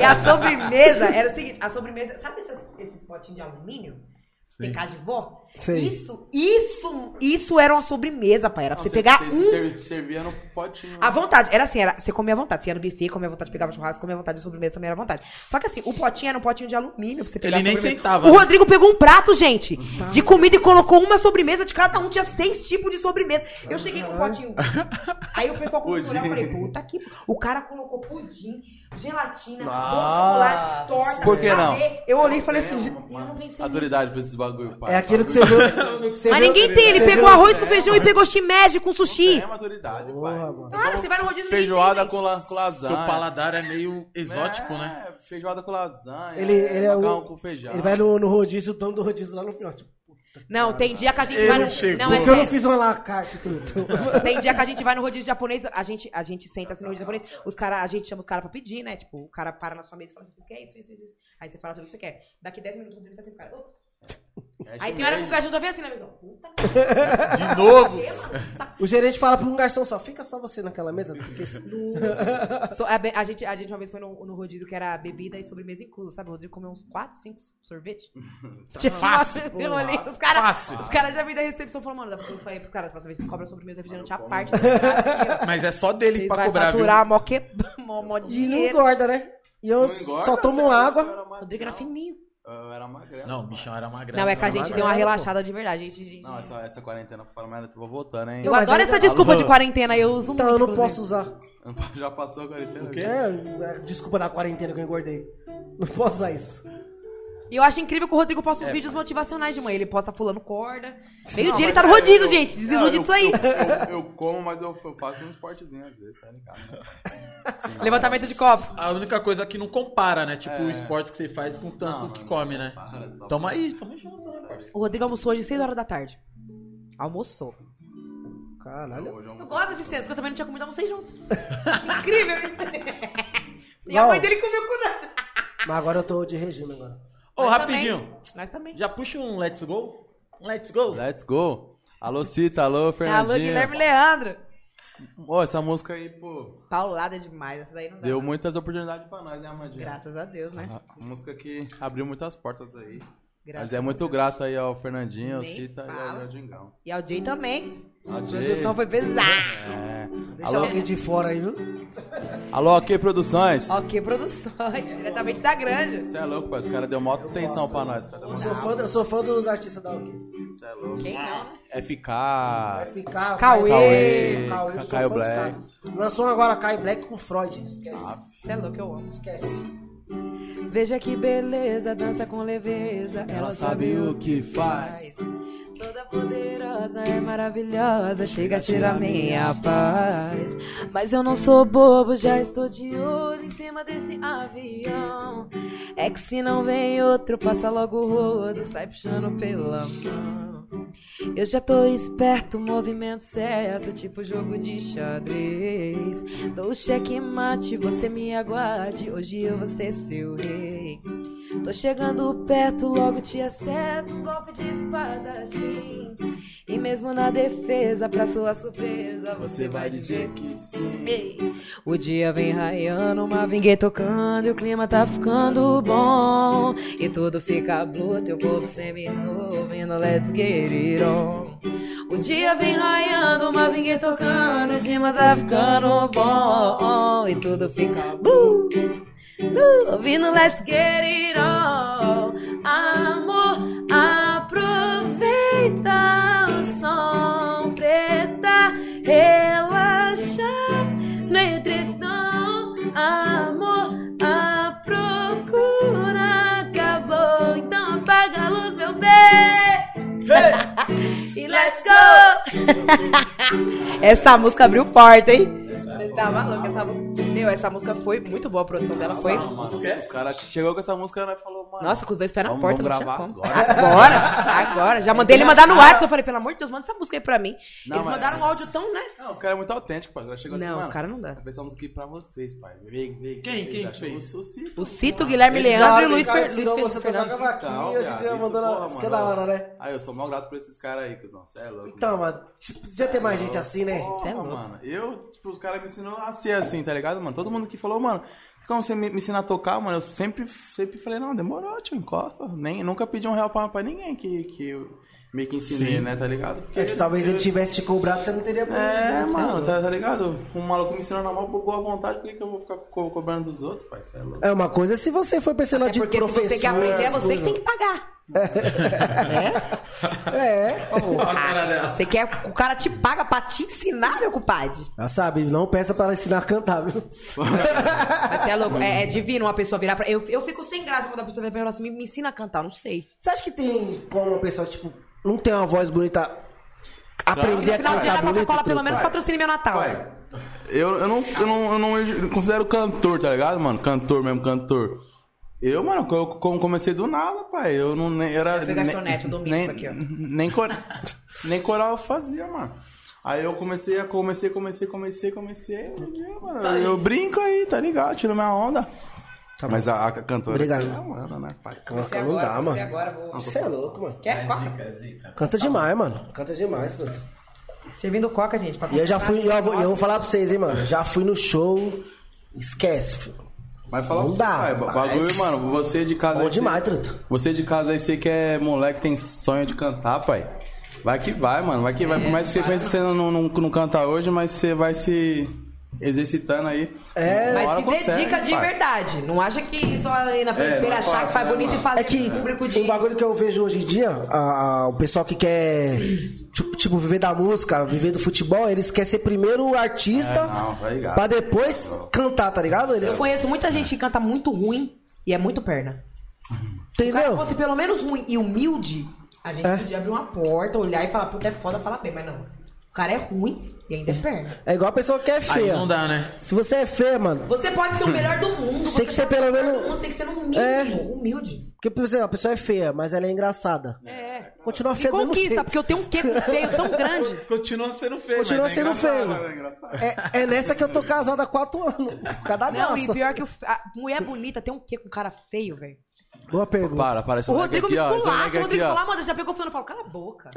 [SPEAKER 3] e a sobremesa era o seguinte, a sobremesa, sabe esses, esses potinhos de alumínio?
[SPEAKER 4] Sim.
[SPEAKER 3] PK de vó?
[SPEAKER 2] Sei.
[SPEAKER 3] Isso, isso, isso era uma sobremesa, pai. Era pra
[SPEAKER 1] Não,
[SPEAKER 3] você pegar
[SPEAKER 1] você-
[SPEAKER 3] um
[SPEAKER 1] você servi- Servia no potinho.
[SPEAKER 3] à vontade, era assim, era, você comia à vontade. Você ia no buffet, comia à vontade, pegava churrasco, comia à vontade, de sobremesa também era à vontade. Só que assim, o potinho era um potinho de alumínio pra você pegar
[SPEAKER 4] Ele nem
[SPEAKER 3] sobremesa.
[SPEAKER 4] sentava,
[SPEAKER 3] O
[SPEAKER 4] né? Uhum.
[SPEAKER 3] Rodrigo pegou um prato, gente, de comida e colocou uma sobremesa de cada um. Tinha seis tipos de sobremesa. Eu cheguei com o potinho. Aí o pessoal começou a olhar, eu falei, puta que... O cara colocou pudim, gelatina, bolo de chocolate,
[SPEAKER 2] Nossa.
[SPEAKER 3] torta,
[SPEAKER 1] Por que não?
[SPEAKER 3] pavê. Eu olhei e falei assim,
[SPEAKER 1] Tem
[SPEAKER 3] gente,
[SPEAKER 1] uma-
[SPEAKER 3] eu não pensei nisso.
[SPEAKER 1] Autoridade pra esses bagulho, pai.
[SPEAKER 2] É aquilo que você viu. você
[SPEAKER 3] Mas
[SPEAKER 2] viu-
[SPEAKER 3] ninguém tem, ele
[SPEAKER 2] você
[SPEAKER 3] pegou
[SPEAKER 2] viu-
[SPEAKER 3] arroz
[SPEAKER 4] É.
[SPEAKER 3] com feijão e pegou shimeji com sushi.
[SPEAKER 1] É maturidade,
[SPEAKER 2] Porra,
[SPEAKER 1] pai.
[SPEAKER 2] mano.
[SPEAKER 3] Claro, você vai no rodízio e ninguém tem,
[SPEAKER 1] Feijoada
[SPEAKER 3] gente.
[SPEAKER 1] com, la, com lasanha.
[SPEAKER 4] Seu paladar é meio exótico,
[SPEAKER 1] É,
[SPEAKER 4] né?
[SPEAKER 1] Feijoada com lasanha.
[SPEAKER 2] Ele, ele é
[SPEAKER 1] macarrão
[SPEAKER 2] o,
[SPEAKER 1] com feijão.
[SPEAKER 2] Ele vai no, no rodízio, o dono do rodízio lá no final. Tipo,
[SPEAKER 3] Não, tem dia que a gente
[SPEAKER 4] Ele
[SPEAKER 3] vai no...
[SPEAKER 4] chegou.
[SPEAKER 3] Não, é
[SPEAKER 2] porque eu não
[SPEAKER 3] sério.
[SPEAKER 2] fiz uma lacarte, truto.
[SPEAKER 3] Tem dia que a gente vai no rodízio japonês, a gente, a gente senta assim no rodízio japonês, os cara, a gente chama os caras pra pedir, né? Tipo, o cara para na sua mesa e fala assim, você quer isso, isso, isso, isso. Aí você fala tudo o que você quer. Daqui 10 minutos o Rodrigo tá sempre cara. "Ops."
[SPEAKER 1] É
[SPEAKER 3] Aí
[SPEAKER 1] shimeji.
[SPEAKER 4] é
[SPEAKER 3] tem hora que o cachorro tá vendo assim na mesa. Puta que
[SPEAKER 4] De novo.
[SPEAKER 3] pariu, mano, que saco
[SPEAKER 2] O gerente fala pra um garçom só, fica só você naquela mesa, porque se-
[SPEAKER 3] So- a, be- a gente, a gente uma vez foi no, no rodízio que era bebida e sobremesa inclusa, sabe? O Rodrigo comeu uns 4, 5 sorvete. Tipo,
[SPEAKER 4] Fácil,
[SPEAKER 3] eu
[SPEAKER 4] porra.
[SPEAKER 3] olhei, os caras
[SPEAKER 4] Fácil.
[SPEAKER 3] os cara já me da recepção e falaram, mano, dá pra- eu falei pro cara, da próxima vez vocês cobram sobremesa e refrigerante a parte. desse cara aqui, ó.
[SPEAKER 4] Mas é só dele
[SPEAKER 3] Vocês
[SPEAKER 4] um pra
[SPEAKER 3] vai
[SPEAKER 4] cobrar, viu?
[SPEAKER 3] faturar mó, que... mó, mó
[SPEAKER 2] E não
[SPEAKER 3] dinheiro.
[SPEAKER 2] engorda, né? E eu
[SPEAKER 1] Não engorda,
[SPEAKER 2] só tomo
[SPEAKER 1] você-
[SPEAKER 2] água.
[SPEAKER 1] eu era ma-
[SPEAKER 3] Rodrigo era
[SPEAKER 1] não,
[SPEAKER 3] fininho.
[SPEAKER 1] Eu era magrelo.
[SPEAKER 4] Não, o bichão era magrelo.
[SPEAKER 3] Não, é que a
[SPEAKER 4] Era
[SPEAKER 3] gente
[SPEAKER 4] magrelo.
[SPEAKER 3] deu uma
[SPEAKER 2] pô.
[SPEAKER 3] relaxada de verdade. a gente- a gente-
[SPEAKER 1] Não, assim, essa, essa quarentena foi merda, tô voltando, hein?
[SPEAKER 3] Eu
[SPEAKER 2] mas
[SPEAKER 3] adoro
[SPEAKER 2] ainda-
[SPEAKER 3] essa desculpa
[SPEAKER 4] Alô?
[SPEAKER 3] de quarentena, eu uso
[SPEAKER 2] Então
[SPEAKER 3] muito.
[SPEAKER 2] eu não
[SPEAKER 3] inclusive.
[SPEAKER 2] posso usar.
[SPEAKER 1] Já passou a quarentena.
[SPEAKER 4] quê?
[SPEAKER 2] É, é, desculpa da quarentena que eu engordei. Não posso usar isso.
[SPEAKER 3] E eu acho incrível que o Rodrigo posta os vídeos motivacionais de manhã. Ele posta pulando corda. Meio
[SPEAKER 1] É, Não,
[SPEAKER 3] dia
[SPEAKER 1] mas
[SPEAKER 3] ele tá no
[SPEAKER 1] é,
[SPEAKER 3] rodízio,
[SPEAKER 1] eu-
[SPEAKER 3] gente. Desilude
[SPEAKER 1] eu-
[SPEAKER 3] disso aí.
[SPEAKER 1] Eu, eu- eu como, mas eu, eu faço um esportezinho às vezes, tá ligado? né? Sim,
[SPEAKER 3] Levantamento de copo.
[SPEAKER 4] A única coisa que não compara, né? Tipo,
[SPEAKER 1] É.
[SPEAKER 4] o esporte que você faz com o tanto
[SPEAKER 1] Não,
[SPEAKER 4] que
[SPEAKER 1] não
[SPEAKER 4] come, né?
[SPEAKER 1] compara, só-
[SPEAKER 4] Tamo aí, tamo junto, né, parceiro?
[SPEAKER 3] O Rodrigo almoçou hoje às 6 horas da tarde. Almoçou.
[SPEAKER 2] Caralho.
[SPEAKER 1] Hoje
[SPEAKER 3] Eu
[SPEAKER 1] almoço-
[SPEAKER 3] gosto desse senso, porque eu também não tinha comido, almocei junto. Incrível isso. E a mãe dele comeu com nada.
[SPEAKER 2] Mas agora eu tô de regime agora.
[SPEAKER 4] Ô,
[SPEAKER 3] Nós
[SPEAKER 4] rapidinho.
[SPEAKER 3] também. Nós também.
[SPEAKER 4] Já puxa um let's go? Um let's go?
[SPEAKER 1] Let's go. Alô, Cita, alô, Fernandinho.
[SPEAKER 3] Alô, Guilherme Leandro.
[SPEAKER 1] Ô, essa música aí, pô,
[SPEAKER 3] Paulada demais, essa daí não dá.
[SPEAKER 1] deu muitas oportunidades pra nós, né, Amandinha?
[SPEAKER 3] Graças a Deus, né?
[SPEAKER 1] A a música que abriu muitas portas aí. Ah,
[SPEAKER 3] Graças
[SPEAKER 1] Mas é muito grato aí ao Fernandinho, ao
[SPEAKER 3] Nem
[SPEAKER 1] Cita
[SPEAKER 3] fala.
[SPEAKER 1] e ao Dingão.
[SPEAKER 3] E ao Jay também.
[SPEAKER 1] Ao
[SPEAKER 3] A
[SPEAKER 1] Jay.
[SPEAKER 3] produção foi pesada.
[SPEAKER 1] É.
[SPEAKER 2] Deixa
[SPEAKER 1] Alô,
[SPEAKER 2] alguém de fora aí, viu?
[SPEAKER 1] alô, OK Produções.
[SPEAKER 3] Ok, produções. Diretamente da grande.
[SPEAKER 1] Você é louco, pai. Os caras deu maior atenção pra nós, cara.
[SPEAKER 2] Eu sou fã, eu sou fã dos artistas da OK.
[SPEAKER 1] Você é louco.
[SPEAKER 3] Quem não, né?
[SPEAKER 2] Vai
[SPEAKER 1] FK.
[SPEAKER 2] ficar.
[SPEAKER 3] Cauê.
[SPEAKER 2] Cauê. Cauê. eu sou
[SPEAKER 1] Caio
[SPEAKER 2] fã dos
[SPEAKER 1] Black. Ah.
[SPEAKER 2] caras. Lançou um agora Caio Black com Freud. Esquece.
[SPEAKER 3] Você é louco, eu amo.
[SPEAKER 2] Esquece.
[SPEAKER 5] Veja que beleza, dança com leveza.
[SPEAKER 1] Ela sabe o que faz.
[SPEAKER 5] Toda poderosa é maravilhosa, chega a tirar minha paz. Mas eu não sou bobo, já estou de olho em cima desse avião. É que se não vem outro, passa logo o rodo, sai puxando pela mão. Eu já tô esperto, movimento certo, tipo jogo de xadrez. Dou o checkmate, você me aguarde, hoje eu vou ser seu rei. Tô chegando perto, logo te acerto um golpe de espadachim. E mesmo na defesa, pra sua surpresa, você vai dizer
[SPEAKER 1] que sim.
[SPEAKER 5] Ei. O dia vem raiando, uma vinguei tocando e o clima tá ficando bom. E tudo fica blue, teu corpo semi-novo, e no let's get it on. O dia vem raiando, uma vinguei tocando e o clima tá ficando bom. E tudo fica blue, blue, ouvindo let's get it on. Amor, aproveita o som preta, relaxa. No entretão, amor, a procura acabou. Então apaga a luz, meu bem. e let's go!
[SPEAKER 3] Essa música abriu porta, hein? Você tá maluco, essa música. Meu, essa música foi muito boa, a produção dela foi.
[SPEAKER 1] Mano, os caras chegou com essa música e falou, mano.
[SPEAKER 3] Nossa, com os dois pés na
[SPEAKER 1] Vamos-
[SPEAKER 3] porta, não
[SPEAKER 1] vamos
[SPEAKER 3] tinha
[SPEAKER 1] gravar
[SPEAKER 3] como.
[SPEAKER 1] agora.
[SPEAKER 3] Agora, agora. Já mandei ele mandar no WhatsApp. Eu falei, pelo amor de Deus, manda essa música aí pra mim.
[SPEAKER 1] Não,
[SPEAKER 3] Eles
[SPEAKER 1] mas-
[SPEAKER 3] mandaram um áudio tão, né?
[SPEAKER 1] Não, os caras é muito autênticos, pai. Os caras chegou assim,
[SPEAKER 3] Não, os
[SPEAKER 1] mano,
[SPEAKER 3] caras não dá.
[SPEAKER 1] Eu fiz essa música aqui pra vocês, pai. Vem, vem.
[SPEAKER 4] Quem-
[SPEAKER 1] vocês
[SPEAKER 4] quem
[SPEAKER 1] acham?
[SPEAKER 4] fez?
[SPEAKER 1] O Sucito.
[SPEAKER 3] O Cito, Guilherme
[SPEAKER 2] Da hora
[SPEAKER 3] Leandro e
[SPEAKER 2] que o
[SPEAKER 3] Luiz
[SPEAKER 2] cara
[SPEAKER 3] Fer-
[SPEAKER 2] ensinou
[SPEAKER 3] Luiz
[SPEAKER 2] você
[SPEAKER 3] Fer-
[SPEAKER 2] a tocar
[SPEAKER 3] Fernando.
[SPEAKER 1] Então,
[SPEAKER 2] cavaquinho e hoje em
[SPEAKER 1] viado,
[SPEAKER 2] dia
[SPEAKER 1] isso,
[SPEAKER 2] mandando
[SPEAKER 1] porra,
[SPEAKER 2] a música da
[SPEAKER 1] mano,
[SPEAKER 2] hora, né?
[SPEAKER 1] Aí eu sou mal grato por esses caras aí, cuzão. Você é louco.
[SPEAKER 2] Então,
[SPEAKER 1] mano.
[SPEAKER 2] mano, tipo, precisa ter mais gente assim, né?
[SPEAKER 1] Porra,
[SPEAKER 3] Cê é louco.
[SPEAKER 1] mano. Eu, tipo, os caras me ensinou a ser assim, tá ligado, mano? Todo mundo que falou, mano, como você me, me ensina a tocar, mano, eu sempre, sempre falei, não, demorou, tio, encosta. Nem, nunca pedi um real pra, pra ninguém que, que eu meio que ensinei,
[SPEAKER 4] Sim.
[SPEAKER 1] né, tá ligado? Porque-
[SPEAKER 2] É que se talvez ele tivesse te cobrado, você não teria
[SPEAKER 1] É,
[SPEAKER 2] aprendido, né?
[SPEAKER 1] mano, tá, tá ligado? Um maluco me ensinando a mal por boa vontade, por que, que eu vou ficar co- cobrando dos outros, pai? Você é louco.
[SPEAKER 2] É uma coisa se você for pra esse lado
[SPEAKER 3] É
[SPEAKER 2] de
[SPEAKER 3] porque se
[SPEAKER 2] professor.
[SPEAKER 3] você quer aprender, é você que
[SPEAKER 2] tudo.
[SPEAKER 3] tem que Né? pagar.
[SPEAKER 2] É, por favor.
[SPEAKER 3] Você quer. O cara te paga pra te ensinar, meu compadre.
[SPEAKER 2] Já sabe, não peça pra ela ensinar a cantar, viu?
[SPEAKER 3] Mas você é louco. É, é divino uma pessoa virar pra. Eu, eu fico sem graça quando a pessoa vem pra mim e fala assim: me, me ensina a cantar, eu não sei.
[SPEAKER 2] Você acha que tem como o pessoal, tipo, não tem uma voz bonita
[SPEAKER 3] E
[SPEAKER 2] aprender
[SPEAKER 3] no
[SPEAKER 2] a
[SPEAKER 3] final do dia
[SPEAKER 2] cantar
[SPEAKER 3] da
[SPEAKER 2] bonita?
[SPEAKER 3] Coca-Cola, pelo
[SPEAKER 2] truta?
[SPEAKER 3] menos patrocine meu Natal.
[SPEAKER 1] Pai, eu, eu, não, eu, não, eu não me considero cantor, tá ligado, mano? Cantor mesmo, cantor. Eu, mano, eu co- comecei do nada, pai. Eu não nem, eu era.
[SPEAKER 3] Vou pegar
[SPEAKER 1] nem-
[SPEAKER 3] sonete, eu dou mix
[SPEAKER 1] nem,
[SPEAKER 3] aqui, ó.
[SPEAKER 1] Nem, cor- nem coral eu fazia, mano. Aí eu comecei, a- comecei, comecei, comecei, comecei. hoje em dia, mano,
[SPEAKER 3] Tá
[SPEAKER 1] eu brinco aí, tá ligado? Tiro minha onda.
[SPEAKER 2] Tá bom.
[SPEAKER 1] Mas a, a cantora.
[SPEAKER 2] Obrigado.
[SPEAKER 1] é uma onda, né, pai?
[SPEAKER 2] Canta não dá, mano.
[SPEAKER 3] agora vou.
[SPEAKER 2] Você é louco, mano.
[SPEAKER 3] Quer? Coca?
[SPEAKER 1] Tá
[SPEAKER 2] Canta demais, mano. Canta demais, truta.
[SPEAKER 3] Servindo coca, gente. pra
[SPEAKER 2] E eu já
[SPEAKER 3] completar.
[SPEAKER 2] fui, eu, vou- eu vou falar pra vocês, hein, mano. Já fui no show, esquece, filho.
[SPEAKER 1] Mas fala
[SPEAKER 2] Não
[SPEAKER 1] pra
[SPEAKER 2] dá,
[SPEAKER 1] você, pai, ba-
[SPEAKER 2] mas-
[SPEAKER 1] bagulho, mano, você de casa... é
[SPEAKER 2] Bom
[SPEAKER 1] aí, você-
[SPEAKER 2] demais, truta.
[SPEAKER 1] Você de casa aí, você que é moleque, tem sonho de cantar, pai. Vai que vai, mano, vai
[SPEAKER 3] É,
[SPEAKER 1] que vai. Por mais que você pense que você não, não, não canta hoje, mas você vai se exercitando aí.
[SPEAKER 2] É.
[SPEAKER 1] Uma
[SPEAKER 3] Mas
[SPEAKER 1] hora
[SPEAKER 3] se
[SPEAKER 1] consegue,
[SPEAKER 3] dedica de
[SPEAKER 1] pai.
[SPEAKER 3] verdade. Não acha que só ali na
[SPEAKER 1] É, não
[SPEAKER 3] feira
[SPEAKER 1] é
[SPEAKER 3] achar que
[SPEAKER 1] fácil,
[SPEAKER 3] faz
[SPEAKER 1] né,
[SPEAKER 3] bonito e
[SPEAKER 1] mano?
[SPEAKER 3] fazer
[SPEAKER 2] É que
[SPEAKER 3] o público de.
[SPEAKER 2] um bagulho que eu vejo hoje em dia, a- a- o pessoal que quer, tipo, tipo, viver da música, viver do futebol, eles querem ser primeiro artista
[SPEAKER 1] É, não, tá ligado.
[SPEAKER 2] pra depois cantar, tá ligado? Eles,
[SPEAKER 3] Eu conheço muita gente que canta muito ruim e é muito perna. Se o cara
[SPEAKER 2] entendeu? É.
[SPEAKER 3] fosse pelo menos ruim e humilde, a gente podia abrir uma porta, olhar e falar, puta, é foda falar bem, mas não. O cara é ruim e ainda é perna.
[SPEAKER 2] É igual a pessoa que é
[SPEAKER 4] Aí
[SPEAKER 2] feia.
[SPEAKER 4] não dá, né?
[SPEAKER 2] Se você é feia, mano,
[SPEAKER 3] Você pode ser o melhor do mundo.
[SPEAKER 2] Hum. Você tem que ser
[SPEAKER 3] pode
[SPEAKER 2] pelo
[SPEAKER 3] o melhor
[SPEAKER 2] menos-
[SPEAKER 3] do mundo, Você tem que ser no mínimo,
[SPEAKER 2] É.
[SPEAKER 3] humilde.
[SPEAKER 2] porque por exemplo, a pessoa é feia, mas ela é engraçada.
[SPEAKER 3] É.
[SPEAKER 2] Continua
[SPEAKER 3] Me
[SPEAKER 2] feia do mesmo
[SPEAKER 3] conquista,
[SPEAKER 2] jeito.
[SPEAKER 3] porque eu tenho um quê com feio tão grande.
[SPEAKER 4] Continua sendo feio,
[SPEAKER 2] Continua
[SPEAKER 4] mas é
[SPEAKER 2] sendo
[SPEAKER 4] engraçado,
[SPEAKER 2] feio.
[SPEAKER 4] né? Engraçado.
[SPEAKER 2] É, é nessa que eu tô casado há quatro anos. Cada
[SPEAKER 3] Não, e
[SPEAKER 2] graça.
[SPEAKER 3] pior que o- a mulher bonita tem um quê com cara feio, velho?
[SPEAKER 2] Boa pergunta.
[SPEAKER 1] Para, para, esse
[SPEAKER 3] O
[SPEAKER 1] moleque
[SPEAKER 3] Rodrigo
[SPEAKER 1] aqui,
[SPEAKER 3] me
[SPEAKER 1] ó. Esse
[SPEAKER 3] esculacha,
[SPEAKER 1] moleque
[SPEAKER 3] o Rodrigo
[SPEAKER 1] aqui, ó.
[SPEAKER 3] fala, mano, já pegou falando, eu falo, cala a boca.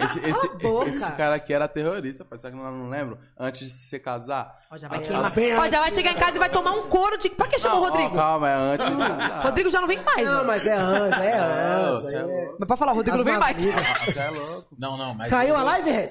[SPEAKER 1] Esse, esse,
[SPEAKER 3] a boca.
[SPEAKER 1] esse cara aqui era terrorista, pai. Será que eu não lembro? Antes de se casar.
[SPEAKER 3] Ó, já vai
[SPEAKER 1] Ah,
[SPEAKER 3] queimar.
[SPEAKER 2] bem
[SPEAKER 3] Ó, já vai chegar em casa e vai tomar um couro de. Pra que chama
[SPEAKER 1] Não,
[SPEAKER 3] o
[SPEAKER 1] ó,
[SPEAKER 3] Rodrigo?
[SPEAKER 1] calma, é antes de casar.
[SPEAKER 3] Rodrigo já não vem mais,
[SPEAKER 2] Não,
[SPEAKER 3] mano.
[SPEAKER 2] mas é antes, é
[SPEAKER 1] Não,
[SPEAKER 2] antes.
[SPEAKER 1] você é
[SPEAKER 2] é-
[SPEAKER 1] louco.
[SPEAKER 3] Mas pra falar, o Rodrigo
[SPEAKER 2] As
[SPEAKER 3] não vem
[SPEAKER 2] más
[SPEAKER 3] mais.
[SPEAKER 2] línguas.
[SPEAKER 1] Você é louco.
[SPEAKER 4] Não, não, mas.
[SPEAKER 2] Caiu a live, Red?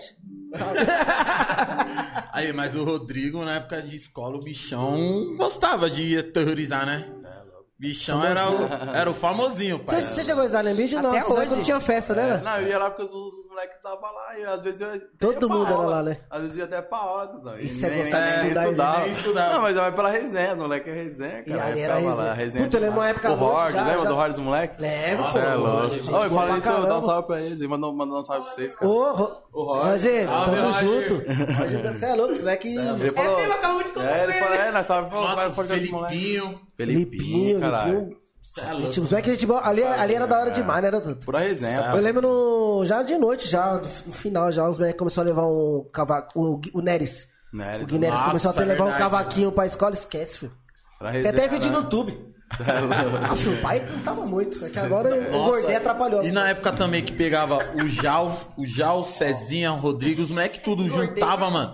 [SPEAKER 4] Aí, mas o Rodrigo, na época de escola, o bichão gostava de aterrorizar, né?
[SPEAKER 1] é
[SPEAKER 4] Bichão era o, era o famosinho, pai.
[SPEAKER 2] Você você chegou a usar na mídia? Não,
[SPEAKER 3] Até
[SPEAKER 2] você sabe
[SPEAKER 3] hoje.
[SPEAKER 2] quando tinha festa, né? né?
[SPEAKER 1] Não, eu ia lá porque os, os moleques estavam lá e às vezes eu. eu
[SPEAKER 2] Todo
[SPEAKER 1] ia pra
[SPEAKER 2] mundo era
[SPEAKER 1] aula.
[SPEAKER 2] lá, né?
[SPEAKER 1] Às vezes ia até pra aula, cuzão. E
[SPEAKER 2] Isso é
[SPEAKER 1] nem-
[SPEAKER 2] gostar de
[SPEAKER 1] nem
[SPEAKER 2] estudar, hein?
[SPEAKER 1] estudava.
[SPEAKER 4] Nem estudava.
[SPEAKER 1] Não, mas vai pela resenha, os moleques é resenha,
[SPEAKER 2] E
[SPEAKER 1] cara.
[SPEAKER 2] ali
[SPEAKER 1] Aí
[SPEAKER 2] era
[SPEAKER 1] ficava lá,
[SPEAKER 2] resenha.
[SPEAKER 1] resenha
[SPEAKER 2] Puta, eu lembro uma
[SPEAKER 1] demais.
[SPEAKER 2] época
[SPEAKER 1] O
[SPEAKER 2] boa,
[SPEAKER 1] Horde,
[SPEAKER 2] já-
[SPEAKER 1] lembra
[SPEAKER 2] já-
[SPEAKER 1] do Horde, os moleque?
[SPEAKER 2] Lembro,
[SPEAKER 1] Você é
[SPEAKER 2] pô,
[SPEAKER 1] louco.
[SPEAKER 2] gente,
[SPEAKER 1] Oi,
[SPEAKER 2] boa pra
[SPEAKER 1] fala isso, eu dou
[SPEAKER 2] caramba.
[SPEAKER 1] um salve pra eles. Manda um salve pra vocês, cara.
[SPEAKER 2] Ô, Ro- Rogério,
[SPEAKER 4] Salve,
[SPEAKER 2] tamo
[SPEAKER 4] Rogério.
[SPEAKER 2] junto. Rogério, você é louco, você vai que.
[SPEAKER 1] Ele
[SPEAKER 3] É, eu acabo de né? contar
[SPEAKER 1] É, ele
[SPEAKER 3] com
[SPEAKER 1] falou,
[SPEAKER 3] ele.
[SPEAKER 1] é, nós tava falando,
[SPEAKER 4] Nossa,
[SPEAKER 1] vai
[SPEAKER 4] o
[SPEAKER 1] fora desse moleque.
[SPEAKER 4] Felipinho.
[SPEAKER 1] Felipinho, caralho.
[SPEAKER 4] Cê é louco.
[SPEAKER 2] Tipo, você vai que gente boa. Ali, ali era da hora demais, né? Era tudo.
[SPEAKER 1] Pura resenha,
[SPEAKER 4] Ah.
[SPEAKER 2] Eu
[SPEAKER 1] pô.
[SPEAKER 2] lembro no, já de noite, já, no final, já, os moleques começaram a levar um cavaco. O, Gui- o Neres.
[SPEAKER 1] Neres,
[SPEAKER 2] o Gui Neres
[SPEAKER 4] nossa,
[SPEAKER 2] começou a ter
[SPEAKER 4] é
[SPEAKER 2] levar um
[SPEAKER 4] verdade. é,
[SPEAKER 2] cavaquinho pra escola, esquece, filho.
[SPEAKER 1] Pura
[SPEAKER 2] Tem
[SPEAKER 1] resenha.
[SPEAKER 2] até vídeo no
[SPEAKER 1] né?
[SPEAKER 2] YouTube.
[SPEAKER 1] Cê é louco.
[SPEAKER 2] Ah, filho, o pai cantava muito. É né? que agora o gordei atrapalhou.
[SPEAKER 4] E na época também que pegava o Jal, o Jal, Cezinha, o Rodrigo, os moleque tudo juntava, mano.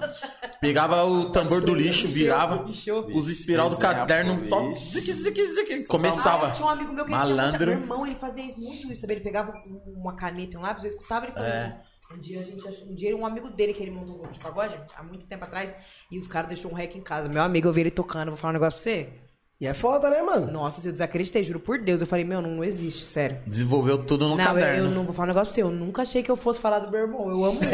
[SPEAKER 4] Pegava o tambor do lixo, virava. Os espiral do caderno, só zique, zique, zique,
[SPEAKER 3] Ah,
[SPEAKER 4] começava.
[SPEAKER 3] tinha um amigo meu que ele tinha muita...
[SPEAKER 4] Malandro.
[SPEAKER 3] Meu irmão, ele fazia isso muito, isso, sabe? Ele pegava um- uma caneta e um lápis, eu escutava ele fazendo
[SPEAKER 4] É.
[SPEAKER 3] isso. Um dia a gente achou, um dia um amigo dele que ele montou um grupo de pagode, há muito tempo atrás, e os caras deixou um rec em casa. Meu amigo, eu vi ele tocando, vou falar um negócio pra você.
[SPEAKER 2] E é foda, né, mano?
[SPEAKER 3] Nossa, se eu desacreditei, juro por Deus. Eu falei, meu, não, não existe, sério.
[SPEAKER 4] Desenvolveu tudo no
[SPEAKER 3] não, eu- eu,
[SPEAKER 4] caderno.
[SPEAKER 3] não vou falar um negócio pra você. Eu nunca achei que eu fosse falar do meu irmão. Eu amo. ele.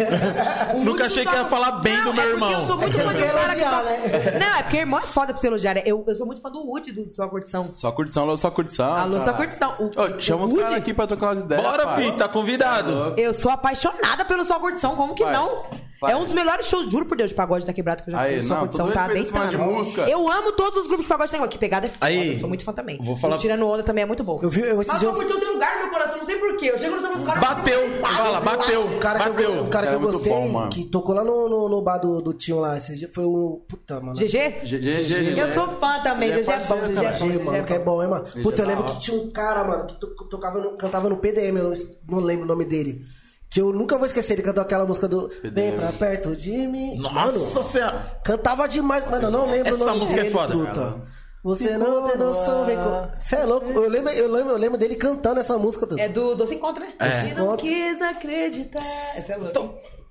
[SPEAKER 3] O
[SPEAKER 4] Nunca
[SPEAKER 3] único
[SPEAKER 4] achei que
[SPEAKER 3] só-
[SPEAKER 4] ia falar bem
[SPEAKER 3] Não,
[SPEAKER 4] do meu
[SPEAKER 3] é porque
[SPEAKER 4] irmão.
[SPEAKER 3] Eu sou muito fã
[SPEAKER 2] Você
[SPEAKER 3] do
[SPEAKER 2] quer
[SPEAKER 3] cara que
[SPEAKER 2] elogiar,
[SPEAKER 3] tá-
[SPEAKER 2] né?
[SPEAKER 3] Não, é porque irmão é foda pra você elogiar. né? Eu, eu sou muito fã do Woody, do Sua Curtição.
[SPEAKER 1] Só curtição, alô, só curtição.
[SPEAKER 2] Ah,
[SPEAKER 3] Alô, só
[SPEAKER 1] cara.
[SPEAKER 3] curtição. O-
[SPEAKER 1] Ô, chama os
[SPEAKER 3] o
[SPEAKER 1] caras
[SPEAKER 3] Woody?
[SPEAKER 1] aqui pra trocar umas ideias.
[SPEAKER 4] Bora,
[SPEAKER 1] pai.
[SPEAKER 4] filho, tá convidado.
[SPEAKER 3] Eu sou apaixonada pelo Sua Curtição, como que
[SPEAKER 1] Vai,
[SPEAKER 3] não?
[SPEAKER 1] vai.
[SPEAKER 3] É um dos melhores shows, juro por Deus, de pagode da quebrada que eu já
[SPEAKER 1] Aí,
[SPEAKER 3] fiz. Sua
[SPEAKER 1] não,
[SPEAKER 3] Curtição
[SPEAKER 1] todo
[SPEAKER 3] tá
[SPEAKER 1] respeito esse
[SPEAKER 3] arrebentando.
[SPEAKER 1] cara de música.
[SPEAKER 3] Eu amo todos os grupos de pagode da quebrada. Que pegada é foda,
[SPEAKER 4] Aí,
[SPEAKER 3] eu sou muito fã também.
[SPEAKER 4] vou falar-
[SPEAKER 3] O Tirando Onda também é muito bom.
[SPEAKER 2] Eu vi, eu, esses dias
[SPEAKER 3] Mas Sua
[SPEAKER 2] eu-
[SPEAKER 3] Curtição tem lugar no meu coração, não sei porquê. Eu chego no Sua Curtição...
[SPEAKER 4] Bateu, fala, bateu,
[SPEAKER 2] O um cara que eu,
[SPEAKER 4] bateu.
[SPEAKER 2] o cara que
[SPEAKER 1] Cara,
[SPEAKER 2] eu
[SPEAKER 1] é muito
[SPEAKER 2] gostei,
[SPEAKER 1] bom, mano.
[SPEAKER 2] que tocou lá no, no, no bar do, do tio lá, esse dia foi o. Puta, mano.
[SPEAKER 3] GG?
[SPEAKER 1] G- G- G-
[SPEAKER 3] Eu sou fã também,
[SPEAKER 1] Ele é
[SPEAKER 3] GG é bom,
[SPEAKER 1] parceiro,
[SPEAKER 3] GG é
[SPEAKER 1] cara.
[SPEAKER 3] bom.
[SPEAKER 2] GG, mano, que é bom, hein, mano? Puta, eu lembro que tinha um cara, mano, que to- tocava no- cantava no PDM, eu não, não lembro o nome dele. Que eu nunca vou esquecer, ele cantou aquela música do Vem pra perto de mim.
[SPEAKER 4] Nossa
[SPEAKER 2] Mano,
[SPEAKER 4] senhora.
[SPEAKER 2] cantava demais, mano, eu não lembro o
[SPEAKER 4] essa
[SPEAKER 2] nome
[SPEAKER 4] música é
[SPEAKER 2] dele,
[SPEAKER 4] foda,
[SPEAKER 2] truta.
[SPEAKER 1] cara.
[SPEAKER 2] Você não tem noção, vem com... Você é louco? Eu lembro, eu, lembro, eu lembro dele cantando essa música, truta.
[SPEAKER 3] É do Doce Encontro, né?
[SPEAKER 4] É.
[SPEAKER 5] E não quis acreditar.
[SPEAKER 3] Essa é louca.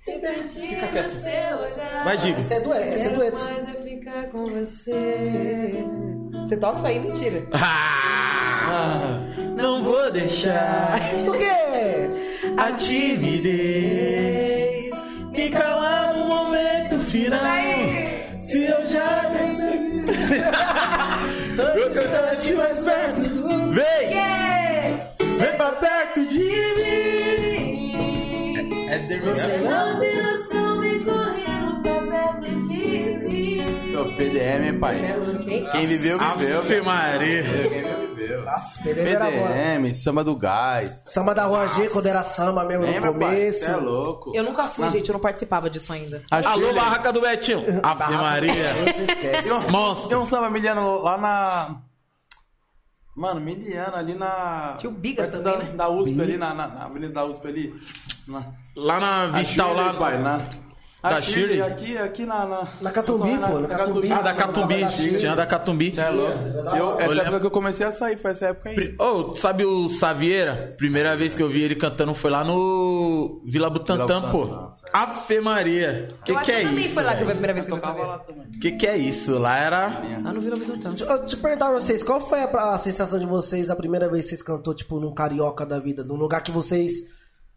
[SPEAKER 5] Fica quieto. Seu olhar.
[SPEAKER 4] Vai, Digo.
[SPEAKER 2] Esse é dueto, esse é
[SPEAKER 5] Quero
[SPEAKER 2] dueto.
[SPEAKER 5] mais é ficar com você.
[SPEAKER 3] Você toca isso aí, mentira.
[SPEAKER 4] Ah, Não vou deixar
[SPEAKER 2] Por quê?
[SPEAKER 4] a timidez me calar no momento final.
[SPEAKER 2] Tá
[SPEAKER 4] Se eu já tô distante mais perto, vem, vem pra perto de mim. É, é
[SPEAKER 5] Não tem noção, vem correndo pra perto de mim.
[SPEAKER 1] Meu PDM, pai.
[SPEAKER 3] Você é louco, hein?
[SPEAKER 1] Quem viveu, viveu.
[SPEAKER 4] Ave Maria.
[SPEAKER 1] velho. Quem viveu, viveu.
[SPEAKER 2] Nossa, PDM era bom.
[SPEAKER 1] PDM, samba do gás.
[SPEAKER 2] Samba da Rua G, quando era samba mesmo
[SPEAKER 1] Lembra,
[SPEAKER 2] no
[SPEAKER 1] pai?
[SPEAKER 2] começo.
[SPEAKER 1] Você é louco.
[SPEAKER 3] Eu nunca fui, gente, eu não participava disso ainda.
[SPEAKER 1] A
[SPEAKER 4] Alô,
[SPEAKER 1] Shirley-
[SPEAKER 4] barraca do Betinho. Ave Maria.
[SPEAKER 2] Você esquece.
[SPEAKER 1] Tem um-
[SPEAKER 4] Monstro.
[SPEAKER 1] Tem um samba miliano lá na... Mano, Miliana ali na.
[SPEAKER 3] Tinha o Bigas
[SPEAKER 1] perto
[SPEAKER 3] também,
[SPEAKER 1] da,
[SPEAKER 3] né?
[SPEAKER 1] da USP ali, na, na, na avenida da USP ali. Na,
[SPEAKER 4] Lá na
[SPEAKER 1] a
[SPEAKER 4] Vital,
[SPEAKER 1] Shirley,
[SPEAKER 4] lá.
[SPEAKER 1] pai, na.
[SPEAKER 4] Da
[SPEAKER 1] a
[SPEAKER 4] Shirley?
[SPEAKER 1] Aqui, aqui na. Na,
[SPEAKER 2] Na Catumbi, pô, na Catumbi.
[SPEAKER 4] Ah, da Catumbi. Tinha a da Catumbi.
[SPEAKER 1] Cê é louco. Eu, essa
[SPEAKER 4] Olha-
[SPEAKER 1] época que eu comecei a sair, foi essa época aí.
[SPEAKER 4] Pri- Ô, sabe o Savieira? Primeira vez que eu vi ele cantando foi lá no Vila Butantã,
[SPEAKER 1] Vila
[SPEAKER 4] pô.
[SPEAKER 1] Butantã,
[SPEAKER 4] Afe Maria. Que
[SPEAKER 3] eu acho
[SPEAKER 4] que é
[SPEAKER 3] eu também
[SPEAKER 4] isso?
[SPEAKER 3] foi lá que foi a
[SPEAKER 4] velho?
[SPEAKER 3] primeira vez que eu vi
[SPEAKER 1] Tocava
[SPEAKER 3] essa
[SPEAKER 1] lá
[SPEAKER 3] vez.
[SPEAKER 1] também.
[SPEAKER 4] Que que é isso? Lá era
[SPEAKER 3] Ah, não virou Vila Butantã.
[SPEAKER 2] Deixa eu te perguntar pra vocês, qual foi a, pra- a sensação de vocês da primeira vez que vocês cantou, tipo, num carioca da vida? Num lugar que vocês,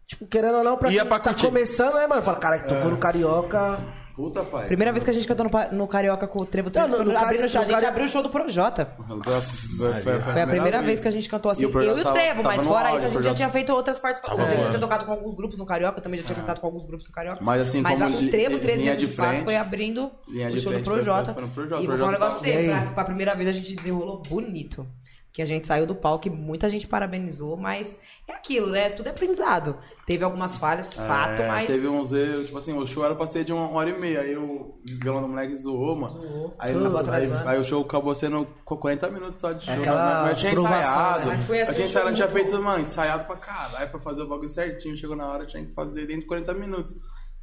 [SPEAKER 2] tipo, querendo ou não, pra
[SPEAKER 4] Ia
[SPEAKER 2] quem
[SPEAKER 4] pra
[SPEAKER 2] tá
[SPEAKER 4] curtir.
[SPEAKER 2] começando, né, mano? Fala, cara, que
[SPEAKER 1] É.
[SPEAKER 2] tocou no carioca.
[SPEAKER 1] Puta, pai.
[SPEAKER 3] Primeira vez que a gente cantou no, pa- no Carioca com o Trevo
[SPEAKER 2] Não,
[SPEAKER 3] Três,
[SPEAKER 2] no-
[SPEAKER 3] foi
[SPEAKER 2] no
[SPEAKER 3] no- abrindo
[SPEAKER 2] Cari-
[SPEAKER 3] o show. A
[SPEAKER 2] no
[SPEAKER 3] gente
[SPEAKER 2] Cari-
[SPEAKER 3] abriu o show do Projota.
[SPEAKER 1] Eu gosto- Foi, foi-
[SPEAKER 3] Foi a primeira vez que a gente cantou assim.
[SPEAKER 1] E o
[SPEAKER 3] Eu e o
[SPEAKER 1] Projota
[SPEAKER 3] Trevo,
[SPEAKER 1] tava
[SPEAKER 3] mas
[SPEAKER 1] no
[SPEAKER 3] fora
[SPEAKER 1] auge,
[SPEAKER 3] isso, a
[SPEAKER 1] o
[SPEAKER 3] gente já
[SPEAKER 1] Projota.
[SPEAKER 3] tinha feito outras participações.
[SPEAKER 4] Tava
[SPEAKER 3] Eu já
[SPEAKER 4] voando.
[SPEAKER 3] tinha tocado com alguns grupos no Carioca, eu também já tinha cantado com alguns grupos no Carioca.
[SPEAKER 1] Ah. Mas assim,
[SPEAKER 3] mas
[SPEAKER 1] como
[SPEAKER 3] a-
[SPEAKER 1] li-
[SPEAKER 3] o Trevo,
[SPEAKER 1] li-
[SPEAKER 3] três
[SPEAKER 1] linha
[SPEAKER 3] mesmo,
[SPEAKER 1] de
[SPEAKER 3] de fato,
[SPEAKER 1] frente.
[SPEAKER 3] foi abrindo
[SPEAKER 1] Linha
[SPEAKER 3] o
[SPEAKER 1] de
[SPEAKER 3] show do
[SPEAKER 1] frente, foi- foi-
[SPEAKER 3] Projota.
[SPEAKER 1] foi no Projota.
[SPEAKER 3] E vou falar
[SPEAKER 1] Projota
[SPEAKER 3] um negócio pra
[SPEAKER 2] tava-
[SPEAKER 3] vocês,
[SPEAKER 2] E aí?
[SPEAKER 3] pra, pra primeira vez a gente desenrolou bonito. Que a gente saiu do palco e muita gente parabenizou, mas é aquilo, né? Tudo é aprendizado. Teve algumas falhas, fato,
[SPEAKER 1] É,
[SPEAKER 3] mas...
[SPEAKER 1] Teve uns erros, tipo assim, o show era pra ser de uma hora e meia, aí o violão do moleque zoou, mano. Aí,
[SPEAKER 2] Zoou,
[SPEAKER 1] nossa,
[SPEAKER 2] atrás,
[SPEAKER 1] aí-
[SPEAKER 2] né?
[SPEAKER 1] aí o show acabou sendo co- 40 minutos só de show.
[SPEAKER 2] aquela
[SPEAKER 1] mas, mas tinha
[SPEAKER 2] provação,
[SPEAKER 1] ensaiado.
[SPEAKER 2] né?
[SPEAKER 3] Mas foi assim,
[SPEAKER 1] eu tinha ensaiado, eu
[SPEAKER 3] show
[SPEAKER 1] tinha
[SPEAKER 3] muito
[SPEAKER 1] feito, mano, ensaiado pra caralho, pra fazer o bagulho certinho. Chegou na hora, tinha que fazer dentro de 40 minutos.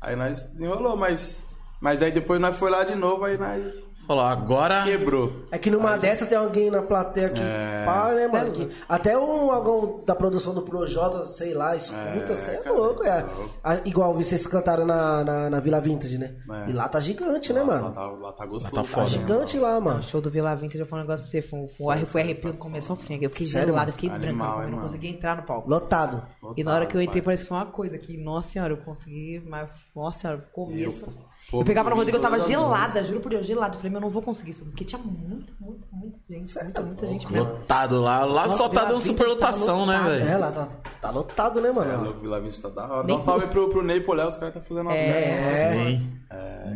[SPEAKER 1] Aí nós desenrolou, mas. Mas aí depois nós foi lá de novo, aí nós
[SPEAKER 4] Falou, agora.
[SPEAKER 1] quebrou.
[SPEAKER 2] É que numa dessa tem alguém na plateia que
[SPEAKER 1] É.
[SPEAKER 2] pá, né, mano? Que até um algum da produção do Projota, sei lá, escuta,
[SPEAKER 1] É,
[SPEAKER 2] você é
[SPEAKER 1] cara,
[SPEAKER 2] louco, é.
[SPEAKER 1] tá louco.
[SPEAKER 2] Ah, igual vocês cantaram na, na, na Vila Vintage, né?
[SPEAKER 1] É.
[SPEAKER 2] E lá tá gigante, né,
[SPEAKER 1] Lá
[SPEAKER 2] mano?
[SPEAKER 1] tá, lá tá gostoso.
[SPEAKER 4] Lá tá foda.
[SPEAKER 2] Gigante lá,
[SPEAKER 3] O
[SPEAKER 2] mano.
[SPEAKER 3] show do Vila Vintage, eu falei um negócio pra você, foi, um- foi, um- foi arrepio do começo ao fim. Eu fiquei
[SPEAKER 2] Sério,
[SPEAKER 3] gelado,
[SPEAKER 2] mano?
[SPEAKER 3] eu fiquei
[SPEAKER 1] Animal,
[SPEAKER 3] branco, eu
[SPEAKER 1] hein,
[SPEAKER 3] não
[SPEAKER 1] mano?
[SPEAKER 3] consegui entrar no palco.
[SPEAKER 2] Lotado.
[SPEAKER 3] E na hora que eu entrei,
[SPEAKER 1] Lotado,
[SPEAKER 3] parece que foi uma coisa que, nossa senhora, eu consegui, mas, nossa senhora, começo.
[SPEAKER 1] Eu-
[SPEAKER 3] Eu,
[SPEAKER 1] pô,
[SPEAKER 3] pegava no
[SPEAKER 1] eu
[SPEAKER 3] Rodrigo, eu tava
[SPEAKER 1] todas as
[SPEAKER 3] gelada, juro por Deus, gelada. Eu falei, meu, eu não vou conseguir isso, porque tinha muita, muita, muita gente, muita, muita gente mesmo.
[SPEAKER 4] Lotado lá. Lá
[SPEAKER 3] Nossa,
[SPEAKER 4] só tá
[SPEAKER 3] Vila
[SPEAKER 4] dando
[SPEAKER 3] Vinte
[SPEAKER 4] superlotação,
[SPEAKER 3] tá
[SPEAKER 4] né,
[SPEAKER 3] lotada.
[SPEAKER 4] velho?
[SPEAKER 2] É, lá tá, tá lotado, né,
[SPEAKER 1] pai. É
[SPEAKER 2] mano?
[SPEAKER 1] louco, Vila Vista tá da hora. Dá
[SPEAKER 3] Nem
[SPEAKER 1] um salve pro, pro Ney, pro Léo, os caras tá fazendo umas
[SPEAKER 2] É.
[SPEAKER 4] Sim.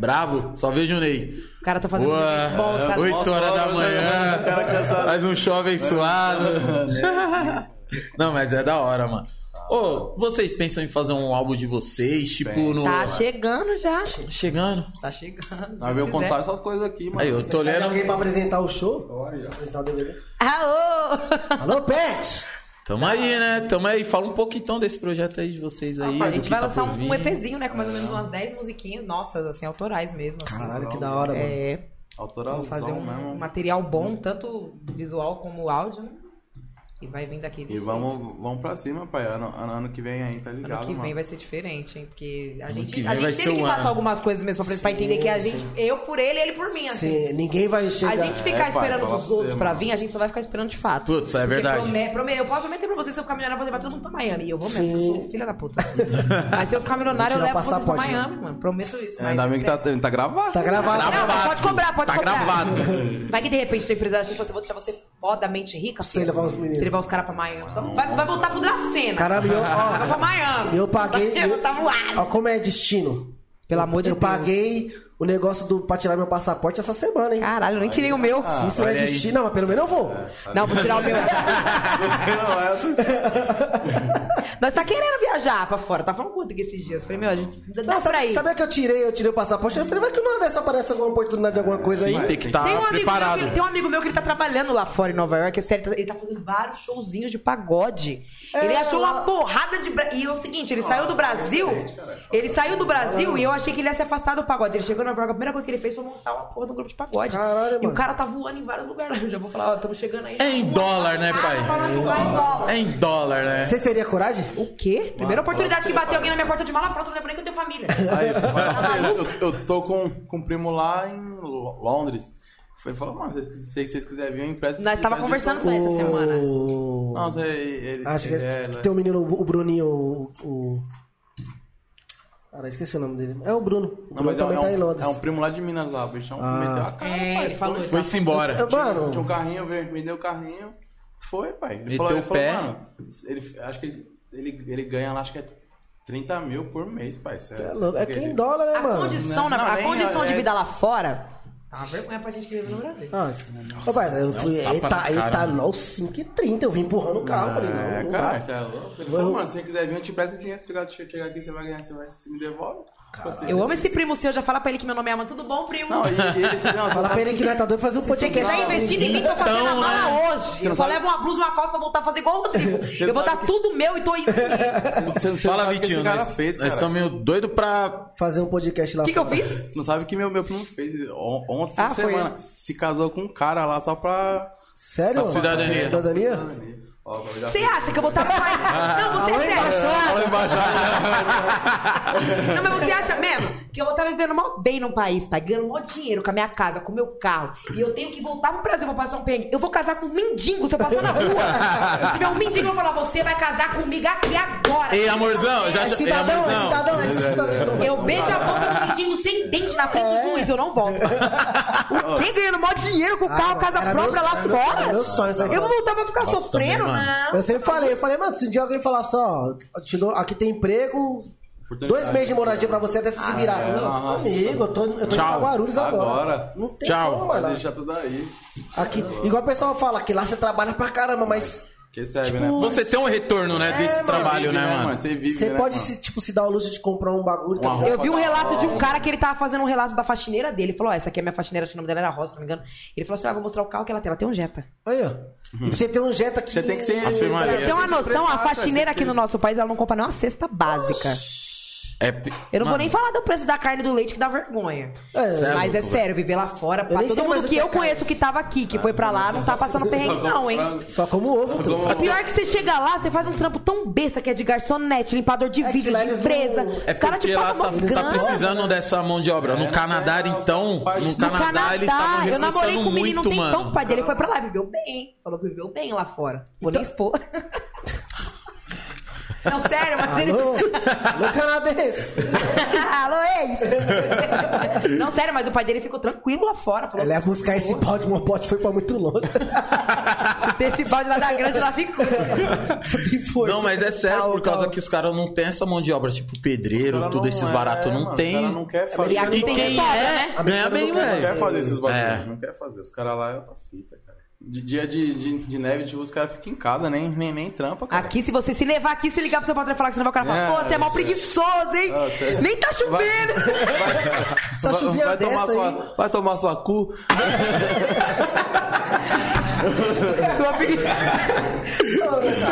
[SPEAKER 4] Brabo. Só vejo o Ney.
[SPEAKER 3] Os caras tão fazendo
[SPEAKER 4] Boa.
[SPEAKER 3] eventos bons, os caras...
[SPEAKER 4] 8 horas da
[SPEAKER 1] Nossa,
[SPEAKER 4] manhã.
[SPEAKER 1] o cara cansado.
[SPEAKER 4] Mais um show abençoado. Não, mas é da hora, mano. Ô, vocês pensam em fazer um álbum de vocês? Tipo, no.
[SPEAKER 3] Tá chegando já,
[SPEAKER 4] Chegando.
[SPEAKER 3] tá chegando.
[SPEAKER 1] Nós
[SPEAKER 3] se
[SPEAKER 1] veio
[SPEAKER 3] quiser.
[SPEAKER 1] contar essas coisas aqui, mano.
[SPEAKER 4] Aí, eu tô
[SPEAKER 2] Tem alguém
[SPEAKER 4] lendo.
[SPEAKER 2] pra apresentar o show?
[SPEAKER 1] Olha.
[SPEAKER 2] Apresentar o DVD.
[SPEAKER 3] Aô!
[SPEAKER 2] Alô, Pet!
[SPEAKER 4] Tamo aí, né? Tamo aí. Fala um pouquinho então desse projeto aí de vocês aí.
[SPEAKER 3] a
[SPEAKER 4] do
[SPEAKER 3] gente
[SPEAKER 4] que
[SPEAKER 3] vai
[SPEAKER 4] tá
[SPEAKER 3] lançar
[SPEAKER 4] por
[SPEAKER 3] um,
[SPEAKER 4] vir.
[SPEAKER 3] um EPzinho, né? Com mais ou menos umas 10 musiquinhas nossas, assim, autorais mesmo. Assim.
[SPEAKER 2] Caralho, que da hora, mano.
[SPEAKER 3] É,
[SPEAKER 1] Autoral
[SPEAKER 3] vamos fazer um
[SPEAKER 1] mesmo.
[SPEAKER 3] material bom, tanto visual como áudio, né? E vai vir daqui.
[SPEAKER 1] E vamos, vamos pra cima, pai. Ano, ano, ano que vem aí, tá ligado?
[SPEAKER 3] Ano que vem
[SPEAKER 1] mano?
[SPEAKER 3] vai ser diferente, hein? Porque a
[SPEAKER 4] Ano que
[SPEAKER 3] gente,
[SPEAKER 4] vem
[SPEAKER 3] a
[SPEAKER 4] vai
[SPEAKER 3] gente
[SPEAKER 4] ser
[SPEAKER 3] teve que
[SPEAKER 4] o
[SPEAKER 3] passar
[SPEAKER 4] ano.
[SPEAKER 3] algumas coisas mesmo pra, pra entender que a gente, eu por ele, ele por mim, assim.
[SPEAKER 2] Sim, ninguém vai
[SPEAKER 3] A
[SPEAKER 2] chegar.
[SPEAKER 3] gente ficar
[SPEAKER 1] É, pai,
[SPEAKER 3] esperando
[SPEAKER 1] fala
[SPEAKER 3] dos
[SPEAKER 1] pra
[SPEAKER 3] outros
[SPEAKER 1] você,
[SPEAKER 3] pra
[SPEAKER 1] mano.
[SPEAKER 3] vir, a gente só vai ficar esperando de fato.
[SPEAKER 4] Putz, é
[SPEAKER 3] Porque
[SPEAKER 4] verdade.
[SPEAKER 3] prome- prome- eu posso prometer pra você, se eu ficar milionário, eu vou levar todo mundo pra Miami. E eu vou mesmo,
[SPEAKER 2] Sim.
[SPEAKER 3] porque eu sou filha da puta. mas se eu ficar milionário, eu
[SPEAKER 2] Vou tirar
[SPEAKER 3] levo
[SPEAKER 2] o
[SPEAKER 3] vocês pra
[SPEAKER 2] passaporte, né?
[SPEAKER 3] Miami, mano. Prometo isso.
[SPEAKER 1] É,
[SPEAKER 3] mas
[SPEAKER 1] Ainda bem que tá, tá gravado.
[SPEAKER 2] Tá gravado.
[SPEAKER 3] Não, mas pode cobrar, pode
[SPEAKER 4] tá
[SPEAKER 3] cobrar. um
[SPEAKER 4] gravado.
[SPEAKER 3] Vai que de repente seu empresário acha que você vou deixar você fodamente rica,
[SPEAKER 2] Você
[SPEAKER 3] filho.
[SPEAKER 2] levar os meninos.
[SPEAKER 3] Você levar os caras pra Miami. Só vai, vai voltar pro Dracena.
[SPEAKER 2] Caramba, eu,
[SPEAKER 3] Vai pra
[SPEAKER 2] ó,
[SPEAKER 3] Miami.
[SPEAKER 2] eu paguei.
[SPEAKER 3] Vai voltar voado.
[SPEAKER 2] Ó, como é destino.
[SPEAKER 3] Pelo amor de
[SPEAKER 2] eu
[SPEAKER 3] Deus.
[SPEAKER 2] paguei o negócio do, pra tirar meu passaporte essa semana, hein?
[SPEAKER 3] Caralho, eu nem tirei o meu.
[SPEAKER 2] Se isso não é
[SPEAKER 4] Olha aí. É.
[SPEAKER 2] destino, não, mas pelo menos eu vou.
[SPEAKER 3] Não, vou tirar o meu.
[SPEAKER 1] Não, é essa história.
[SPEAKER 3] Nós tá querendo viajar pra fora. Tá falando quanto que esses dias? Eu Falei, meu, a gente dá
[SPEAKER 2] Não,
[SPEAKER 3] por
[SPEAKER 2] sabe,
[SPEAKER 3] aí.
[SPEAKER 2] sabe que eu tirei, eu tirei o passaporte? Eu falei, mas que não dessa aparece alguma oportunidade de alguma coisa
[SPEAKER 4] Sim,
[SPEAKER 2] aí?
[SPEAKER 4] tem que estar
[SPEAKER 3] Tem um, amigo
[SPEAKER 4] preparado.
[SPEAKER 3] Meu, que- tem um amigo meu que ele tá trabalhando lá fora em Nova York, é sério, ele tá- ele tá fazendo vários showzinhos de pagode. ele
[SPEAKER 2] É,
[SPEAKER 3] achou uma
[SPEAKER 2] lá-
[SPEAKER 3] porrada de. bra- E é o seguinte, ele saiu do Brasil. Ele saiu do Brasil e eu achei que ele ia se afastar do pagode. Ele chegou em Nova York, a primeira coisa que ele fez foi montar uma porra de um grupo de pagode.
[SPEAKER 2] Caralho,
[SPEAKER 3] e o
[SPEAKER 2] mano.
[SPEAKER 3] cara tá voando em vários lugares. Eu já vou falar, ó, estamos chegando aí. um
[SPEAKER 4] É em dólar, né, pai?
[SPEAKER 3] Ah, pra nós voar em dólar.
[SPEAKER 4] É em dólar, né?
[SPEAKER 2] Vocês teriam coragem?
[SPEAKER 3] O quê? Primeira oportunidade que bater alguém na minha porta de mala, pronto, não lembro nem que eu tenho família.
[SPEAKER 1] Aí, eu falo pra você, eu, eu tô com, com um primo lá em Lo- Londres. Ele falou, mano, se se vocês quiserem vir, eu empresto.
[SPEAKER 3] Nós tava
[SPEAKER 1] empresto de
[SPEAKER 3] conversando
[SPEAKER 1] tudo.
[SPEAKER 3] sobre essa semana.
[SPEAKER 2] O-
[SPEAKER 1] Nossa, ele. ele-
[SPEAKER 2] Ah, Acho que,
[SPEAKER 1] é,
[SPEAKER 2] que tem o menino, o Bruninho, o. o- Cara, esqueci o nome dele. É o Bruno. O
[SPEAKER 1] Não,
[SPEAKER 2] Bruno
[SPEAKER 1] mas é, um-
[SPEAKER 2] também
[SPEAKER 1] é
[SPEAKER 2] tá em
[SPEAKER 1] um,
[SPEAKER 2] Londres.
[SPEAKER 1] é um primo lá de Minas lá, o bichão
[SPEAKER 2] Ah.
[SPEAKER 1] meteu a cara,
[SPEAKER 3] É,
[SPEAKER 1] pai.
[SPEAKER 3] ele falou isso.
[SPEAKER 4] Foi-se embora.
[SPEAKER 2] Eu- Mano,
[SPEAKER 1] Tinha um carrinho, veio, me deu o carrinho. Foi, pai. Ele
[SPEAKER 4] Meteu
[SPEAKER 1] falou,
[SPEAKER 4] o
[SPEAKER 1] ele
[SPEAKER 4] pé.
[SPEAKER 1] falou, mano, ele, acho que ele, ele, ele ganha lá, acho que é 30 mil por mês, pai. Cê-
[SPEAKER 2] é
[SPEAKER 1] cê
[SPEAKER 2] louco. É que
[SPEAKER 1] acredita?
[SPEAKER 2] em dólar, né,
[SPEAKER 3] A
[SPEAKER 2] mano?
[SPEAKER 3] condição,
[SPEAKER 1] Não,
[SPEAKER 3] na- a
[SPEAKER 1] nem-
[SPEAKER 3] condição de
[SPEAKER 1] é-
[SPEAKER 3] vida lá fora. É uma vergonha pra gente que vive no Brasil.
[SPEAKER 2] Ah, isso- Ô, pai,
[SPEAKER 1] É
[SPEAKER 2] eu
[SPEAKER 1] um
[SPEAKER 2] fui tá
[SPEAKER 4] tapa na
[SPEAKER 2] eta,
[SPEAKER 4] cara,
[SPEAKER 2] etanol 5,30, eu vim empurrando o carro. falei, não,
[SPEAKER 1] É,
[SPEAKER 2] não
[SPEAKER 1] cara,
[SPEAKER 2] dá.
[SPEAKER 1] você é louco. Ele
[SPEAKER 2] Vou-
[SPEAKER 1] falou, mano, se você quiser vir, eu te peço dinheiro. Se chegar- se chegar aqui, você vai ganhar, você vai você me devolve. Você-
[SPEAKER 3] Eu amo esse primo seu, já fala pra ele que meu nome é Ama. Tudo bom, primo?
[SPEAKER 1] Não, e, e esse, não,
[SPEAKER 2] Fala
[SPEAKER 1] só
[SPEAKER 2] pra
[SPEAKER 1] sabe-
[SPEAKER 2] ele que não tá doido fazer um
[SPEAKER 3] Você quer
[SPEAKER 2] podcast.
[SPEAKER 3] já
[SPEAKER 2] lá,
[SPEAKER 3] investir em mim? Tô fazendo
[SPEAKER 1] então,
[SPEAKER 3] a mala
[SPEAKER 1] né?
[SPEAKER 3] hoje. Eu só levo uma blusa e uma calça pra voltar a fazer igual o Rodrigo. Eu vou dar tudo meu e tô indo. O
[SPEAKER 1] você- você não
[SPEAKER 4] Fala,
[SPEAKER 1] sabe o que
[SPEAKER 4] Vitinho.
[SPEAKER 1] esse cara
[SPEAKER 4] Nós
[SPEAKER 1] fez,
[SPEAKER 4] nós
[SPEAKER 1] cara.
[SPEAKER 4] estamos meio doido pra.
[SPEAKER 2] Fazer um podcast lá
[SPEAKER 3] que, que eu
[SPEAKER 2] fora.
[SPEAKER 3] fiz?
[SPEAKER 1] Você não sabe o que meu, meu primo fez. On- Ontem,
[SPEAKER 3] Ah,
[SPEAKER 1] essa
[SPEAKER 3] foi
[SPEAKER 1] semana,
[SPEAKER 3] ele.
[SPEAKER 1] se casou com um cara lá só pra...
[SPEAKER 2] Sério?
[SPEAKER 4] Pra cidadania.
[SPEAKER 2] Cidadania?
[SPEAKER 1] Ó, eu já
[SPEAKER 3] Você é
[SPEAKER 1] fiz.
[SPEAKER 3] acha que eu vou estar Não, você
[SPEAKER 1] Tá
[SPEAKER 2] Alô,
[SPEAKER 3] é sério.
[SPEAKER 2] embaixada?
[SPEAKER 1] né?
[SPEAKER 3] Não, mas você acha mesmo que eu vou estar vivendo mal bem no país, pai? Ganhando mó dinheiro com a minha casa, com o meu carro. E eu tenho que voltar pro Brasil pra passar um perrengue. Eu vou casar com um mendigo se eu passar na rua. Se tiver um mendigo, eu vou falar, você vai casar comigo aqui agora.
[SPEAKER 4] Ei, amorzão, já
[SPEAKER 3] assim,
[SPEAKER 2] É
[SPEAKER 4] já. Ei,
[SPEAKER 2] cidadão, é
[SPEAKER 4] amorzão.
[SPEAKER 2] cidadão, é cidadão.
[SPEAKER 3] Eu beijo a boca do mendigo sem dente na frente
[SPEAKER 2] É.
[SPEAKER 3] do juiz, eu não volto. O quê? Ganhando mó dinheiro com carro,
[SPEAKER 2] Ah,
[SPEAKER 3] casa
[SPEAKER 2] era meu-
[SPEAKER 3] própria lá
[SPEAKER 2] era meu-
[SPEAKER 3] fora?
[SPEAKER 2] era meu sonho, sabe?
[SPEAKER 3] eu vou voltar pra ficar
[SPEAKER 4] Nossa,
[SPEAKER 3] sofrendo,
[SPEAKER 4] também, mano.
[SPEAKER 3] não.
[SPEAKER 2] Eu sempre falei, eu falei, mano, se um dia alguém falar só, te dou- aqui tem emprego, dois meses de moradia pra você até você se virar.
[SPEAKER 1] é,
[SPEAKER 2] Não,
[SPEAKER 1] nossa.
[SPEAKER 2] Amigo, eu tô, eu tô
[SPEAKER 4] Tchau.
[SPEAKER 2] em Guarulhos agora.
[SPEAKER 1] Agora.
[SPEAKER 2] Não tem
[SPEAKER 4] Tchau.
[SPEAKER 2] como,
[SPEAKER 1] Pode
[SPEAKER 2] mano.
[SPEAKER 1] deixar tudo aí.
[SPEAKER 2] Aqui, igual o pessoal fala, que lá você trabalha pra caramba, mas
[SPEAKER 1] Que serve,
[SPEAKER 2] Tipo,
[SPEAKER 1] né?
[SPEAKER 2] você
[SPEAKER 4] Você tem um retorno, né,
[SPEAKER 2] É,
[SPEAKER 4] desse
[SPEAKER 2] mano.
[SPEAKER 4] trabalho, né, mano?
[SPEAKER 1] Você vive,
[SPEAKER 2] você
[SPEAKER 1] né,
[SPEAKER 2] pode,
[SPEAKER 1] mano?
[SPEAKER 2] se, tipo, se dar o luxo de comprar um bagulho. Tá
[SPEAKER 1] Uma
[SPEAKER 2] ligado?
[SPEAKER 3] Eu vi um
[SPEAKER 1] da
[SPEAKER 3] relato de um
[SPEAKER 1] hora.
[SPEAKER 3] cara que ele tava fazendo um relato da faxineira dele. Ele falou: ó, essa aqui é minha faxineira, acho que o nome dela era Rosa, se não me engano. Ele falou assim: ó, eu vou mostrar o carro que ela tem. Ela tem um Jetta.
[SPEAKER 2] Aí, ó. E você tem um Jetta aqui.
[SPEAKER 1] Você tem que ser...
[SPEAKER 4] Ave Maria.
[SPEAKER 3] Você tem
[SPEAKER 2] é
[SPEAKER 3] uma noção, a faxineira aqui no nosso país, ela não compra nem uma cesta básica.
[SPEAKER 4] É...
[SPEAKER 3] Eu não vou nem falar do preço da carne e do leite que dá vergonha.
[SPEAKER 2] É,
[SPEAKER 4] Cê é
[SPEAKER 3] Mas é
[SPEAKER 4] louco,
[SPEAKER 3] sério, viver lá fora, pra
[SPEAKER 2] nem sei
[SPEAKER 3] todo
[SPEAKER 2] mais
[SPEAKER 3] mundo
[SPEAKER 2] o
[SPEAKER 3] que
[SPEAKER 2] que é
[SPEAKER 3] eu
[SPEAKER 2] carne.
[SPEAKER 3] conheço que tava aqui, que foi pra lá, não tá passando perrengue não, hein?
[SPEAKER 2] só como ovo. truta.
[SPEAKER 3] O pior é que você chega lá, você faz uns trampos tão besta que é de garçonete, limpador de
[SPEAKER 2] É que
[SPEAKER 3] vidro,
[SPEAKER 2] lá
[SPEAKER 3] de
[SPEAKER 2] eles
[SPEAKER 3] empresa.
[SPEAKER 2] não-
[SPEAKER 4] É
[SPEAKER 3] Os caras te
[SPEAKER 4] porque lá
[SPEAKER 3] pagam
[SPEAKER 4] tá,
[SPEAKER 3] uma
[SPEAKER 4] tá
[SPEAKER 3] grana.
[SPEAKER 4] precisando dessa mão de obra.
[SPEAKER 1] É,
[SPEAKER 4] no Canadá,
[SPEAKER 1] não é,
[SPEAKER 4] então,
[SPEAKER 1] faz-
[SPEAKER 4] no
[SPEAKER 1] No
[SPEAKER 3] No
[SPEAKER 4] Canadá, eles estavam
[SPEAKER 3] eu namorei
[SPEAKER 4] reforçando
[SPEAKER 3] com um menino
[SPEAKER 4] muito,
[SPEAKER 3] tem pão,
[SPEAKER 4] mano.
[SPEAKER 3] o pai dele foi pra lá, viveu bem. Falou que viveu bem lá fora. Vou
[SPEAKER 4] Então
[SPEAKER 3] nem expor. Não, sério, mas eles.
[SPEAKER 2] Alô? No é canadense.
[SPEAKER 3] Alô, ex! Não, sério, mas o pai dele ficou tranquilo lá fora. Falou
[SPEAKER 2] Ela ia buscar esse balde, meu balde foi pra muito longe.
[SPEAKER 3] que esse balde lá da grande lá ficou.
[SPEAKER 2] Que foi?
[SPEAKER 4] Não, mas é sério,
[SPEAKER 3] Calma,
[SPEAKER 4] por causa
[SPEAKER 3] calma.
[SPEAKER 4] que os caras não têm essa mão de obra, tipo pedreiro,
[SPEAKER 1] Ela
[SPEAKER 4] tudo
[SPEAKER 1] não
[SPEAKER 4] esses
[SPEAKER 1] é,
[SPEAKER 4] baratos não
[SPEAKER 1] mano,
[SPEAKER 4] tem.
[SPEAKER 1] Ela não quer fazer.
[SPEAKER 3] E aqui
[SPEAKER 4] E
[SPEAKER 3] tem
[SPEAKER 4] quem
[SPEAKER 3] sobra,
[SPEAKER 4] é,
[SPEAKER 3] né?
[SPEAKER 4] ganha bem,
[SPEAKER 1] Não quer
[SPEAKER 4] velho.
[SPEAKER 1] fazer esses bagulhos,
[SPEAKER 4] É.
[SPEAKER 1] não quer fazer. Os caras lá é outra fita, cara. De dia de, de, de neve, tipo, os caras ficam em casa, nem, nem, nem trampa, cara.
[SPEAKER 3] Aqui, se você se levar aqui, se ligar pro seu patrão e falar que você não vai, o cara fala,
[SPEAKER 1] É,
[SPEAKER 3] pô, você é mal
[SPEAKER 1] é.
[SPEAKER 3] preguiçoso, hein?
[SPEAKER 1] Ah,
[SPEAKER 4] é.
[SPEAKER 1] sério.
[SPEAKER 3] Nem tá chovendo!
[SPEAKER 2] Só
[SPEAKER 1] Vai-
[SPEAKER 2] chovia
[SPEAKER 1] vai
[SPEAKER 2] dessa
[SPEAKER 1] tomar
[SPEAKER 2] aí.
[SPEAKER 1] sua, Vai tomar sua cu.
[SPEAKER 3] Sua preguiça.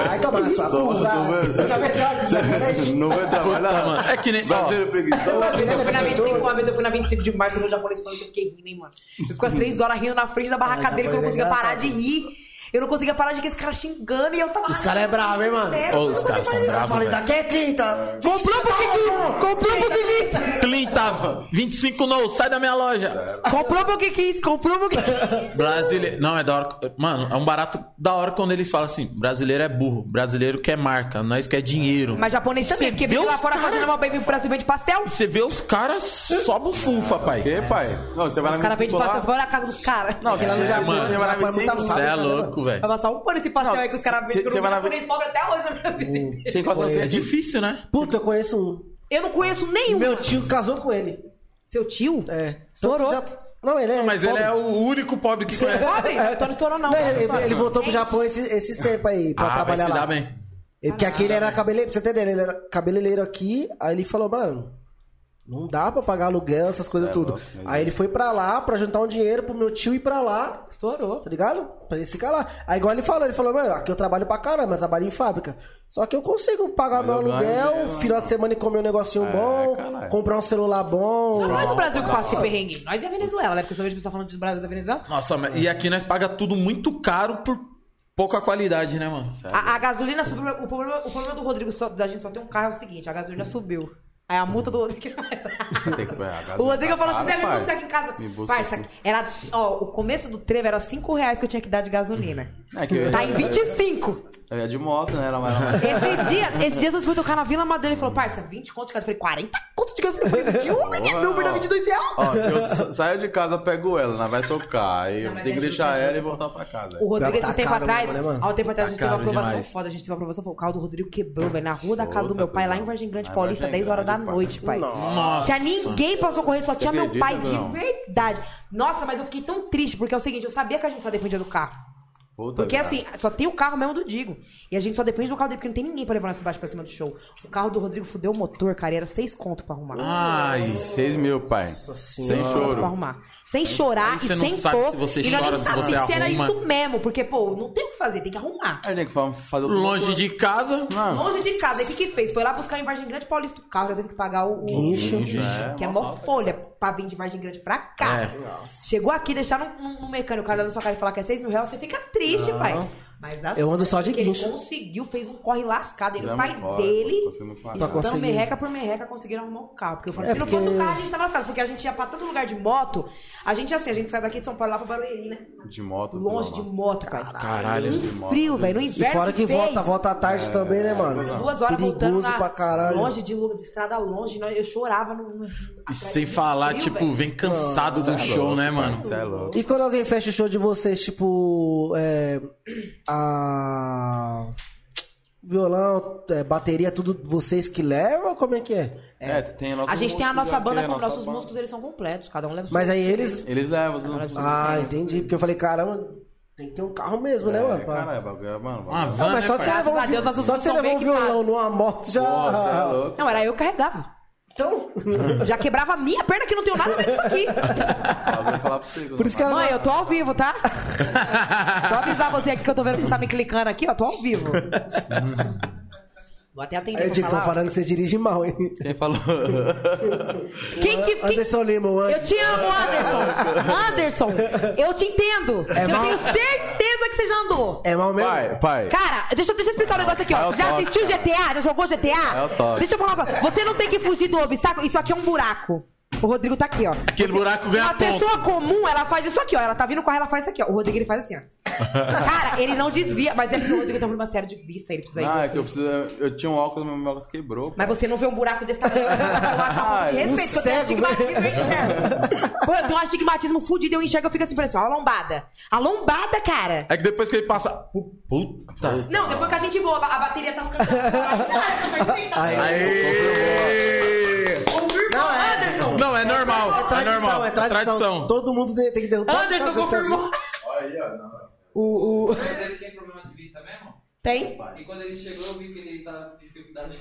[SPEAKER 2] Vai tomar na sua
[SPEAKER 1] Toma,
[SPEAKER 2] cu, vai.
[SPEAKER 1] toma.
[SPEAKER 2] Sabe, sabe, sabe?
[SPEAKER 1] Não vai trabalhar, mano.
[SPEAKER 4] É que nem-
[SPEAKER 1] Brasileiro preguiçoso.
[SPEAKER 3] Eu fui na 25, uma vez eu fui na 25 de março no japonês falando isso, eu fiquei rindo, hein, mano. Eu fico as três horas rindo na frente da barraca
[SPEAKER 2] Ah,
[SPEAKER 3] dele, que eu não
[SPEAKER 2] japonês é
[SPEAKER 3] conseguia parar de
[SPEAKER 2] engraçado.
[SPEAKER 3] rir. Eu não conseguia parar de rir, esse cara xingando e eu tava.
[SPEAKER 2] Os caras é bravo, hein, mano?
[SPEAKER 3] É,
[SPEAKER 4] Ô,
[SPEAKER 3] eu
[SPEAKER 4] os
[SPEAKER 3] não
[SPEAKER 4] caras são
[SPEAKER 3] falei,
[SPEAKER 2] Eu
[SPEAKER 4] bravos,
[SPEAKER 2] falei, daqui é 30.
[SPEAKER 3] Comprou um pouquinho! Comprou um pouquinho!
[SPEAKER 4] 30, 25 não, sai da minha loja.
[SPEAKER 3] Comprou um pouquinho, quis, comprou um pouquinho.
[SPEAKER 4] Brasileiro. Não, é da hora. Mano, é um barato da hora quando eles falam assim: brasileiro é burro, brasileiro quer marca, nós quer dinheiro.
[SPEAKER 3] Mas japonês também,
[SPEAKER 4] Cê
[SPEAKER 3] porque
[SPEAKER 4] vê
[SPEAKER 3] veio lá
[SPEAKER 4] os
[SPEAKER 3] fora
[SPEAKER 4] cara-
[SPEAKER 3] fazendo uma baby pro Brasil vende pastel.
[SPEAKER 4] Você vê os caras só bufufa, pai.
[SPEAKER 1] Que, pai? Não, você vai
[SPEAKER 3] Os
[SPEAKER 1] na
[SPEAKER 3] caras
[SPEAKER 1] minha
[SPEAKER 3] vendem
[SPEAKER 1] lá-
[SPEAKER 3] pastel, vai na casa dos caras.
[SPEAKER 1] Não, você
[SPEAKER 2] Aquela no
[SPEAKER 1] você-
[SPEAKER 2] Japão,
[SPEAKER 1] você vai na
[SPEAKER 2] Japão é muita
[SPEAKER 1] 25,
[SPEAKER 4] Você é louco,
[SPEAKER 3] Vai
[SPEAKER 4] velho.
[SPEAKER 3] passar um pano esse pastel
[SPEAKER 1] Não,
[SPEAKER 3] aí que os caras
[SPEAKER 1] cê-
[SPEAKER 3] vendem.
[SPEAKER 1] cê
[SPEAKER 3] Eu
[SPEAKER 1] vai
[SPEAKER 3] não
[SPEAKER 1] na-
[SPEAKER 3] japonês pobre até hoje né? na minha vida.
[SPEAKER 1] Você encosta no
[SPEAKER 4] É
[SPEAKER 1] centro de
[SPEAKER 4] difícil, né?
[SPEAKER 2] Puta, eu conheço um.
[SPEAKER 3] Eu não conheço nenhum.
[SPEAKER 2] Meu tio casou com ele.
[SPEAKER 3] Seu tio?
[SPEAKER 2] É.
[SPEAKER 3] Estourou.
[SPEAKER 2] Tanto que já- Não, ele é.
[SPEAKER 4] Mas ele
[SPEAKER 2] pobre. É.
[SPEAKER 4] é o único pobre que conhece.
[SPEAKER 3] Pobre? Eu tô não então estourou, não. É
[SPEAKER 2] Não, ele, ele voltou pro Japão esses, esses tempos aí, pra
[SPEAKER 4] Ah, vai
[SPEAKER 2] trabalhar
[SPEAKER 4] se
[SPEAKER 2] lá.
[SPEAKER 4] dar bem.
[SPEAKER 2] Ele- porque aqui ele era cabeleireiro, pra você entender, ele era cabeleireiro aqui, aí ele falou, mano, não dá pra pagar aluguel, essas
[SPEAKER 4] É
[SPEAKER 2] coisas tudo.
[SPEAKER 1] louco, meu
[SPEAKER 2] aí ele foi pra lá pra juntar um dinheiro pro meu tio ir pra lá,
[SPEAKER 3] Estourou.
[SPEAKER 2] tá ligado? Pra ele ficar lá. Aí igual ele falou, ele falou, mano, aqui eu trabalho pra caramba, eu trabalho em fábrica. Só que eu consigo pagar
[SPEAKER 1] Mas
[SPEAKER 2] meu
[SPEAKER 1] eu ganho
[SPEAKER 2] aluguel,
[SPEAKER 1] dinheiro, mano.
[SPEAKER 2] final de semana e comer um negocinho
[SPEAKER 1] É,
[SPEAKER 2] bom,
[SPEAKER 1] caralho.
[SPEAKER 2] comprar um celular
[SPEAKER 3] Não,
[SPEAKER 2] bom.
[SPEAKER 3] não é o Brasil que passa esse perrengue. Nós e a Venezuela, né? Porque eu só vejo pessoal falando do Brasil e da Venezuela.
[SPEAKER 4] Nossa, mas- e aqui nós paga tudo muito caro por pouca qualidade, né, mano?
[SPEAKER 3] A, a gasolina subiu. O problema, o problema do Rodrigo, só, da gente só ter um carro é o seguinte: a gasolina subiu. Aí a multa do Rodrigo.
[SPEAKER 1] Tem que pegar a gasolina,
[SPEAKER 3] O Rodrigo falou assim:
[SPEAKER 1] tá
[SPEAKER 3] Zé, me
[SPEAKER 1] caro,
[SPEAKER 3] busca aqui em casa.
[SPEAKER 1] Me busca
[SPEAKER 3] Parça,
[SPEAKER 1] aqui. É
[SPEAKER 3] era. Ó, o começo do trevo era 5 reais que eu tinha que dar de gasolina.
[SPEAKER 1] É que eu-
[SPEAKER 3] Tá em 25.
[SPEAKER 1] Eu ia de moto, né? Era mais...
[SPEAKER 3] Esses dias, esses dias nós fomos tocar na Vila Madonna e falou, parça, 20 conto de casa. Eu falei, 40
[SPEAKER 10] conto de gasolina de
[SPEAKER 2] um,
[SPEAKER 10] Uber, né? Meu Uber dá 22 reais.
[SPEAKER 1] Ó, eu sa- saio de casa, pego ela, ela vai tocar. Aí
[SPEAKER 3] Não,
[SPEAKER 1] eu
[SPEAKER 3] mas
[SPEAKER 1] tenho que
[SPEAKER 3] é justo,
[SPEAKER 1] deixar
[SPEAKER 3] é
[SPEAKER 1] ela
[SPEAKER 3] justo.
[SPEAKER 1] e voltar pra casa.
[SPEAKER 3] O Rodrigo,
[SPEAKER 2] Tá
[SPEAKER 3] esse tempo
[SPEAKER 2] caro
[SPEAKER 3] atrás,
[SPEAKER 2] mesmo, né, mano?
[SPEAKER 3] há um tempo atrás,
[SPEAKER 4] Tá
[SPEAKER 3] a gente teve uma
[SPEAKER 4] caro
[SPEAKER 3] aprovação
[SPEAKER 4] demais.
[SPEAKER 3] foda. A gente teve uma aprovação foda. O carro do Rodrigo quebrou, velho, na rua da casa do
[SPEAKER 1] Puta,
[SPEAKER 3] meu pai, lá em
[SPEAKER 1] cuzão.
[SPEAKER 3] Vargem Grande
[SPEAKER 1] Lá em
[SPEAKER 3] Paulista,
[SPEAKER 1] Vargem
[SPEAKER 3] 10 horas da
[SPEAKER 1] Grande, pai.
[SPEAKER 3] noite, pai.
[SPEAKER 4] Nossa.
[SPEAKER 3] Tinha ninguém passou correr, só tinha meu
[SPEAKER 1] acredita,
[SPEAKER 3] pai de
[SPEAKER 1] Bruno?
[SPEAKER 3] verdade. Nossa, mas eu fiquei tão triste, porque é o seguinte, eu sabia que a gente só dependia do carro.
[SPEAKER 1] Puta
[SPEAKER 3] Porque
[SPEAKER 1] merda.
[SPEAKER 3] assim, só tem o carro mesmo do Digo. E a gente só depende do carro dele, porque não tem ninguém pra levar nós pra baixo pra cima do show. O carro do Rodrigo fudeu o motor, cara, e era seis conto pra arrumar.
[SPEAKER 4] Ah,
[SPEAKER 1] Ai, seis mil, pai. Sem
[SPEAKER 3] Seis conto pra
[SPEAKER 1] choro.
[SPEAKER 3] arrumar. Sem chorar
[SPEAKER 4] Aí
[SPEAKER 3] e
[SPEAKER 4] você
[SPEAKER 3] sem
[SPEAKER 4] não sabe
[SPEAKER 3] pôr,
[SPEAKER 4] se você
[SPEAKER 3] e nós
[SPEAKER 4] chora,
[SPEAKER 3] nem
[SPEAKER 4] se
[SPEAKER 3] sabe,
[SPEAKER 4] você
[SPEAKER 3] tem que ser era
[SPEAKER 4] arruma.
[SPEAKER 3] isso mesmo, porque, pô, não tem o que fazer, tem que arrumar.
[SPEAKER 1] Aí tem que fa- fazer outra
[SPEAKER 4] Longe
[SPEAKER 1] coisa.
[SPEAKER 4] de casa.
[SPEAKER 1] Mano,
[SPEAKER 3] Longe de casa, aí o que que fez? Foi lá buscar em Vargem Grande Paulista o carro, já teve que pagar o... o-
[SPEAKER 2] Guincho.
[SPEAKER 3] o
[SPEAKER 1] É,
[SPEAKER 3] que é
[SPEAKER 1] mó
[SPEAKER 3] mó folha pra vir de Vargem Grande pra cá.
[SPEAKER 4] É.
[SPEAKER 3] Chegou aqui, deixar no, no- no mecânico, o cara olhando sua cara e falar que é 6 mil reais, você fica triste, pai. Mas a
[SPEAKER 2] Eu ando só de
[SPEAKER 3] sorte é que
[SPEAKER 2] guincho.
[SPEAKER 3] Ele conseguiu, fez um corre lascado. Ele, o
[SPEAKER 1] Fizemos
[SPEAKER 3] pai
[SPEAKER 1] um corre,
[SPEAKER 3] dele,
[SPEAKER 1] conseguimos parar.
[SPEAKER 2] Pra
[SPEAKER 3] dando
[SPEAKER 2] conseguir.
[SPEAKER 3] merreca por merreca, conseguiram arrumar o carro. Porque eu falei,
[SPEAKER 2] É
[SPEAKER 3] se não
[SPEAKER 2] porque-
[SPEAKER 3] fosse o carro, a gente tava lascado. Porque a gente ia pra tanto lugar de moto. A gente, assim, a gente sai daqui de São Paulo lá pra Barueri, né?
[SPEAKER 1] de moto.
[SPEAKER 3] Longe de
[SPEAKER 1] pelo amor.
[SPEAKER 3] moto, pai.
[SPEAKER 4] Caralho.
[SPEAKER 3] Um
[SPEAKER 1] de moto.
[SPEAKER 3] frio, velho, no
[SPEAKER 2] E
[SPEAKER 3] inverno
[SPEAKER 2] fora que
[SPEAKER 3] fez.
[SPEAKER 2] volta, volta à
[SPEAKER 1] É,
[SPEAKER 2] tarde também, né, mano?
[SPEAKER 3] Duas horas
[SPEAKER 2] Perigoso
[SPEAKER 3] voltando lá,
[SPEAKER 2] pra caralho.
[SPEAKER 3] longe de lugar de estrada longe, nós- eu chorava no, no-
[SPEAKER 4] E
[SPEAKER 3] atrás
[SPEAKER 4] sem
[SPEAKER 3] do
[SPEAKER 4] falar,
[SPEAKER 3] frio,
[SPEAKER 4] tipo,
[SPEAKER 3] velho.
[SPEAKER 4] vem cansado do
[SPEAKER 1] Cê é
[SPEAKER 4] show,
[SPEAKER 1] louco,
[SPEAKER 4] né,
[SPEAKER 1] pai,
[SPEAKER 4] mano?
[SPEAKER 1] cê é louco.
[SPEAKER 2] E quando alguém fecha o show de vocês, tipo, é, a violão, é, bateria, tudo vocês que levam? ou Como é que é?
[SPEAKER 1] É, tem a nossa
[SPEAKER 3] A gente tem a
[SPEAKER 1] música
[SPEAKER 3] nossa
[SPEAKER 1] aqui,
[SPEAKER 3] banda
[SPEAKER 1] a
[SPEAKER 3] com
[SPEAKER 1] nossa
[SPEAKER 3] nossos
[SPEAKER 1] banda.
[SPEAKER 3] músicos, É eles são completos, cada um leva o
[SPEAKER 2] Mas
[SPEAKER 3] seu.
[SPEAKER 2] aí eles...
[SPEAKER 1] Eles levam, os-
[SPEAKER 2] Ah, entendi, porque eu falei, caramba, tem que ter um carro mesmo, né, mano?
[SPEAKER 1] É,
[SPEAKER 2] Pra-
[SPEAKER 1] caralho, é bagulho, mano.
[SPEAKER 4] Uma
[SPEAKER 1] bagulho.
[SPEAKER 2] Não,
[SPEAKER 4] van,
[SPEAKER 2] mas
[SPEAKER 4] né,
[SPEAKER 2] só de você
[SPEAKER 4] pai?
[SPEAKER 3] Graças
[SPEAKER 2] levar
[SPEAKER 3] a
[SPEAKER 2] um,
[SPEAKER 3] Deus,
[SPEAKER 2] vi-
[SPEAKER 3] nossos
[SPEAKER 2] só de você
[SPEAKER 3] músicos são
[SPEAKER 2] levar um
[SPEAKER 3] bem equipados.
[SPEAKER 2] violão numa moto já...
[SPEAKER 1] Pô, cê é louco.
[SPEAKER 3] Não, era eu que carregava.
[SPEAKER 2] Então,
[SPEAKER 3] Já quebrava a minha perna que não tenho nada a ver disso aqui.
[SPEAKER 1] Eu vou é falar pra você,
[SPEAKER 2] Por isso que
[SPEAKER 1] mano.
[SPEAKER 2] ela-
[SPEAKER 3] Mãe, eu tô ao vivo, tá? Vou avisar você aqui que eu tô vendo que você tá me clicando aqui, ó. Tô ao vivo. Vou até atender
[SPEAKER 2] é,
[SPEAKER 3] pra
[SPEAKER 2] Diego, tô
[SPEAKER 3] falar.
[SPEAKER 2] falando que você dirige mal, hein?
[SPEAKER 1] Quem falou?
[SPEAKER 3] Quem que... quem-
[SPEAKER 2] Anderson Lima, o
[SPEAKER 3] Eu
[SPEAKER 2] Anderson.
[SPEAKER 3] te amo, Anderson. Anderson, eu te entendo.
[SPEAKER 2] É
[SPEAKER 3] eu
[SPEAKER 2] mal-
[SPEAKER 3] tenho certeza que você já andou.
[SPEAKER 2] É mal mesmo?
[SPEAKER 1] Pai, pai.
[SPEAKER 3] Cara, deixa, eu- deixa eu explicar um negócio aqui,
[SPEAKER 1] É
[SPEAKER 3] ó.
[SPEAKER 1] o
[SPEAKER 3] Já
[SPEAKER 1] toque,
[SPEAKER 3] assistiu
[SPEAKER 1] cara.
[SPEAKER 3] GTA? Já jogou GTA?
[SPEAKER 1] É o toque.
[SPEAKER 3] Deixa eu falar uma coisa. Você não tem que fugir do obstáculo. Isso aqui é um buraco. O Rodrigo tá aqui, ó.
[SPEAKER 4] Aquele buraco ganha
[SPEAKER 3] Uma
[SPEAKER 4] ponto.
[SPEAKER 3] pessoa comum, ela faz isso aqui, ó. Ela tá vindo com ela, ela faz isso aqui, ó. O Rodrigo, ele faz assim, ó. Cara, ele não desvia, mas é porque o Rodrigo tem um problema sério de vista, ele precisa ir.
[SPEAKER 1] Ah, é que eu preciso. Eu tinha um óculos, meu óculos quebrou.
[SPEAKER 3] Mas você não vê um buraco desse tamanho. Eu acho uma falta de
[SPEAKER 1] Ai,
[SPEAKER 3] respeito,
[SPEAKER 2] um
[SPEAKER 3] porque eu tenho
[SPEAKER 2] cego,
[SPEAKER 3] astigmatismo, eu enxergo. Pô, eu tenho um astigmatismo fudido, eu enxergo, eu fico assim, parece, ó, a lombada. A lombada, cara.
[SPEAKER 4] É que depois que ele passa. Pu- Puta.
[SPEAKER 3] Não, depois que a gente voa, a bateria tá ficando... Caralho, tá perfeita.
[SPEAKER 4] Aê!
[SPEAKER 3] Confirmou, Anderson.
[SPEAKER 4] Não, é normal. É normal.
[SPEAKER 2] é tradição.
[SPEAKER 4] Tradição.
[SPEAKER 2] Todo mundo de- tem que derrubar. Tem que
[SPEAKER 3] Anderson
[SPEAKER 2] fazer-
[SPEAKER 3] confirmou.
[SPEAKER 1] Olha aí, ó. não.
[SPEAKER 3] O, o...
[SPEAKER 11] Mas ele tem problema de vista mesmo?
[SPEAKER 3] Tem?
[SPEAKER 11] E quando ele chegou, eu vi que ele tava com dificuldade.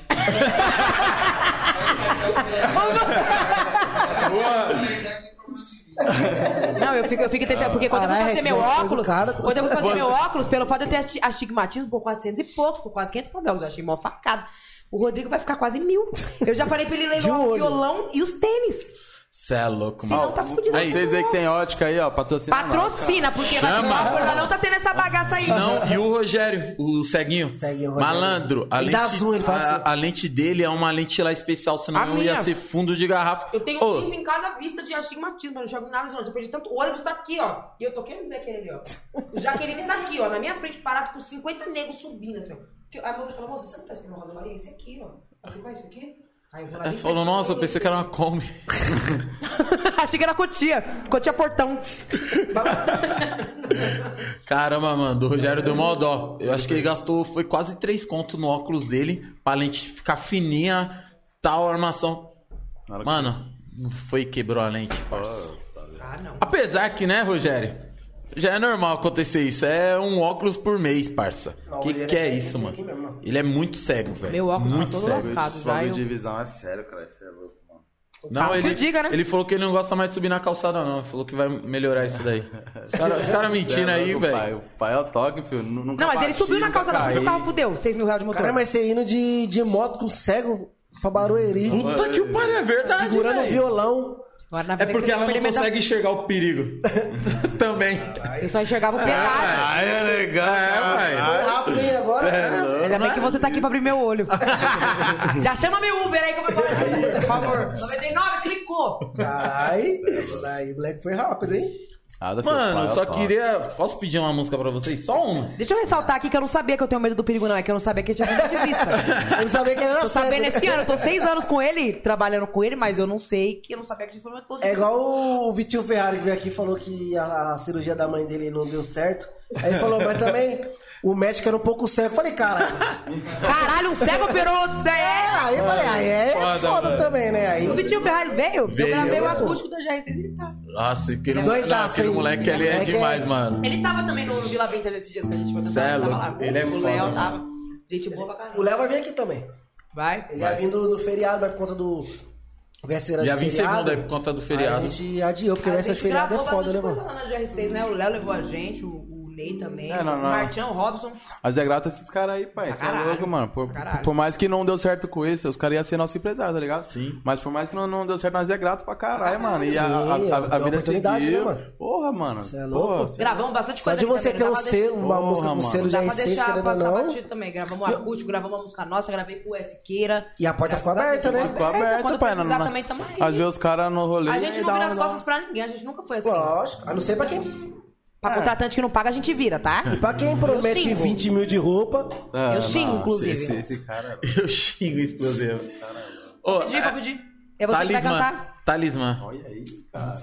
[SPEAKER 3] Não, eu fico, eu fico tentando. Porque quando eu
[SPEAKER 2] Caralho,
[SPEAKER 3] fui fazer meu
[SPEAKER 2] Edson,
[SPEAKER 3] óculos.
[SPEAKER 2] coisa do cara.
[SPEAKER 3] Quando eu fui fazer meu óculos, pelo fato de eu ter asti- astigmatismo, por 400 e pouco, por quase 500 problemas. Eu achei mó facada. O Rodrigo vai ficar quase mil. Eu já falei pra ele
[SPEAKER 2] De
[SPEAKER 3] levar
[SPEAKER 2] olho.
[SPEAKER 3] o violão e os tênis.
[SPEAKER 4] Cê é louco,
[SPEAKER 3] Senão
[SPEAKER 4] mano.
[SPEAKER 3] tá fudido.
[SPEAKER 4] aí,
[SPEAKER 1] Vocês aí que tem ótica aí, ó. Patrocina. nós, cara.
[SPEAKER 3] Patrocina, porque nós
[SPEAKER 4] Chama.
[SPEAKER 3] não, ela não tá tendo essa bagaça aí.
[SPEAKER 4] Não, e o Rogério, o ceguinho.
[SPEAKER 2] Ceguinho, Rogério.
[SPEAKER 4] Malandro. A
[SPEAKER 2] Ele
[SPEAKER 4] lente,
[SPEAKER 2] dá zoom, ele faz
[SPEAKER 4] a-
[SPEAKER 2] assim.
[SPEAKER 4] a lente dele é uma lente lá especial, senão
[SPEAKER 3] A
[SPEAKER 4] não
[SPEAKER 3] minha.
[SPEAKER 4] ia ser fundo de garrafa.
[SPEAKER 3] Eu tenho um
[SPEAKER 4] Ô,
[SPEAKER 3] cinco em cada vista de astigmatismo, eu não jogo nada, gente. Eu perdi tanto. O ônibus tá aqui, ó. E eu tô querendo dizer aquele ali, ó. O Jaqueline tá aqui, ó, na minha frente, parado com 50 negros subindo, assim, ó. Que- A moça falou, moça, você não tá esperando o Rosa Maria? Esse aqui, ó. Eu falei, "Ué, isso aqui? Aí eu vou lá.
[SPEAKER 4] Ela
[SPEAKER 3] bem
[SPEAKER 4] é, falou,
[SPEAKER 3] pertinho,
[SPEAKER 4] nossa, eu pensei que era uma Kombi.
[SPEAKER 3] Achei que era Cotia. Cotia Portão.
[SPEAKER 4] Caramba, mano, do Rogério deu mó dó. Eu acho que ele gastou, foi quase três contos no óculos dele, pra lente ficar fininha, tal armação.
[SPEAKER 1] Na hora que-
[SPEAKER 4] Mano, não foi quebrou a lente, parça.
[SPEAKER 3] Ah, não.
[SPEAKER 4] Apesar que, né, Rogério? Já é normal acontecer isso. É um óculos por mês, parça.
[SPEAKER 2] Não,
[SPEAKER 4] que
[SPEAKER 2] ele
[SPEAKER 4] que
[SPEAKER 2] é
[SPEAKER 4] é,
[SPEAKER 2] cego
[SPEAKER 4] isso,
[SPEAKER 2] assim
[SPEAKER 4] mano?
[SPEAKER 2] aqui mesmo, mano.
[SPEAKER 4] Ele é muito cego, velho.
[SPEAKER 3] Meu óculos tá
[SPEAKER 4] muito
[SPEAKER 3] todo
[SPEAKER 4] cego.
[SPEAKER 3] lascado. Lascados,
[SPEAKER 1] Esse
[SPEAKER 3] vai,
[SPEAKER 1] bagulho
[SPEAKER 3] eu-
[SPEAKER 1] de visão é sério, cara. Isso é louco, mano.
[SPEAKER 4] Não,
[SPEAKER 3] Tá,
[SPEAKER 4] ele,
[SPEAKER 3] que diga, né?
[SPEAKER 4] ele falou que ele não gosta mais de subir na calçada, não. Ele falou que vai melhorar isso daí. Os caras cara mentindo
[SPEAKER 1] Cê é
[SPEAKER 4] aí,
[SPEAKER 1] louco, pai.
[SPEAKER 4] velho.
[SPEAKER 1] O pai é o toque, filho. Nu- Nunca
[SPEAKER 3] Não, mas ele
[SPEAKER 1] bati,
[SPEAKER 3] subiu na
[SPEAKER 1] nunca
[SPEAKER 3] calça da porque o
[SPEAKER 1] caí.
[SPEAKER 3] carro fudeu. 6 mil reais de motor.
[SPEAKER 2] Caramba, mas você indo de, de moto com cego pra Barueri,
[SPEAKER 4] Puta que o pariu, é verdade,
[SPEAKER 2] segurando o
[SPEAKER 4] velho.
[SPEAKER 2] violão.
[SPEAKER 3] Agora, na
[SPEAKER 4] É
[SPEAKER 3] verdade,
[SPEAKER 4] porque
[SPEAKER 3] você
[SPEAKER 4] ela não
[SPEAKER 3] perdeu medo da-
[SPEAKER 4] consegue enxergar o perigo. Também.
[SPEAKER 3] Eu só enxergava o pedaço.
[SPEAKER 1] Ah, é legal.
[SPEAKER 4] É,
[SPEAKER 2] Foi
[SPEAKER 4] uai.
[SPEAKER 2] rápido, hein, agora? né?
[SPEAKER 3] Ainda bem que você tá aqui pra abrir meu olho. Já chama meu Uber aí que eu vou embora. Por favor. 99, clicou.
[SPEAKER 2] Caralho, essa daí, moleque, foi rápido, hein?
[SPEAKER 1] Nada fez
[SPEAKER 4] Mano,
[SPEAKER 1] pai,
[SPEAKER 4] só
[SPEAKER 1] ó, ó.
[SPEAKER 4] queria. Posso pedir uma música pra vocês? Só uma.
[SPEAKER 3] Deixa eu ressaltar aqui que eu não sabia que eu tenho medo do perigo, não. É que eu não sabia que ele tinha ponto de vista.
[SPEAKER 2] Eu não sabia que ele era
[SPEAKER 3] Tô sabendo
[SPEAKER 2] cego.
[SPEAKER 3] esse ano, eu tô seis anos com ele, trabalhando com ele, mas eu não sei que eu não sabia que tinha esse problema todo.
[SPEAKER 2] É igual o o Vitinho Ferrari que veio aqui e falou que a, a cirurgia da mãe dele não deu certo. Aí ele falou, mas também o médico era um pouco cego. Eu Falei, cara.
[SPEAKER 3] Caralho, um cego operou outro cego. É,
[SPEAKER 2] Aí eu falei, ah, é foda,
[SPEAKER 4] Foda, mano.
[SPEAKER 2] também, né? Aí.
[SPEAKER 3] O Vitinho Ferrari veio,
[SPEAKER 4] Veio,
[SPEAKER 3] eu gravei o
[SPEAKER 4] pô.
[SPEAKER 3] acústico do GR6 ele tava.
[SPEAKER 4] Nossa, aquele, não,
[SPEAKER 2] Doidaço,
[SPEAKER 4] aquele
[SPEAKER 2] hein?
[SPEAKER 4] moleque ali é
[SPEAKER 2] Moleque é-
[SPEAKER 4] demais, mano.
[SPEAKER 3] Ele tava também no Vila Vintage esses dias que a gente foi
[SPEAKER 4] Cê é
[SPEAKER 3] tava
[SPEAKER 4] louco.
[SPEAKER 3] lá.
[SPEAKER 4] Ele é
[SPEAKER 3] o
[SPEAKER 4] foda,
[SPEAKER 3] Léo
[SPEAKER 4] mano.
[SPEAKER 3] tava. Gente boa pra caramba.
[SPEAKER 2] O Léo vai vir aqui também.
[SPEAKER 3] Vai.
[SPEAKER 2] Ele ia vir do, do feriado, mas por conta do. Véspera
[SPEAKER 4] Já
[SPEAKER 2] de
[SPEAKER 4] vim
[SPEAKER 2] feriado,
[SPEAKER 4] segunda aí por conta do
[SPEAKER 2] aí
[SPEAKER 4] feriado.
[SPEAKER 2] A gente adiou, porque
[SPEAKER 3] Ah, A
[SPEAKER 2] véspera de
[SPEAKER 3] gente
[SPEAKER 2] feriado é
[SPEAKER 3] gravou
[SPEAKER 2] foda, né,
[SPEAKER 3] bastante coisa
[SPEAKER 2] mano?
[SPEAKER 3] lá na GR6, né? O Léo levou a gente, o, o Ney também,
[SPEAKER 1] É, não,
[SPEAKER 3] o
[SPEAKER 1] não.
[SPEAKER 3] Martião, o Robson.
[SPEAKER 1] Mas é grato a esses caras aí, pai. Você é
[SPEAKER 3] caralho.
[SPEAKER 1] louco, mano. Por,
[SPEAKER 3] Pra caralho.
[SPEAKER 1] por mais que não deu certo com isso, os caras iam ser nosso empresário, tá ligado?
[SPEAKER 4] Sim.
[SPEAKER 1] Mas por mais que não, não deu certo, nós é grato pra
[SPEAKER 3] Ah,
[SPEAKER 1] caralho, mano. E a,
[SPEAKER 3] é
[SPEAKER 2] Sim,
[SPEAKER 1] a, a,
[SPEAKER 2] deu
[SPEAKER 1] a vida
[SPEAKER 2] oportunidade,
[SPEAKER 1] seguiu.
[SPEAKER 2] né, mano?
[SPEAKER 1] Porra, mano.
[SPEAKER 2] Cê é louco?
[SPEAKER 1] Porra, cê-
[SPEAKER 3] Gravamos bastante
[SPEAKER 2] Só
[SPEAKER 3] coisa
[SPEAKER 2] de
[SPEAKER 3] aqui
[SPEAKER 2] você
[SPEAKER 3] também,
[SPEAKER 2] ter um
[SPEAKER 3] não dá pra deixar-
[SPEAKER 2] selo, uma
[SPEAKER 1] Porra,
[SPEAKER 2] música com
[SPEAKER 1] mano.
[SPEAKER 2] selo
[SPEAKER 3] Dá
[SPEAKER 2] já
[SPEAKER 3] pra
[SPEAKER 2] R6,
[SPEAKER 3] deixar
[SPEAKER 2] querendo ou
[SPEAKER 3] passar
[SPEAKER 2] não.
[SPEAKER 3] batido também. Gravamos o acústico, gravamos uma música nossa, gravei com o Siqueira.
[SPEAKER 2] E a porta ficou
[SPEAKER 3] Graças a
[SPEAKER 2] aberta,
[SPEAKER 3] Deus,
[SPEAKER 2] né?
[SPEAKER 1] Ficou aberto,
[SPEAKER 3] É, Quando
[SPEAKER 1] pai.
[SPEAKER 3] precisar
[SPEAKER 1] não-
[SPEAKER 3] também, tamo aí.
[SPEAKER 1] Às vezes os caras no rolê.
[SPEAKER 3] A gente
[SPEAKER 1] e
[SPEAKER 3] não
[SPEAKER 1] dá
[SPEAKER 3] vira
[SPEAKER 1] um-
[SPEAKER 3] as costas pra ninguém, a gente nunca foi assim.
[SPEAKER 2] Lógico, a não ser pra quem.
[SPEAKER 1] É.
[SPEAKER 3] Pra contratante que não paga, a gente vira, tá?
[SPEAKER 2] Pra quem promete
[SPEAKER 3] xingo.
[SPEAKER 2] 20 mil de roupa,
[SPEAKER 1] Ah,
[SPEAKER 3] Eu xingo,
[SPEAKER 1] não,
[SPEAKER 3] inclusive.
[SPEAKER 1] Esse, esse cara.
[SPEAKER 4] Eu xingo, inclusive. Ô,
[SPEAKER 3] Pedi, vou pedir. É você que vai
[SPEAKER 4] talismã.
[SPEAKER 3] cantar.
[SPEAKER 4] Talismã.
[SPEAKER 1] Olha aí, cara.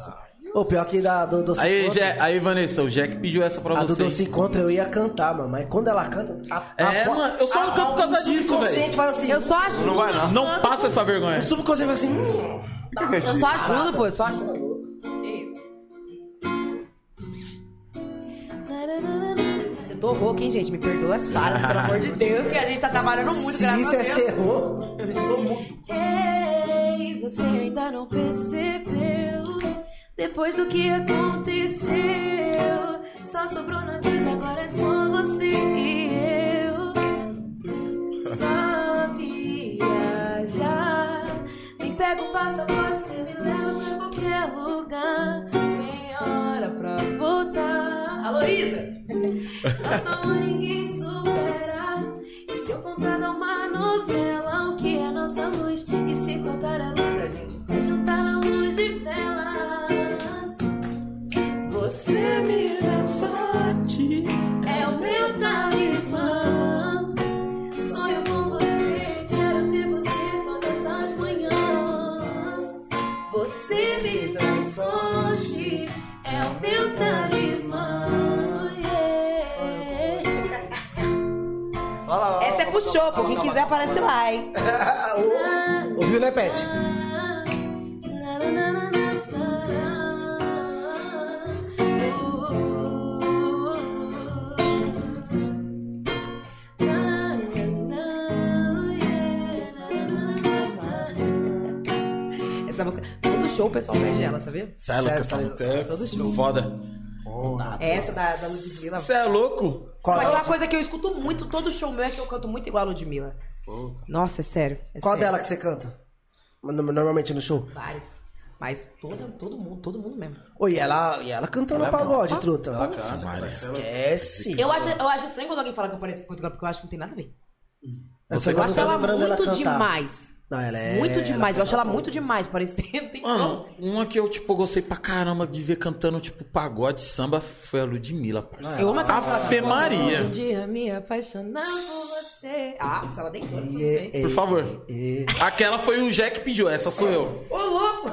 [SPEAKER 2] o pior que da, do Doce
[SPEAKER 4] Aí,
[SPEAKER 2] Contra,
[SPEAKER 4] Je- aí, Vanessa, o Jack pediu essa pra
[SPEAKER 2] a do
[SPEAKER 4] você.
[SPEAKER 2] Doce Contra eu ia cantar, mano. Mas quando ela canta. A, a
[SPEAKER 4] É,
[SPEAKER 2] voz-
[SPEAKER 4] mano, eu só não
[SPEAKER 2] a-
[SPEAKER 4] canto por causa
[SPEAKER 2] o
[SPEAKER 4] disso,
[SPEAKER 2] subconsciente
[SPEAKER 4] velho.
[SPEAKER 2] fala assim.
[SPEAKER 3] Eu só ajudo.
[SPEAKER 1] Não vai, não.
[SPEAKER 4] Não passa essa vergonha.
[SPEAKER 2] O subconsciente fala assim. Hum,
[SPEAKER 3] Eu só ajudo, pô. Eu só ajudo. Eu tô rouca, hein, gente? Me perdoa as falhas, pelo amor de Deus, que a gente tá trabalhando muito,
[SPEAKER 2] se
[SPEAKER 3] graças
[SPEAKER 2] isso
[SPEAKER 3] a
[SPEAKER 2] é
[SPEAKER 3] Deus.
[SPEAKER 2] serro, eu sou mudo.
[SPEAKER 5] Ei, você ainda não percebeu Depois do que aconteceu Só sobrou nós dois, agora é só você e eu Só viajar Me pega um passaporte, você me leva pra qualquer lugar Sem hora pra voltar Alô, Isa! Nosso amor ninguém supera. E se eu contar dá uma novela, o que é nossa luz? E se contar a luz, a gente vai juntar a luz de velas. Você me dá sorte, é o meu talismã. Sonho com você, quero ter você todas as manhãs. Você me dá sorte, é o meu talismã. yeah.
[SPEAKER 2] Olha lá, olha lá.
[SPEAKER 3] Essa é pro show, pô. Quem quiser aparece lá, hein?
[SPEAKER 2] Ah, ô, Ouviu, né, Pet?
[SPEAKER 3] Essa música. Todo show o pessoal pede ela, sabia?
[SPEAKER 4] Cê é louco,
[SPEAKER 2] Cê-
[SPEAKER 4] essa
[SPEAKER 2] cê-
[SPEAKER 4] música é foda.
[SPEAKER 2] Ah,
[SPEAKER 3] É essa da, da Ludmilla.
[SPEAKER 4] Você é louco?
[SPEAKER 2] Qual,
[SPEAKER 3] Mas
[SPEAKER 2] dela,
[SPEAKER 3] uma coisa que eu escuto muito, todo show meu é que eu canto muito igual a Ludmilla. Nossa, é sério. é
[SPEAKER 2] qual
[SPEAKER 3] sério.
[SPEAKER 2] dela que você canta? No- Normalmente no show.
[SPEAKER 3] Várias. Mas todo, todo mundo, todo mundo mesmo.
[SPEAKER 2] Oi, ela, e ela cantando pagode, truta.
[SPEAKER 4] Mas-
[SPEAKER 2] Esquece.
[SPEAKER 3] Eu acho, eu acho estranho quando alguém fala que eu pareço com Portugal, porque eu acho que não tem nada a ver.
[SPEAKER 2] Você tá
[SPEAKER 3] Eu acho ela muito demais.
[SPEAKER 2] Não, ela é,
[SPEAKER 3] muito demais. Eu acho ela
[SPEAKER 2] canta Ah.
[SPEAKER 3] muito demais, parecendo.
[SPEAKER 4] Mano, uma que eu, tipo, gostei pra caramba de ver cantando, tipo, pagode, samba, foi a Ludmilla, parceiro.
[SPEAKER 3] Eu amo aquela
[SPEAKER 4] Ave
[SPEAKER 5] Um
[SPEAKER 4] Maria.
[SPEAKER 5] dia me apaixonar por você.
[SPEAKER 3] Ah, se ela deitou,
[SPEAKER 2] bom.
[SPEAKER 3] isso
[SPEAKER 2] E-
[SPEAKER 3] é,
[SPEAKER 2] e-
[SPEAKER 4] Por favor.
[SPEAKER 2] e-
[SPEAKER 4] Aquela foi o Jack que pediu, essa sou eu.
[SPEAKER 3] Ô, louco!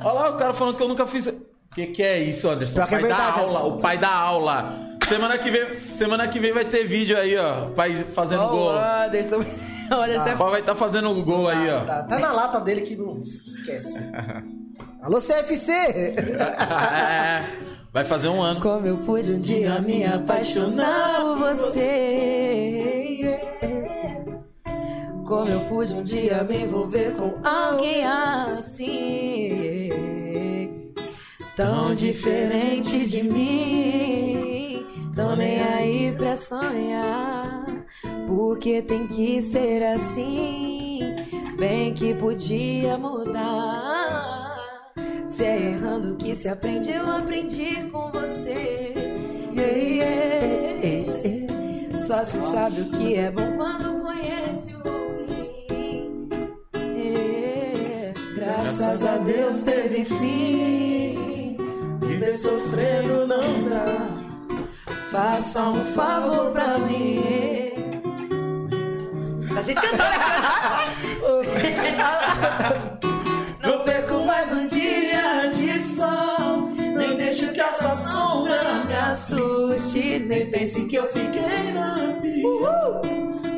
[SPEAKER 4] Olha lá, o cara falando que eu nunca fiz. Que que é isso, Anderson?
[SPEAKER 2] Pior
[SPEAKER 4] O
[SPEAKER 2] que é
[SPEAKER 4] pai da
[SPEAKER 2] verdade,
[SPEAKER 4] aula,
[SPEAKER 2] Anderson.
[SPEAKER 4] o pai da aula. Semana que vem, semana que vem vai ter vídeo aí, ó, o pai fazendo
[SPEAKER 3] Ó,
[SPEAKER 4] gol.
[SPEAKER 3] O Anderson. O Anderson é
[SPEAKER 5] Ah.
[SPEAKER 4] O pai vai estar tá fazendo um gol aí, ó.
[SPEAKER 2] Tá, tá na lata dele que não esquece. Alô, CFC!
[SPEAKER 4] É, vai fazer um ano.
[SPEAKER 5] Como eu pude um dia me apaixonar por você. Como eu pude um dia me envolver com alguém assim. Tão diferente de mim. Tô nem aí pra sonhar. Porque tem que ser assim. Bem que podia mudar. Se é errando que se aprende, eu aprendi com você. Yeah, yeah. Só se sabe o que é bom quando conhece o ruim. Yeah. Graças a Deus teve fim.
[SPEAKER 4] E
[SPEAKER 5] viver sofrendo não dá. Faça um favor pra mim. Tá
[SPEAKER 3] A gente cantando
[SPEAKER 5] né? Não perco mais um dia de sol. Nem deixo que essa sombra me assuste. Nem pense que eu fiquei na pia.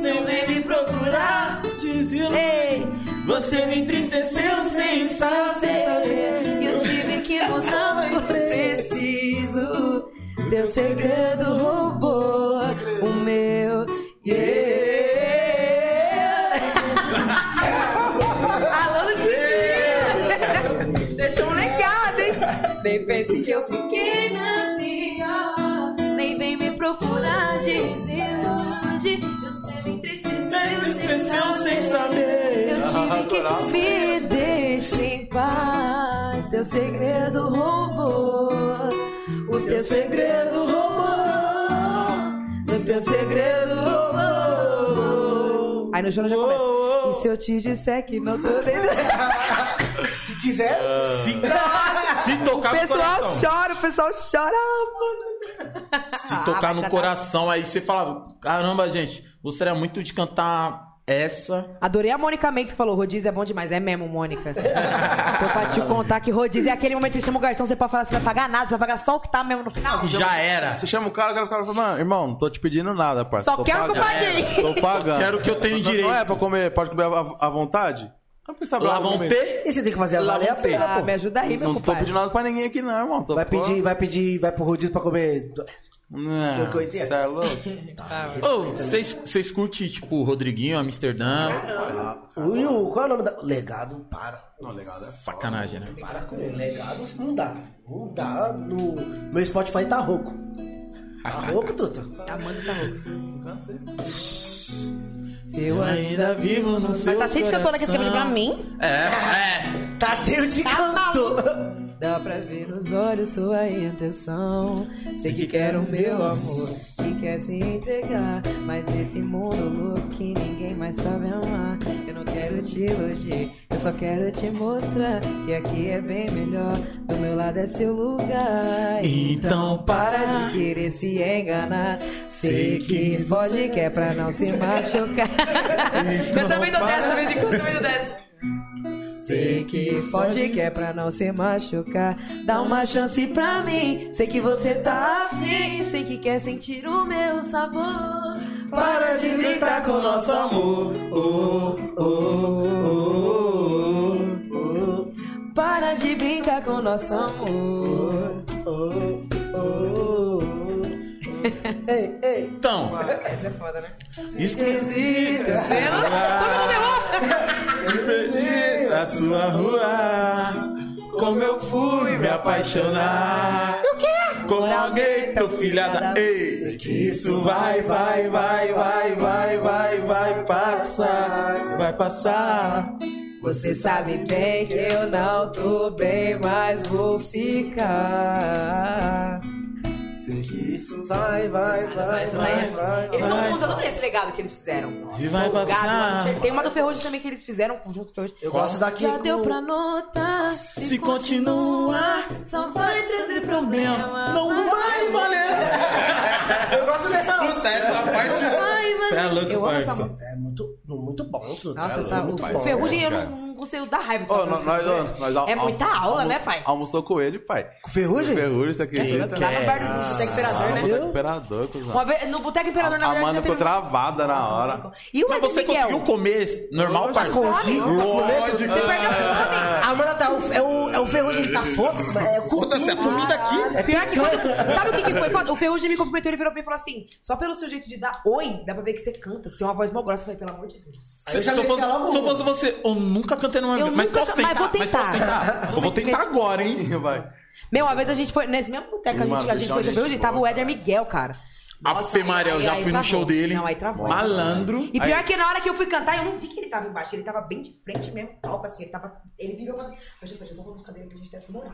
[SPEAKER 5] Nem vem me procurar, desiludir. Você me entristeceu sem saber. Eu tive que mudar, foi preciso. Teu segredo roubou o meu. Yeah. Alô, Didi! Deixou um legado, hein? Nem pense que eu fiquei na minha. Nem vem me procurar, desilude. Você me entristeceu,
[SPEAKER 4] entristeceu sem saber.
[SPEAKER 5] Eu tive que me deixe em paz. Teu segredo roubou. O teu é segredo roubou. O teu segredo roubou.
[SPEAKER 3] Aí no choro já começa.
[SPEAKER 2] é
[SPEAKER 5] E se eu te disser que não tô dentro.
[SPEAKER 10] Se quiser,
[SPEAKER 4] Se, Ah. se tocar
[SPEAKER 3] O
[SPEAKER 4] no
[SPEAKER 3] pessoal
[SPEAKER 4] coração.
[SPEAKER 3] chora, o pessoal chora, ah, mano. Ah,
[SPEAKER 4] Se tocar no coração, aí você falava, caramba, gente, gostaria muito de cantar essa.
[SPEAKER 3] Adorei a Mônica Mendes que falou, rodízio é bom demais. É mesmo, Mônica. Tô pra te contar que rodízio é aquele momento que chama o garçom, você pode falar, você vai pagar nada, você vai pagar só o que tá mesmo no final.
[SPEAKER 4] Já era.
[SPEAKER 1] Você chama o cara, o cara fala, mano, irmão, não tô te pedindo nada, parça.
[SPEAKER 3] Só
[SPEAKER 1] tô
[SPEAKER 3] quero que eu
[SPEAKER 1] pagando.
[SPEAKER 3] pague.
[SPEAKER 1] Tô pagando.
[SPEAKER 4] Quero o que eu tenho
[SPEAKER 1] Não-
[SPEAKER 4] direito.
[SPEAKER 1] Não é pra comer, pode comer à à vontade? Então por que você tá
[SPEAKER 4] Lá
[SPEAKER 1] bravo
[SPEAKER 3] um
[SPEAKER 4] vão
[SPEAKER 1] comigo?
[SPEAKER 4] ter.
[SPEAKER 2] E você tem que fazer a
[SPEAKER 4] Lá
[SPEAKER 2] valer a
[SPEAKER 4] não tem.
[SPEAKER 2] pena,
[SPEAKER 3] Ah,
[SPEAKER 2] pô.
[SPEAKER 3] me ajuda aí, meu
[SPEAKER 1] Não tô
[SPEAKER 3] compadre.
[SPEAKER 1] pedindo nada pra ninguém aqui, não, irmão. Tô
[SPEAKER 2] Vai pedir, vai pedir, vai pro rodízio pra comer.
[SPEAKER 1] Não,
[SPEAKER 2] Que coisinha.
[SPEAKER 1] Você é louco?
[SPEAKER 4] Ô, vocês vocês curtem, tipo, Rodriguinho, Amsterdã?
[SPEAKER 2] Ui, o- qual é o nome da. Legado, para.
[SPEAKER 1] Não, legado. é-
[SPEAKER 4] Sacanagem, né?
[SPEAKER 2] Para com ele. Legado não dá. Não dá. No... Meu Spotify tá rouco. Tá rouco, Tuta.
[SPEAKER 4] Eu ainda vivo no seu
[SPEAKER 3] Mas tá cheio de cantona aqui escrevendo pra
[SPEAKER 4] coração.
[SPEAKER 3] mim.
[SPEAKER 4] É, é.
[SPEAKER 2] Tá cheio de canto.
[SPEAKER 5] Dá pra ver nos olhos sua intenção. Sei que quer o meu amor e quer se entregar. Mas esse mundo louco que ninguém mais sabe amar. Eu não quero te iludir, eu só quero te mostrar que aqui é bem melhor. Do meu lado é seu lugar.
[SPEAKER 4] Então
[SPEAKER 5] Para de querer se enganar. Sei que foge, que é pra não se machucar. Então
[SPEAKER 3] eu também dou dessa, vez em quando eu também dou dessa.
[SPEAKER 5] Sei que foge, que é pra não se machucar. Dá uma chance pra mim. Sei que você tá afim. Sei que quer sentir o meu sabor. Para de gritar com nosso amor. Oh, oh, oh, oh. Para de brincar com nosso amor. oh.
[SPEAKER 2] Ei, ei.
[SPEAKER 4] Então,
[SPEAKER 5] Essa é foda, né?
[SPEAKER 4] esquisita. A sua rua, como eu fui me apaixonar. O quê? Com alguém, teu filhada. Ei, que isso vai, vai, vai, vai, vai, vai, vai passar. Vai passar.
[SPEAKER 5] Você sabe bem que eu não tô bem, mas vou ficar.
[SPEAKER 2] Sei que isso vai, vai, vai,
[SPEAKER 3] Essa daí
[SPEAKER 2] vai,
[SPEAKER 3] é-
[SPEAKER 2] vai.
[SPEAKER 3] Eles
[SPEAKER 2] vai.
[SPEAKER 3] são bons, eu adorei esse legado que eles fizeram.
[SPEAKER 4] E vai
[SPEAKER 3] Legado,
[SPEAKER 4] passar.
[SPEAKER 3] mano, Tem uma do Ferrugem também que eles fizeram, conjunto do Ferrugem.
[SPEAKER 2] Eu gosto daqui
[SPEAKER 5] Já
[SPEAKER 2] com...
[SPEAKER 5] deu pra notar.
[SPEAKER 4] Se continuar,
[SPEAKER 5] só vai trazer problema.
[SPEAKER 4] não Então vai valer.
[SPEAKER 2] Eu gosto dessa
[SPEAKER 4] Puta,
[SPEAKER 2] música.
[SPEAKER 4] essa parte.
[SPEAKER 5] Vai,
[SPEAKER 4] Você é louco,
[SPEAKER 3] Eu amo essa
[SPEAKER 4] parça.
[SPEAKER 3] música.
[SPEAKER 2] É muito, muito bom, É Tuta.
[SPEAKER 3] Nossa, essa,
[SPEAKER 1] muito
[SPEAKER 3] o,
[SPEAKER 1] bom,
[SPEAKER 3] o Ferrugem eu
[SPEAKER 1] cara.
[SPEAKER 3] não, não consigo dar raiva.
[SPEAKER 1] Ô, nós, nós, ó, nós al-
[SPEAKER 3] é muita
[SPEAKER 1] al-
[SPEAKER 3] aula,
[SPEAKER 1] almo-
[SPEAKER 3] né, pai?
[SPEAKER 1] Almoçou com ele, pai.
[SPEAKER 2] Com ferrugem?
[SPEAKER 1] Ferrugem, você acredita?
[SPEAKER 3] Lá no bar do Boteco Imperador, Tá né?
[SPEAKER 1] Tá imperador, cuzão.
[SPEAKER 3] Uma vez- no Boteco Imperador, na
[SPEAKER 1] A
[SPEAKER 3] verdade,
[SPEAKER 1] Amanda
[SPEAKER 3] já
[SPEAKER 1] ficou
[SPEAKER 3] teve-
[SPEAKER 1] travada na hora.
[SPEAKER 3] E o
[SPEAKER 4] Mas você
[SPEAKER 3] Miguel?
[SPEAKER 4] conseguiu comer normal,
[SPEAKER 3] é
[SPEAKER 4] parça?
[SPEAKER 2] Continho, tá
[SPEAKER 4] Lógico.
[SPEAKER 2] comendo? A Amanda tá. o- É o, é o ferrugem que tá foda-se, mas é o
[SPEAKER 4] Foda-se a comida aqui.
[SPEAKER 3] É pior que quando, Sabe o que, que foi? Quando O Ferrugem me cumprimentou, ele virou pra mim e falou assim: só pelo seu jeito de dar oi, dá pra ver que você canta. Você tem uma voz mó grossa. Eu falei, pelo amor de Deus.
[SPEAKER 4] Se,
[SPEAKER 2] eu já
[SPEAKER 4] se eu
[SPEAKER 2] meti
[SPEAKER 4] fosse,
[SPEAKER 2] logo
[SPEAKER 4] se eu
[SPEAKER 2] uma.
[SPEAKER 4] fosse você, eu nunca cantei numa
[SPEAKER 3] Eu
[SPEAKER 4] vez. Mas
[SPEAKER 3] nunca
[SPEAKER 4] posso
[SPEAKER 3] can- mas
[SPEAKER 4] tentar,
[SPEAKER 3] vou
[SPEAKER 4] mas posso
[SPEAKER 3] tentar.
[SPEAKER 4] tentar. Eu vou tentar agora, hein?
[SPEAKER 1] Vai.
[SPEAKER 3] Meu, uma vez a gente foi. Nesse mesmo boteco a
[SPEAKER 1] Mano,
[SPEAKER 3] gente, a gente
[SPEAKER 1] deixa
[SPEAKER 3] foi
[SPEAKER 1] uma
[SPEAKER 3] pro
[SPEAKER 1] gente
[SPEAKER 3] Ferrugem, tava
[SPEAKER 1] boa,
[SPEAKER 3] o Éder
[SPEAKER 1] cara.
[SPEAKER 3] Miguel, cara.
[SPEAKER 4] Afe Maria, eu
[SPEAKER 3] aí-
[SPEAKER 4] já
[SPEAKER 3] aí
[SPEAKER 4] fui no
[SPEAKER 3] travou.
[SPEAKER 4] show dele.
[SPEAKER 3] Não, aí travou.
[SPEAKER 4] Malandro.
[SPEAKER 3] E pior que na hora que eu fui cantar, eu não vi que ele tava embaixo, ele tava bem de frente mesmo, palco, assim, ele tava. Ele virou pra mim. Mas, gente, eu tô falando os cabelos pra gente ter essa moral.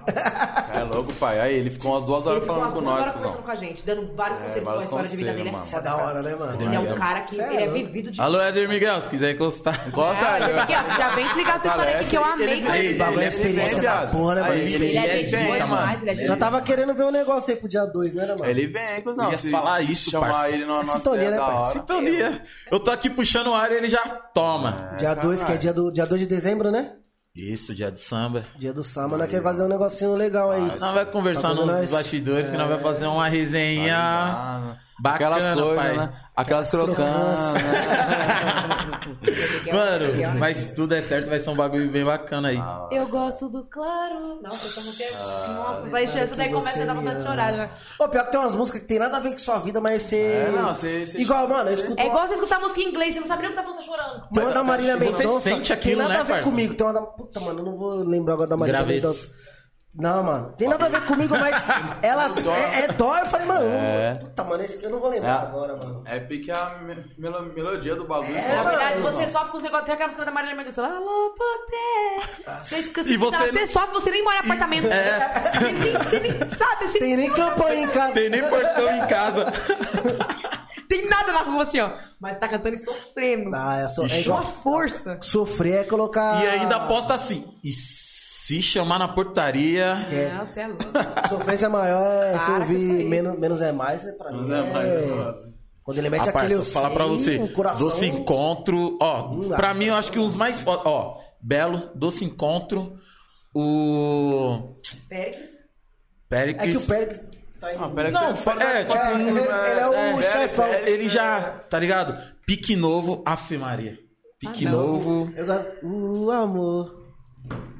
[SPEAKER 1] É louco, pai. Aí ele ficou umas duas
[SPEAKER 3] Ele
[SPEAKER 1] horas
[SPEAKER 3] ficou
[SPEAKER 1] falando
[SPEAKER 3] umas
[SPEAKER 1] com
[SPEAKER 3] duas
[SPEAKER 1] nós,
[SPEAKER 3] horas
[SPEAKER 1] cuzão.
[SPEAKER 3] conversando com a gente, dando vários
[SPEAKER 1] É,
[SPEAKER 3] conselhos pra
[SPEAKER 1] vários
[SPEAKER 3] história de vida
[SPEAKER 1] conselhos,
[SPEAKER 3] dele. É
[SPEAKER 1] mano.
[SPEAKER 2] Isso é da
[SPEAKER 3] foda,
[SPEAKER 2] hora, né,
[SPEAKER 3] Ele é
[SPEAKER 2] mano?
[SPEAKER 3] um cara que
[SPEAKER 2] Cê é
[SPEAKER 3] ele é
[SPEAKER 2] louco.
[SPEAKER 3] vivido de.
[SPEAKER 4] Alô, Éder Miguel, se quiser encostar.
[SPEAKER 1] Gosta,
[SPEAKER 3] Ah,
[SPEAKER 1] Éder?
[SPEAKER 3] aqui, ó, já vem explicar essa história aqui que eu amei.
[SPEAKER 1] Ele, ele,
[SPEAKER 4] Ele
[SPEAKER 1] ele,
[SPEAKER 4] bagulho
[SPEAKER 1] é
[SPEAKER 4] é
[SPEAKER 1] experiência
[SPEAKER 2] experiência da porra, né, mano?
[SPEAKER 1] Ele,
[SPEAKER 3] Ele
[SPEAKER 1] ele, tá,
[SPEAKER 3] é
[SPEAKER 4] Ele
[SPEAKER 3] gente
[SPEAKER 4] vem,
[SPEAKER 3] boa
[SPEAKER 4] mano.
[SPEAKER 3] demais, ele é gente
[SPEAKER 2] Já tava querendo ver um negócio aí pro dia 2, né, mano?
[SPEAKER 1] ele vem, cuzão.
[SPEAKER 4] Eu ia
[SPEAKER 1] Se
[SPEAKER 4] falar isso,
[SPEAKER 1] chamar
[SPEAKER 4] parça.
[SPEAKER 1] ele numa
[SPEAKER 2] É
[SPEAKER 1] nossa
[SPEAKER 2] sintonia,
[SPEAKER 1] ideia
[SPEAKER 2] né,
[SPEAKER 1] da
[SPEAKER 2] parça?
[SPEAKER 1] hora.
[SPEAKER 4] Sintonia. Eu tô aqui puxando o ar e ele já toma.
[SPEAKER 2] Dia 2, que é dia 2 dia dois de dezembro, né?
[SPEAKER 4] Isso, dia de samba.
[SPEAKER 2] Dia do samba, nós quer fazer um negocinho legal aí.
[SPEAKER 4] Nós vai conversar
[SPEAKER 2] Talvez
[SPEAKER 4] nos
[SPEAKER 2] nós-
[SPEAKER 4] bastidores que nós vai fazer uma resenha
[SPEAKER 1] Tá Aquelas
[SPEAKER 4] bacana,
[SPEAKER 1] coisas,
[SPEAKER 4] pai.
[SPEAKER 1] né? Aquelas crocâncias. né?
[SPEAKER 4] Mano, mas se tudo é certo, vai ser um bagulho bem bacana aí.
[SPEAKER 3] Tá.
[SPEAKER 5] Eu gosto do claro.
[SPEAKER 3] Nossa, eu tô até- Nossa, vai encher. Essa daí
[SPEAKER 2] Ah, que
[SPEAKER 3] começa
[SPEAKER 2] você
[SPEAKER 3] a dar vontade de
[SPEAKER 2] me ama.
[SPEAKER 3] chorar, né?
[SPEAKER 2] Ô, pior que tem umas músicas que tem nada a ver com sua vida, mas você.
[SPEAKER 1] É, não, você- você-
[SPEAKER 2] Igual, mano, eu escuto.
[SPEAKER 3] É igual você escutar música em inglês, você não sabe nem o que tá falando, você tá chorando.
[SPEAKER 2] Tem uma da Marília
[SPEAKER 4] você
[SPEAKER 2] Mendonça.
[SPEAKER 4] sente
[SPEAKER 2] tem
[SPEAKER 4] aquilo,
[SPEAKER 2] nada
[SPEAKER 4] né,
[SPEAKER 2] a ver
[SPEAKER 4] parça?
[SPEAKER 2] comigo. Tem uma da. Puta, mano, eu não vou lembrar agora da Marília
[SPEAKER 4] Gravetos.
[SPEAKER 2] Mendonça. Não, mano. Tem nada a ver comigo, mas ela é, é dó. Eu falei, mano,
[SPEAKER 1] É.
[SPEAKER 2] puta, mano, esse aqui eu não vou lembrar agora, mano.
[SPEAKER 1] É pique a me- melo- melodia do bagulho.
[SPEAKER 3] É, Na
[SPEAKER 1] Pô,
[SPEAKER 3] verdade,
[SPEAKER 2] É, mano.
[SPEAKER 3] você sofre com os negócios. Tem aquela música da Marília Mendonça. Alô, poder. Você esquece
[SPEAKER 4] E você
[SPEAKER 3] de-
[SPEAKER 4] não-
[SPEAKER 3] Você sofre, você nem mora em apartamento. Você, nem, você nem sabe, você
[SPEAKER 2] É. Tem nem campanha em casa.
[SPEAKER 4] Tem nem portão em casa.
[SPEAKER 3] tem nada na rua assim, ó. Mas você tá cantando e sofrendo.
[SPEAKER 2] Ah, é, só, é
[SPEAKER 3] Só a
[SPEAKER 2] igual.
[SPEAKER 3] força.
[SPEAKER 2] Sofrer é colocar.
[SPEAKER 4] E ainda aposta assim. E se chamar na portaria.
[SPEAKER 2] É.
[SPEAKER 3] Não, você é louco.
[SPEAKER 2] Sofrência maior é se
[SPEAKER 3] Para com isso
[SPEAKER 2] ouvir
[SPEAKER 3] aí.
[SPEAKER 2] menos, menos é mais, é pra mim.
[SPEAKER 1] Menos é mais, eu gosto.
[SPEAKER 2] Quando ele mete
[SPEAKER 4] Rapaz,
[SPEAKER 2] aquele.
[SPEAKER 4] vou falar pra
[SPEAKER 2] sei,
[SPEAKER 4] você.
[SPEAKER 2] o coração.
[SPEAKER 4] Doce Encontro. Ó,
[SPEAKER 2] Hum,
[SPEAKER 4] pra
[SPEAKER 2] ah.
[SPEAKER 4] mim eu acho que os mais foda. Ó, Belo, Doce Encontro. O.
[SPEAKER 3] Péricles.
[SPEAKER 2] É que
[SPEAKER 4] Péricles.
[SPEAKER 2] o Pérez tá em.
[SPEAKER 1] Não, pera Ah, que
[SPEAKER 4] Não,
[SPEAKER 1] você-
[SPEAKER 4] fa- é, tipo,
[SPEAKER 2] É, ele, ele é o
[SPEAKER 1] É,
[SPEAKER 2] chefão.
[SPEAKER 4] ele já, tá ligado? Pique novo, afe Maria.
[SPEAKER 2] Ah,
[SPEAKER 4] Pique novo.
[SPEAKER 2] Eu gosto- O amor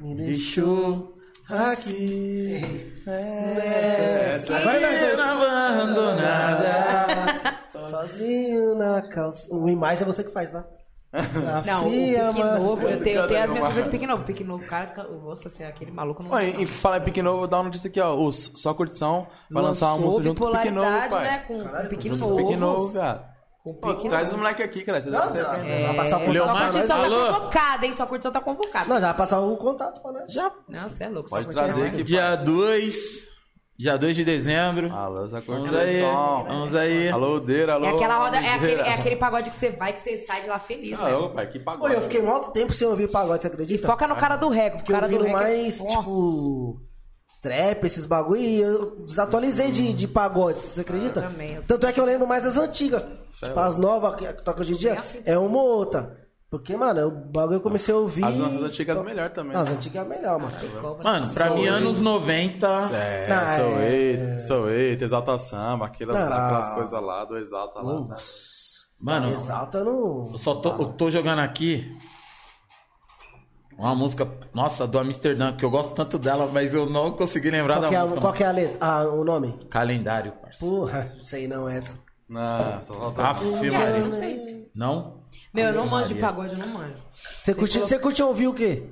[SPEAKER 2] me deixou aqui. nessa. Agora vai
[SPEAKER 4] Primeira é abandonada.
[SPEAKER 2] Sozinho na calça. O mais é você que faz, né? Na
[SPEAKER 3] Não, o
[SPEAKER 2] fria,
[SPEAKER 3] Pique
[SPEAKER 2] mano.
[SPEAKER 3] Novo, eu tenho, eu tenho as minhas
[SPEAKER 1] Caramba.
[SPEAKER 3] coisas de Pique Novo. Pique Novo, cara, ca- nossa, assim, aquele maluco não...
[SPEAKER 1] Ó, e, e falar em Pique Novo, vou dar uma notícia aqui, ó. O S- Só Curtição vai lançar uma música junto com o Pique Novo,
[SPEAKER 3] bipolaridade,
[SPEAKER 1] pai.
[SPEAKER 3] né? Com o Pique
[SPEAKER 1] Junto com o
[SPEAKER 3] Novo.
[SPEAKER 1] Pique Novo, cara.
[SPEAKER 3] Com o Pique
[SPEAKER 1] Pô,
[SPEAKER 3] Novo.
[SPEAKER 1] traz os moleque aqui, cara. Você deve
[SPEAKER 2] Não,
[SPEAKER 1] ser
[SPEAKER 2] já,
[SPEAKER 1] bem-
[SPEAKER 2] já vai passar o
[SPEAKER 4] Leo
[SPEAKER 2] contato pra
[SPEAKER 4] Marques,
[SPEAKER 2] nós.
[SPEAKER 3] Curtição
[SPEAKER 4] Alô?
[SPEAKER 3] tá convocada, hein? Só curtição tá convocada.
[SPEAKER 2] Não, já vai passar o contato pra nós. Já.
[SPEAKER 3] Não, você é louco.
[SPEAKER 1] Pode
[SPEAKER 3] só
[SPEAKER 1] trazer
[SPEAKER 3] curtição.
[SPEAKER 1] aqui.
[SPEAKER 4] Dia 2. Dia 2 de dezembro.
[SPEAKER 1] Alô, Só
[SPEAKER 4] Vamos aí.
[SPEAKER 1] Curtição.
[SPEAKER 4] Vamos aí.
[SPEAKER 1] Ah, Alô, Odeira, alô.
[SPEAKER 3] É aquela roda, é aquele,
[SPEAKER 1] Odeira.
[SPEAKER 3] é aquele pagode que você vai que você sai de lá feliz, né?
[SPEAKER 1] Ah, ô, pai, que
[SPEAKER 2] Oi,
[SPEAKER 1] pagode.
[SPEAKER 2] eu fiquei mó tempo sem ouvir pagode, você acredita?
[SPEAKER 3] Foca no cara do rego, porque
[SPEAKER 2] Porque
[SPEAKER 3] o cara
[SPEAKER 2] eu
[SPEAKER 3] do
[SPEAKER 2] viro
[SPEAKER 3] é rego...
[SPEAKER 2] mais,
[SPEAKER 3] Nossa.
[SPEAKER 2] tipo, trap, esses bagulho, e eu desatualizei de, de pagodes, você acredita?
[SPEAKER 3] também, eu
[SPEAKER 2] Tanto é que eu lembro mais das antigas. Tipo, as novas que que toca hoje em dia, é uma ou outra. Porque, mano, é o bagulho eu comecei a ouvir...
[SPEAKER 1] As nossas antigas melhor né? também.
[SPEAKER 2] Não, as antigas é melhor, mano.
[SPEAKER 4] Mano, pra mim, anos 90.
[SPEAKER 1] É,
[SPEAKER 2] Ah,
[SPEAKER 1] sou
[SPEAKER 2] é.
[SPEAKER 1] eita, sou eita, exalta samba, aquelas,
[SPEAKER 2] Não, não.
[SPEAKER 1] aquelas coisas lá do exalta lá. sabe?
[SPEAKER 4] Mano,
[SPEAKER 2] Exalta no...
[SPEAKER 4] eu só tô, eu tô jogando aqui. Uma música, nossa, do Amsterdã, que eu gosto tanto dela, mas eu não consegui lembrar
[SPEAKER 2] Qual que, é, a-
[SPEAKER 4] da música.
[SPEAKER 2] qual que é a letra? Ah, o nome?
[SPEAKER 4] mano. Calendário, parceiro.
[SPEAKER 2] Porra, sei não essa.
[SPEAKER 1] Não, só falta.
[SPEAKER 4] Afe
[SPEAKER 3] Cara, eu
[SPEAKER 4] Maria.
[SPEAKER 3] não sei.
[SPEAKER 4] Ah, Não?
[SPEAKER 3] Meu, eu não
[SPEAKER 4] Ave
[SPEAKER 3] manjo de
[SPEAKER 4] Maria.
[SPEAKER 3] pagode, eu não manjo.
[SPEAKER 2] Você curte, você curte ouvir o quê?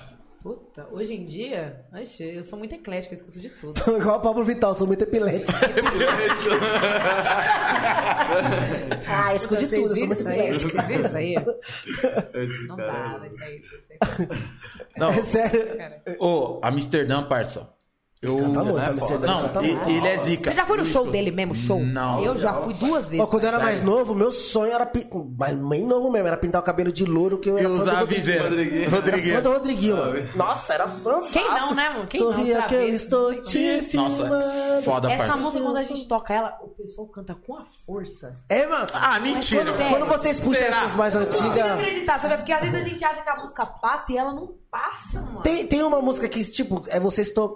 [SPEAKER 3] Puta, hoje em dia, oxe, eu sou muito eclética, eu escuto de tudo.
[SPEAKER 2] Igual o Pablo Vital, sou muito epilético. ah, eu escuto de
[SPEAKER 3] Vocês
[SPEAKER 2] tudo, eu sou muito
[SPEAKER 3] viram isso aí?
[SPEAKER 2] epilético.
[SPEAKER 3] Vocês viram isso aí?
[SPEAKER 1] Esse
[SPEAKER 3] Não
[SPEAKER 1] cara-
[SPEAKER 3] dá, é isso aí, isso aí.
[SPEAKER 4] Não,
[SPEAKER 2] É sério.
[SPEAKER 3] Cara.
[SPEAKER 4] Ô, Amsterdã, parça. Eu.
[SPEAKER 2] Canta muito,
[SPEAKER 1] né,
[SPEAKER 2] Amsterdã,
[SPEAKER 4] Não,
[SPEAKER 2] canta
[SPEAKER 4] e-
[SPEAKER 2] muito.
[SPEAKER 4] ele é zica.
[SPEAKER 3] Você já foi no
[SPEAKER 4] Eu
[SPEAKER 3] show
[SPEAKER 4] escuto.
[SPEAKER 3] dele mesmo, show?
[SPEAKER 4] Não.
[SPEAKER 3] Eu já fui duas vezes.
[SPEAKER 2] Ó, quando eu era mais novo, meu sonho era. pin- Mas nem novo mesmo, era pintar o cabelo de louro que eu era.
[SPEAKER 4] Eu
[SPEAKER 2] fã do
[SPEAKER 4] usava
[SPEAKER 2] Rodriguinho.
[SPEAKER 4] viseira.
[SPEAKER 1] Rodriguinho.
[SPEAKER 2] Era fã do
[SPEAKER 4] Rodriguinho.
[SPEAKER 2] Rodriguinho, mano. Nossa, era fã.
[SPEAKER 3] Quem não, né, mano? Quem não,
[SPEAKER 2] Sorria
[SPEAKER 3] outra
[SPEAKER 2] que eu
[SPEAKER 3] vez, não
[SPEAKER 2] estou
[SPEAKER 3] tem
[SPEAKER 2] te
[SPEAKER 4] Nossa,
[SPEAKER 2] filmando.
[SPEAKER 4] foda,
[SPEAKER 3] Essa
[SPEAKER 4] parça.
[SPEAKER 3] música, quando a gente toca ela, o pessoal canta com a força.
[SPEAKER 2] É, mano.
[SPEAKER 4] Ah, mentira.
[SPEAKER 3] Sério.
[SPEAKER 2] Quando vocês puxam
[SPEAKER 4] Será?
[SPEAKER 2] essas mais
[SPEAKER 3] Não
[SPEAKER 2] antigas.
[SPEAKER 3] acreditar, sabe? Porque às vezes a gente acha que a música passa e ela não passa, mano.
[SPEAKER 2] Tem, tem uma música que, tipo, é vocês estão.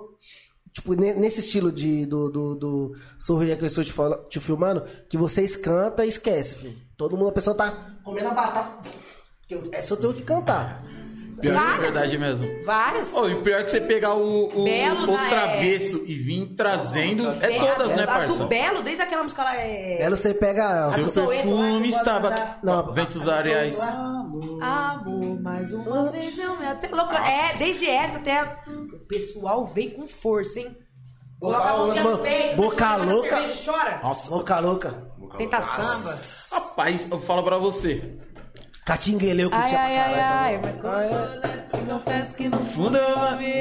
[SPEAKER 2] Tipo, ne- nesse estilo de, do, do, do Sorria que eu estou te, fala- te filmando, que vocês cantam e esquece, filho. Todo mundo, a pessoa tá comendo a batata. Eu- Essa eu tenho que cantar.
[SPEAKER 4] Pior que é
[SPEAKER 3] Várias.
[SPEAKER 4] verdade mesmo.
[SPEAKER 3] Várias.
[SPEAKER 4] Ô, e pior que você pegar o, o,
[SPEAKER 3] Belo,
[SPEAKER 4] os
[SPEAKER 3] né?
[SPEAKER 4] travessos e vir trazendo. É
[SPEAKER 3] Belo,
[SPEAKER 4] todas, né,
[SPEAKER 3] as do
[SPEAKER 4] parça?
[SPEAKER 3] Belo, desde aquela música lá é.
[SPEAKER 2] Ela você pega.
[SPEAKER 3] A do
[SPEAKER 4] Seu
[SPEAKER 3] Soeto, lá,
[SPEAKER 4] perfume
[SPEAKER 3] que
[SPEAKER 4] estava.
[SPEAKER 3] guarda-
[SPEAKER 2] Não,
[SPEAKER 4] Ventos areais.
[SPEAKER 3] Amor, mais uma vez eu me. Você é louco? É, desde essa até essa. O pessoal vem com força, hein? Coloca a mãozinha no peito.
[SPEAKER 2] Boca
[SPEAKER 3] toma uma
[SPEAKER 2] louca.
[SPEAKER 3] cerveja e chora.
[SPEAKER 4] Nossa,
[SPEAKER 2] Boca louca.
[SPEAKER 3] Tenta samba.
[SPEAKER 4] rapaz, eu falo pra você.
[SPEAKER 2] Catingueleu que
[SPEAKER 5] Ai,
[SPEAKER 2] tinha pra
[SPEAKER 5] ai, ai, ai,
[SPEAKER 2] caralho. tá
[SPEAKER 5] mas como sou confesso que no
[SPEAKER 4] Fundo
[SPEAKER 5] fundo
[SPEAKER 4] eu
[SPEAKER 5] eu amei.
[SPEAKER 4] amei.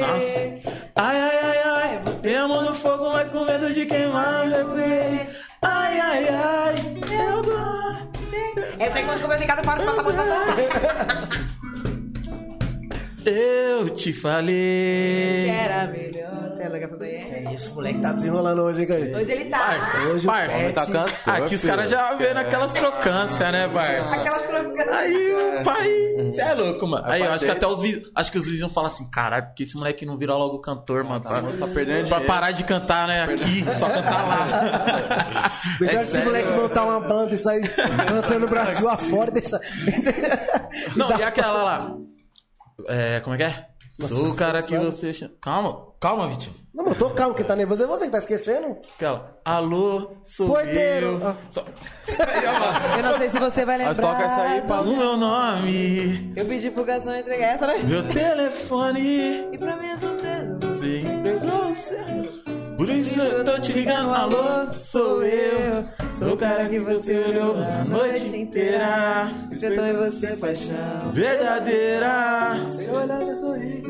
[SPEAKER 4] Nossa. Ai, ai, ai, ai. Botei a mão no fogo, mas com medo de queimar, eu recuei. Ai, ai, ai. Eu dou.
[SPEAKER 3] Essa aí quando começa em casa, eu paro de passar por passar.
[SPEAKER 4] Eu te falei.
[SPEAKER 3] Era melhor. Você é louca essa daí? é?
[SPEAKER 2] É isso, moleque tá desenrolando hoje, hein, cara?
[SPEAKER 3] Hoje ele tá.
[SPEAKER 4] Parça,
[SPEAKER 2] Hoje o
[SPEAKER 4] parça.
[SPEAKER 2] Pet-
[SPEAKER 1] Tá cantor,
[SPEAKER 4] Aqui os
[SPEAKER 1] filho.
[SPEAKER 4] caras já vendo aquelas crocâncias, né, parça?
[SPEAKER 3] Aquela troca.
[SPEAKER 4] Aí, o pai, você é louco, mano.
[SPEAKER 1] É
[SPEAKER 4] Aí, eu
[SPEAKER 1] pai
[SPEAKER 4] acho que
[SPEAKER 1] dele.
[SPEAKER 4] até os vizinhos, acho que os vizinhos falam assim, caralho, porque esse moleque não vira logo cantor, mano. Pra,
[SPEAKER 1] Você tá perdendo
[SPEAKER 4] pra
[SPEAKER 1] dinheiro.
[SPEAKER 4] parar de cantar, né, aqui, só cantar lá.
[SPEAKER 3] é
[SPEAKER 4] É
[SPEAKER 2] Melhor que esse moleque montar uma banda e sair cantando o Brasil afora, deixa.
[SPEAKER 4] Não, e aquela lá? É, como é que é? Sou o cara que
[SPEAKER 2] sabe?
[SPEAKER 4] você chama. Calma, calma, Vitinho.
[SPEAKER 2] Não, mas eu tô calmo, quem tá nervoso é você que tá esquecendo.
[SPEAKER 4] Aquela. Alô, sou
[SPEAKER 2] Porteiro.
[SPEAKER 4] eu.
[SPEAKER 2] Ah.
[SPEAKER 4] Só-
[SPEAKER 5] Eu não sei se você vai lembrar.
[SPEAKER 1] Mas toca essa aí, pá.
[SPEAKER 4] O meu nome,
[SPEAKER 5] Eu pedi pro garçom entregar essa, né?
[SPEAKER 4] meu telefone.
[SPEAKER 5] E pra minha surpresa,
[SPEAKER 4] Sempre é você. Por isso eu tô te ligando, alô, sou eu. Sou o cara que você olhou a noite inteira.
[SPEAKER 5] despertou em você paixão.
[SPEAKER 4] Verdadeira.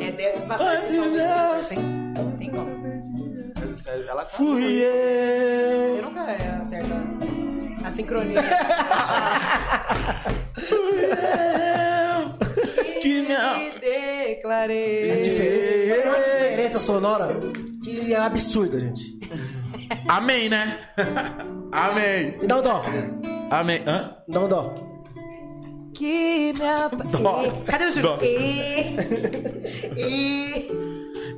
[SPEAKER 3] É dessas
[SPEAKER 4] Antes de eu
[SPEAKER 3] Tem como.
[SPEAKER 1] Ela tá-
[SPEAKER 4] fui eu.
[SPEAKER 3] Eu nunca acerto a- a sincronia.
[SPEAKER 4] Que minha-
[SPEAKER 5] Me declarei.
[SPEAKER 2] É Diferente. Olha a diferença sonora que é absurda, gente.
[SPEAKER 4] Amém, né? Amém.
[SPEAKER 2] Me dá um dó.
[SPEAKER 4] Amém. Hã?
[SPEAKER 2] Me dá um dó.
[SPEAKER 5] Que me
[SPEAKER 4] Dó.
[SPEAKER 5] apa...
[SPEAKER 3] Cadê o
[SPEAKER 4] Dó.
[SPEAKER 3] Júlio? E... E...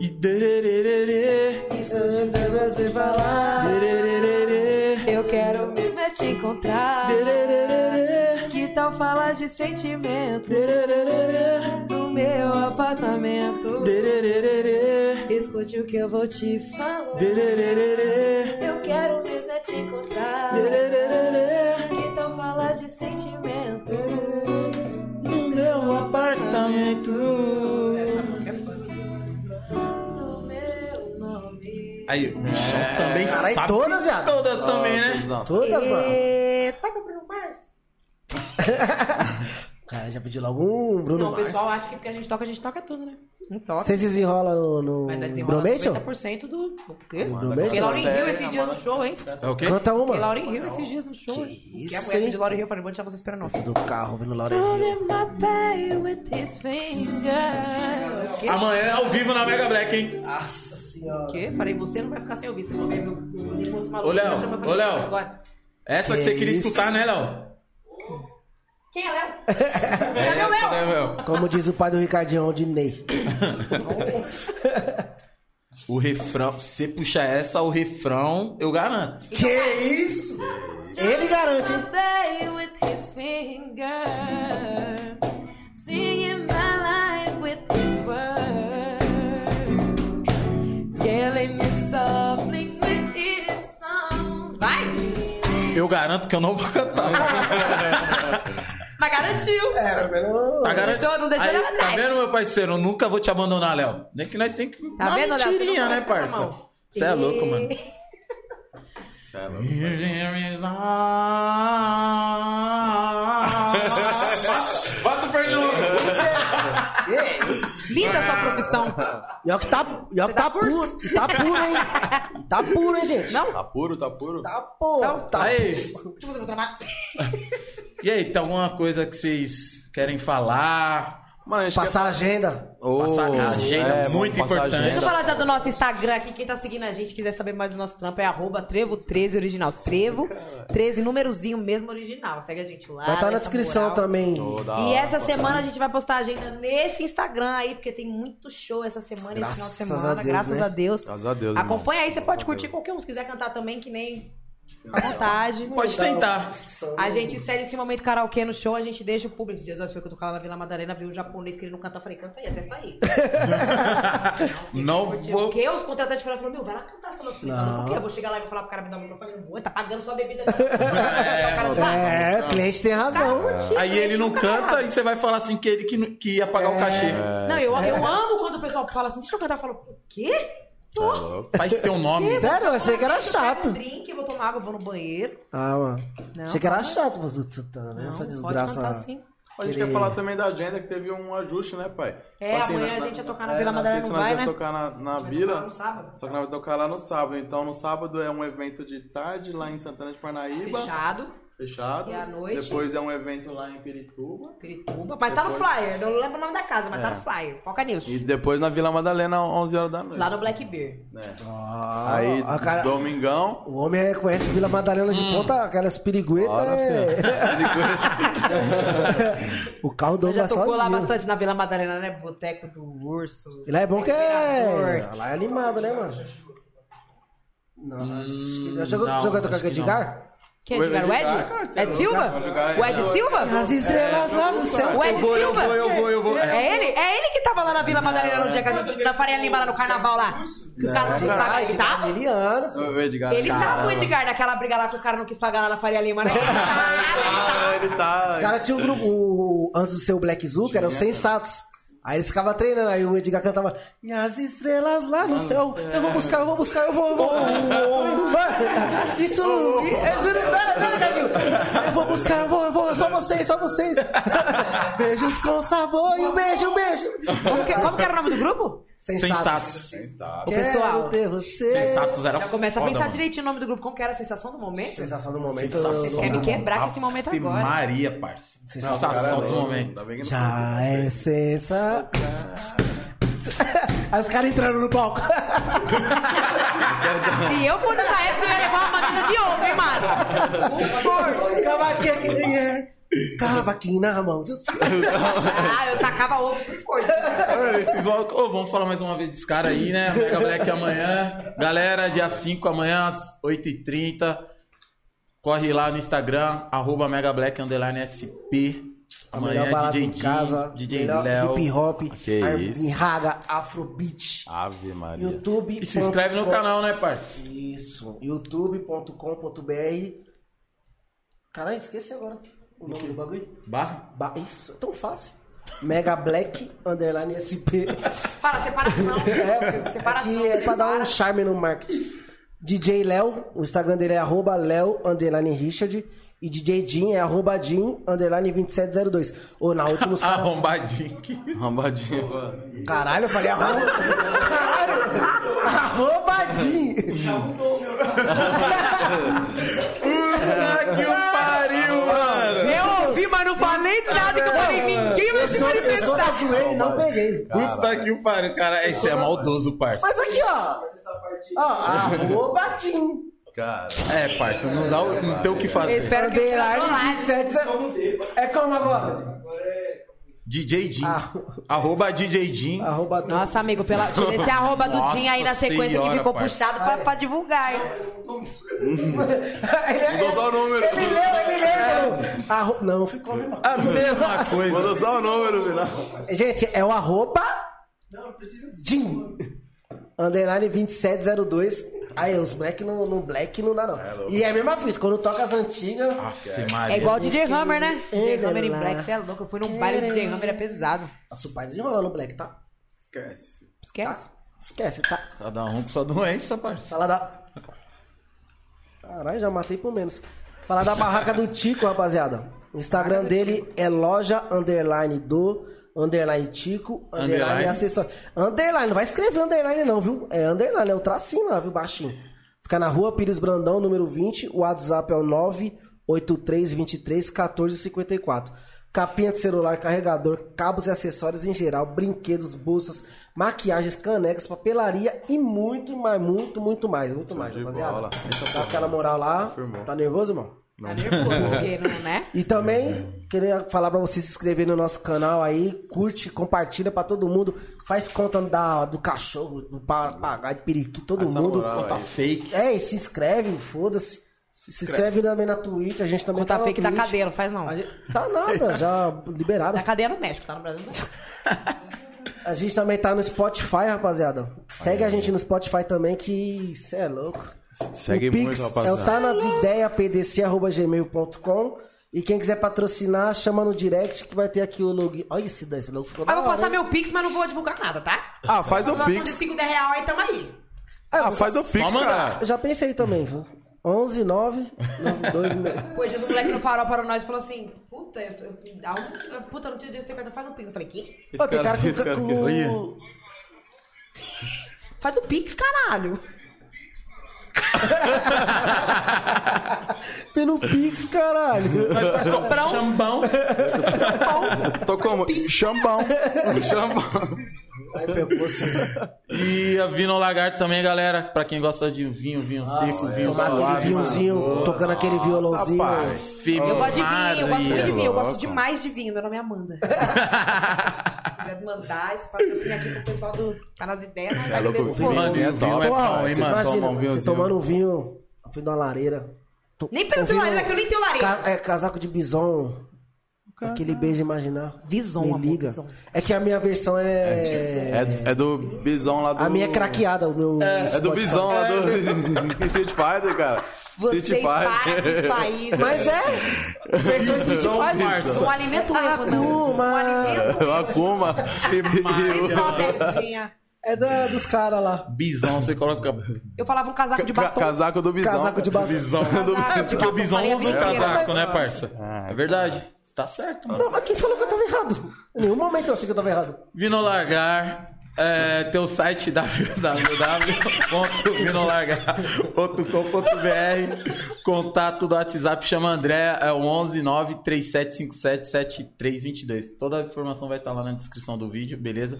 [SPEAKER 4] E derererê, derererê,
[SPEAKER 5] Eu quero mesmo é te encontrar.
[SPEAKER 4] derererê,
[SPEAKER 5] Que tal falar de sentimento
[SPEAKER 4] derererê,
[SPEAKER 5] no meu apartamento?
[SPEAKER 4] derererê,
[SPEAKER 5] Escute o que eu vou te falar.
[SPEAKER 4] derererê,
[SPEAKER 5] Eu quero mesmo é te encontrar.
[SPEAKER 4] derererê,
[SPEAKER 5] Que tal falar de sentimento?
[SPEAKER 4] no meu apartamento.
[SPEAKER 5] No meu nome.
[SPEAKER 4] Aí, o bichão
[SPEAKER 2] É.
[SPEAKER 4] também
[SPEAKER 2] Caralho,
[SPEAKER 4] sabe
[SPEAKER 2] todas, viado.
[SPEAKER 4] todas também, né?
[SPEAKER 1] Exato.
[SPEAKER 2] Todas, mano.
[SPEAKER 5] E... Toca pro Mars.
[SPEAKER 2] Cara, já pediu logo um Bruno
[SPEAKER 3] Não, o
[SPEAKER 2] Mars.
[SPEAKER 3] pessoal acha que porque a gente toca, a gente toca tudo, né? Não toca.
[SPEAKER 2] Vocês desenrolam no, no
[SPEAKER 3] Mas nós desenrolamos
[SPEAKER 2] Bromation?
[SPEAKER 3] 50% do... O quê?
[SPEAKER 1] Manda
[SPEAKER 2] Beijo.
[SPEAKER 3] Porque Lauren Hill
[SPEAKER 1] Pantera,
[SPEAKER 3] esses dias no
[SPEAKER 1] mano.
[SPEAKER 3] show, hein?
[SPEAKER 4] É o quê?
[SPEAKER 2] Canta uma.
[SPEAKER 3] Porque Lauren Hill esses dias no show.
[SPEAKER 2] Que
[SPEAKER 3] hein?
[SPEAKER 2] isso,
[SPEAKER 3] a mulher
[SPEAKER 2] hein?
[SPEAKER 3] de Lauren Hill, eu falei, vou deixar você esperando. não.
[SPEAKER 2] Do carro vindo Laura
[SPEAKER 5] Holding my baby with his fingers.
[SPEAKER 4] Amanhã é ao vivo na Mega Black, hein?
[SPEAKER 2] Nossa
[SPEAKER 3] O
[SPEAKER 2] senhora.
[SPEAKER 3] quê? Falei, você não vai ficar sem ouvir. Você vai ver meu um outro maluco.
[SPEAKER 4] Ô, Léo,
[SPEAKER 3] que me chama pra
[SPEAKER 4] ô, Léo.
[SPEAKER 3] fazer Agora.
[SPEAKER 4] Essa que
[SPEAKER 2] Que
[SPEAKER 4] você queria
[SPEAKER 2] isso.
[SPEAKER 4] escutar, né, Léo?
[SPEAKER 3] Quem é Léo? Cadê o
[SPEAKER 4] Essa, né,
[SPEAKER 3] Léo?
[SPEAKER 4] Léo?
[SPEAKER 2] Como diz o pai do Ricardinho, onde Ney.
[SPEAKER 4] O refrão, se puxar essa, o refrão, eu garanto.
[SPEAKER 2] que isso? Ele garante, hein?
[SPEAKER 5] Play with his finger, singing my life with his words, killing me softly with his song.
[SPEAKER 3] Vai!
[SPEAKER 4] Eu garanto que eu não vou cantar.
[SPEAKER 3] Mas garantiu.
[SPEAKER 2] É,
[SPEAKER 4] Tá
[SPEAKER 3] Não deixou- não deixou
[SPEAKER 4] Aí,
[SPEAKER 3] nada
[SPEAKER 4] Tá
[SPEAKER 3] atrás.
[SPEAKER 4] vendo, meu parceiro? Eu nunca vou te abandonar, Léo. Nem que nós temos que.
[SPEAKER 3] Tá
[SPEAKER 4] uma
[SPEAKER 3] vendo, Léo? Você não
[SPEAKER 4] mentirinha,
[SPEAKER 3] vai
[SPEAKER 4] né,
[SPEAKER 3] ficar na
[SPEAKER 4] parça?
[SPEAKER 3] mão.
[SPEAKER 4] Você é louco, mano.
[SPEAKER 1] Você é louco.
[SPEAKER 4] Bota o pergunta.
[SPEAKER 3] Linda sua profissão.
[SPEAKER 2] E olha que tá, e olha que tá puro. E tá puro, hein? E tá puro, hein, gente?
[SPEAKER 3] Não?
[SPEAKER 1] Tá puro, tá puro?
[SPEAKER 2] Tá puro. tá.
[SPEAKER 4] Aí,
[SPEAKER 3] Deixa eu fazer meu trabalho.
[SPEAKER 4] e aí, tem alguma coisa que vocês querem falar?
[SPEAKER 1] Mano, a gente
[SPEAKER 2] Passar a agenda.
[SPEAKER 1] quer... Ô,
[SPEAKER 4] Passar a agenda,
[SPEAKER 1] vamos
[SPEAKER 4] muito
[SPEAKER 1] passar a
[SPEAKER 4] importante.
[SPEAKER 3] Deixa eu
[SPEAKER 1] agenda.
[SPEAKER 3] falar já do nosso Instagram aqui. Quem tá seguindo a gente, quiser saber mais do nosso trampo, é arroba trevo13 original. Trevo 13, númerozinho mesmo original. Segue a gente lá.
[SPEAKER 2] Vai estar
[SPEAKER 3] dá
[SPEAKER 2] na
[SPEAKER 3] Ah, essa
[SPEAKER 2] descrição
[SPEAKER 3] moral.
[SPEAKER 2] também.
[SPEAKER 1] Ô, da
[SPEAKER 3] E
[SPEAKER 1] hora,
[SPEAKER 3] essa
[SPEAKER 1] passar.
[SPEAKER 3] semana a gente vai postar a agenda nesse Instagram aí, porque tem muito show essa semana e esse final de
[SPEAKER 2] Graças
[SPEAKER 3] semana,
[SPEAKER 2] a Deus,
[SPEAKER 3] graças
[SPEAKER 2] né?
[SPEAKER 3] a Deus.
[SPEAKER 1] Graças a Deus, irmão.
[SPEAKER 3] Acompanha aí, você pode curtir qualquer um, se quiser cantar também, que nem à vontade.
[SPEAKER 4] Pode tentar.
[SPEAKER 3] A gente insere esse momento karaokê no show, a gente deixa o público. Esses dias nós foi que eu tocava na Vila Madalena, vi um japonês que ele não canta, eu falei, canta aí até sair.
[SPEAKER 4] Não vou.
[SPEAKER 3] Porque os contratantes falaram, meu, vai lá cantar essa loucura.
[SPEAKER 2] Não.
[SPEAKER 3] Por quê? Eu vou chegar lá e vou falar pro cara me dar um microfone, não vou, tá pagando sua bebida. Não. O cara fala,
[SPEAKER 2] É, o cliente tem razão.
[SPEAKER 3] Tá
[SPEAKER 4] Aí ele não canta e você vai falar assim que É. ele que, não- que ia pagar o cachê.
[SPEAKER 1] É,
[SPEAKER 3] Não, eu, eu amo quando o pessoal fala assim, deixa eu cantar. Eu falo, o quê?
[SPEAKER 1] Tá louco.
[SPEAKER 4] Faz teu nome.
[SPEAKER 2] Sério, eu achei que era
[SPEAKER 3] Eu
[SPEAKER 2] chato.
[SPEAKER 3] pego um drink, eu vou tomar água, eu vou no banheiro.
[SPEAKER 2] Ah, mano.
[SPEAKER 3] Não,
[SPEAKER 2] achei que era
[SPEAKER 3] pode-
[SPEAKER 2] chato, mas você tá, né?
[SPEAKER 3] Não,
[SPEAKER 2] Essa
[SPEAKER 3] pode cantar
[SPEAKER 2] desgraça.
[SPEAKER 3] assim.
[SPEAKER 1] A gente
[SPEAKER 2] Aquele-
[SPEAKER 1] quer falar também da agenda que teve um ajuste, né, pai?
[SPEAKER 3] É, amanhã a gente ia tocar na Vila Madalena,
[SPEAKER 1] sexta
[SPEAKER 3] não
[SPEAKER 1] nós
[SPEAKER 3] vai,
[SPEAKER 1] ia
[SPEAKER 3] né?
[SPEAKER 1] tocar na, na
[SPEAKER 3] Vai tocar
[SPEAKER 1] Vila,
[SPEAKER 3] no sábado.
[SPEAKER 1] só que nós vamos tocar lá no sábado. Então, no sábado é um evento de tarde lá em Santana de Parnaíba.
[SPEAKER 3] Fechado,
[SPEAKER 1] Fechado.
[SPEAKER 3] E à noite?
[SPEAKER 1] Depois é um evento lá em Pirituba.
[SPEAKER 3] Pirituba. Mas tá no
[SPEAKER 1] Depois-
[SPEAKER 3] flyer, não lembro o nome da casa, mas tá
[SPEAKER 1] É.
[SPEAKER 3] no flyer. Foca nisso.
[SPEAKER 1] E depois na Vila Madalena, 11 horas da noite.
[SPEAKER 3] Lá no Black Bear.
[SPEAKER 1] É.
[SPEAKER 2] Ah,
[SPEAKER 1] Aí,
[SPEAKER 2] a cara-
[SPEAKER 1] domingão.
[SPEAKER 2] O homem é- conhece Vila Madalena
[SPEAKER 3] Hum.
[SPEAKER 2] de ponta, aquelas piriguetas.
[SPEAKER 1] Ora,
[SPEAKER 2] É... o carro do
[SPEAKER 3] Você
[SPEAKER 2] homem
[SPEAKER 3] já
[SPEAKER 2] é
[SPEAKER 3] tocou lá
[SPEAKER 2] sozinho.
[SPEAKER 3] bastante na Vila Madalena, né? Boteco do Urso.
[SPEAKER 2] E lá é bom que é.
[SPEAKER 3] Mirador.
[SPEAKER 2] Lá é animado, né, mano? Não,
[SPEAKER 3] Hum,
[SPEAKER 2] acho que... Já chegou,
[SPEAKER 4] não,
[SPEAKER 2] chegou a tocar
[SPEAKER 4] acho que
[SPEAKER 2] Edgar?
[SPEAKER 3] Quem é Edgar? O Ed?
[SPEAKER 1] Edgar, cara, você é
[SPEAKER 3] Ed
[SPEAKER 1] louco,
[SPEAKER 3] Silva?
[SPEAKER 1] cara, Edgar,
[SPEAKER 3] O Ed
[SPEAKER 1] Edgar.
[SPEAKER 2] As
[SPEAKER 3] Silva? É,
[SPEAKER 2] estrelas lá no
[SPEAKER 1] É,
[SPEAKER 2] céu.
[SPEAKER 3] O Ed
[SPEAKER 4] Eu vou, eu
[SPEAKER 3] Silva?
[SPEAKER 4] vou, eu vou, eu vou.
[SPEAKER 3] É ele? É ele que tava lá na Vila Madalena no dia que a gente. Na Faria Lima, lá no carnaval lá. tá Que os caras não quis pagar.
[SPEAKER 2] Ai,
[SPEAKER 3] Ele
[SPEAKER 2] Edgar
[SPEAKER 3] tava?
[SPEAKER 2] Emiliano, pô.
[SPEAKER 1] Ô, Edgar,
[SPEAKER 3] Ele tá tava o
[SPEAKER 1] caramba.
[SPEAKER 3] Edgar naquela briga lá que os caras não quis pagar lá na Faria Lima, né? Ele tava.
[SPEAKER 1] Ah, ele tá.
[SPEAKER 2] Os caras tinham um grupo, o, antes do seu Black Zoo, que eram os sensatos. Aí eles ficavam treinando, aí o Edgar cantava E as estrelas lá no céu Eu vou buscar, eu vou buscar, eu vou, eu vou, Mano, Isso é juro, pera, pera, Gatinho. Eu vou buscar, eu vou, eu vou, só vocês, só vocês Beijos com sabor e um beijo, um beijo
[SPEAKER 3] Como que, como que era o nome do grupo?
[SPEAKER 4] Sensatos.
[SPEAKER 1] Sensato.
[SPEAKER 2] Quero
[SPEAKER 3] Pessoal.
[SPEAKER 2] ter você
[SPEAKER 4] Sensatos era
[SPEAKER 3] Já começa a
[SPEAKER 4] foda,
[SPEAKER 3] pensar
[SPEAKER 4] mano.
[SPEAKER 3] direitinho o nome do grupo. Como que era a sensação do momento?
[SPEAKER 2] Sensação do momento
[SPEAKER 4] Sensação.
[SPEAKER 3] Quer me quebrar com esse momento
[SPEAKER 4] Ave
[SPEAKER 3] agora.
[SPEAKER 4] Maria, parça.
[SPEAKER 2] Sensação.
[SPEAKER 4] Sensação dos
[SPEAKER 1] Tá
[SPEAKER 4] momentos.
[SPEAKER 1] vendo?
[SPEAKER 2] Já é sensa. Aí os caras entrando no palco.
[SPEAKER 3] Se eu for nessa época, eu ia levar uma batida de ouro, hein, mano? Com força.
[SPEAKER 2] Cavaquinha que nem é. Cavaquinho na mão.
[SPEAKER 3] Ah, eu tacava ovo com força.
[SPEAKER 4] Ô, Esses malucos- Ô, vamos falar mais uma vez desse cara aí, né? Mega Black amanhã. Galera, dia 5 amanhã, às 8h30. Corre lá no Instagram, arroba Mega Black Underline SP.
[SPEAKER 2] A
[SPEAKER 4] Amanhã
[SPEAKER 2] melhor balada
[SPEAKER 4] DJ
[SPEAKER 2] em casa.
[SPEAKER 4] Jim, DJ
[SPEAKER 2] melhor
[SPEAKER 4] Léo.
[SPEAKER 2] Hip hop.
[SPEAKER 1] Que
[SPEAKER 2] ar-
[SPEAKER 1] isso.
[SPEAKER 2] Enraga, Afrobeat.
[SPEAKER 1] Ave Maria.
[SPEAKER 2] YouTube.
[SPEAKER 4] E se inscreve no canal, né, parça?
[SPEAKER 2] Isso. youtube.com.br Caralho, esqueci agora o nome do bagulho.
[SPEAKER 4] Barra?
[SPEAKER 2] Ba- Isso, é tão fácil. Mega Black Underline SP.
[SPEAKER 3] Fala, separação. separação.
[SPEAKER 2] Que é pra dar um charme no marketing. DJ Léo, o Instagram dele é arroba Léo underline Richard. E DJ Jim é arroba Jim underline 2702. Ô, na última os caras.
[SPEAKER 4] Arrombadinho.
[SPEAKER 1] Rambadinha, mano.
[SPEAKER 2] Caralho, eu falei arroba. Caralho! Arroba Jim!
[SPEAKER 4] Puta que pariu, mano!
[SPEAKER 3] Eu ouvi, mas não falei nada que eu falei. Ninguém vai
[SPEAKER 2] Eu
[SPEAKER 3] se
[SPEAKER 2] sou, eu sou da
[SPEAKER 3] manifestar.
[SPEAKER 2] zoeira e não peguei.
[SPEAKER 4] Puta que pariu, cara. Isso é maldoso, parça.
[SPEAKER 2] Mas aqui, ó. Ó, arroba Jim.
[SPEAKER 1] Cara.
[SPEAKER 4] É, parça, não, dá, o- não tem o que
[SPEAKER 3] Eu
[SPEAKER 4] fazer.
[SPEAKER 3] espero É que eu né? tenha
[SPEAKER 2] Underline
[SPEAKER 3] controlado.
[SPEAKER 2] 2702. É como agora? Jim?
[SPEAKER 4] DJ Jim.
[SPEAKER 2] Ah.
[SPEAKER 4] Arroba DJ Jim.
[SPEAKER 3] Ah.
[SPEAKER 2] Arroba Jim.
[SPEAKER 3] Nossa, amigo, pela... tira esse arroba do
[SPEAKER 4] Nossa
[SPEAKER 3] Dinho aí na sequência
[SPEAKER 4] senhora,
[SPEAKER 3] que ficou
[SPEAKER 4] parça.
[SPEAKER 3] puxado pra, pra divulgar, hein?
[SPEAKER 2] Mudou
[SPEAKER 1] só o número.
[SPEAKER 2] Ele leu, ele leu. Arro... Não, ficou mesmo.
[SPEAKER 4] A mesma coisa.
[SPEAKER 1] Manda só o número, Vila.
[SPEAKER 2] Gente, é o arroba. Jim. Underline 2702. Aí, os black no, no black não dá, não. e é a mesma fita, quando toca as antigas.
[SPEAKER 4] Aff, Maria.
[SPEAKER 3] É igual o DJ Hammer, né? DJ Hammer em
[SPEAKER 2] Underline.
[SPEAKER 3] Black, você é louco. Eu fui num baile do DJ Hammer, é pesado.
[SPEAKER 2] A supai desenrola no black, tá?
[SPEAKER 1] Esquece, filho.
[SPEAKER 3] Esquece.
[SPEAKER 2] Esquece, tá?
[SPEAKER 4] Cada um com sua doença, parça.
[SPEAKER 2] Fala da. Caralho, já matei por menos. Falar da barraca do Tico, rapaziada. O Instagram dele é loja underline do underline Tico underline,
[SPEAKER 4] Underline.
[SPEAKER 2] acessório. Underline, não vai escrever underline não, viu? É underline, é o tracinho lá, viu? Baixinho. Fica na rua Pires Brandão, número 20. O WhatsApp é o 983231454. Capinha de celular, carregador, cabos e acessórios em geral, brinquedos, bolsas, maquiagens, canecas, papelaria e muito mais, muito, muito mais, muito mais,
[SPEAKER 1] de
[SPEAKER 2] rapaziada.
[SPEAKER 1] bola.
[SPEAKER 2] Dá aquela moral lá.
[SPEAKER 1] Confirmou.
[SPEAKER 2] Tá nervoso, irmão?
[SPEAKER 3] Tá nervoso, porque não, né?
[SPEAKER 2] E
[SPEAKER 1] É.
[SPEAKER 2] também queria falar pra você se inscrever no nosso canal aí, curte, compartilha pra todo mundo, faz conta da, do cachorro, do papagaio, de periquito, todo
[SPEAKER 1] Essa
[SPEAKER 2] mundo.
[SPEAKER 1] moral
[SPEAKER 2] Conta
[SPEAKER 1] aí.
[SPEAKER 4] Fake.
[SPEAKER 2] É, e se inscreve, foda-se. Se, inscreve também na Twitch, a gente também
[SPEAKER 3] Conta
[SPEAKER 2] tá
[SPEAKER 3] fake
[SPEAKER 2] na
[SPEAKER 3] da
[SPEAKER 2] Twitch.
[SPEAKER 3] cadeia, não faz não.
[SPEAKER 2] A gente- Tá nada, já liberaram.
[SPEAKER 3] Da cadeia no México, tá no Brasil não.
[SPEAKER 2] A gente também tá no Spotify, rapaziada. Segue a gente no Spotify também, que cê é louco.
[SPEAKER 1] Segue
[SPEAKER 2] o Pix
[SPEAKER 1] muito,
[SPEAKER 2] é o
[SPEAKER 1] rapaziada.
[SPEAKER 2] tá nas ideias, pdc.gmail.com. E quem quiser patrocinar, chama no direct que vai ter aqui o login. Olha esse daí, esse louco ficou
[SPEAKER 3] Mas
[SPEAKER 2] da
[SPEAKER 3] eu Ah, vou
[SPEAKER 2] hora,
[SPEAKER 3] passar
[SPEAKER 2] hein?
[SPEAKER 3] meu Pix, mas não vou divulgar nada, tá?
[SPEAKER 1] Ah, faz o
[SPEAKER 3] Doação de
[SPEAKER 1] Pix.
[SPEAKER 3] 5 10 real aí, tamo aí.
[SPEAKER 1] Ah, faz o Pix, cara.
[SPEAKER 4] mandar.
[SPEAKER 2] Eu já pensei também, viu? 11, 9, 2
[SPEAKER 3] Pô, Jesus, o moleque no farol parou nós e falou assim: Puta, eu, tô- eu, a última- puta, não tinha dinheiro, você tem cartão, faz um pix. Eu falei: Que?
[SPEAKER 1] Esse
[SPEAKER 2] Ó, tem cara
[SPEAKER 1] esse
[SPEAKER 2] com.
[SPEAKER 1] aqui.
[SPEAKER 2] com...
[SPEAKER 3] Faz um pix, caralho.
[SPEAKER 2] Pelo Pix, caralho.
[SPEAKER 4] Chambão. Chambão.
[SPEAKER 1] Tô como? Chambão. Chambão.
[SPEAKER 2] Aí pegou assim.
[SPEAKER 4] E a Vino Lagarto também, galera. Pra quem gosta de vinho, vinho
[SPEAKER 3] Ah,
[SPEAKER 4] seco,
[SPEAKER 3] é,
[SPEAKER 4] vinho
[SPEAKER 2] Tomar aquele
[SPEAKER 4] suave.
[SPEAKER 2] vinhozinho, tocando aquele violãozinho.
[SPEAKER 1] Rapaz.
[SPEAKER 3] Eu gosto de vinho, eu gosto muito de
[SPEAKER 4] Maria.
[SPEAKER 3] vinho, eu
[SPEAKER 1] Louco.
[SPEAKER 3] gosto demais de vinho. Meu nome é Amanda. Se quiser mandar esse patrocínio aqui pro pessoal do. Tá nas ideias, não vai
[SPEAKER 1] louco,
[SPEAKER 3] beber com
[SPEAKER 1] vinho,
[SPEAKER 3] fome.
[SPEAKER 4] Mano, e o vinho é
[SPEAKER 1] Porra,
[SPEAKER 4] bom, hein,
[SPEAKER 1] você
[SPEAKER 4] mano?
[SPEAKER 2] Imagina,
[SPEAKER 1] Toma um
[SPEAKER 2] mano,
[SPEAKER 1] vinhozinho.
[SPEAKER 2] você tomando um vinho no fim de uma lareira. Tô-
[SPEAKER 3] Nem pelo
[SPEAKER 2] ouvindo
[SPEAKER 3] lareira, que eu nem tenho lareira.
[SPEAKER 2] ca- é, casaco de bison. Aquele beijo imaginar.
[SPEAKER 3] Bison,
[SPEAKER 2] Me
[SPEAKER 3] amor,
[SPEAKER 2] liga.
[SPEAKER 3] bison.
[SPEAKER 2] É que a minha versão é...
[SPEAKER 1] É, é do Bison lá do.
[SPEAKER 2] A minha é craqueada. O meu
[SPEAKER 1] É do Bison lá do. Street Fighter, cara.
[SPEAKER 3] Vocês param de sair.
[SPEAKER 2] Mas é. Versão Street Fighter. Ah,
[SPEAKER 3] Não alimenta o erro, não. Não
[SPEAKER 2] Akuma.
[SPEAKER 3] alimenta
[SPEAKER 1] O Akuma.
[SPEAKER 3] o erro.
[SPEAKER 2] É da, dos caras lá.
[SPEAKER 4] Bisão, você coloca.
[SPEAKER 3] Eu falava um casaco de
[SPEAKER 1] Ca-
[SPEAKER 3] batom.
[SPEAKER 1] Casaco do Bison.
[SPEAKER 2] Casaco de batom.
[SPEAKER 1] Bison.
[SPEAKER 3] Casaco de
[SPEAKER 4] É porque o
[SPEAKER 3] batom,
[SPEAKER 4] bisão
[SPEAKER 3] falei a
[SPEAKER 4] usa o
[SPEAKER 3] vida inteira.
[SPEAKER 4] casaco, né, parça?
[SPEAKER 1] Ah,
[SPEAKER 4] É verdade. Você tá certo, mano.
[SPEAKER 2] Não, mas quem falou que eu tava errado? Em nenhum momento eu achei que eu tava errado.
[SPEAKER 4] Vinolargar. É, teu site www.vinolargar.com.br Contato do WhatsApp chama André, é o 11 937577322. Toda a informação vai estar lá na descrição do vídeo, beleza?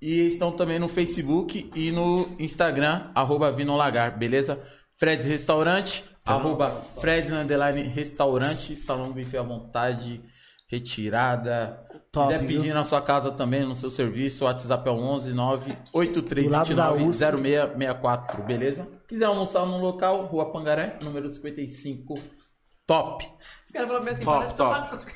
[SPEAKER 4] E estão também no Facebook e no Instagram, arroba Vinolagar, beleza? Fred's Restaurante, arroba Fred's Underline Restaurante, salão buffet à vontade, retirada.
[SPEAKER 2] Top,
[SPEAKER 4] quiser pedir
[SPEAKER 2] viu?
[SPEAKER 4] na sua casa também, no seu serviço, o WhatsApp é o 11
[SPEAKER 2] Do lado da
[SPEAKER 4] 98329
[SPEAKER 2] USP.
[SPEAKER 4] 0664, beleza? Quiser almoçar no local, Rua Pangaré, número 55. Top!
[SPEAKER 3] Os caras falaram assim,
[SPEAKER 1] Top,
[SPEAKER 3] para de tomar coca.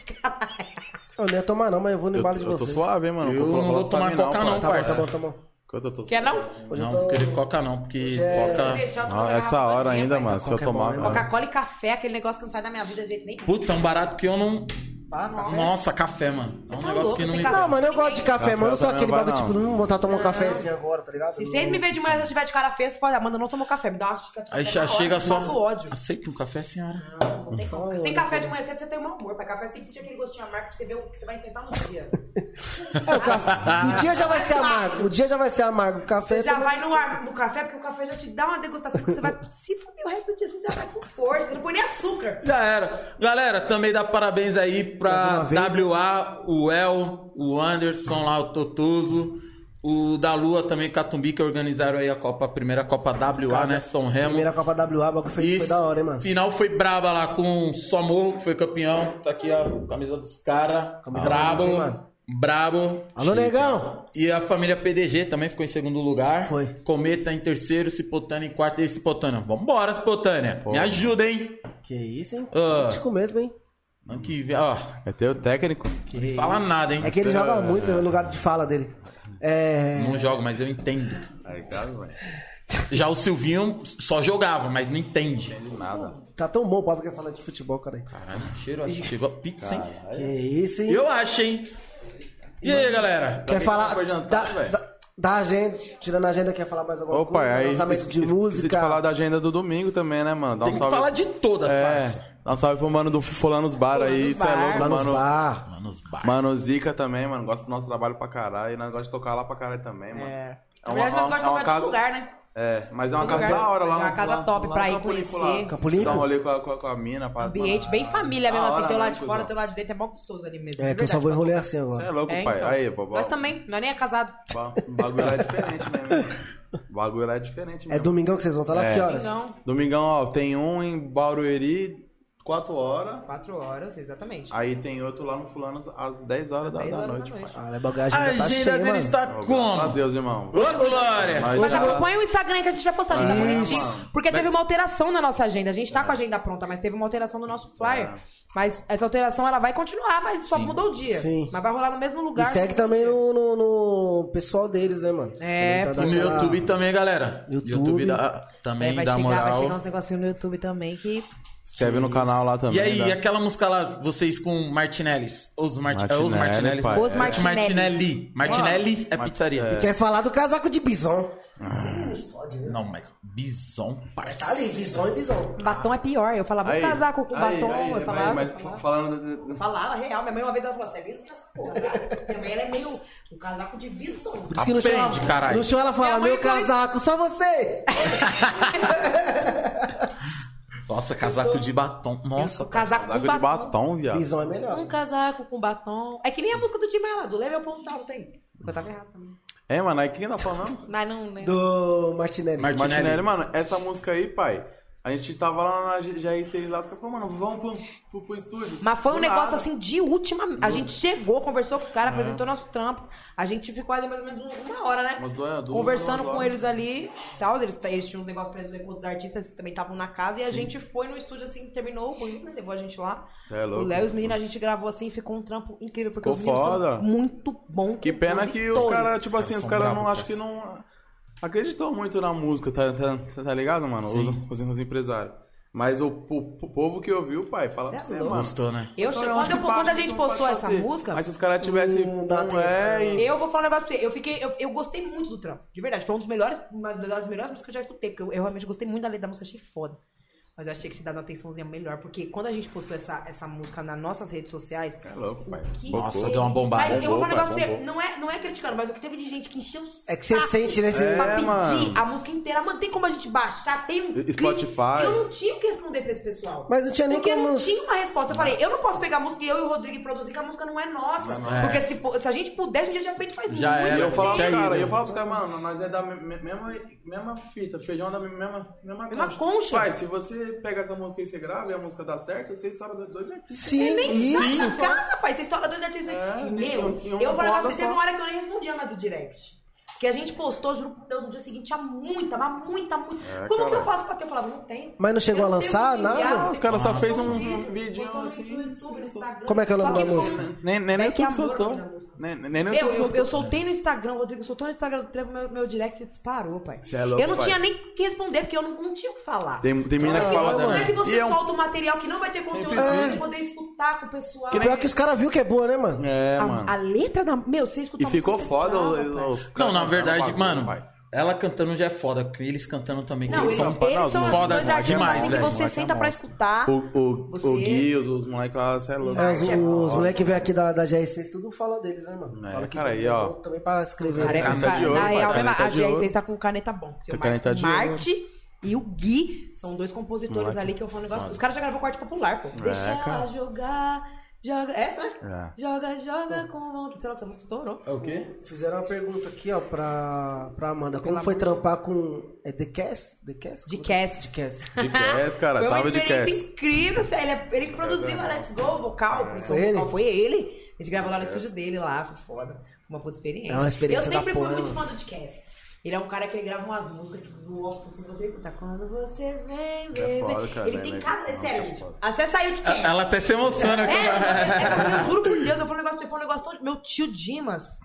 [SPEAKER 2] Eu não ia tomar não, mas eu vou no
[SPEAKER 1] Eu,
[SPEAKER 2] embalo de
[SPEAKER 1] eu tô
[SPEAKER 2] vocês.
[SPEAKER 1] suave, hein, mano.
[SPEAKER 4] Eu
[SPEAKER 1] Coca-
[SPEAKER 4] não vou
[SPEAKER 1] coloca pra
[SPEAKER 4] tomar
[SPEAKER 1] mim,
[SPEAKER 4] Coca não,
[SPEAKER 2] Tá bom,
[SPEAKER 1] parça.
[SPEAKER 2] tá bom, tá bom.
[SPEAKER 1] Enquanto eu tô
[SPEAKER 3] Quer não?
[SPEAKER 2] Hoje eu
[SPEAKER 4] não,
[SPEAKER 2] tô-
[SPEAKER 4] não querer coca não, porque
[SPEAKER 2] é-
[SPEAKER 4] coca...
[SPEAKER 3] Deixar eu tomar
[SPEAKER 1] Ah,
[SPEAKER 3] essa
[SPEAKER 1] essa
[SPEAKER 3] garrafa
[SPEAKER 1] hora
[SPEAKER 3] todinha,
[SPEAKER 1] ainda,
[SPEAKER 3] pai.
[SPEAKER 1] mano, se eu
[SPEAKER 2] Coca é bom,
[SPEAKER 1] tomar.
[SPEAKER 2] né?
[SPEAKER 1] cara.
[SPEAKER 3] Coca-Cola e café, aquele negócio que não sai da minha vida de jeito nenhum.
[SPEAKER 4] Puta, é um barato que eu não...
[SPEAKER 2] Pá, café.
[SPEAKER 4] Nossa, café, mano. É um
[SPEAKER 3] tá
[SPEAKER 4] negócio
[SPEAKER 3] louco,
[SPEAKER 4] que não
[SPEAKER 3] sem
[SPEAKER 4] me...
[SPEAKER 3] café.
[SPEAKER 2] Não, mano, eu gosto de café,
[SPEAKER 1] Café
[SPEAKER 2] mano. Eu não sou
[SPEAKER 1] também
[SPEAKER 2] aquele
[SPEAKER 1] não vai,
[SPEAKER 2] bagulho,
[SPEAKER 1] não.
[SPEAKER 2] tipo, hum, vou estar tomando um cafezinho agora, tá ligado?
[SPEAKER 3] Ah. Se vocês me verem de manhã e eu tiver de cara feia, vocês podem, Amanda, não tomou café, me dá uma xícara de café.
[SPEAKER 4] Aí já
[SPEAKER 3] na hora,
[SPEAKER 4] chega
[SPEAKER 3] eu
[SPEAKER 4] só...
[SPEAKER 3] faço ódio.
[SPEAKER 4] Aceita um café, senhora?
[SPEAKER 3] Não, não tem como.
[SPEAKER 2] Só
[SPEAKER 3] Sem
[SPEAKER 2] ódio.
[SPEAKER 3] café de manhã cedo, você tem um mau humor, pai. Café você tem que sentir aquele gostinho amargo pra você ver o que você vai enfrentar no dia.
[SPEAKER 2] É, o, café... o dia já vai ser amargo. O dia já vai ser amargo. O café
[SPEAKER 3] Você já
[SPEAKER 2] também-
[SPEAKER 3] vai no, ar, no café, porque o café já te dá uma degustação que você vai se fuder o resto do dia. Você já vai com força, você não põe nem açúcar.
[SPEAKER 4] Já era. Galera, também dá parabéns aí
[SPEAKER 2] Mais
[SPEAKER 4] pra
[SPEAKER 2] uma vez.
[SPEAKER 4] WA, o El, o Anderson lá, o Totuso, o da Lua também, Catumbi, que organizaram aí a Copa, a primeira Copa WA, né? São Remo.
[SPEAKER 2] Primeira Copa WA, o bagulho foi,
[SPEAKER 4] E
[SPEAKER 2] foi da hora, hein, mano.
[SPEAKER 4] Final foi braba lá com o Somorro, que foi campeão. Tá aqui a camisa dos caras.
[SPEAKER 2] Camisa
[SPEAKER 4] Brabo.
[SPEAKER 2] bonita, hein, mano?
[SPEAKER 4] Brabo.
[SPEAKER 2] Alô, negão!
[SPEAKER 4] E a família PDG também ficou em segundo lugar.
[SPEAKER 2] Foi.
[SPEAKER 4] Cometa em terceiro, Cipotânia em quarto. E aí, Cipotânia, vambora, Cipotânia. Me ajuda, hein?
[SPEAKER 2] Que isso, hein?
[SPEAKER 4] Ah.
[SPEAKER 2] Político mesmo, hein?
[SPEAKER 4] Não que vem, ó.
[SPEAKER 1] É teu técnico.
[SPEAKER 2] Que
[SPEAKER 4] Fala nada, hein?
[SPEAKER 2] É que ele joga muito, é o lugar de fala dele. É.
[SPEAKER 4] Não jogo, mas eu entendo.
[SPEAKER 1] Aí, tá, cara, velho.
[SPEAKER 4] Já o Silvinho só jogava, mas não entende.
[SPEAKER 1] Nada.
[SPEAKER 2] Tá tão bom o papo que é falar de futebol, cara. aí.
[SPEAKER 4] Caralho, cheiro, acho que chegou a pizza, hein?
[SPEAKER 2] Que isso, hein?
[SPEAKER 4] Eu acho, hein? E aí, galera?
[SPEAKER 2] Quer falar
[SPEAKER 1] Foi
[SPEAKER 2] da,
[SPEAKER 1] jantar, velho.
[SPEAKER 2] da, da agenda, tirando a agenda, quer falar mais alguma
[SPEAKER 1] Opa,
[SPEAKER 2] coisa?
[SPEAKER 1] aí.
[SPEAKER 2] Lançamento de
[SPEAKER 1] esque- esqueci
[SPEAKER 2] música.
[SPEAKER 1] falar da agenda do domingo também, né, mano? Dá um
[SPEAKER 4] Tem que
[SPEAKER 1] salve.
[SPEAKER 4] falar de todas, parça.
[SPEAKER 1] É. Dá um salve pro mano do Fulanos Bar aí.
[SPEAKER 3] Fulanos
[SPEAKER 1] Cê é
[SPEAKER 3] Bar.
[SPEAKER 1] louco,
[SPEAKER 2] Lá nos
[SPEAKER 1] mano.
[SPEAKER 2] bar.
[SPEAKER 4] Mano, os bar.
[SPEAKER 1] Mano Zica também, mano. Gosta do nosso trabalho pra caralho. E nós gostamos de tocar lá pra caralho também, mano. É.
[SPEAKER 3] Na verdade, nós gostamos mais do lugar, né?
[SPEAKER 1] É, mas é uma
[SPEAKER 3] Do
[SPEAKER 1] casa
[SPEAKER 3] lugar.
[SPEAKER 1] da hora lá.
[SPEAKER 3] Mas é uma casa
[SPEAKER 1] lá-
[SPEAKER 3] top
[SPEAKER 1] lá
[SPEAKER 3] pra
[SPEAKER 1] no
[SPEAKER 3] ir
[SPEAKER 1] Campo Limpo
[SPEAKER 3] conhecer.
[SPEAKER 1] lá.
[SPEAKER 2] Campo Limpo?
[SPEAKER 1] Dá um rolê com a, com a, com a mina. Pra,
[SPEAKER 3] Ambiente
[SPEAKER 1] mano,
[SPEAKER 3] bem família mesmo,
[SPEAKER 1] da
[SPEAKER 3] assim.
[SPEAKER 1] hora,
[SPEAKER 3] Teu lado
[SPEAKER 1] né,
[SPEAKER 3] de fora,
[SPEAKER 1] cuzão?
[SPEAKER 3] teu lado de dentro é mó gostoso ali mesmo.
[SPEAKER 2] É,
[SPEAKER 3] de
[SPEAKER 2] que eu só
[SPEAKER 3] verdade.
[SPEAKER 2] vou enrolar assim
[SPEAKER 1] Você é
[SPEAKER 2] agora.
[SPEAKER 1] louco,
[SPEAKER 3] É,
[SPEAKER 1] pai.
[SPEAKER 3] então.
[SPEAKER 1] Aí, pô,
[SPEAKER 3] Nós também, nós nem é casado.
[SPEAKER 1] Ba- O bagulho lá é diferente, né, mano? O bagulho lá é diferente
[SPEAKER 2] É
[SPEAKER 1] mesmo.
[SPEAKER 2] domingão que vocês vão estar lá?
[SPEAKER 1] É.
[SPEAKER 2] Que horas?
[SPEAKER 3] Não.
[SPEAKER 1] Domingão, ó, tem um em Barueri, 4 horas.
[SPEAKER 3] Quatro horas, exatamente.
[SPEAKER 1] Aí tem outro lá no fulano às 10 horas, da,
[SPEAKER 3] Dez
[SPEAKER 1] da
[SPEAKER 3] horas
[SPEAKER 1] noite,
[SPEAKER 3] da noite.
[SPEAKER 1] pai.
[SPEAKER 2] Ah, a bagagem
[SPEAKER 4] A
[SPEAKER 2] ainda tá
[SPEAKER 4] agenda
[SPEAKER 2] cheia,
[SPEAKER 4] dele
[SPEAKER 2] mano.
[SPEAKER 4] está
[SPEAKER 1] Ó, graças a
[SPEAKER 4] como?
[SPEAKER 1] Deus, irmão.
[SPEAKER 4] Ô, Glória!
[SPEAKER 1] Nós
[SPEAKER 3] Mas é
[SPEAKER 1] tá-
[SPEAKER 3] acompanha o Instagram aí que a gente vai postar, a gente vai
[SPEAKER 1] Isso.
[SPEAKER 3] curtir, Porque teve uma alteração na nossa agenda. A gente tá com a agenda pronta, mas teve uma alteração no nosso flyer.
[SPEAKER 1] É.
[SPEAKER 3] Mas essa alteração ela vai continuar, mas só
[SPEAKER 4] Sim.
[SPEAKER 3] mudou o dia.
[SPEAKER 2] Sim.
[SPEAKER 3] Mas vai rolar no mesmo
[SPEAKER 2] E
[SPEAKER 3] lugar.
[SPEAKER 2] segue também no, no, no pessoal deles, né, mano? Também
[SPEAKER 3] É,
[SPEAKER 2] tá
[SPEAKER 4] E
[SPEAKER 2] dando
[SPEAKER 4] no
[SPEAKER 2] aquela-
[SPEAKER 4] YouTube também, galera.
[SPEAKER 2] YouTube.
[SPEAKER 4] dá-
[SPEAKER 3] É,
[SPEAKER 4] também
[SPEAKER 3] vai,
[SPEAKER 4] dá
[SPEAKER 3] chegar, vai chegar
[SPEAKER 4] moral.
[SPEAKER 3] uns negocinhos no YouTube também que.
[SPEAKER 1] Escreve no canal lá também. né?
[SPEAKER 4] E aí,
[SPEAKER 1] dá-
[SPEAKER 4] aquela música lá, vocês com Martinellis? Os, Marti- é,
[SPEAKER 1] Martinelli,
[SPEAKER 4] os Martinellis?
[SPEAKER 1] pai.
[SPEAKER 3] Os Martinelli.
[SPEAKER 4] Martinelli. Martinellis é pizzaria.
[SPEAKER 2] Quer falar do casaco de bison. me fode, né?
[SPEAKER 4] Não, mas bison,
[SPEAKER 2] Mas
[SPEAKER 4] parça.
[SPEAKER 2] tá ali, visão e visão.
[SPEAKER 3] Batom é pior. Eu falava,
[SPEAKER 1] Aí,
[SPEAKER 3] um casaco com
[SPEAKER 1] aí,
[SPEAKER 3] batom.
[SPEAKER 1] aí,
[SPEAKER 3] eu
[SPEAKER 1] mas-
[SPEAKER 3] falava.
[SPEAKER 1] mas
[SPEAKER 3] eu falava.
[SPEAKER 1] falando do- do-
[SPEAKER 3] Falava, real. Minha mãe uma vez ela falou assim, é mesmo essa porra, cara?" Minha mãe ela é meio um casaco de visão.
[SPEAKER 2] Por isso que no show,
[SPEAKER 4] Aprende,
[SPEAKER 2] ela,
[SPEAKER 4] caralho.
[SPEAKER 2] no show ela
[SPEAKER 3] Minha
[SPEAKER 2] fala,
[SPEAKER 3] mãe
[SPEAKER 2] meu
[SPEAKER 3] foi-
[SPEAKER 2] casaco, só vocês.
[SPEAKER 4] Nossa, casaco de batom. Nossa,
[SPEAKER 3] Um casaco,
[SPEAKER 1] Zaga
[SPEAKER 3] com
[SPEAKER 1] de
[SPEAKER 3] batom.
[SPEAKER 1] batom, viado.
[SPEAKER 2] Visão é melhor.
[SPEAKER 3] Um casaco com batom. É que nem a música do Tim Maia Leva meu ponto alto aí. Porque eu tava errado também.
[SPEAKER 1] É, mano, aí quem tá falando?
[SPEAKER 3] Mas não, né?
[SPEAKER 2] Do Martinelli.
[SPEAKER 4] Martinelli.
[SPEAKER 1] Martinelli, mano, essa música aí, pai. A gente tava lá na GR6 Lasca e falou, mano, vamos pro, pro, pro estúdio.
[SPEAKER 3] Mas foi um
[SPEAKER 1] Do
[SPEAKER 3] negócio
[SPEAKER 1] nada. É.
[SPEAKER 3] assim de última. A gente chegou, conversou com os caras, apresentou nosso trampo. A gente ficou ali mais ou menos uma hora, né?
[SPEAKER 1] Umas duas- duas-
[SPEAKER 3] Conversando
[SPEAKER 1] duas
[SPEAKER 3] com
[SPEAKER 1] horas.
[SPEAKER 3] eles ali, tal, eles, eles tinham um negócio pra resolver com outros artistas que também estavam na casa, e a gente foi no estúdio assim, terminou o bonito, né? Levou a gente lá.
[SPEAKER 1] Cê é
[SPEAKER 3] O
[SPEAKER 1] louco.
[SPEAKER 3] Léo e os meninos, a gente gravou assim, ficou um trampo incrível, porque
[SPEAKER 1] Ficou
[SPEAKER 3] os meninos
[SPEAKER 1] foda.
[SPEAKER 3] são muito bom.
[SPEAKER 1] Que pena que os
[SPEAKER 3] compositores.
[SPEAKER 1] caras, tipo
[SPEAKER 4] Os caras
[SPEAKER 1] assim, os
[SPEAKER 4] são
[SPEAKER 1] caras
[SPEAKER 4] bravos,
[SPEAKER 1] não acho que não acreditou muito na música, tá, tá, tá- tá ligado, mano? Os,
[SPEAKER 4] Sim.
[SPEAKER 1] os- os empresários. Mas o, po- o povo que ouviu, pai, fala
[SPEAKER 3] Cê é
[SPEAKER 1] pra você,
[SPEAKER 3] louco.
[SPEAKER 1] mano.
[SPEAKER 4] Gostou, né?
[SPEAKER 3] Eu,
[SPEAKER 1] Só é
[SPEAKER 3] che-
[SPEAKER 1] eu
[SPEAKER 3] quando,
[SPEAKER 1] acho
[SPEAKER 3] eu-
[SPEAKER 1] que
[SPEAKER 3] quando a
[SPEAKER 1] passa,
[SPEAKER 3] gente
[SPEAKER 1] não
[SPEAKER 3] postou
[SPEAKER 1] pode
[SPEAKER 3] essa
[SPEAKER 1] fazer.
[SPEAKER 3] música,
[SPEAKER 1] Mas se os caras tivessem.
[SPEAKER 2] Hum, dá
[SPEAKER 1] não é,
[SPEAKER 2] atenção.
[SPEAKER 1] e-
[SPEAKER 3] Eu vou falar um negócio pra você. Eu, fiquei, eu, eu gostei muito do trampo, de verdade. Foi um dos melhores, uma das melhores músicas que eu já escutei, porque eu, eu realmente gostei muito da letra da música, achei foda. Mas eu achei que se dado uma atençãozinha melhor, porque quando a gente postou essa, essa música nas nossas redes sociais.
[SPEAKER 1] É louco, pai.
[SPEAKER 3] que- é
[SPEAKER 1] Bocou.
[SPEAKER 4] Nossa, deu uma bombada.
[SPEAKER 3] Mas eu vou falar
[SPEAKER 1] Bombou,
[SPEAKER 3] um
[SPEAKER 1] pai,
[SPEAKER 3] negócio pra você.
[SPEAKER 1] bombou.
[SPEAKER 3] Não é, não é criticando, mas o que teve de gente que encheu o saco.
[SPEAKER 2] É que você sente, né? Você...
[SPEAKER 1] É.
[SPEAKER 3] Pra pedir
[SPEAKER 1] mano.
[SPEAKER 3] a música inteira, mano, tem como a gente baixar, tem um. clipe.
[SPEAKER 1] Spotify.
[SPEAKER 3] Eu não tinha o que responder pra esse pessoal.
[SPEAKER 2] Mas não tinha nem
[SPEAKER 3] Porque
[SPEAKER 2] como...
[SPEAKER 3] não tinha uma resposta. Eu falei, eu não posso pegar a música e eu e o Rodrigo produzir, que a música não é nossa.
[SPEAKER 4] Não, não é.
[SPEAKER 3] Porque se, po- se a gente pudesse, a gente já tinha feito faz
[SPEAKER 4] Já
[SPEAKER 3] muito
[SPEAKER 1] E
[SPEAKER 4] era,
[SPEAKER 1] eu
[SPEAKER 3] tempo.
[SPEAKER 1] falava
[SPEAKER 4] Tinha
[SPEAKER 1] pros
[SPEAKER 4] ido.
[SPEAKER 1] caras, eu falava pros caras, mano, nós é da me- me- mesma, mesma fita, feijão é da me- mesma, mesma,
[SPEAKER 3] Mesma concha.
[SPEAKER 1] Pai, se você pega essa música e você grava e a música dá certo, você estoura dois- dois artistas.
[SPEAKER 2] Sim,
[SPEAKER 3] Nem
[SPEAKER 2] isso.
[SPEAKER 3] sai da casa, pai. Você estoura dois artistas.
[SPEAKER 1] É,
[SPEAKER 3] e
[SPEAKER 1] em
[SPEAKER 3] meu,
[SPEAKER 1] um- em um
[SPEAKER 3] eu falei pra
[SPEAKER 1] modo
[SPEAKER 3] você, teve
[SPEAKER 1] só.
[SPEAKER 3] uma hora que eu nem respondia mais o direct. Que a gente postou, juro por Deus, no dia seguinte, a muita, mas muita, muita.
[SPEAKER 1] É,
[SPEAKER 3] Como que
[SPEAKER 1] cara.
[SPEAKER 3] eu faço pra ter? Eu falava, não tem.
[SPEAKER 2] Mas não chegou
[SPEAKER 3] Eu
[SPEAKER 2] a
[SPEAKER 3] tenho
[SPEAKER 2] lançar
[SPEAKER 3] que xingar,
[SPEAKER 2] nada?
[SPEAKER 1] Os caras só
[SPEAKER 3] postou
[SPEAKER 1] fez
[SPEAKER 3] no
[SPEAKER 1] um
[SPEAKER 3] vídeo,
[SPEAKER 1] vídeo
[SPEAKER 3] postou no
[SPEAKER 1] assim,
[SPEAKER 3] YouTube, no Instagram.
[SPEAKER 2] Como é que é o nome
[SPEAKER 3] Só
[SPEAKER 2] da
[SPEAKER 3] foi-
[SPEAKER 2] música?
[SPEAKER 1] Nem, nem no
[SPEAKER 3] Beck
[SPEAKER 1] YouTube
[SPEAKER 3] Amor,
[SPEAKER 1] soltou.
[SPEAKER 3] o nome da música.
[SPEAKER 1] Nem, nem no
[SPEAKER 3] Meu,
[SPEAKER 1] YouTube
[SPEAKER 3] eu,
[SPEAKER 1] soltou.
[SPEAKER 3] eu soltei no Instagram, Rodrigo, soltou no Instagram do Trevo, meu, meu direct disparou, pai.
[SPEAKER 1] Cê é louco,
[SPEAKER 3] eu não
[SPEAKER 1] pai.
[SPEAKER 3] tinha nem o que responder, porque eu não, não tinha o que falar.
[SPEAKER 1] Tem, tem menina que
[SPEAKER 3] Porque
[SPEAKER 1] fala.
[SPEAKER 3] Como é que
[SPEAKER 1] mano,
[SPEAKER 3] você
[SPEAKER 1] e é um-
[SPEAKER 3] solta um material que não vai ter conteúdo
[SPEAKER 1] Sempre
[SPEAKER 3] pra
[SPEAKER 1] assim.
[SPEAKER 3] você poder escutar com o pessoal?
[SPEAKER 1] Que nem-
[SPEAKER 2] Pior que os caras viu que é boa, né, mano?
[SPEAKER 1] É, mano.
[SPEAKER 3] a, a letra da. Meu, você escuta
[SPEAKER 1] E ficou foda os,
[SPEAKER 3] Não,
[SPEAKER 1] os
[SPEAKER 4] Não,
[SPEAKER 1] caras
[SPEAKER 4] na
[SPEAKER 1] cantando
[SPEAKER 4] verdade,
[SPEAKER 1] bagulho,
[SPEAKER 4] mano,
[SPEAKER 1] pai.
[SPEAKER 4] ela cantando já é foda, porque eles cantando também, que
[SPEAKER 3] eles,
[SPEAKER 4] eles
[SPEAKER 3] eles
[SPEAKER 4] são
[SPEAKER 3] são
[SPEAKER 1] pa- não,
[SPEAKER 3] os
[SPEAKER 4] foda
[SPEAKER 3] dois artistas
[SPEAKER 4] demais,
[SPEAKER 3] assim, que
[SPEAKER 4] velho.
[SPEAKER 3] você senta pra escutar.
[SPEAKER 1] né? O, o,
[SPEAKER 3] Você-
[SPEAKER 1] o Gui, os, os moleques lá, você é louco.
[SPEAKER 2] É, os
[SPEAKER 3] é
[SPEAKER 2] os moleques vêm aqui da, da GR6, tudo fala deles, né, mano?
[SPEAKER 1] É,
[SPEAKER 2] fala que
[SPEAKER 1] cara, aí,
[SPEAKER 2] é
[SPEAKER 1] ó.
[SPEAKER 2] bom Também pra escrever. né?
[SPEAKER 3] Cara, é-
[SPEAKER 1] Caneta
[SPEAKER 3] cara,
[SPEAKER 1] de ouro,
[SPEAKER 3] na
[SPEAKER 1] pai,
[SPEAKER 3] real, mesmo,
[SPEAKER 1] caneta
[SPEAKER 3] a
[SPEAKER 1] de ouro.
[SPEAKER 3] GR6 tá com caneta bom. Tem o Mar-
[SPEAKER 1] caneta de
[SPEAKER 3] Marte e o Gui são dois compositores
[SPEAKER 1] Moleque.
[SPEAKER 3] ali que eu falo um negócio. Os caras já gravou quarto popular, pô.
[SPEAKER 5] Deixa
[SPEAKER 1] É, cara.
[SPEAKER 5] ela jogar, joga. Essa, né?
[SPEAKER 1] É.
[SPEAKER 5] Joga, joga com vontade.
[SPEAKER 3] Sei lá, essa música estourou.
[SPEAKER 2] É o quê? Fizeram uma pergunta aqui, ó, pra, pra Amanda. Como foi trampar com. É The Cass? The Cass? é?
[SPEAKER 3] De Cass.
[SPEAKER 2] De Cass.
[SPEAKER 1] De Cass, cara,
[SPEAKER 3] Foi uma
[SPEAKER 1] salve de É
[SPEAKER 3] experiência
[SPEAKER 1] Cass.
[SPEAKER 3] incrível, sério. Ele, ele que produziu a Let's Go, o vocal, produção
[SPEAKER 2] Foi ele?
[SPEAKER 3] vocal, foi ele. A gente gravou lá no estúdio dele lá, foi foda. Foi uma puta experiência.
[SPEAKER 2] É uma experiência
[SPEAKER 3] Eu
[SPEAKER 2] da
[SPEAKER 3] sempre
[SPEAKER 2] porra,
[SPEAKER 3] fui muito fã do Cass. Ele é um cara que ele grava umas músicas que, nossa, se você escutar quando você vem, baby.
[SPEAKER 1] É foda, cara,
[SPEAKER 3] ele
[SPEAKER 1] né,
[SPEAKER 3] tem
[SPEAKER 1] né?
[SPEAKER 3] cada.
[SPEAKER 1] É
[SPEAKER 3] sério,
[SPEAKER 1] foda.
[SPEAKER 3] gente. Acessa aí o de Cass.
[SPEAKER 4] Ela até se emociona aqui.
[SPEAKER 3] um É, eu juro por Deus, eu falei um negócio, foi um negócio tão. Meu tio Dimas.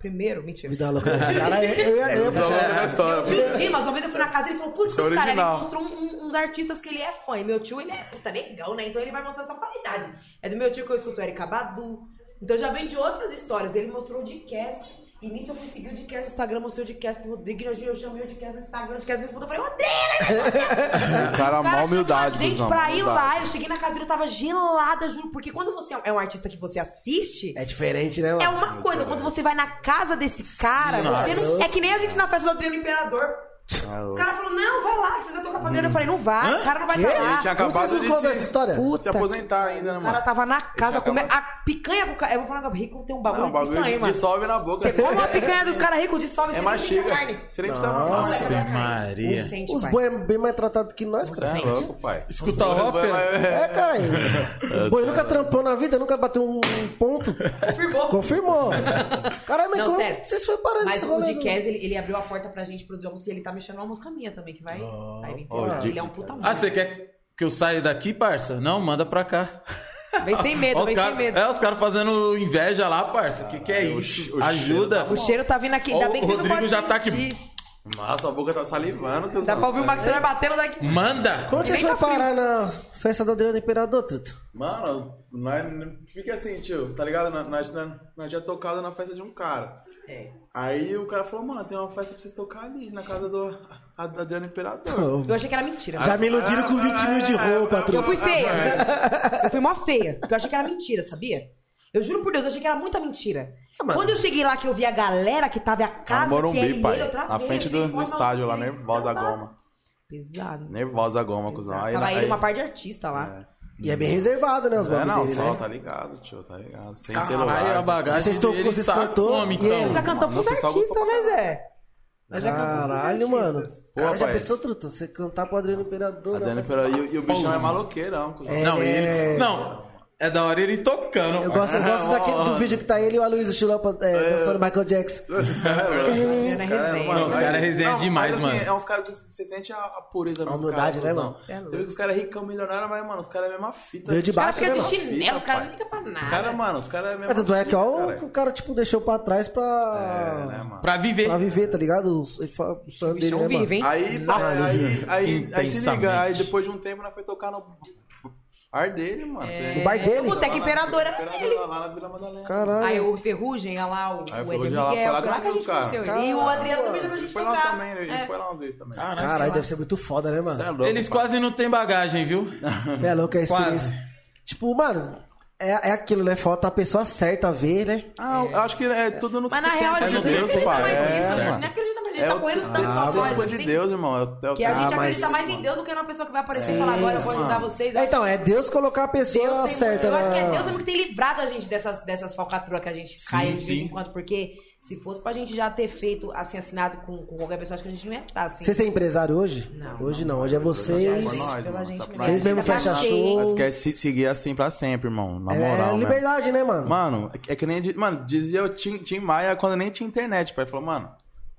[SPEAKER 3] Primeiro, mentira.
[SPEAKER 2] Vida louca. desse Cara, eu, eu, ia- eu, ia
[SPEAKER 1] Tá louco
[SPEAKER 2] puxar
[SPEAKER 1] essa
[SPEAKER 3] assim,
[SPEAKER 2] essa.
[SPEAKER 1] história,
[SPEAKER 3] Tio Dimas, uma vez eu fui na casa e ele falou, putz,
[SPEAKER 1] Isso é
[SPEAKER 3] cara, ele
[SPEAKER 1] original.
[SPEAKER 3] mostrou um- um- uns artistas que ele é fã. E meu tio, ele é puta negão, né? Então ele vai mostrar sua qualidade. É do meu tio que eu escuto Erika Badu. Então já vem de outras histórias. Ele mostrou o de Cass. E nisso eu fui seguir o de Cass no Instagram, mostrei o de Cass pro Rodrigo. E hoje eu chamei o de Cass no Instagram, o de Cass me respondeu. Eu falei, Rodrigo!
[SPEAKER 1] O cara,
[SPEAKER 3] O cara
[SPEAKER 1] mó
[SPEAKER 3] chamou
[SPEAKER 1] humildade,
[SPEAKER 3] a gente
[SPEAKER 1] cuzão,
[SPEAKER 3] pra ir
[SPEAKER 1] humildade.
[SPEAKER 3] lá. Eu cheguei na casa dele, eu tava gelada, juro. Porque quando você é um artista que você assiste...
[SPEAKER 2] É diferente, né, mano?
[SPEAKER 3] É uma coisa, quando você vai na casa desse cara,
[SPEAKER 4] Nossa.
[SPEAKER 3] você não- é que nem a gente na festa do Adriano Imperador. Os caras falaram, não, vai lá, que vocês vão tocar pra Adriano. Eu falei, não vai, o cara não vai
[SPEAKER 2] Quê?
[SPEAKER 3] estar
[SPEAKER 1] Ele
[SPEAKER 3] lá.
[SPEAKER 1] tinha
[SPEAKER 2] Como vocês
[SPEAKER 1] acabado
[SPEAKER 2] não
[SPEAKER 1] de
[SPEAKER 2] contam
[SPEAKER 1] se-
[SPEAKER 2] essa história?
[SPEAKER 1] se
[SPEAKER 3] Puta,
[SPEAKER 1] aposentar ainda, né,
[SPEAKER 3] o cara tá
[SPEAKER 1] mano?
[SPEAKER 3] tava na casa
[SPEAKER 1] tinha
[SPEAKER 3] comendo.
[SPEAKER 1] acabado-
[SPEAKER 3] A picanha com o cara. Eu vou falar, agora, rico tem um bagulho,
[SPEAKER 1] Não, o bagulho
[SPEAKER 3] estranho, mano.
[SPEAKER 1] dissolve na boca. né?
[SPEAKER 3] Você come uma picanha dos caras ricos, dissolve
[SPEAKER 1] É
[SPEAKER 3] você
[SPEAKER 1] mais
[SPEAKER 3] nem sente a
[SPEAKER 1] chega.
[SPEAKER 3] carne.
[SPEAKER 1] Você nem precisa né?
[SPEAKER 2] Nossa,
[SPEAKER 1] Nossa,
[SPEAKER 4] Ave Maria.
[SPEAKER 3] Não sente,
[SPEAKER 2] Os
[SPEAKER 3] pai.
[SPEAKER 2] boi é bem mais tratado que nós,
[SPEAKER 1] Você é
[SPEAKER 2] cara.
[SPEAKER 1] louco, pai.
[SPEAKER 4] Escuta a
[SPEAKER 1] Os boi é
[SPEAKER 4] ópera.
[SPEAKER 1] mais-
[SPEAKER 2] É, cara. Os boi nunca trampou na vida, nunca bateu um ponto.
[SPEAKER 3] Confirmou.
[SPEAKER 2] Confirmou. Caralho, mas
[SPEAKER 3] Não,
[SPEAKER 2] como
[SPEAKER 3] sério.
[SPEAKER 2] vocês foram parando
[SPEAKER 3] Mas
[SPEAKER 2] desse
[SPEAKER 3] o
[SPEAKER 2] rolê,
[SPEAKER 3] de
[SPEAKER 2] né?
[SPEAKER 3] Kes, ele, ele abriu a porta pra gente produzir uma música e ele tá mexendo numa música minha também, que vai. vai vir
[SPEAKER 1] ó,
[SPEAKER 3] pesado.
[SPEAKER 1] de-
[SPEAKER 3] Ele é um puta
[SPEAKER 4] Ah,
[SPEAKER 3] músico.
[SPEAKER 4] você quer que eu saia daqui, parça? Não, manda pra cá.
[SPEAKER 3] Vem sem medo,
[SPEAKER 4] Ó, os
[SPEAKER 3] vem
[SPEAKER 4] cara-
[SPEAKER 3] sem medo.
[SPEAKER 4] É, os caras fazendo inveja lá, parça. Que que é isso?
[SPEAKER 1] o
[SPEAKER 4] Ajuda.
[SPEAKER 3] O cheiro tá vindo aqui.
[SPEAKER 4] Ó,
[SPEAKER 3] Ainda bem que
[SPEAKER 4] o
[SPEAKER 3] você não
[SPEAKER 4] Rodrigo
[SPEAKER 3] pode
[SPEAKER 4] já tá aqui.
[SPEAKER 3] sentir.
[SPEAKER 1] Nossa, a boca tá salivando, né? cuzão.
[SPEAKER 3] Dá pra ouvir o maxilar batendo daqui.
[SPEAKER 4] Manda!
[SPEAKER 2] Como vocês
[SPEAKER 3] Nem tá
[SPEAKER 2] foram parar na festa do Adriano Imperador, Tuto?
[SPEAKER 1] Mano, nós, fica assim, tio, tá ligado? Nós, nós, nós já tocado na festa de um cara. Aí o cara falou, mano, tem uma festa pra vocês tocar ali, na casa do a- da Adriano Imperador.
[SPEAKER 2] Pô,
[SPEAKER 3] Eu achei que era mentira.
[SPEAKER 2] Já me iludiram com 20 mil de roupa,
[SPEAKER 3] Eu
[SPEAKER 1] Ah,
[SPEAKER 2] truta.
[SPEAKER 3] fui feia. Eu fui mó feia. Porque eu achei que era mentira, sabia? Eu juro por Deus, eu achei que era muita mentira.
[SPEAKER 2] mano.
[SPEAKER 3] Quando eu cheguei lá, que eu vi a galera que tava e a casa,
[SPEAKER 1] no
[SPEAKER 3] que é
[SPEAKER 1] Ah, Morumbi,
[SPEAKER 3] ele,
[SPEAKER 1] pai.
[SPEAKER 3] eu travei,
[SPEAKER 1] Na frente
[SPEAKER 3] fiquei
[SPEAKER 1] do, do
[SPEAKER 3] formal,
[SPEAKER 1] estádio lá, né?
[SPEAKER 3] fiquei
[SPEAKER 1] nervosa a
[SPEAKER 3] travada.
[SPEAKER 1] goma.
[SPEAKER 3] Pesado.
[SPEAKER 1] Nervosa a goma, cuzão.
[SPEAKER 3] Pesado. Tá Tava aí uma par de artista lá.
[SPEAKER 2] E é bem reservado, né, os
[SPEAKER 1] É,
[SPEAKER 2] bagulho
[SPEAKER 1] não,
[SPEAKER 2] dele,
[SPEAKER 1] só,
[SPEAKER 2] né?
[SPEAKER 1] tá ligado, tio, tá ligado. Sem celular.
[SPEAKER 4] Caralho, a
[SPEAKER 1] essas
[SPEAKER 4] bagagem
[SPEAKER 2] Vocês tocou,
[SPEAKER 4] dele
[SPEAKER 2] vocês
[SPEAKER 4] tá
[SPEAKER 2] cantou?
[SPEAKER 4] Como,
[SPEAKER 2] E ele?
[SPEAKER 4] então?
[SPEAKER 3] Já cantou
[SPEAKER 1] mano,
[SPEAKER 3] pros
[SPEAKER 1] o pessoal
[SPEAKER 3] artistas,
[SPEAKER 1] gostou é pra
[SPEAKER 3] né, Zé? Ela já cantou pros
[SPEAKER 2] Caralho,
[SPEAKER 3] artistas.
[SPEAKER 2] mano. Cara, já
[SPEAKER 1] pai.
[SPEAKER 2] pensou, truta? Você cantar pro Adriano Imperador.
[SPEAKER 1] Adriano
[SPEAKER 2] né?
[SPEAKER 1] Imperador. E, o- e o bichão é maloqueirão, cuzão.
[SPEAKER 2] É.
[SPEAKER 4] Não, ele... Não, é da hora ele tocando.
[SPEAKER 2] Eu gosto, eu gosto daquele do vídeo que tá ele e o Aloysio Chulapa é, dançando Michael Jackson.
[SPEAKER 1] Esses caras é louco.
[SPEAKER 3] Esse cara é resenha.
[SPEAKER 4] Não, os caras resenham
[SPEAKER 1] mas
[SPEAKER 4] demais,
[SPEAKER 1] assim,
[SPEAKER 4] mano.
[SPEAKER 1] É uns caras que você sente a, a pureza
[SPEAKER 2] A
[SPEAKER 1] dos
[SPEAKER 2] humildade,
[SPEAKER 1] caras,
[SPEAKER 2] né,
[SPEAKER 1] cuzão.
[SPEAKER 2] mano?
[SPEAKER 3] É louco.
[SPEAKER 1] Eu vi que os caras ricão, milionário, mas, mano, os caras é a mesma fita.
[SPEAKER 2] Veio de
[SPEAKER 3] Eu
[SPEAKER 2] baixo.
[SPEAKER 3] acho que é de
[SPEAKER 2] Baixa,
[SPEAKER 3] chinelo, os caras não ligam pra
[SPEAKER 1] Os caras,
[SPEAKER 3] nada.
[SPEAKER 1] mano, os caras é a mesma
[SPEAKER 2] Mas tanto é que ó,
[SPEAKER 1] fita,
[SPEAKER 2] o cara, tipo, deixou pra trás
[SPEAKER 1] É, né,
[SPEAKER 2] pra...
[SPEAKER 1] mano?
[SPEAKER 4] Pra viver.
[SPEAKER 2] pra viver, tá ligado? O, ele fala- o sonho dele,
[SPEAKER 3] Bichão
[SPEAKER 2] né, mano?
[SPEAKER 3] vive, hein?
[SPEAKER 1] Aí,
[SPEAKER 2] Nossa.
[SPEAKER 1] aí, aí, aí, aí se
[SPEAKER 4] Intensamente.
[SPEAKER 1] liga, aí depois de um tempo nós foi tocar no ar dele, mano.
[SPEAKER 3] É.
[SPEAKER 2] O bar dele?
[SPEAKER 3] O Boteca Imperador era dele.
[SPEAKER 1] Imperador lá na Vila Madalena.
[SPEAKER 2] Caralho.
[SPEAKER 3] Aí o Ferrugem, olha lá, o,
[SPEAKER 1] Aí o
[SPEAKER 3] o Ed
[SPEAKER 1] Ferrugem, olha lá, foi
[SPEAKER 3] Miguel,
[SPEAKER 1] lá
[SPEAKER 3] foi lá que a gente
[SPEAKER 1] buscar.
[SPEAKER 3] conheceu ele.
[SPEAKER 2] Caralho,
[SPEAKER 3] E o Adriano também
[SPEAKER 2] mano.
[SPEAKER 3] chamou a gente
[SPEAKER 1] Foi
[SPEAKER 3] tocar.
[SPEAKER 1] lá também, né? ele
[SPEAKER 3] É.
[SPEAKER 1] foi lá uma vez também.
[SPEAKER 4] Caralho,
[SPEAKER 2] Caralho, deve ser muito foda, né, mano?
[SPEAKER 1] Você é louco,
[SPEAKER 4] Eles
[SPEAKER 1] pai.
[SPEAKER 4] quase não têm bagagem, viu?
[SPEAKER 2] Você é louco, é a
[SPEAKER 4] Quase.
[SPEAKER 2] experiência. Tipo, mano, é, é aquilo, né? Falta a pessoa certa ver, né?
[SPEAKER 1] Ah, eu acho que é tudo no
[SPEAKER 3] Mas na
[SPEAKER 1] tem-
[SPEAKER 3] real, a
[SPEAKER 1] é
[SPEAKER 3] gente
[SPEAKER 1] no
[SPEAKER 3] não
[SPEAKER 1] Deus,
[SPEAKER 3] acredita
[SPEAKER 1] pai.
[SPEAKER 3] mais
[SPEAKER 1] É,
[SPEAKER 3] nisso, a gente
[SPEAKER 1] mano.
[SPEAKER 3] não acredita mais. A
[SPEAKER 1] É
[SPEAKER 3] gente tá
[SPEAKER 1] o-
[SPEAKER 3] correndo tanto
[SPEAKER 1] Ah,
[SPEAKER 3] só
[SPEAKER 1] mano,
[SPEAKER 3] nós,
[SPEAKER 1] coisa de
[SPEAKER 3] assim,
[SPEAKER 1] Deus, irmão. É o- é o-
[SPEAKER 3] que a gente
[SPEAKER 2] Ah, mas-
[SPEAKER 3] acredita mais em Deus do que na pessoa que vai aparecer e falar agora, eu vou ajudar vocês.
[SPEAKER 2] É, então, é Deus colocar a pessoa
[SPEAKER 3] Deus tem-
[SPEAKER 2] certa. né?
[SPEAKER 3] Eu acho que é
[SPEAKER 2] na-
[SPEAKER 3] Deus mesmo que tem livrado a gente dessas, dessas falcatruas que a gente cai de vez
[SPEAKER 4] sim.
[SPEAKER 3] em quando, porque se fosse pra gente já ter feito, assim, assinado com, com qualquer pessoa, acho que a gente não ia estar, assim.
[SPEAKER 2] Vocês têm empresário hoje?
[SPEAKER 3] Não.
[SPEAKER 2] Hoje não, hoje é
[SPEAKER 1] Não,
[SPEAKER 2] vocês.
[SPEAKER 1] não, não,
[SPEAKER 3] Pela
[SPEAKER 1] mano,
[SPEAKER 3] gente
[SPEAKER 1] tá
[SPEAKER 3] mesmo.
[SPEAKER 1] pra-
[SPEAKER 2] Vocês mesmo
[SPEAKER 3] Tá
[SPEAKER 2] fecham
[SPEAKER 3] cheio,
[SPEAKER 2] show.
[SPEAKER 3] hein?
[SPEAKER 1] Mas quer se seguir assim pra sempre, irmão. Na
[SPEAKER 2] É
[SPEAKER 1] moral, mesmo.
[SPEAKER 2] liberdade, né, mano?
[SPEAKER 1] Mano, é que nem. di- Mano, dizia o Tim, Tim Maia quando nem tinha internet, pai. Falou, mano,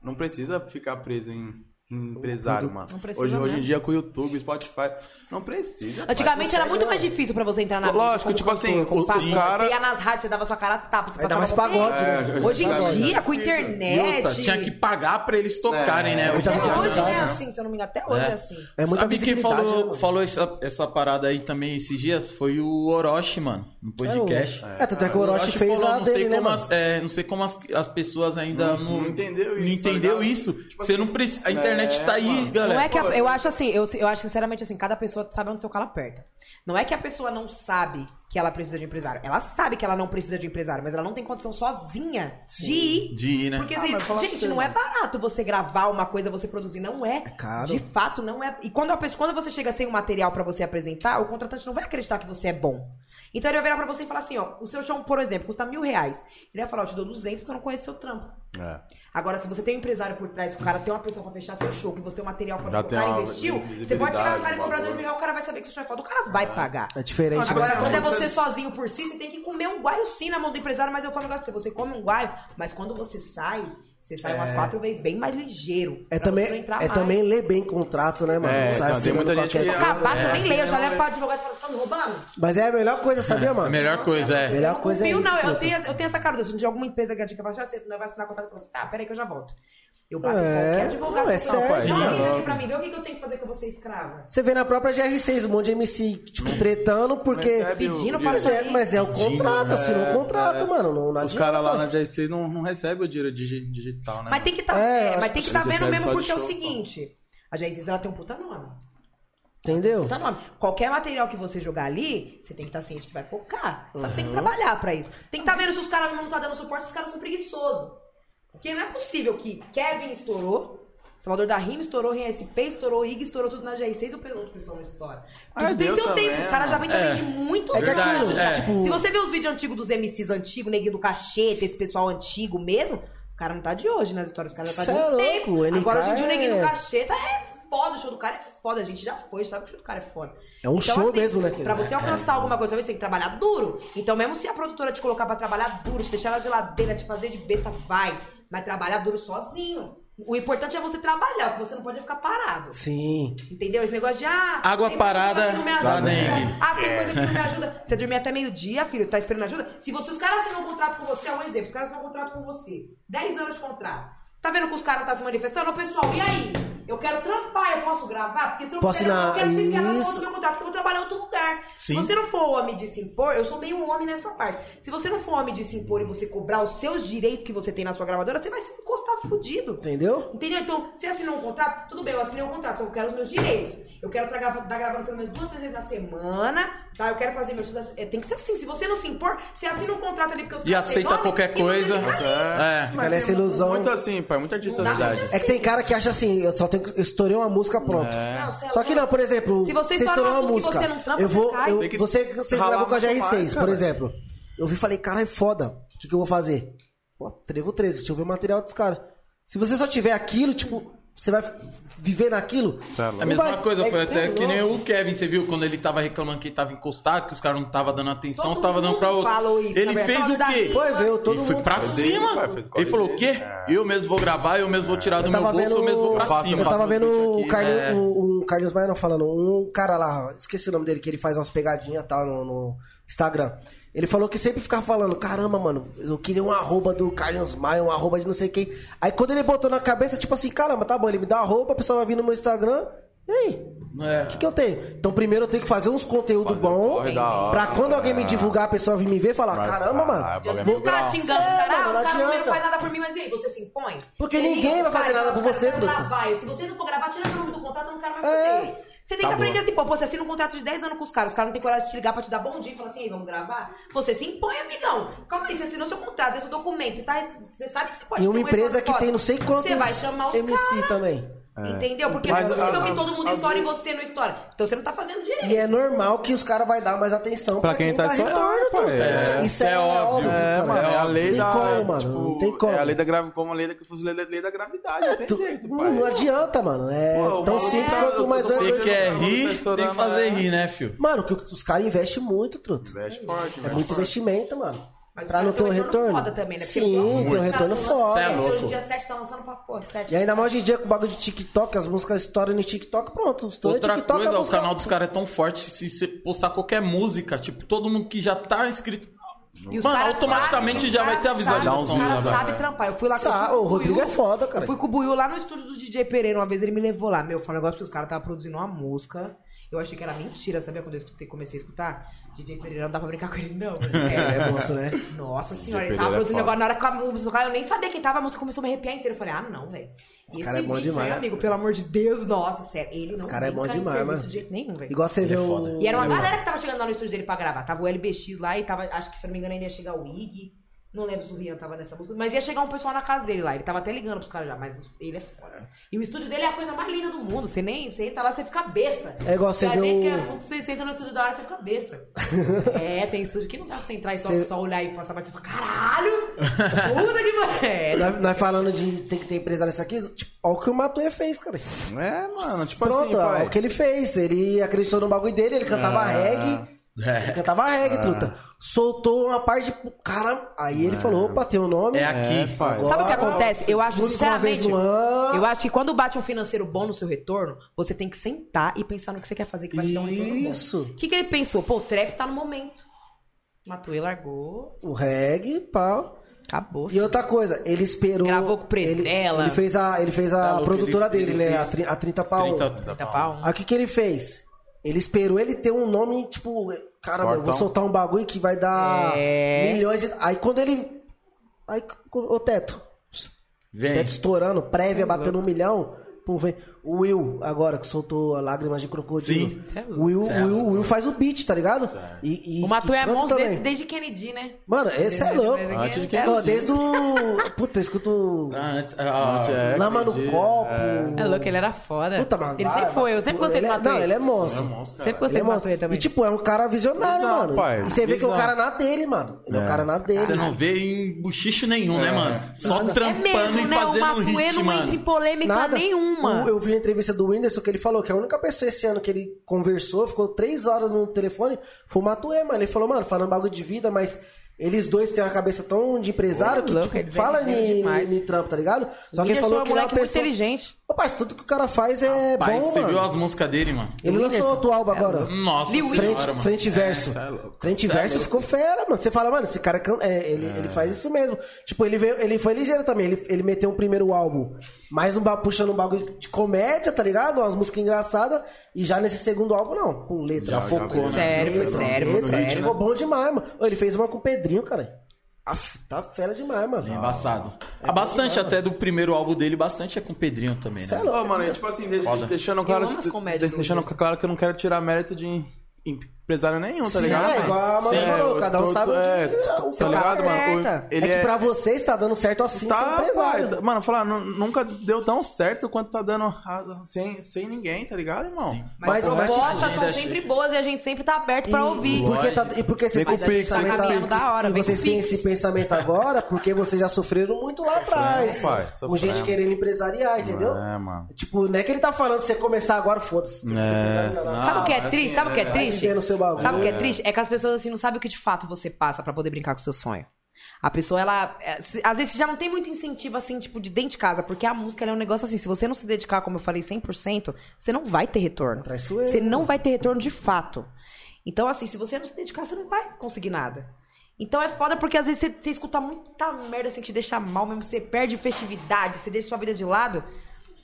[SPEAKER 1] não precisa ficar preso em, em empresário, mano.
[SPEAKER 3] Não precisa
[SPEAKER 1] hoje, hoje em
[SPEAKER 3] mesmo.
[SPEAKER 1] dia com o YouTube, Spotify. Não precisa. pai.
[SPEAKER 3] Antigamente era muito mais difícil pra você entrar na
[SPEAKER 1] Lógico, tipo assim,
[SPEAKER 3] como
[SPEAKER 1] os
[SPEAKER 3] pastor.
[SPEAKER 1] cara-
[SPEAKER 3] Você ia nas rádios, você dava sua cara a tapa. Você
[SPEAKER 2] Ainda
[SPEAKER 3] passava
[SPEAKER 2] mais
[SPEAKER 3] por-
[SPEAKER 2] pagode,
[SPEAKER 1] É,
[SPEAKER 2] né?
[SPEAKER 3] Hoje em
[SPEAKER 1] Pagode.
[SPEAKER 3] dia, com
[SPEAKER 4] E
[SPEAKER 3] internet...
[SPEAKER 4] outra, tinha que pagar pra eles tocarem,
[SPEAKER 1] É,
[SPEAKER 4] né?
[SPEAKER 1] é
[SPEAKER 4] Hoje
[SPEAKER 3] Até
[SPEAKER 4] em
[SPEAKER 2] muita
[SPEAKER 4] dia
[SPEAKER 3] hoje
[SPEAKER 4] não.
[SPEAKER 2] facilidade,
[SPEAKER 3] é
[SPEAKER 2] né?
[SPEAKER 3] assim, se eu não me engano, até hoje é,
[SPEAKER 4] É.
[SPEAKER 3] assim.
[SPEAKER 2] É muita
[SPEAKER 4] Sabe quem
[SPEAKER 2] visibilidade, né,
[SPEAKER 4] falou,
[SPEAKER 2] mano?
[SPEAKER 4] falou essa, essa parada aí também esses dias? Foi o Orochi, mano, no podcast.
[SPEAKER 2] É, tanto é que o Orochi fez
[SPEAKER 4] falou,
[SPEAKER 2] a
[SPEAKER 4] não sei
[SPEAKER 2] dele, né,
[SPEAKER 4] como
[SPEAKER 2] mano?
[SPEAKER 4] as, é, não sei como as, as pessoas ainda não,
[SPEAKER 1] Não- não entendeu isso,
[SPEAKER 4] Não
[SPEAKER 1] tá
[SPEAKER 4] entendeu
[SPEAKER 1] ligado?
[SPEAKER 4] isso.
[SPEAKER 1] Tipo
[SPEAKER 4] Você
[SPEAKER 1] assim,
[SPEAKER 4] não precisa. A internet
[SPEAKER 1] é,
[SPEAKER 4] tá aí,
[SPEAKER 1] mano.
[SPEAKER 4] galera.
[SPEAKER 3] Não é que a- eu acho assim, eu, eu acho sinceramente assim, cada pessoa sabe onde seu calo aperta. Não é que a pessoa não sabe que ela precisa de um empresário. Ela sabe que ela não precisa de um empresário, mas ela não tem condição sozinha de ir.
[SPEAKER 4] De ir, né?
[SPEAKER 3] Porque,
[SPEAKER 2] Ah,
[SPEAKER 3] assim,
[SPEAKER 2] mas fala
[SPEAKER 3] gente,
[SPEAKER 2] sério.
[SPEAKER 3] não é barato você gravar uma coisa, você produzir. Não é.
[SPEAKER 2] caro.
[SPEAKER 3] De fato, não é. E quando, a pessoa, quando você chega sem o material pra você apresentar, o contratante não vai acreditar que você é bom. Então ele vai virar pra você e falar assim, ó, o seu show, por exemplo, custa mil reais. Ele vai falar, eu te dou 200 porque eu não conheço seu trampo.
[SPEAKER 1] É.
[SPEAKER 3] Agora, se você tem um empresário por trás, o cara tem uma pessoa pra fechar seu show, que você tem um material pra
[SPEAKER 1] Já
[SPEAKER 3] o cara
[SPEAKER 1] tem uma
[SPEAKER 3] investiu, você pode
[SPEAKER 1] visibilidade,
[SPEAKER 3] tirar o cara e
[SPEAKER 1] um valor. Tipo
[SPEAKER 3] cobrar
[SPEAKER 1] assim,
[SPEAKER 3] dois mil reais, o cara vai saber que seu show é foda, o cara vai pagar.
[SPEAKER 2] É diferente,
[SPEAKER 3] Agora,
[SPEAKER 2] né?
[SPEAKER 3] quando é você sozinho por si, você tem que comer um guaio sim na mão do empresário, mas eu falo um negócio pra você, você come um guaio, mas quando você sai, você sai
[SPEAKER 1] É.
[SPEAKER 3] umas quatro vezes bem mais ligeiro.
[SPEAKER 2] É
[SPEAKER 3] pra você não
[SPEAKER 2] também,
[SPEAKER 3] entrar
[SPEAKER 2] é
[SPEAKER 3] mais.
[SPEAKER 2] também ler bem contrato, né, mano?
[SPEAKER 1] É,
[SPEAKER 2] Não sai
[SPEAKER 1] então,
[SPEAKER 4] tá,
[SPEAKER 1] tem
[SPEAKER 2] assinando
[SPEAKER 1] muita gente
[SPEAKER 2] qualquer
[SPEAKER 1] que-
[SPEAKER 3] Se eu
[SPEAKER 2] coisa.
[SPEAKER 3] acabar,
[SPEAKER 1] É.
[SPEAKER 3] eu nem leio, eu já levo pra advogado e falo, você tá me roubando?
[SPEAKER 2] Mas é a melhor coisa, sabia, mano?
[SPEAKER 4] A melhor coisa é.
[SPEAKER 2] Melhor
[SPEAKER 3] Eu não
[SPEAKER 2] coisa é
[SPEAKER 3] confio,
[SPEAKER 2] isso,
[SPEAKER 3] não. Eu
[SPEAKER 2] puta.
[SPEAKER 3] tenho, essa- eu tenho essa cara doce. Um dia alguma empresa que a dica fala assim, ah, você não vai assinar contrato com você. Tá, peraí que eu já volto. Eu bato
[SPEAKER 2] É,
[SPEAKER 3] em qualquer advogado.
[SPEAKER 2] não, é
[SPEAKER 3] e falo,
[SPEAKER 2] sério,
[SPEAKER 3] Dá uma
[SPEAKER 2] mano.
[SPEAKER 3] vida aqui pra mim, vê o que, que eu tenho que fazer que eu vou ser escrava.
[SPEAKER 2] Você vê na própria GR6 um monte de MC,
[SPEAKER 4] Hum.
[SPEAKER 2] tipo, tretando, porque.
[SPEAKER 1] Recebe o-
[SPEAKER 3] pedindo
[SPEAKER 1] o
[SPEAKER 3] pra
[SPEAKER 2] Mas
[SPEAKER 1] dinheiro.
[SPEAKER 2] é, mas é o contrato, assinou
[SPEAKER 4] né?
[SPEAKER 2] o contrato, mano. Não, não
[SPEAKER 1] Os
[SPEAKER 2] adianta.
[SPEAKER 1] caras lá na J6 não, não recebem o dinheiro digi- digital, né?
[SPEAKER 3] Mas tem que tá,
[SPEAKER 2] É,
[SPEAKER 3] é,
[SPEAKER 2] eu
[SPEAKER 3] mas
[SPEAKER 2] acho
[SPEAKER 3] tem que
[SPEAKER 1] que
[SPEAKER 3] tá
[SPEAKER 1] você
[SPEAKER 3] vendo
[SPEAKER 1] recebe
[SPEAKER 3] mesmo
[SPEAKER 1] só
[SPEAKER 3] porque é
[SPEAKER 1] de
[SPEAKER 3] o
[SPEAKER 1] show, só.
[SPEAKER 3] seguinte. A Jair ela tem um puta nome.
[SPEAKER 2] Entendeu? É
[SPEAKER 3] Puta nome. Qualquer material que você jogar ali, você tem que estar ciente que vai focar. Só que você tem que trabalhar pra isso. Tem que estar vendo se os caras não estão dando suporte, se os caras são preguiçosos. Porque não é possível que Kevin estourou, Salvador da Rima estourou, Ren SP estourou, Ig estourou, tudo na GR6 e o outro pessoal não estoura.
[SPEAKER 1] Ah,
[SPEAKER 3] Tudo tem
[SPEAKER 1] Deus
[SPEAKER 3] seu
[SPEAKER 1] também,
[SPEAKER 3] tempo, os caras já vêm também
[SPEAKER 4] É.
[SPEAKER 3] de muitos
[SPEAKER 2] É que
[SPEAKER 4] Verdade,
[SPEAKER 3] anos.
[SPEAKER 2] aquilo,
[SPEAKER 4] é.
[SPEAKER 2] tipo.
[SPEAKER 3] Se você vê os vídeos antigos dos MCs antigos, Neguinho do Cacheta, esse pessoal antigo mesmo, os caras não tá de hoje nas histórias, os caras já tá
[SPEAKER 2] Cê
[SPEAKER 3] de
[SPEAKER 2] é
[SPEAKER 3] um
[SPEAKER 2] louco,
[SPEAKER 3] tempo.
[SPEAKER 2] ele
[SPEAKER 3] Agora hoje em dia o
[SPEAKER 2] cai-
[SPEAKER 3] Neguinho do Cacheta é foda, o show do cara é foda, a gente já foi, sabe que o show do cara é foda.
[SPEAKER 2] É um show mesmo, né,
[SPEAKER 3] assim, Pra
[SPEAKER 2] cara?
[SPEAKER 3] você é um alcançar alguma coisa, você tem que trabalhar duro. Então mesmo se a produtora te colocar pra trabalhar duro, te deixar na geladeira, te fazer de besta, vai. Mas trabalhar duro sozinho. O importante é você trabalhar, porque você não pode ficar parado.
[SPEAKER 2] Sim.
[SPEAKER 3] Entendeu? Esse negócio de ah,
[SPEAKER 4] Água
[SPEAKER 3] tem coisa
[SPEAKER 4] parada
[SPEAKER 3] que não me
[SPEAKER 4] dá
[SPEAKER 3] ajuda.
[SPEAKER 4] dengue.
[SPEAKER 3] Ah, tem coisa que não me ajuda. Você dormir até meio-dia, filho, tá esperando ajuda? Se você, os caras assinam um contrato com você, é um exemplo. Os caras assinam um contrato com você. 10 anos de contrato. Tá vendo que os caras não tá se manifestando? Ô, pessoal, e aí? Eu quero trampar, eu posso gravar? Porque se eu não
[SPEAKER 2] Posso
[SPEAKER 3] quero,
[SPEAKER 2] na-
[SPEAKER 3] eu quero que vocês querem
[SPEAKER 2] isso.
[SPEAKER 3] do meu contrato, que eu vou trabalhar em outro lugar. Se
[SPEAKER 4] Sim.
[SPEAKER 3] você não for homem de se impor, eu sou meio um homem nessa parte. Se você não for homem de se impor e você cobrar os seus direitos que você tem na sua gravadora, você vai se encostar fudido.
[SPEAKER 2] Entendeu?
[SPEAKER 3] Entendeu? Então, você assinou um contrato, tudo bem, eu assinei um contrato, só que eu quero os meus direitos. Eu quero estar tá gravando pelo menos duas, três vezes na semana, tá? Eu quero fazer meus... é, Tem que ser assim, se você não se impor, você assina um contrato ali porque eu
[SPEAKER 4] E aceita qualquer coisa. É.
[SPEAKER 2] Fica nessa ilusão.
[SPEAKER 1] Muito assim, pai. Muito artista
[SPEAKER 3] Não
[SPEAKER 1] da
[SPEAKER 3] dá pra
[SPEAKER 1] cidade.
[SPEAKER 3] ser
[SPEAKER 2] É que tem cara que acha assim, eu só tenho que eu estourei uma música pronto.
[SPEAKER 1] É.
[SPEAKER 2] Só que não, por exemplo,
[SPEAKER 3] é Se você estoura
[SPEAKER 2] estourou
[SPEAKER 3] uma
[SPEAKER 2] uma
[SPEAKER 3] música
[SPEAKER 2] música.
[SPEAKER 3] e você não trampa,
[SPEAKER 2] eu vou,
[SPEAKER 3] você cai.
[SPEAKER 2] eu,
[SPEAKER 1] Tem que
[SPEAKER 2] você, você
[SPEAKER 1] ralar
[SPEAKER 2] gravou com a
[SPEAKER 1] muito
[SPEAKER 2] GR6,
[SPEAKER 1] mais,
[SPEAKER 2] por
[SPEAKER 1] cara.
[SPEAKER 2] exemplo. Eu vi e falei, caralho, foda. O que, que eu vou fazer? Pô, trevo 13, deixa eu ver o material dos caras. Se você só tiver aquilo, tipo, você vai viver naquilo?
[SPEAKER 1] Tá louco.
[SPEAKER 4] A
[SPEAKER 2] Não
[SPEAKER 4] mesma
[SPEAKER 2] vai-
[SPEAKER 4] coisa
[SPEAKER 2] é-
[SPEAKER 4] foi até
[SPEAKER 2] é
[SPEAKER 4] que nem
[SPEAKER 2] louco.
[SPEAKER 4] o Kevin, você viu? Quando ele tava reclamando que tava encostado, que os caras não tava dando atenção,
[SPEAKER 3] Todo
[SPEAKER 4] tava dando pra
[SPEAKER 3] mundo
[SPEAKER 4] outro.
[SPEAKER 3] falou isso,
[SPEAKER 4] ele
[SPEAKER 3] na
[SPEAKER 4] fez
[SPEAKER 3] verdade.
[SPEAKER 4] o quê?
[SPEAKER 2] Foi, veio todo
[SPEAKER 4] Ele foi
[SPEAKER 2] mundo.
[SPEAKER 4] pra
[SPEAKER 1] dele,
[SPEAKER 4] cima.
[SPEAKER 1] pai, fez o corre
[SPEAKER 4] Ele falou, o quê?
[SPEAKER 1] dele. É.
[SPEAKER 4] Eu mesmo vou gravar, eu mesmo vou tirar do
[SPEAKER 2] Eu
[SPEAKER 4] meu
[SPEAKER 2] tava
[SPEAKER 4] bolso, eu mesmo vou pra
[SPEAKER 1] faço-
[SPEAKER 4] cima.
[SPEAKER 2] Eu tava
[SPEAKER 1] Faço um
[SPEAKER 2] vendo
[SPEAKER 1] vídeo
[SPEAKER 2] o
[SPEAKER 1] aqui.
[SPEAKER 2] Carlinhos,
[SPEAKER 4] É.
[SPEAKER 2] o, o Carlinhos Maia não falando, um cara lá, esqueci o nome dele, que ele faz umas pegadinhas e tal no, no Instagram. Ele falou que sempre ficava falando, caramba, mano, eu queria um arroba do Carlinhos Maia, um arroba de não sei quem. Aí quando ele botou na cabeça, tipo assim, caramba, tá bom, ele me dá arroba, a pessoa vai vir no meu Instagram, e aí?
[SPEAKER 4] É.
[SPEAKER 2] O que, que eu tenho? Então primeiro eu tenho que fazer uns conteúdos
[SPEAKER 1] Fazer um
[SPEAKER 2] bons,
[SPEAKER 1] corre da hora,
[SPEAKER 2] pra quando alguém me
[SPEAKER 1] cara.
[SPEAKER 2] divulgar, a pessoa vir me ver e falar,
[SPEAKER 1] Vai, ah,
[SPEAKER 2] caramba,
[SPEAKER 1] vai,
[SPEAKER 2] mano,
[SPEAKER 1] vai, vai,
[SPEAKER 2] vou-
[SPEAKER 1] vai.
[SPEAKER 3] Ficar xingando os
[SPEAKER 2] É,
[SPEAKER 3] caras,
[SPEAKER 2] mano,
[SPEAKER 3] os
[SPEAKER 2] não
[SPEAKER 3] caras não
[SPEAKER 2] adianta.
[SPEAKER 3] faz nada por mim, mas e aí, você se impõe?
[SPEAKER 2] Porque
[SPEAKER 3] Você
[SPEAKER 2] ninguém
[SPEAKER 3] liga
[SPEAKER 2] vai
[SPEAKER 3] pro
[SPEAKER 2] fazer
[SPEAKER 3] cara,
[SPEAKER 2] nada por
[SPEAKER 3] eu não
[SPEAKER 2] você,
[SPEAKER 3] quero
[SPEAKER 2] truta.
[SPEAKER 3] gravar, eu- Se você não for gravar, tira meu nome do contrato, eu não quero mais
[SPEAKER 2] É.
[SPEAKER 3] fazer. Você tem que
[SPEAKER 1] Acabou.
[SPEAKER 3] aprender a se impor. Pô, Você assina um contrato de 10 anos com os caras, os caras não têm coragem de te ligar pra te dar bom dia e falar assim, "Ei, vamos gravar? Você se impõe, amigão. Calma aí, você assinou seu contrato, esse documento, você, tá, você sabe que você pode
[SPEAKER 2] e
[SPEAKER 3] ter
[SPEAKER 2] uma
[SPEAKER 3] um
[SPEAKER 2] empresa
[SPEAKER 3] retorno
[SPEAKER 2] que
[SPEAKER 3] foda.
[SPEAKER 2] tem não sei quantos
[SPEAKER 3] Você vai chamar os
[SPEAKER 2] MC
[SPEAKER 3] caras.
[SPEAKER 2] também.
[SPEAKER 3] Entendeu? Porque
[SPEAKER 1] Mas
[SPEAKER 3] você
[SPEAKER 1] a-
[SPEAKER 3] não que
[SPEAKER 1] a-
[SPEAKER 3] todo mundo
[SPEAKER 1] a-
[SPEAKER 3] estoura e você não estoura. Então você não tá fazendo direito.
[SPEAKER 2] E é normal que os caras vão dar mais atenção
[SPEAKER 1] Pra quem tá
[SPEAKER 2] dá
[SPEAKER 1] estourando,
[SPEAKER 2] retorno,
[SPEAKER 1] pai.
[SPEAKER 2] truta.
[SPEAKER 4] É, isso é óbvio.
[SPEAKER 1] É,
[SPEAKER 2] cara.
[SPEAKER 1] mano, é a lei
[SPEAKER 2] não
[SPEAKER 1] da.
[SPEAKER 2] Tem como, mano.
[SPEAKER 1] tipo,
[SPEAKER 2] não tem como.
[SPEAKER 1] É a lei da gravidade, como a lei da, que fosse a lei da- lei da gravidade.
[SPEAKER 4] É
[SPEAKER 1] não tem
[SPEAKER 2] Tu-
[SPEAKER 1] jeito, pai.
[SPEAKER 2] não adianta, mano. É
[SPEAKER 1] Pô, o
[SPEAKER 2] tão
[SPEAKER 1] maluco
[SPEAKER 2] simples
[SPEAKER 1] tá-
[SPEAKER 2] quanto mais
[SPEAKER 1] todo
[SPEAKER 4] Você
[SPEAKER 1] mundo-
[SPEAKER 4] quer
[SPEAKER 1] todo mundo
[SPEAKER 4] rir,
[SPEAKER 1] pensou
[SPEAKER 4] tem
[SPEAKER 1] na
[SPEAKER 4] que fazer
[SPEAKER 1] mão.
[SPEAKER 4] rir, né, filho?
[SPEAKER 2] Mano, que os caras investem muito, truta.
[SPEAKER 1] Investe forte,
[SPEAKER 2] É
[SPEAKER 1] velho.
[SPEAKER 2] muito investimento, mano.
[SPEAKER 3] Mas
[SPEAKER 2] pra
[SPEAKER 3] os
[SPEAKER 2] não
[SPEAKER 3] caras
[SPEAKER 2] ter um
[SPEAKER 3] têm um retorno
[SPEAKER 2] retorno.
[SPEAKER 3] foda também, né? Porque tá
[SPEAKER 2] Sim,
[SPEAKER 3] os
[SPEAKER 2] tem um
[SPEAKER 3] caras
[SPEAKER 2] retorno
[SPEAKER 3] lançam-
[SPEAKER 2] foda.
[SPEAKER 4] Cê é louco.
[SPEAKER 3] Hoje dia 7 tá lançando pra pô, 7.
[SPEAKER 2] E é ainda mais hoje em dia com o bagulho de TikTok, as músicas estouram no TikTok, pronto. Estoura no
[SPEAKER 4] Outra
[SPEAKER 2] TikTok, a
[SPEAKER 4] coisa, o
[SPEAKER 2] música-
[SPEAKER 4] canal dos caras é tão forte, se você postar qualquer música, tipo, todo mundo que já tá inscrito.
[SPEAKER 3] E os
[SPEAKER 4] Mano,
[SPEAKER 3] caras
[SPEAKER 4] automaticamente
[SPEAKER 3] sabem,
[SPEAKER 4] já vai
[SPEAKER 3] os
[SPEAKER 4] ter a
[SPEAKER 3] caras
[SPEAKER 4] visualização
[SPEAKER 3] sabem, Os caras
[SPEAKER 4] lá,
[SPEAKER 3] sabem
[SPEAKER 4] né?
[SPEAKER 3] trampar. Eu fui lá
[SPEAKER 2] Sa-
[SPEAKER 3] eu fui
[SPEAKER 2] o Rodrigo
[SPEAKER 3] Buiú.
[SPEAKER 2] é foda, cara.
[SPEAKER 3] Eu fui com o Buiu lá no estúdio do DJ Pereira. Uma vez ele me levou lá. Meu, foi um negócio que os caras estavam produzindo uma música. Eu achei que era mentira, sabia? Quando eu escutei, comecei a escutar, DJ Pereira não dá pra brincar com ele, não. Mas é,
[SPEAKER 2] É moço, né?
[SPEAKER 3] Nossa senhora,
[SPEAKER 1] Pereira
[SPEAKER 3] ele tava
[SPEAKER 1] é
[SPEAKER 3] produzindo
[SPEAKER 1] foda.
[SPEAKER 3] agora na hora que a música tocava, eu nem sabia quem tava, a música começou a me arrepiar inteira. Eu falei, ah, não, velho. Esse
[SPEAKER 2] cara é bom
[SPEAKER 3] bicho aí,
[SPEAKER 2] demais.
[SPEAKER 3] amigo, pelo amor de Deus, nossa, sério. Ele não
[SPEAKER 2] cara é bom
[SPEAKER 3] brinca de
[SPEAKER 2] demais,
[SPEAKER 3] serviço
[SPEAKER 2] mano.
[SPEAKER 3] de jeito nenhum, velho.
[SPEAKER 2] Igual você
[SPEAKER 4] Ele
[SPEAKER 2] vê
[SPEAKER 4] é foda.
[SPEAKER 2] o.
[SPEAKER 3] E era uma galera que tava chegando lá no estúdio dele pra gravar. Tava o LBX lá e tava, acho que se não me engano ainda ia chegar o Ig. Não lembro se o Rian tava nessa música, mas ia chegar um pessoal na casa dele lá. Ele tava até ligando pros caras já, mas ele é foda. E o estúdio dele é a coisa mais linda do mundo. Você nem, você entra lá, você fica besta.
[SPEAKER 2] É igual você
[SPEAKER 3] Se a
[SPEAKER 2] vê
[SPEAKER 3] gente
[SPEAKER 2] o-
[SPEAKER 3] quer muito, você você entra no estúdio da hora, você fica besta. é, tem estúdio que não dá pra você entrar e só,
[SPEAKER 2] Você-
[SPEAKER 3] só olhar e passar pra você e falar, caralho! Puta que pariu! É,
[SPEAKER 2] É, Nós, nós falando de tem que ter empresário isso aqui, tipo, olha o que o Matuê fez, cara.
[SPEAKER 1] É, mano, tipo
[SPEAKER 2] Pronto,
[SPEAKER 1] assim,
[SPEAKER 2] ó,
[SPEAKER 1] pai. Ah,
[SPEAKER 2] o que ele fez. Ele acreditou no bagulho dele, ele cantava reggae. Ele
[SPEAKER 4] É,
[SPEAKER 2] cantava reggae, truta. Soltou uma parte de. Cara, aí ele falou: opa, tem o nome.
[SPEAKER 4] é aqui.
[SPEAKER 1] É, pai.
[SPEAKER 2] Agora-
[SPEAKER 3] Sabe o que acontece? Eu acho,
[SPEAKER 2] Música uma vez
[SPEAKER 3] sinceramente,
[SPEAKER 2] no ano.
[SPEAKER 3] eu acho que quando bate um financeiro bom no seu retorno, você tem que sentar e pensar no que você quer fazer que vai te dar um retorno bom.
[SPEAKER 2] Isso.
[SPEAKER 3] O que, que ele pensou? Pô, o trap tá no momento. Matuê largou,
[SPEAKER 2] O reggae, pau.
[SPEAKER 3] acabou.
[SPEAKER 2] E outra coisa, ele esperou.
[SPEAKER 3] Gravou com o Predella.
[SPEAKER 2] Ele, ele fez a, ele fez
[SPEAKER 4] Tá
[SPEAKER 2] a
[SPEAKER 4] louco,
[SPEAKER 2] produtora
[SPEAKER 4] ele-
[SPEAKER 2] dele, né?
[SPEAKER 4] ele fez
[SPEAKER 2] A, tri- a 30 pau.
[SPEAKER 4] 30
[SPEAKER 3] Tá pau.
[SPEAKER 2] Aí o que, que ele fez? Ele esperou ele ter um nome, tipo, caramba, eu vou
[SPEAKER 1] Fortão.
[SPEAKER 2] soltar um bagulho que vai dar
[SPEAKER 3] É.
[SPEAKER 2] milhões de. Aí quando ele. Aí, o teto.
[SPEAKER 4] Vem.
[SPEAKER 2] Teto estourando,
[SPEAKER 3] É
[SPEAKER 2] prévia, batendo um milhão. Pum, vem. O Will, agora, que soltou a Lágrimas de Crocodilo.
[SPEAKER 4] Sim.
[SPEAKER 3] Cê é louco.
[SPEAKER 2] O Will,
[SPEAKER 4] Cê é
[SPEAKER 2] o Will, o Will faz o beat, tá ligado? E, e,
[SPEAKER 3] O Matuê
[SPEAKER 2] e
[SPEAKER 3] é
[SPEAKER 2] canta
[SPEAKER 3] monstro
[SPEAKER 2] também.
[SPEAKER 3] desde, desde Kennedy, né?
[SPEAKER 2] Mano, esse é louco.
[SPEAKER 1] Antes de
[SPEAKER 3] É,
[SPEAKER 2] Ó,
[SPEAKER 1] quem
[SPEAKER 2] desde o. Puta, eu escuto.
[SPEAKER 4] Ah, antes- ah,
[SPEAKER 1] Antes é.
[SPEAKER 2] Lama no
[SPEAKER 1] acredito,
[SPEAKER 2] copo.
[SPEAKER 3] É louco, ele era foda.
[SPEAKER 2] Puta, mano.
[SPEAKER 3] ele sempre
[SPEAKER 2] vai,
[SPEAKER 3] foi, eu
[SPEAKER 2] vai,
[SPEAKER 3] sempre gostei
[SPEAKER 2] ele
[SPEAKER 3] do
[SPEAKER 2] é-
[SPEAKER 3] Matuê.
[SPEAKER 2] Não, ele é monstro.
[SPEAKER 1] monstro,
[SPEAKER 3] Sempre
[SPEAKER 1] cara.
[SPEAKER 3] gostei
[SPEAKER 2] Ele é
[SPEAKER 3] do
[SPEAKER 2] monstro.
[SPEAKER 3] Matuê também.
[SPEAKER 2] E tipo, é um cara visionário,
[SPEAKER 1] Visão,
[SPEAKER 2] mano.
[SPEAKER 1] pai,
[SPEAKER 2] E você vê que é um
[SPEAKER 1] visão.
[SPEAKER 2] cara na dele, mano. Ele é, um
[SPEAKER 1] É.
[SPEAKER 2] cara na dele.
[SPEAKER 4] Você não vê em buchicho nenhum, né, mano? Só
[SPEAKER 3] é
[SPEAKER 4] trampando
[SPEAKER 3] mesmo,
[SPEAKER 4] e
[SPEAKER 3] né? O
[SPEAKER 4] fazendo um
[SPEAKER 3] Matuê
[SPEAKER 4] hit,
[SPEAKER 3] não entra em
[SPEAKER 4] mano.
[SPEAKER 3] polêmica
[SPEAKER 2] Nada.
[SPEAKER 3] nenhuma.
[SPEAKER 2] O- Eu vi a entrevista do Whindersson que ele falou que a única pessoa esse ano que ele conversou, ficou três horas no telefone, foi o Matuê, mano. Ele falou, mano, falando bagulho de vida, mas eles dois têm uma cabeça tão de empresário
[SPEAKER 3] Ô,
[SPEAKER 2] que,
[SPEAKER 3] louco,
[SPEAKER 2] tipo,
[SPEAKER 3] eles
[SPEAKER 2] fala
[SPEAKER 3] entendem
[SPEAKER 2] em,
[SPEAKER 3] demais.
[SPEAKER 2] em trampo, tá ligado? Só que ele
[SPEAKER 3] Whindersson
[SPEAKER 2] falou
[SPEAKER 3] é um
[SPEAKER 2] que ele é uma
[SPEAKER 3] moleque muito
[SPEAKER 2] pessoa...
[SPEAKER 3] inteligente.
[SPEAKER 2] Rapaz, tudo que o cara faz é
[SPEAKER 4] Pai,
[SPEAKER 2] bom,
[SPEAKER 4] você
[SPEAKER 2] mano.
[SPEAKER 4] viu as músicas dele, mano?
[SPEAKER 2] Ele lançou
[SPEAKER 3] Whindersson. é
[SPEAKER 2] outro álbum agora.
[SPEAKER 4] Nossa
[SPEAKER 3] Lil
[SPEAKER 4] senhora,
[SPEAKER 2] Frente,
[SPEAKER 4] mano.
[SPEAKER 2] frente e verso. frente e
[SPEAKER 4] Cê é
[SPEAKER 2] verso
[SPEAKER 4] louco.
[SPEAKER 2] ficou fera, mano. Você fala, mano, esse cara can- é, ele, ele faz isso mesmo. Tipo, ele, veio, ele foi ligeiro também. Ele, ele meteu um primeiro álbum, mais um ba- puxando um bagulho de comédia, tá ligado? Umas músicas engraçadas. E já nesse segundo álbum, não. Com letra.
[SPEAKER 4] Já focou, né?
[SPEAKER 3] Sério, foi
[SPEAKER 2] Letra,
[SPEAKER 3] sério, foi
[SPEAKER 2] letra.
[SPEAKER 3] sério.
[SPEAKER 2] Ficou bom demais, mano. Ô, Ele fez uma com o Pedrinho, cara. Aff, tá fera demais,
[SPEAKER 4] É
[SPEAKER 2] mano.
[SPEAKER 4] embaçado. Ah, bastante até do primeiro álbum dele, bastante é com o Pedrinho também,
[SPEAKER 2] Cê é
[SPEAKER 4] né?
[SPEAKER 1] Ô,
[SPEAKER 2] louco.
[SPEAKER 1] mano, e, tipo assim, de-
[SPEAKER 4] Foda.
[SPEAKER 1] deixando claro,
[SPEAKER 3] amo as
[SPEAKER 1] de-
[SPEAKER 3] comédias
[SPEAKER 1] de-
[SPEAKER 3] do
[SPEAKER 1] deixando
[SPEAKER 3] Whindersson.
[SPEAKER 1] claro que eu não quero tirar mérito de empresário nenhum, tá
[SPEAKER 2] Sim,
[SPEAKER 1] ligado?
[SPEAKER 2] é, igual a Manu
[SPEAKER 1] Sim,
[SPEAKER 2] falou,
[SPEAKER 1] eu
[SPEAKER 2] cada um sabe onde-
[SPEAKER 1] é,
[SPEAKER 2] o
[SPEAKER 1] Tá
[SPEAKER 2] seu
[SPEAKER 1] ligado,
[SPEAKER 3] lugar.
[SPEAKER 1] mano?
[SPEAKER 3] Certa.
[SPEAKER 1] O- Ele
[SPEAKER 2] é que
[SPEAKER 1] é,
[SPEAKER 2] pra vocês tá dando certo assim, sem
[SPEAKER 1] tá,
[SPEAKER 2] empresário.
[SPEAKER 1] pai, tá- mano, falar, nu- nunca deu tão certo quanto tá dando a- sem, sem ninguém, tá ligado, irmão?
[SPEAKER 4] Sim.
[SPEAKER 3] Mas
[SPEAKER 2] Mas
[SPEAKER 3] as
[SPEAKER 2] o resto
[SPEAKER 3] propostas
[SPEAKER 4] de
[SPEAKER 3] são
[SPEAKER 4] gente
[SPEAKER 3] sempre
[SPEAKER 4] achei.
[SPEAKER 3] boas e a gente sempre tá aberto
[SPEAKER 2] E-
[SPEAKER 3] pra ouvir.
[SPEAKER 2] E porque, tá, e porque
[SPEAKER 1] Vem
[SPEAKER 2] vocês
[SPEAKER 1] com
[SPEAKER 2] têm
[SPEAKER 1] o
[SPEAKER 2] esse
[SPEAKER 1] Pix, vem com o
[SPEAKER 2] pensamento
[SPEAKER 3] Pix. Da hora,
[SPEAKER 2] e
[SPEAKER 3] vem com
[SPEAKER 2] vocês
[SPEAKER 3] o
[SPEAKER 2] têm
[SPEAKER 3] Pix.
[SPEAKER 2] esse pensamento agora porque vocês já sofreram muito lá atrás.
[SPEAKER 1] pai,
[SPEAKER 2] com
[SPEAKER 1] sofremos.
[SPEAKER 2] gente querendo empresariar, entendeu?
[SPEAKER 1] É, mano.
[SPEAKER 2] Tipo, não é que ele tá falando, você começar agora, foda-se. Tem que
[SPEAKER 1] É,
[SPEAKER 2] empresário, não, não.
[SPEAKER 3] Sabe o que
[SPEAKER 1] Ah,
[SPEAKER 3] é
[SPEAKER 1] mas
[SPEAKER 3] triste?
[SPEAKER 1] assim,
[SPEAKER 3] Sabe o que é
[SPEAKER 1] é,
[SPEAKER 3] triste?
[SPEAKER 2] vai viver no seu bagulho.
[SPEAKER 3] Sabe o que é triste? É que as pessoas assim não sabem o que de fato você passa pra poder brincar com o seu sonho. A pessoa, ela. é, se- Às vezes já não tem muito incentivo, assim, tipo, de dentro de casa, porque a música ela é um negócio assim. Se você não se dedicar, como eu falei, 100%, você não vai ter retorno.
[SPEAKER 2] É traiçoeiro.
[SPEAKER 3] Você não vai ter retorno de fato. Então, assim, se você não se dedicar, você não vai conseguir nada. Então é foda porque às vezes você, você escuta muita merda assim que te deixa mal mesmo. Você perde festividade, você deixa sua vida de lado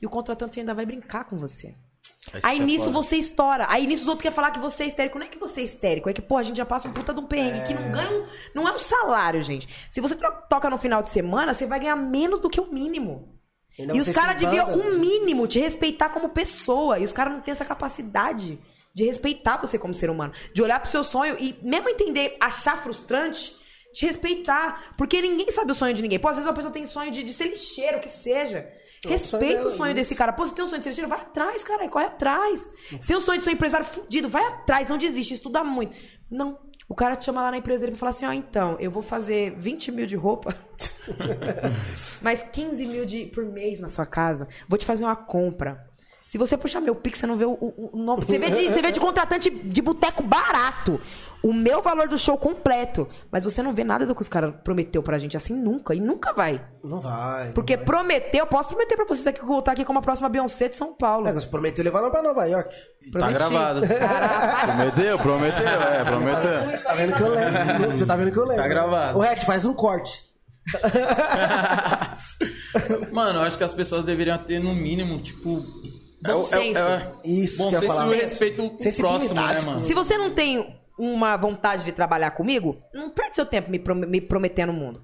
[SPEAKER 3] e o contratante ainda vai brincar com você.
[SPEAKER 4] Isso
[SPEAKER 3] Aí
[SPEAKER 4] que é
[SPEAKER 3] nisso
[SPEAKER 4] foda.
[SPEAKER 3] você estoura. Aí nisso os outros querem falar que você é histérico. Não é que você é histérico, é que, pô, a gente já passa um puta de um perrengue que não ganha. um- Não é um salário, gente. Se você tro- toca no final de semana, você vai ganhar menos do que o mínimo.
[SPEAKER 2] Ainda
[SPEAKER 3] e os
[SPEAKER 2] vocês
[SPEAKER 3] caras
[SPEAKER 2] têm
[SPEAKER 3] deviam,
[SPEAKER 2] é um banda. né?
[SPEAKER 3] o mínimo, te respeitar como pessoa. E os caras não têm essa capacidade de respeitar você como ser humano. De olhar pro seu sonho e mesmo entender, achar frustrante, te respeitar. Porque ninguém sabe o sonho de ninguém. Pô, às vezes uma pessoa tem sonho de, de ser lixeiro, o que seja. Respeita
[SPEAKER 2] dela,
[SPEAKER 3] o sonho
[SPEAKER 2] isso.
[SPEAKER 3] desse cara. Pô, você tem um sonho de ser lixeiro? Vai atrás, cara. Corre atrás. Se tem um sonho de ser um empresário fudido, vai atrás. Não desiste, estuda muito. Não. O cara te chama lá na empresa dele e fala assim, ó, então, eu vou fazer 20 mil de roupa mais 15 mil de, por mês na sua casa. Vou te fazer uma compra. Se você puxar meu Pix, você não vê o, o, o nome. Você vê, de, você vê de contratante de boteco barato. O meu valor do show completo. Mas você não vê nada do que os caras prometeu pra gente assim nunca. E nunca vai.
[SPEAKER 2] Não vai.
[SPEAKER 3] Porque prometeu, eu posso prometer pra vocês aqui que eu vou voltar aqui como a próxima Beyoncé de São Paulo.
[SPEAKER 2] É, você prometeu levar lá pra Nova York.
[SPEAKER 4] Tá gravado.
[SPEAKER 1] Prometeu, prometeu, é, prometeu.
[SPEAKER 2] Você tá vendo que eu lembro. Você tá vendo que eu lembro.
[SPEAKER 4] Tá gravado.
[SPEAKER 2] O Red, faz um corte.
[SPEAKER 4] Mano, eu acho que as pessoas deveriam ter, no mínimo, tipo.
[SPEAKER 3] Bom senso.
[SPEAKER 2] Isso
[SPEAKER 4] bom
[SPEAKER 2] que eu ia
[SPEAKER 4] senso
[SPEAKER 2] falar.
[SPEAKER 4] e o respeito pro
[SPEAKER 2] Sensibilidade,
[SPEAKER 4] próximo, né, mano?
[SPEAKER 3] Se você não tem uma vontade de trabalhar comigo, não perde seu tempo me, prom- me prometendo o mundo.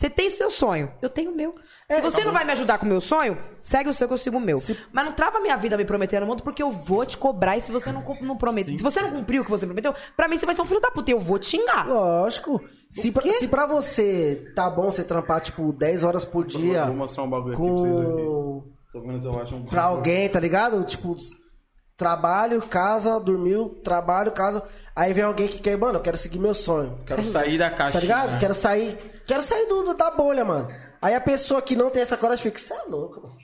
[SPEAKER 3] Você tem seu sonho, eu tenho o meu.
[SPEAKER 4] É,
[SPEAKER 3] Se
[SPEAKER 4] tá
[SPEAKER 3] você não vai me ajudar com o meu sonho, segue o seu que eu sigo o meu. Mas não trava minha vida me prometendo o mundo, porque eu vou te cobrar. E se você não, cum- não promete, se você não cumpriu o que você prometeu, pra mim você vai ser um filho da puta. e Eu vou te xingar.
[SPEAKER 2] Lógico. Se pra, se pra você tá bom você trampar, tipo, 10 horas por dia
[SPEAKER 1] Vou mostrar um
[SPEAKER 2] Tipo assim,
[SPEAKER 1] bagulho aqui pra vocês. aqui.
[SPEAKER 2] com...
[SPEAKER 1] Tô vendo se eu acho um
[SPEAKER 2] pra alguém, tá ligado? Tipo, trabalho, casa, dormiu, trabalho, casa. Aí vem alguém que quer, mano, eu quero seguir meu sonho.
[SPEAKER 4] Quero sair da caixa. né?
[SPEAKER 2] Tá ligado? Quero sair. Quero sair do, do- da bolha, mano. Aí a pessoa que não tem essa coragem fica, você é louco, mano.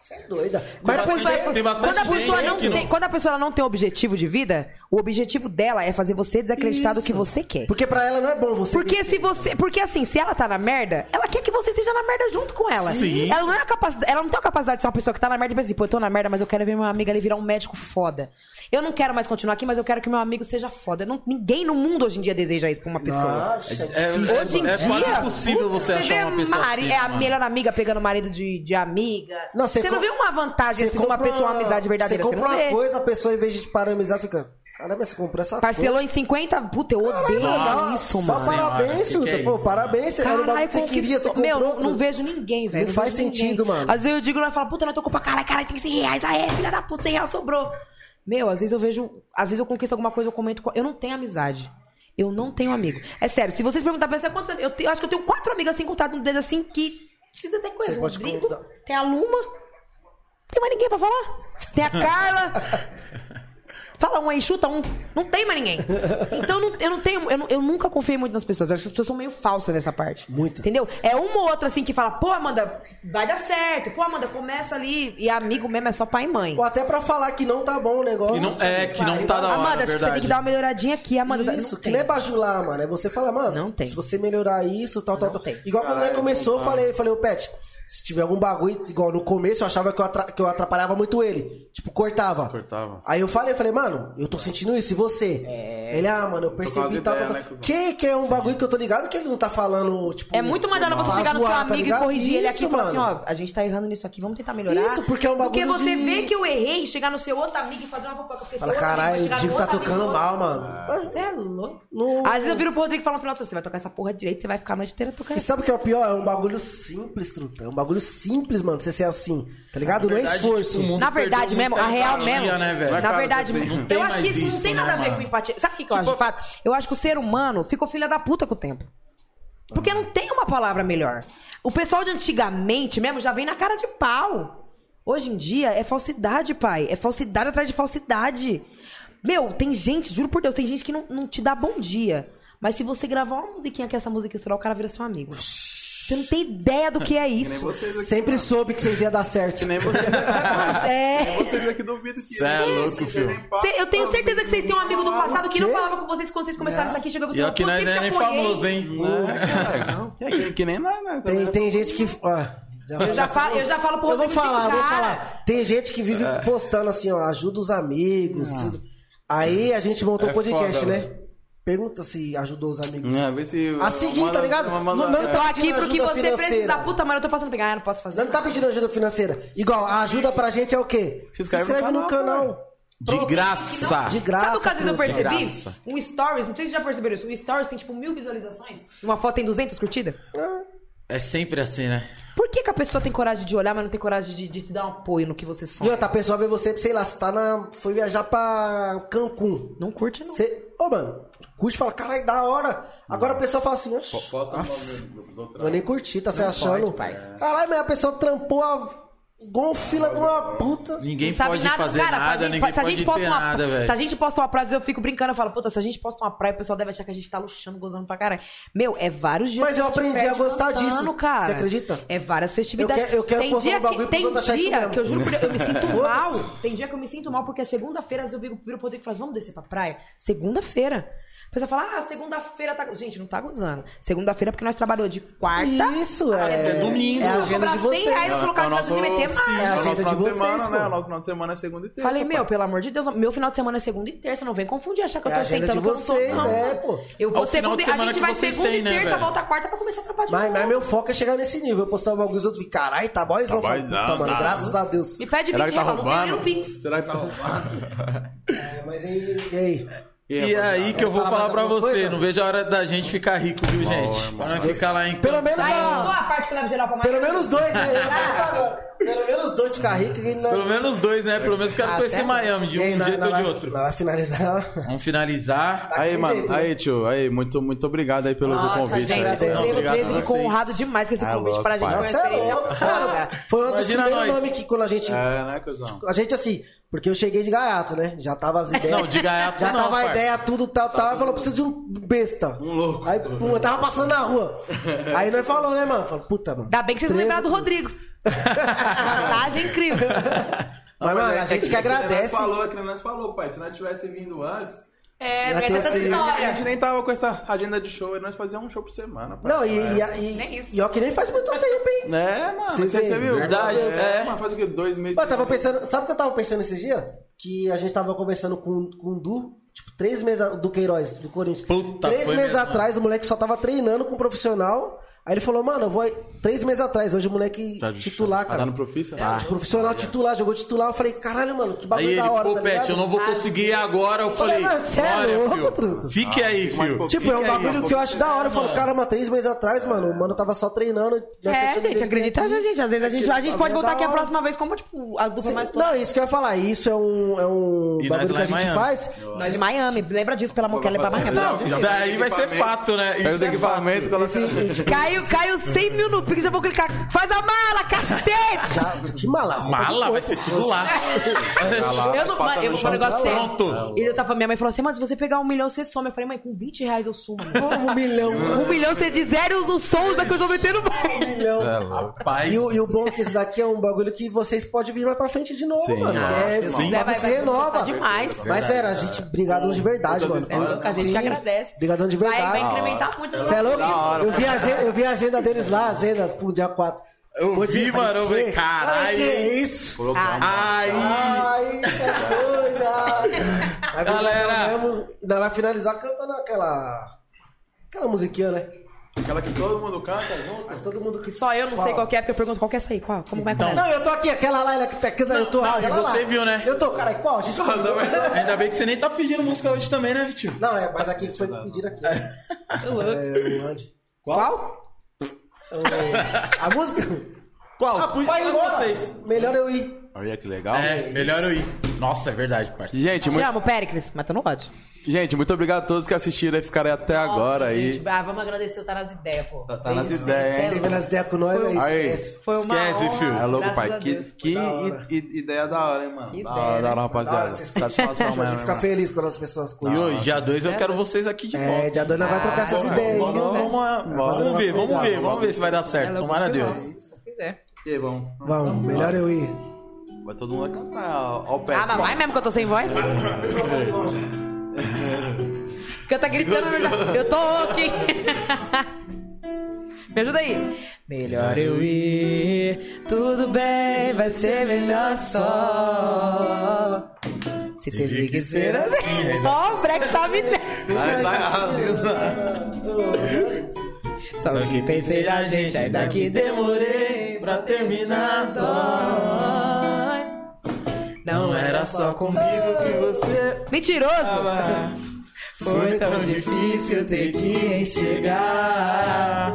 [SPEAKER 2] Você é doida. Mas
[SPEAKER 4] bastante-
[SPEAKER 2] depois vai.
[SPEAKER 4] tem bastante
[SPEAKER 3] é quando a pessoa
[SPEAKER 4] gente
[SPEAKER 3] não
[SPEAKER 4] que não-
[SPEAKER 3] tem, quando a pessoa não tem objetivo de vida, o objetivo dela é fazer você desacreditar do que você quer.
[SPEAKER 2] Porque pra ela não é bom você.
[SPEAKER 3] Porque se você, porque assim, se ela tá na merda, ela quer que você esteja na merda junto com ela.
[SPEAKER 4] Sim.
[SPEAKER 3] Ela não é a capacidade, ela não tem a capacidade de ser uma pessoa que tá na merda e pensa assim, pô, eu tô na merda, mas eu quero ver meu amigo ali virar um médico foda. Eu não quero mais continuar aqui, mas eu quero que meu amigo seja foda. Não- ninguém no mundo hoje em dia deseja isso pra uma pessoa.
[SPEAKER 2] Nossa,
[SPEAKER 4] É,
[SPEAKER 2] difícil,
[SPEAKER 3] Hoje em
[SPEAKER 4] é
[SPEAKER 3] dia,
[SPEAKER 4] quase impossível você
[SPEAKER 3] vê
[SPEAKER 4] achar uma pessoa
[SPEAKER 3] mari-
[SPEAKER 4] assim,
[SPEAKER 3] É a
[SPEAKER 4] mano.
[SPEAKER 3] melhor amiga pegando o marido de, de amiga.
[SPEAKER 2] Não,
[SPEAKER 3] você
[SPEAKER 2] você
[SPEAKER 3] não
[SPEAKER 2] com-
[SPEAKER 3] vê uma vantagem assim, de uma pessoa, uma amizade verdadeira.
[SPEAKER 2] Você
[SPEAKER 3] Você,
[SPEAKER 2] compra
[SPEAKER 3] não
[SPEAKER 2] uma
[SPEAKER 3] vê.
[SPEAKER 2] coisa, a pessoa, em vez de te paramizar, fica. Caramba, você comprou essa
[SPEAKER 3] Parcelou em 50, puta, eu odeio
[SPEAKER 2] Nossa,
[SPEAKER 3] isso,
[SPEAKER 2] só
[SPEAKER 3] mano.
[SPEAKER 2] parabéns,
[SPEAKER 4] Senhora, que que é
[SPEAKER 2] Luta. Pô,
[SPEAKER 4] isso,
[SPEAKER 2] parabéns. era um bagulho
[SPEAKER 3] Caralho,
[SPEAKER 2] que você queria, você
[SPEAKER 3] conquistou.
[SPEAKER 2] comprou.
[SPEAKER 3] Meu, não, não
[SPEAKER 2] tudo.
[SPEAKER 3] vejo ninguém, velho.
[SPEAKER 2] Não faz
[SPEAKER 3] vejo ninguém.
[SPEAKER 2] sentido, mano.
[SPEAKER 3] Às vezes eu digo, ela fala, puta, não tô com pra caralho, caralho, tem 100 reais, aí, filha da puta, 100 reais sobrou. Meu, às vezes eu vejo, às vezes eu conquisto alguma coisa, eu comento, com- eu não tenho amizade. Eu não tenho amigo. É sério, se vocês perguntarem pra você quantos eu, tenho, eu acho que eu tenho quatro amigas assim, contadas no dedo assim, que precisa ter coisa.
[SPEAKER 2] Você pode
[SPEAKER 3] Rodrigo,
[SPEAKER 2] contar.
[SPEAKER 3] tem a Luma, não tem mais ninguém pra falar. Tem a Carla, Fala um aí, chuta um. Não tem mais ninguém. Então não- eu não tenho. Eu, nu- eu nunca confiei muito nas pessoas. Eu acho que as pessoas são meio falsas nessa parte.
[SPEAKER 2] Muito.
[SPEAKER 3] Entendeu? É uma ou outra assim que fala, pô, Amanda, vai dar certo. Pô, Amanda, começa ali. E amigo mesmo é só pai e mãe.
[SPEAKER 2] Ou até pra falar que não tá bom o negócio.
[SPEAKER 4] Que
[SPEAKER 3] Tipo,
[SPEAKER 4] não, é, que não tá da hora,
[SPEAKER 3] Amanda, acho que você
[SPEAKER 4] verdade.
[SPEAKER 3] tem que dar uma melhoradinha aqui, Amanda.
[SPEAKER 2] isso,
[SPEAKER 3] não
[SPEAKER 2] que
[SPEAKER 3] tem.
[SPEAKER 2] não é bajular, mano. É você falar, mano,
[SPEAKER 3] Não tem.
[SPEAKER 2] se você melhorar isso, tal, tal, tal.
[SPEAKER 3] tem.
[SPEAKER 2] Igual quando nós começou, eu falei, falei, ô Pet, Se tiver algum bagulho, igual no começo, eu achava que eu, atra- que eu atrapalhava muito ele. Tipo, cortava.
[SPEAKER 1] Cortava.
[SPEAKER 2] Aí eu falei, falei, mano, eu tô sentindo isso, e você?
[SPEAKER 3] É.
[SPEAKER 2] Ele, ah, mano, eu
[SPEAKER 1] com as
[SPEAKER 2] percebi e tal, tal,
[SPEAKER 1] ideias, né,
[SPEAKER 2] tal.
[SPEAKER 1] cuzão?
[SPEAKER 2] Que que é um bagulho que eu tô ligado que ele não tá falando, tipo...
[SPEAKER 3] É muito mais da hora você
[SPEAKER 2] pra
[SPEAKER 3] chegar no seu
[SPEAKER 2] zoar, tá
[SPEAKER 3] amigo e
[SPEAKER 2] ligado?
[SPEAKER 3] corrigir ele aqui e
[SPEAKER 2] Isso,
[SPEAKER 3] falar assim,
[SPEAKER 2] mano.
[SPEAKER 3] ó, a gente tá errando nisso aqui, vamos tentar melhorar.
[SPEAKER 2] Isso, porque é um bagulho
[SPEAKER 3] Porque você
[SPEAKER 2] de-
[SPEAKER 3] vê que eu errei, chegar no seu outro amigo e fazer uma fofoca. Porque
[SPEAKER 2] Fala,
[SPEAKER 3] seu outro amigo vai
[SPEAKER 2] caralho, o
[SPEAKER 3] chegar no
[SPEAKER 2] Divo tá
[SPEAKER 3] outro amigo,
[SPEAKER 2] tocando
[SPEAKER 3] outro
[SPEAKER 2] mal, mano.
[SPEAKER 3] Mano, Você é louco.
[SPEAKER 2] Não-
[SPEAKER 3] Às vezes eu viro pro Rodrigo e falo no final, você vai tocar essa porra direito, você vai ficar a noite inteira tocando.
[SPEAKER 2] E sabe o que é o pior? É um bagulho simples, truta. É um bagulho simples, mano, você ser assim, tá ligado?
[SPEAKER 4] Na
[SPEAKER 2] não é
[SPEAKER 4] verdade,
[SPEAKER 2] esforço.
[SPEAKER 4] tipo,
[SPEAKER 1] um
[SPEAKER 4] o mundo
[SPEAKER 3] Na verdade
[SPEAKER 4] perdeu
[SPEAKER 3] mesmo,
[SPEAKER 4] muita
[SPEAKER 3] a real
[SPEAKER 4] empatia,
[SPEAKER 3] mesmo.
[SPEAKER 4] né, velho?
[SPEAKER 1] Não é
[SPEAKER 3] na
[SPEAKER 1] cara,
[SPEAKER 3] verdade,
[SPEAKER 1] assim,
[SPEAKER 4] não tem
[SPEAKER 3] eu acho que
[SPEAKER 4] mais
[SPEAKER 3] isso, não
[SPEAKER 4] isso,
[SPEAKER 3] tem
[SPEAKER 4] né,
[SPEAKER 3] nada a ver
[SPEAKER 4] mano?
[SPEAKER 3] com empatia. Sabe o que, que eu acho
[SPEAKER 4] Tipo-
[SPEAKER 3] de fato? Eu acho que o ser humano ficou filha da puta com o tempo. Porque não tem uma palavra melhor. O pessoal de antigamente mesmo já vem na cara de pau. Hoje em dia é falsidade, pai. É falsidade atrás de falsidade. Meu, tem gente, juro por Deus, tem gente que não, não te dá bom dia. Mas se você gravar uma musiquinha que essa música estourar, o cara vira seu amigo. Você não tem ideia do que é isso.
[SPEAKER 1] Vocês aqui,
[SPEAKER 2] Sempre soube que vocês iam dar certo.
[SPEAKER 1] nem vocês aqui.
[SPEAKER 3] É.
[SPEAKER 1] Vocês aqui né? duvidam que...
[SPEAKER 4] Cê é louco, filho.
[SPEAKER 3] Cê- eu tenho certeza que vocês têm um amigo do passado que não falava com vocês quando vocês começaram isso aqui. Chegou você
[SPEAKER 4] E aqui
[SPEAKER 3] "Pô,
[SPEAKER 4] não é
[SPEAKER 3] sempre te
[SPEAKER 4] nem
[SPEAKER 3] apoiei".
[SPEAKER 4] famoso, hein?
[SPEAKER 1] Não, que, É, que, que nem nós, né?
[SPEAKER 2] Tem, tem gente que... ó,
[SPEAKER 3] Eu já falo, eu já falo
[SPEAKER 2] Eu vou
[SPEAKER 3] pro Rodrigo que
[SPEAKER 2] falar, eu vou
[SPEAKER 3] cara-
[SPEAKER 2] falar. Tem gente que vive
[SPEAKER 1] É.
[SPEAKER 2] postando assim, ó, ajuda os
[SPEAKER 3] Ah.
[SPEAKER 2] amigos, tudo. Aí a gente montou o
[SPEAKER 1] É
[SPEAKER 2] podcast,
[SPEAKER 1] foda,
[SPEAKER 2] né? Pergunta se ajudou os amigos.
[SPEAKER 1] É, vê se...
[SPEAKER 2] A seguir, tá ligado?
[SPEAKER 1] Manda-
[SPEAKER 2] Não- não
[SPEAKER 1] é.
[SPEAKER 3] Tô aqui pro que
[SPEAKER 2] Ajuda
[SPEAKER 3] você
[SPEAKER 2] financeira.
[SPEAKER 3] precisa. Puta, mano, eu tô passando pegar, eu não posso fazer.
[SPEAKER 2] Não tá pedindo ajuda financeira. Igual, a ajuda pra gente é o quê?
[SPEAKER 1] Se inscreve no
[SPEAKER 2] no
[SPEAKER 1] canal,
[SPEAKER 2] canal.
[SPEAKER 4] De graça.
[SPEAKER 2] De
[SPEAKER 3] Sabe
[SPEAKER 2] graça.
[SPEAKER 3] o que às vezes eu
[SPEAKER 2] puta.
[SPEAKER 3] percebi?
[SPEAKER 4] Graça.
[SPEAKER 3] Um stories, não sei se vocês já perceberam isso. Um stories tem tipo mil visualizações. Uma foto tem 200 curtidas.
[SPEAKER 4] É sempre assim, né?
[SPEAKER 3] Por que, que a pessoa tem coragem de olhar, mas não tem coragem de, de te dar um apoio no que você
[SPEAKER 2] E
[SPEAKER 3] sonha?
[SPEAKER 2] outra, a pessoa vê você, sei lá, você tá na. Foi viajar pra Cancún.
[SPEAKER 3] Não curte, não.
[SPEAKER 2] Você. Ô, mano, curte e fala, caralho, da hora. Agora a pessoa fala assim, oxe.
[SPEAKER 1] Posso
[SPEAKER 2] ah,
[SPEAKER 1] ah,
[SPEAKER 2] Eu nem curti, tá se achando.
[SPEAKER 3] pode, pai.
[SPEAKER 2] Caralho, mas a pessoa trampou a golfila de uma puta.
[SPEAKER 4] Ninguém
[SPEAKER 3] Não sabe
[SPEAKER 4] pode
[SPEAKER 3] nada-
[SPEAKER 4] fazer
[SPEAKER 3] cara,
[SPEAKER 4] nada,
[SPEAKER 3] se a gente-
[SPEAKER 4] ninguém
[SPEAKER 3] se a
[SPEAKER 4] pode
[SPEAKER 3] gente
[SPEAKER 4] ter
[SPEAKER 3] posta uma-
[SPEAKER 4] nada,
[SPEAKER 3] Se a
[SPEAKER 4] velho.
[SPEAKER 3] gente posta uma praia, eu fico brincando, eu falo, puta, se a gente posta uma praia, o pessoal deve achar que a gente tá luxando, gozando pra caralho. Meu, é vários dias.
[SPEAKER 2] Mas
[SPEAKER 3] que
[SPEAKER 2] eu
[SPEAKER 3] gente
[SPEAKER 2] aprendi
[SPEAKER 3] perde
[SPEAKER 2] a gostar
[SPEAKER 3] cantando,
[SPEAKER 2] disso.
[SPEAKER 3] cara.
[SPEAKER 2] Você acredita?
[SPEAKER 3] É várias festividades.
[SPEAKER 2] Eu quero- eu quero
[SPEAKER 3] tem
[SPEAKER 2] postar um
[SPEAKER 3] dia
[SPEAKER 2] bagulho
[SPEAKER 3] que,
[SPEAKER 2] pros
[SPEAKER 3] tem
[SPEAKER 2] outros acharem isso
[SPEAKER 3] dia
[SPEAKER 2] mesmo.
[SPEAKER 3] que eu juro por Deus, eu me sinto mal.
[SPEAKER 2] Foda-se.
[SPEAKER 3] Tem dia que eu me sinto mal, porque segunda-feira às vezes eu viro, viro pro Rodrigo e falo, assim, vamos descer pra praia? Segunda-feira. A pessoa fala, ah, segunda-feira tá. Gente, não tá gozando. Segunda-feira é porque nós trabalhamos de quarta.
[SPEAKER 2] Isso,
[SPEAKER 3] Ah,
[SPEAKER 2] é.
[SPEAKER 4] até domingo.
[SPEAKER 2] É a
[SPEAKER 3] Vou
[SPEAKER 2] agenda
[SPEAKER 3] cobrar
[SPEAKER 2] de
[SPEAKER 3] 100
[SPEAKER 2] vocês.
[SPEAKER 3] reais e colocar de gasolina e meter mais.
[SPEAKER 1] É
[SPEAKER 2] É
[SPEAKER 1] sim,
[SPEAKER 2] a
[SPEAKER 1] o nosso
[SPEAKER 2] agenda de
[SPEAKER 1] final de
[SPEAKER 2] vocês,
[SPEAKER 1] semana,
[SPEAKER 2] pô.
[SPEAKER 1] né? O nosso final de semana é segunda e terça.
[SPEAKER 3] Falei, meu,
[SPEAKER 1] pai.
[SPEAKER 3] pelo amor de Deus, meu final de semana é segunda e terça, não vem confundir, achar que eu
[SPEAKER 2] É
[SPEAKER 3] tô
[SPEAKER 2] a agenda
[SPEAKER 3] aceitando
[SPEAKER 2] de
[SPEAKER 3] que eu
[SPEAKER 2] vocês,
[SPEAKER 3] não tô. não.
[SPEAKER 2] é, pô.
[SPEAKER 3] Eu vou
[SPEAKER 4] É o final de
[SPEAKER 3] segunda, a
[SPEAKER 4] semana
[SPEAKER 3] gente
[SPEAKER 4] que
[SPEAKER 3] vai
[SPEAKER 4] vocês
[SPEAKER 3] segunda
[SPEAKER 4] têm,
[SPEAKER 3] e
[SPEAKER 4] né,
[SPEAKER 3] terça,
[SPEAKER 4] velho?
[SPEAKER 3] volta quarta pra começar a trabalhar de
[SPEAKER 2] Mas,
[SPEAKER 3] novo.
[SPEAKER 2] mas meu foco é chegar nesse nível. Eu postar alguns outros e fico, caralho, tá boizão.
[SPEAKER 1] Tá
[SPEAKER 2] Falo,
[SPEAKER 1] boizão,
[SPEAKER 2] Puta, mano,
[SPEAKER 1] tá.
[SPEAKER 2] graças a Deus.
[SPEAKER 3] Me pede
[SPEAKER 1] Será
[SPEAKER 3] 20
[SPEAKER 1] que tá
[SPEAKER 3] reais, não tem nem no
[SPEAKER 1] roubando?
[SPEAKER 3] Pix.
[SPEAKER 1] Será que tá roubando? É,
[SPEAKER 2] É, mas e, e aí?
[SPEAKER 4] E
[SPEAKER 1] tá.
[SPEAKER 4] aí que eu vou
[SPEAKER 2] Fala mais
[SPEAKER 4] falar pra
[SPEAKER 2] alguma
[SPEAKER 4] você,
[SPEAKER 2] coisa?
[SPEAKER 4] não vejo a hora da gente ficar rico, viu, gente? Pra não ficar lá em
[SPEAKER 2] Pelo menos,
[SPEAKER 3] Vai,
[SPEAKER 2] a-
[SPEAKER 3] só a parte que leva geral pra mais.
[SPEAKER 2] pelo menos dois, né?
[SPEAKER 3] Ah.
[SPEAKER 2] Pelo menos dois ficar rico. e não-
[SPEAKER 4] Pelo menos dois, né? Pelo menos quero conhecer Miami, de
[SPEAKER 2] e aí,
[SPEAKER 4] um
[SPEAKER 2] nós-
[SPEAKER 4] jeito
[SPEAKER 2] nós
[SPEAKER 4] ou de
[SPEAKER 2] vai-
[SPEAKER 4] outro.
[SPEAKER 2] nós vai finalizar.
[SPEAKER 4] Vamos finalizar.
[SPEAKER 1] Aí,
[SPEAKER 2] Daquele
[SPEAKER 1] mano,
[SPEAKER 2] jeito, né?
[SPEAKER 1] aí, tio, aí, muito, muito obrigado aí pelo
[SPEAKER 3] Nossa,
[SPEAKER 1] convite. né?
[SPEAKER 3] gente,
[SPEAKER 1] aí.
[SPEAKER 3] eu
[SPEAKER 2] agradeço.
[SPEAKER 3] fiquei
[SPEAKER 4] Obrigado a
[SPEAKER 3] surpreso e fico
[SPEAKER 4] vocês. Ah,
[SPEAKER 3] honrado demais com esse
[SPEAKER 1] É
[SPEAKER 3] convite
[SPEAKER 1] louco,
[SPEAKER 3] pra gente.
[SPEAKER 1] pai.
[SPEAKER 2] Nossa,
[SPEAKER 3] Foi uma
[SPEAKER 2] é
[SPEAKER 3] experiência
[SPEAKER 2] louco,
[SPEAKER 3] foda.
[SPEAKER 2] cara. Foi um dos
[SPEAKER 4] Imagina
[SPEAKER 2] primeiros
[SPEAKER 4] nós.
[SPEAKER 2] nomes que quando a gente.
[SPEAKER 1] É, né, cuzão?
[SPEAKER 2] A gente assim, porque eu cheguei de gaiato, né? Já tava as ideias.
[SPEAKER 4] Não, de gaiato
[SPEAKER 2] Já
[SPEAKER 4] não,
[SPEAKER 2] tava a
[SPEAKER 4] parça.
[SPEAKER 2] ideia, tudo tal, tal. Aí falou, preciso de um besta. Um
[SPEAKER 1] louco.
[SPEAKER 2] Aí, pô, eu tava passando na rua. Aí nós falou, né, mano? Falou, puta, mano.
[SPEAKER 3] Ainda bem que vocês não
[SPEAKER 2] Trevo,
[SPEAKER 3] lembraram do
[SPEAKER 2] tudo.
[SPEAKER 3] Rodrigo. Passagem é incrível.
[SPEAKER 2] Mas,
[SPEAKER 1] Não,
[SPEAKER 2] mano,
[SPEAKER 1] é
[SPEAKER 2] a gente que
[SPEAKER 1] nem nós
[SPEAKER 2] agradece.
[SPEAKER 1] falou, é que nem nós falou, pai. Se nós tivesse vindo antes.
[SPEAKER 3] É,
[SPEAKER 2] Já
[SPEAKER 3] não ia
[SPEAKER 2] tem
[SPEAKER 3] ter tanta
[SPEAKER 2] esse-
[SPEAKER 1] A
[SPEAKER 3] história.
[SPEAKER 1] gente nem tava com essa agenda de show, e nós fazíamos um show por semana, pai.
[SPEAKER 2] Não, e, e,
[SPEAKER 3] Nem
[SPEAKER 2] e,
[SPEAKER 3] isso.
[SPEAKER 2] e ó, que nem faz muito tempo, hein?
[SPEAKER 1] É, mano,
[SPEAKER 2] Você
[SPEAKER 1] você,
[SPEAKER 2] vê?
[SPEAKER 1] você viu?
[SPEAKER 4] Verdade,
[SPEAKER 1] é.
[SPEAKER 4] é.
[SPEAKER 1] Mano, faz o quê? Dois meses.
[SPEAKER 2] Mano, eu tava pensando, sabe o que eu tava pensando esses dias? Que a gente tava conversando com, com o Du, tipo, três meses a- do Queiroz, do Corinthians.
[SPEAKER 4] Puta,
[SPEAKER 2] três
[SPEAKER 4] foi
[SPEAKER 2] meses
[SPEAKER 4] mesmo,
[SPEAKER 2] atrás, o moleque só tava treinando com um profissional. Aí ele falou, mano, eu vou. aí- Três meses atrás, hoje o moleque
[SPEAKER 1] Tá de-
[SPEAKER 2] titular,
[SPEAKER 1] tá
[SPEAKER 2] cara.
[SPEAKER 1] no profissa?
[SPEAKER 2] Tá.
[SPEAKER 1] Tá.
[SPEAKER 2] Profissional titular, jogou titular. Eu falei, caralho, mano, que
[SPEAKER 4] Ah, Aí
[SPEAKER 2] bagulho
[SPEAKER 4] ele,
[SPEAKER 2] da hora.
[SPEAKER 4] pô,
[SPEAKER 2] tá
[SPEAKER 4] Pet,
[SPEAKER 2] ligado?
[SPEAKER 4] eu não vou conseguir agora. Eu
[SPEAKER 2] Falei,
[SPEAKER 4] falei,
[SPEAKER 2] mano, cê é louco,
[SPEAKER 4] bora,
[SPEAKER 2] truta.
[SPEAKER 4] filho. Fique aí, filho.
[SPEAKER 2] Tipo, é um
[SPEAKER 4] Fique aí,
[SPEAKER 2] bagulho
[SPEAKER 1] ó,
[SPEAKER 2] que eu acho da hora. Eu falo, caramba, três meses atrás, mano, o mano tava só treinando. né,
[SPEAKER 3] É,
[SPEAKER 2] fechando
[SPEAKER 3] gente,
[SPEAKER 2] ele
[SPEAKER 3] acredita,
[SPEAKER 2] aqui.
[SPEAKER 3] gente. Às vezes a gente, a gente pode
[SPEAKER 2] Bagulho
[SPEAKER 3] voltar
[SPEAKER 2] da
[SPEAKER 3] aqui a
[SPEAKER 2] hora.
[SPEAKER 3] próxima vez como, tipo, a dupla
[SPEAKER 2] Sim,
[SPEAKER 3] mais
[SPEAKER 2] Não,
[SPEAKER 3] toda.
[SPEAKER 2] isso que eu ia falar. Isso é um, é um
[SPEAKER 4] E nós
[SPEAKER 2] bagulho
[SPEAKER 4] lá
[SPEAKER 2] que a
[SPEAKER 4] em
[SPEAKER 2] gente
[SPEAKER 4] Miami.
[SPEAKER 2] faz.
[SPEAKER 3] Nós de Miami. Lembra disso, pelo amor que é levar mais
[SPEAKER 1] Não,
[SPEAKER 3] recado.
[SPEAKER 4] Isso daí vai ser fato, né?
[SPEAKER 1] Pega os
[SPEAKER 4] Isso é
[SPEAKER 1] equipamentos,
[SPEAKER 4] fato.
[SPEAKER 1] coloca
[SPEAKER 2] Esse, tipo,
[SPEAKER 3] Caiu, caiu 100 mil no Pix, eu vou clicar. Faz a mala, cacete!
[SPEAKER 2] tá- que mala. roupa do
[SPEAKER 4] Mala
[SPEAKER 2] corpo.
[SPEAKER 4] vai ser tudo lá.
[SPEAKER 3] Eu não, mano, eu vou falar um negócio sério.
[SPEAKER 4] Pronto.
[SPEAKER 3] Ele tava, minha mãe falou assim, mas se você pegar um milhão, você some. Eu falei, mãe, com 20 reais eu sumo.
[SPEAKER 2] Um milhão,
[SPEAKER 3] um milhão, você de zero os sons da que eu tô metendo
[SPEAKER 2] um
[SPEAKER 3] mais.
[SPEAKER 2] milhão.
[SPEAKER 1] É.
[SPEAKER 4] Rapaz.
[SPEAKER 2] E o, e o bom é que esse daqui é um bagulho que vocês podem vir mais pra frente de novo,
[SPEAKER 1] Sim,
[SPEAKER 2] mano.
[SPEAKER 1] ah,
[SPEAKER 2] É,
[SPEAKER 1] sim.
[SPEAKER 2] esse
[SPEAKER 1] Vai,
[SPEAKER 2] bagulho
[SPEAKER 3] vai,
[SPEAKER 2] se
[SPEAKER 3] vai,
[SPEAKER 2] renova.
[SPEAKER 3] tá demais.
[SPEAKER 2] Mas sério, a gente brigadão de verdade, mano.
[SPEAKER 1] É louco,
[SPEAKER 3] a gente que agradece.
[SPEAKER 2] Brigadão de
[SPEAKER 3] Vai, vai
[SPEAKER 2] verdade.
[SPEAKER 3] incrementar muito.
[SPEAKER 2] Você é louco?
[SPEAKER 1] Da hora,
[SPEAKER 2] Eu vi, a agenda, eu vi a agenda deles lá, agendas pro dia 4.
[SPEAKER 4] Eu vi, mano, eu falei,
[SPEAKER 2] que? Ai, Que
[SPEAKER 4] caralho.
[SPEAKER 2] isso?
[SPEAKER 1] Colocou a mão.
[SPEAKER 2] ah.
[SPEAKER 4] Aí,
[SPEAKER 2] Ai, essas coisas. Aí,
[SPEAKER 4] Galera.
[SPEAKER 2] mesmo, ainda vai finalizar cantando aquela. Aquela musiquinha, né?
[SPEAKER 1] Aquela que todo mundo canta junto.
[SPEAKER 2] Aí todo mundo que
[SPEAKER 3] Só eu não sei qual
[SPEAKER 2] Qual?
[SPEAKER 3] que é, porque eu pergunto qual que é essa aí, qual? Como vai
[SPEAKER 4] Então,
[SPEAKER 3] pra essa?
[SPEAKER 2] Não, eu tô aqui, aquela lá, ela que tá cantando, eu tô.
[SPEAKER 4] não, e
[SPEAKER 2] aquela
[SPEAKER 4] você
[SPEAKER 2] lá.
[SPEAKER 4] viu, né?
[SPEAKER 2] Eu tô, cara, qual? A gente.
[SPEAKER 4] ainda bem que você nem tá pedindo música hoje também, né, tio?
[SPEAKER 2] Não, é, mas aqui foi pedir aqui. né? É, o Andy.
[SPEAKER 3] Qual?
[SPEAKER 2] É, A música?
[SPEAKER 4] Qual?
[SPEAKER 2] Ah,
[SPEAKER 4] Pus-
[SPEAKER 2] vai
[SPEAKER 4] ah,
[SPEAKER 2] embora.
[SPEAKER 4] vocês.
[SPEAKER 2] Melhor eu ir.
[SPEAKER 1] Olha que legal.
[SPEAKER 4] É, melhor eu ir. Nossa, é verdade, parceiro.
[SPEAKER 1] Gente,
[SPEAKER 3] Te
[SPEAKER 1] muito,
[SPEAKER 3] amo, Péricles, mas tu não pode.
[SPEAKER 1] gente, muito obrigado a todos que assistiram e ficaram até agora aí.
[SPEAKER 3] Ah, vamos agradecer, tá nas ideias, pô.
[SPEAKER 1] Tá- tá nas
[SPEAKER 3] Isso,
[SPEAKER 1] ideias,
[SPEAKER 3] cê é
[SPEAKER 1] hein?
[SPEAKER 2] Teve
[SPEAKER 3] louco.
[SPEAKER 2] nas ideias com nós, aí
[SPEAKER 1] Aí.
[SPEAKER 2] esquece.
[SPEAKER 3] Foi uma
[SPEAKER 4] Esquece,
[SPEAKER 3] honra,
[SPEAKER 4] filho.
[SPEAKER 1] É louco,
[SPEAKER 3] graças a
[SPEAKER 1] pai. Que,
[SPEAKER 3] Deus.
[SPEAKER 1] que
[SPEAKER 2] da hora.
[SPEAKER 1] i- i- ideia da hora, hein, mano?
[SPEAKER 3] Que
[SPEAKER 1] Da
[SPEAKER 3] ideia,
[SPEAKER 1] hora, da hora,
[SPEAKER 3] né?
[SPEAKER 2] Da hora
[SPEAKER 1] rapaziada.
[SPEAKER 2] que vocês satisfação,
[SPEAKER 1] Satisfação
[SPEAKER 2] mano. A gente
[SPEAKER 1] mesmo.
[SPEAKER 2] fica
[SPEAKER 1] irmão.
[SPEAKER 2] feliz quando as pessoas
[SPEAKER 4] E
[SPEAKER 2] curtem.
[SPEAKER 4] hoje, Ah, dia 2, eu quero vocês aqui de volta.
[SPEAKER 2] É, dia dois nós vai trocar essas
[SPEAKER 1] Bora,
[SPEAKER 2] ideias.
[SPEAKER 1] bora,
[SPEAKER 2] viu?
[SPEAKER 1] vamos lá.
[SPEAKER 2] fazer um
[SPEAKER 4] Vamos ver,
[SPEAKER 2] negócio
[SPEAKER 4] vamos ver,
[SPEAKER 2] legal.
[SPEAKER 4] vamos ver se vai dar certo.
[SPEAKER 3] Ela
[SPEAKER 4] Tomara a
[SPEAKER 3] confirmou,
[SPEAKER 4] Deus.
[SPEAKER 3] Se Deus quiser.
[SPEAKER 1] E aí, vamos.
[SPEAKER 2] Vamos, melhor eu ir.
[SPEAKER 1] Vai todo mundo cantar, ó, ó o pé.
[SPEAKER 3] Ah, mas vai mesmo que eu tô sem voz? Canta gritando, na verdade. Eu tô aqui. Me ajuda aí. Melhor eu ir, tudo bem, vai ser melhor só. Se teve que ser assim. Ó, o Breck tá me dando.
[SPEAKER 1] Vai, vai,
[SPEAKER 3] Só que pensei na gente, ainda que demorei pra terminar. Dói. Não era Ah, só comigo.
[SPEAKER 4] que você
[SPEAKER 3] Mentiroso!
[SPEAKER 4] Foi tão difícil ter que enxergar.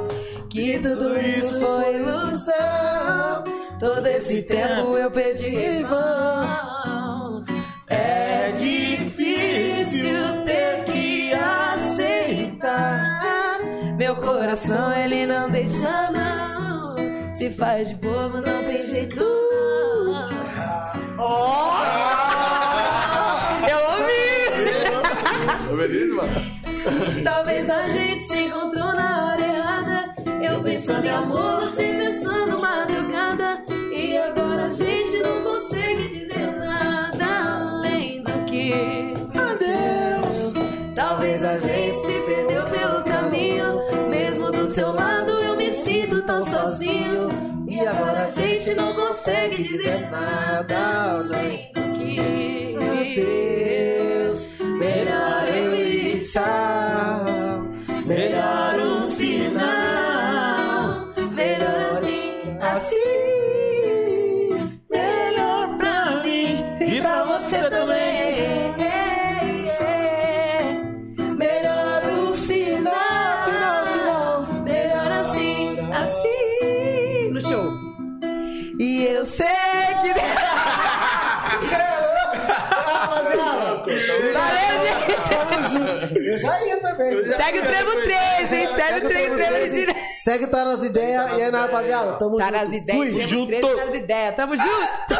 [SPEAKER 5] Que tudo
[SPEAKER 4] isso
[SPEAKER 5] isso foi ilusão. Todo esse tempo eu perdi em vão.
[SPEAKER 4] É difícil ter que aceitar.
[SPEAKER 5] Meu coração ele não deixa não. Se faz de bobo, não tem jeito. não.
[SPEAKER 3] Eu ouvi!
[SPEAKER 1] Tô feliz, mano?
[SPEAKER 5] Talvez a gente se encontrou na hora errada. Eu pensando em amor, você pensando madrugada. E agora a gente não consegue dizer nada além do que. Talvez a gente se perdeu pelo caminho. Mesmo do seu lado eu me sinto tão sozinho. E agora a gente não consegue dizer nada além do que. Deus, melhor eu ir.
[SPEAKER 2] Tchau.
[SPEAKER 5] Melhor um final. Melhor assim, assim. Melhor pra mim
[SPEAKER 4] E pra você também.
[SPEAKER 5] também. Melhor o final, final, final. Melhor assim, assim.
[SPEAKER 3] No show.
[SPEAKER 5] E eu sei que. é Ah,
[SPEAKER 2] Tamo junto. Eu já ia também.
[SPEAKER 3] Segue o trevo 3, hein? Segue o trevo 3.
[SPEAKER 2] Segue, tá nas ideias. E aí, rapaziada, tamo
[SPEAKER 3] Tá
[SPEAKER 2] junto.
[SPEAKER 3] nas ideias.
[SPEAKER 2] Fui.
[SPEAKER 3] Trevo 3 tá nas ideias. Tamo junto!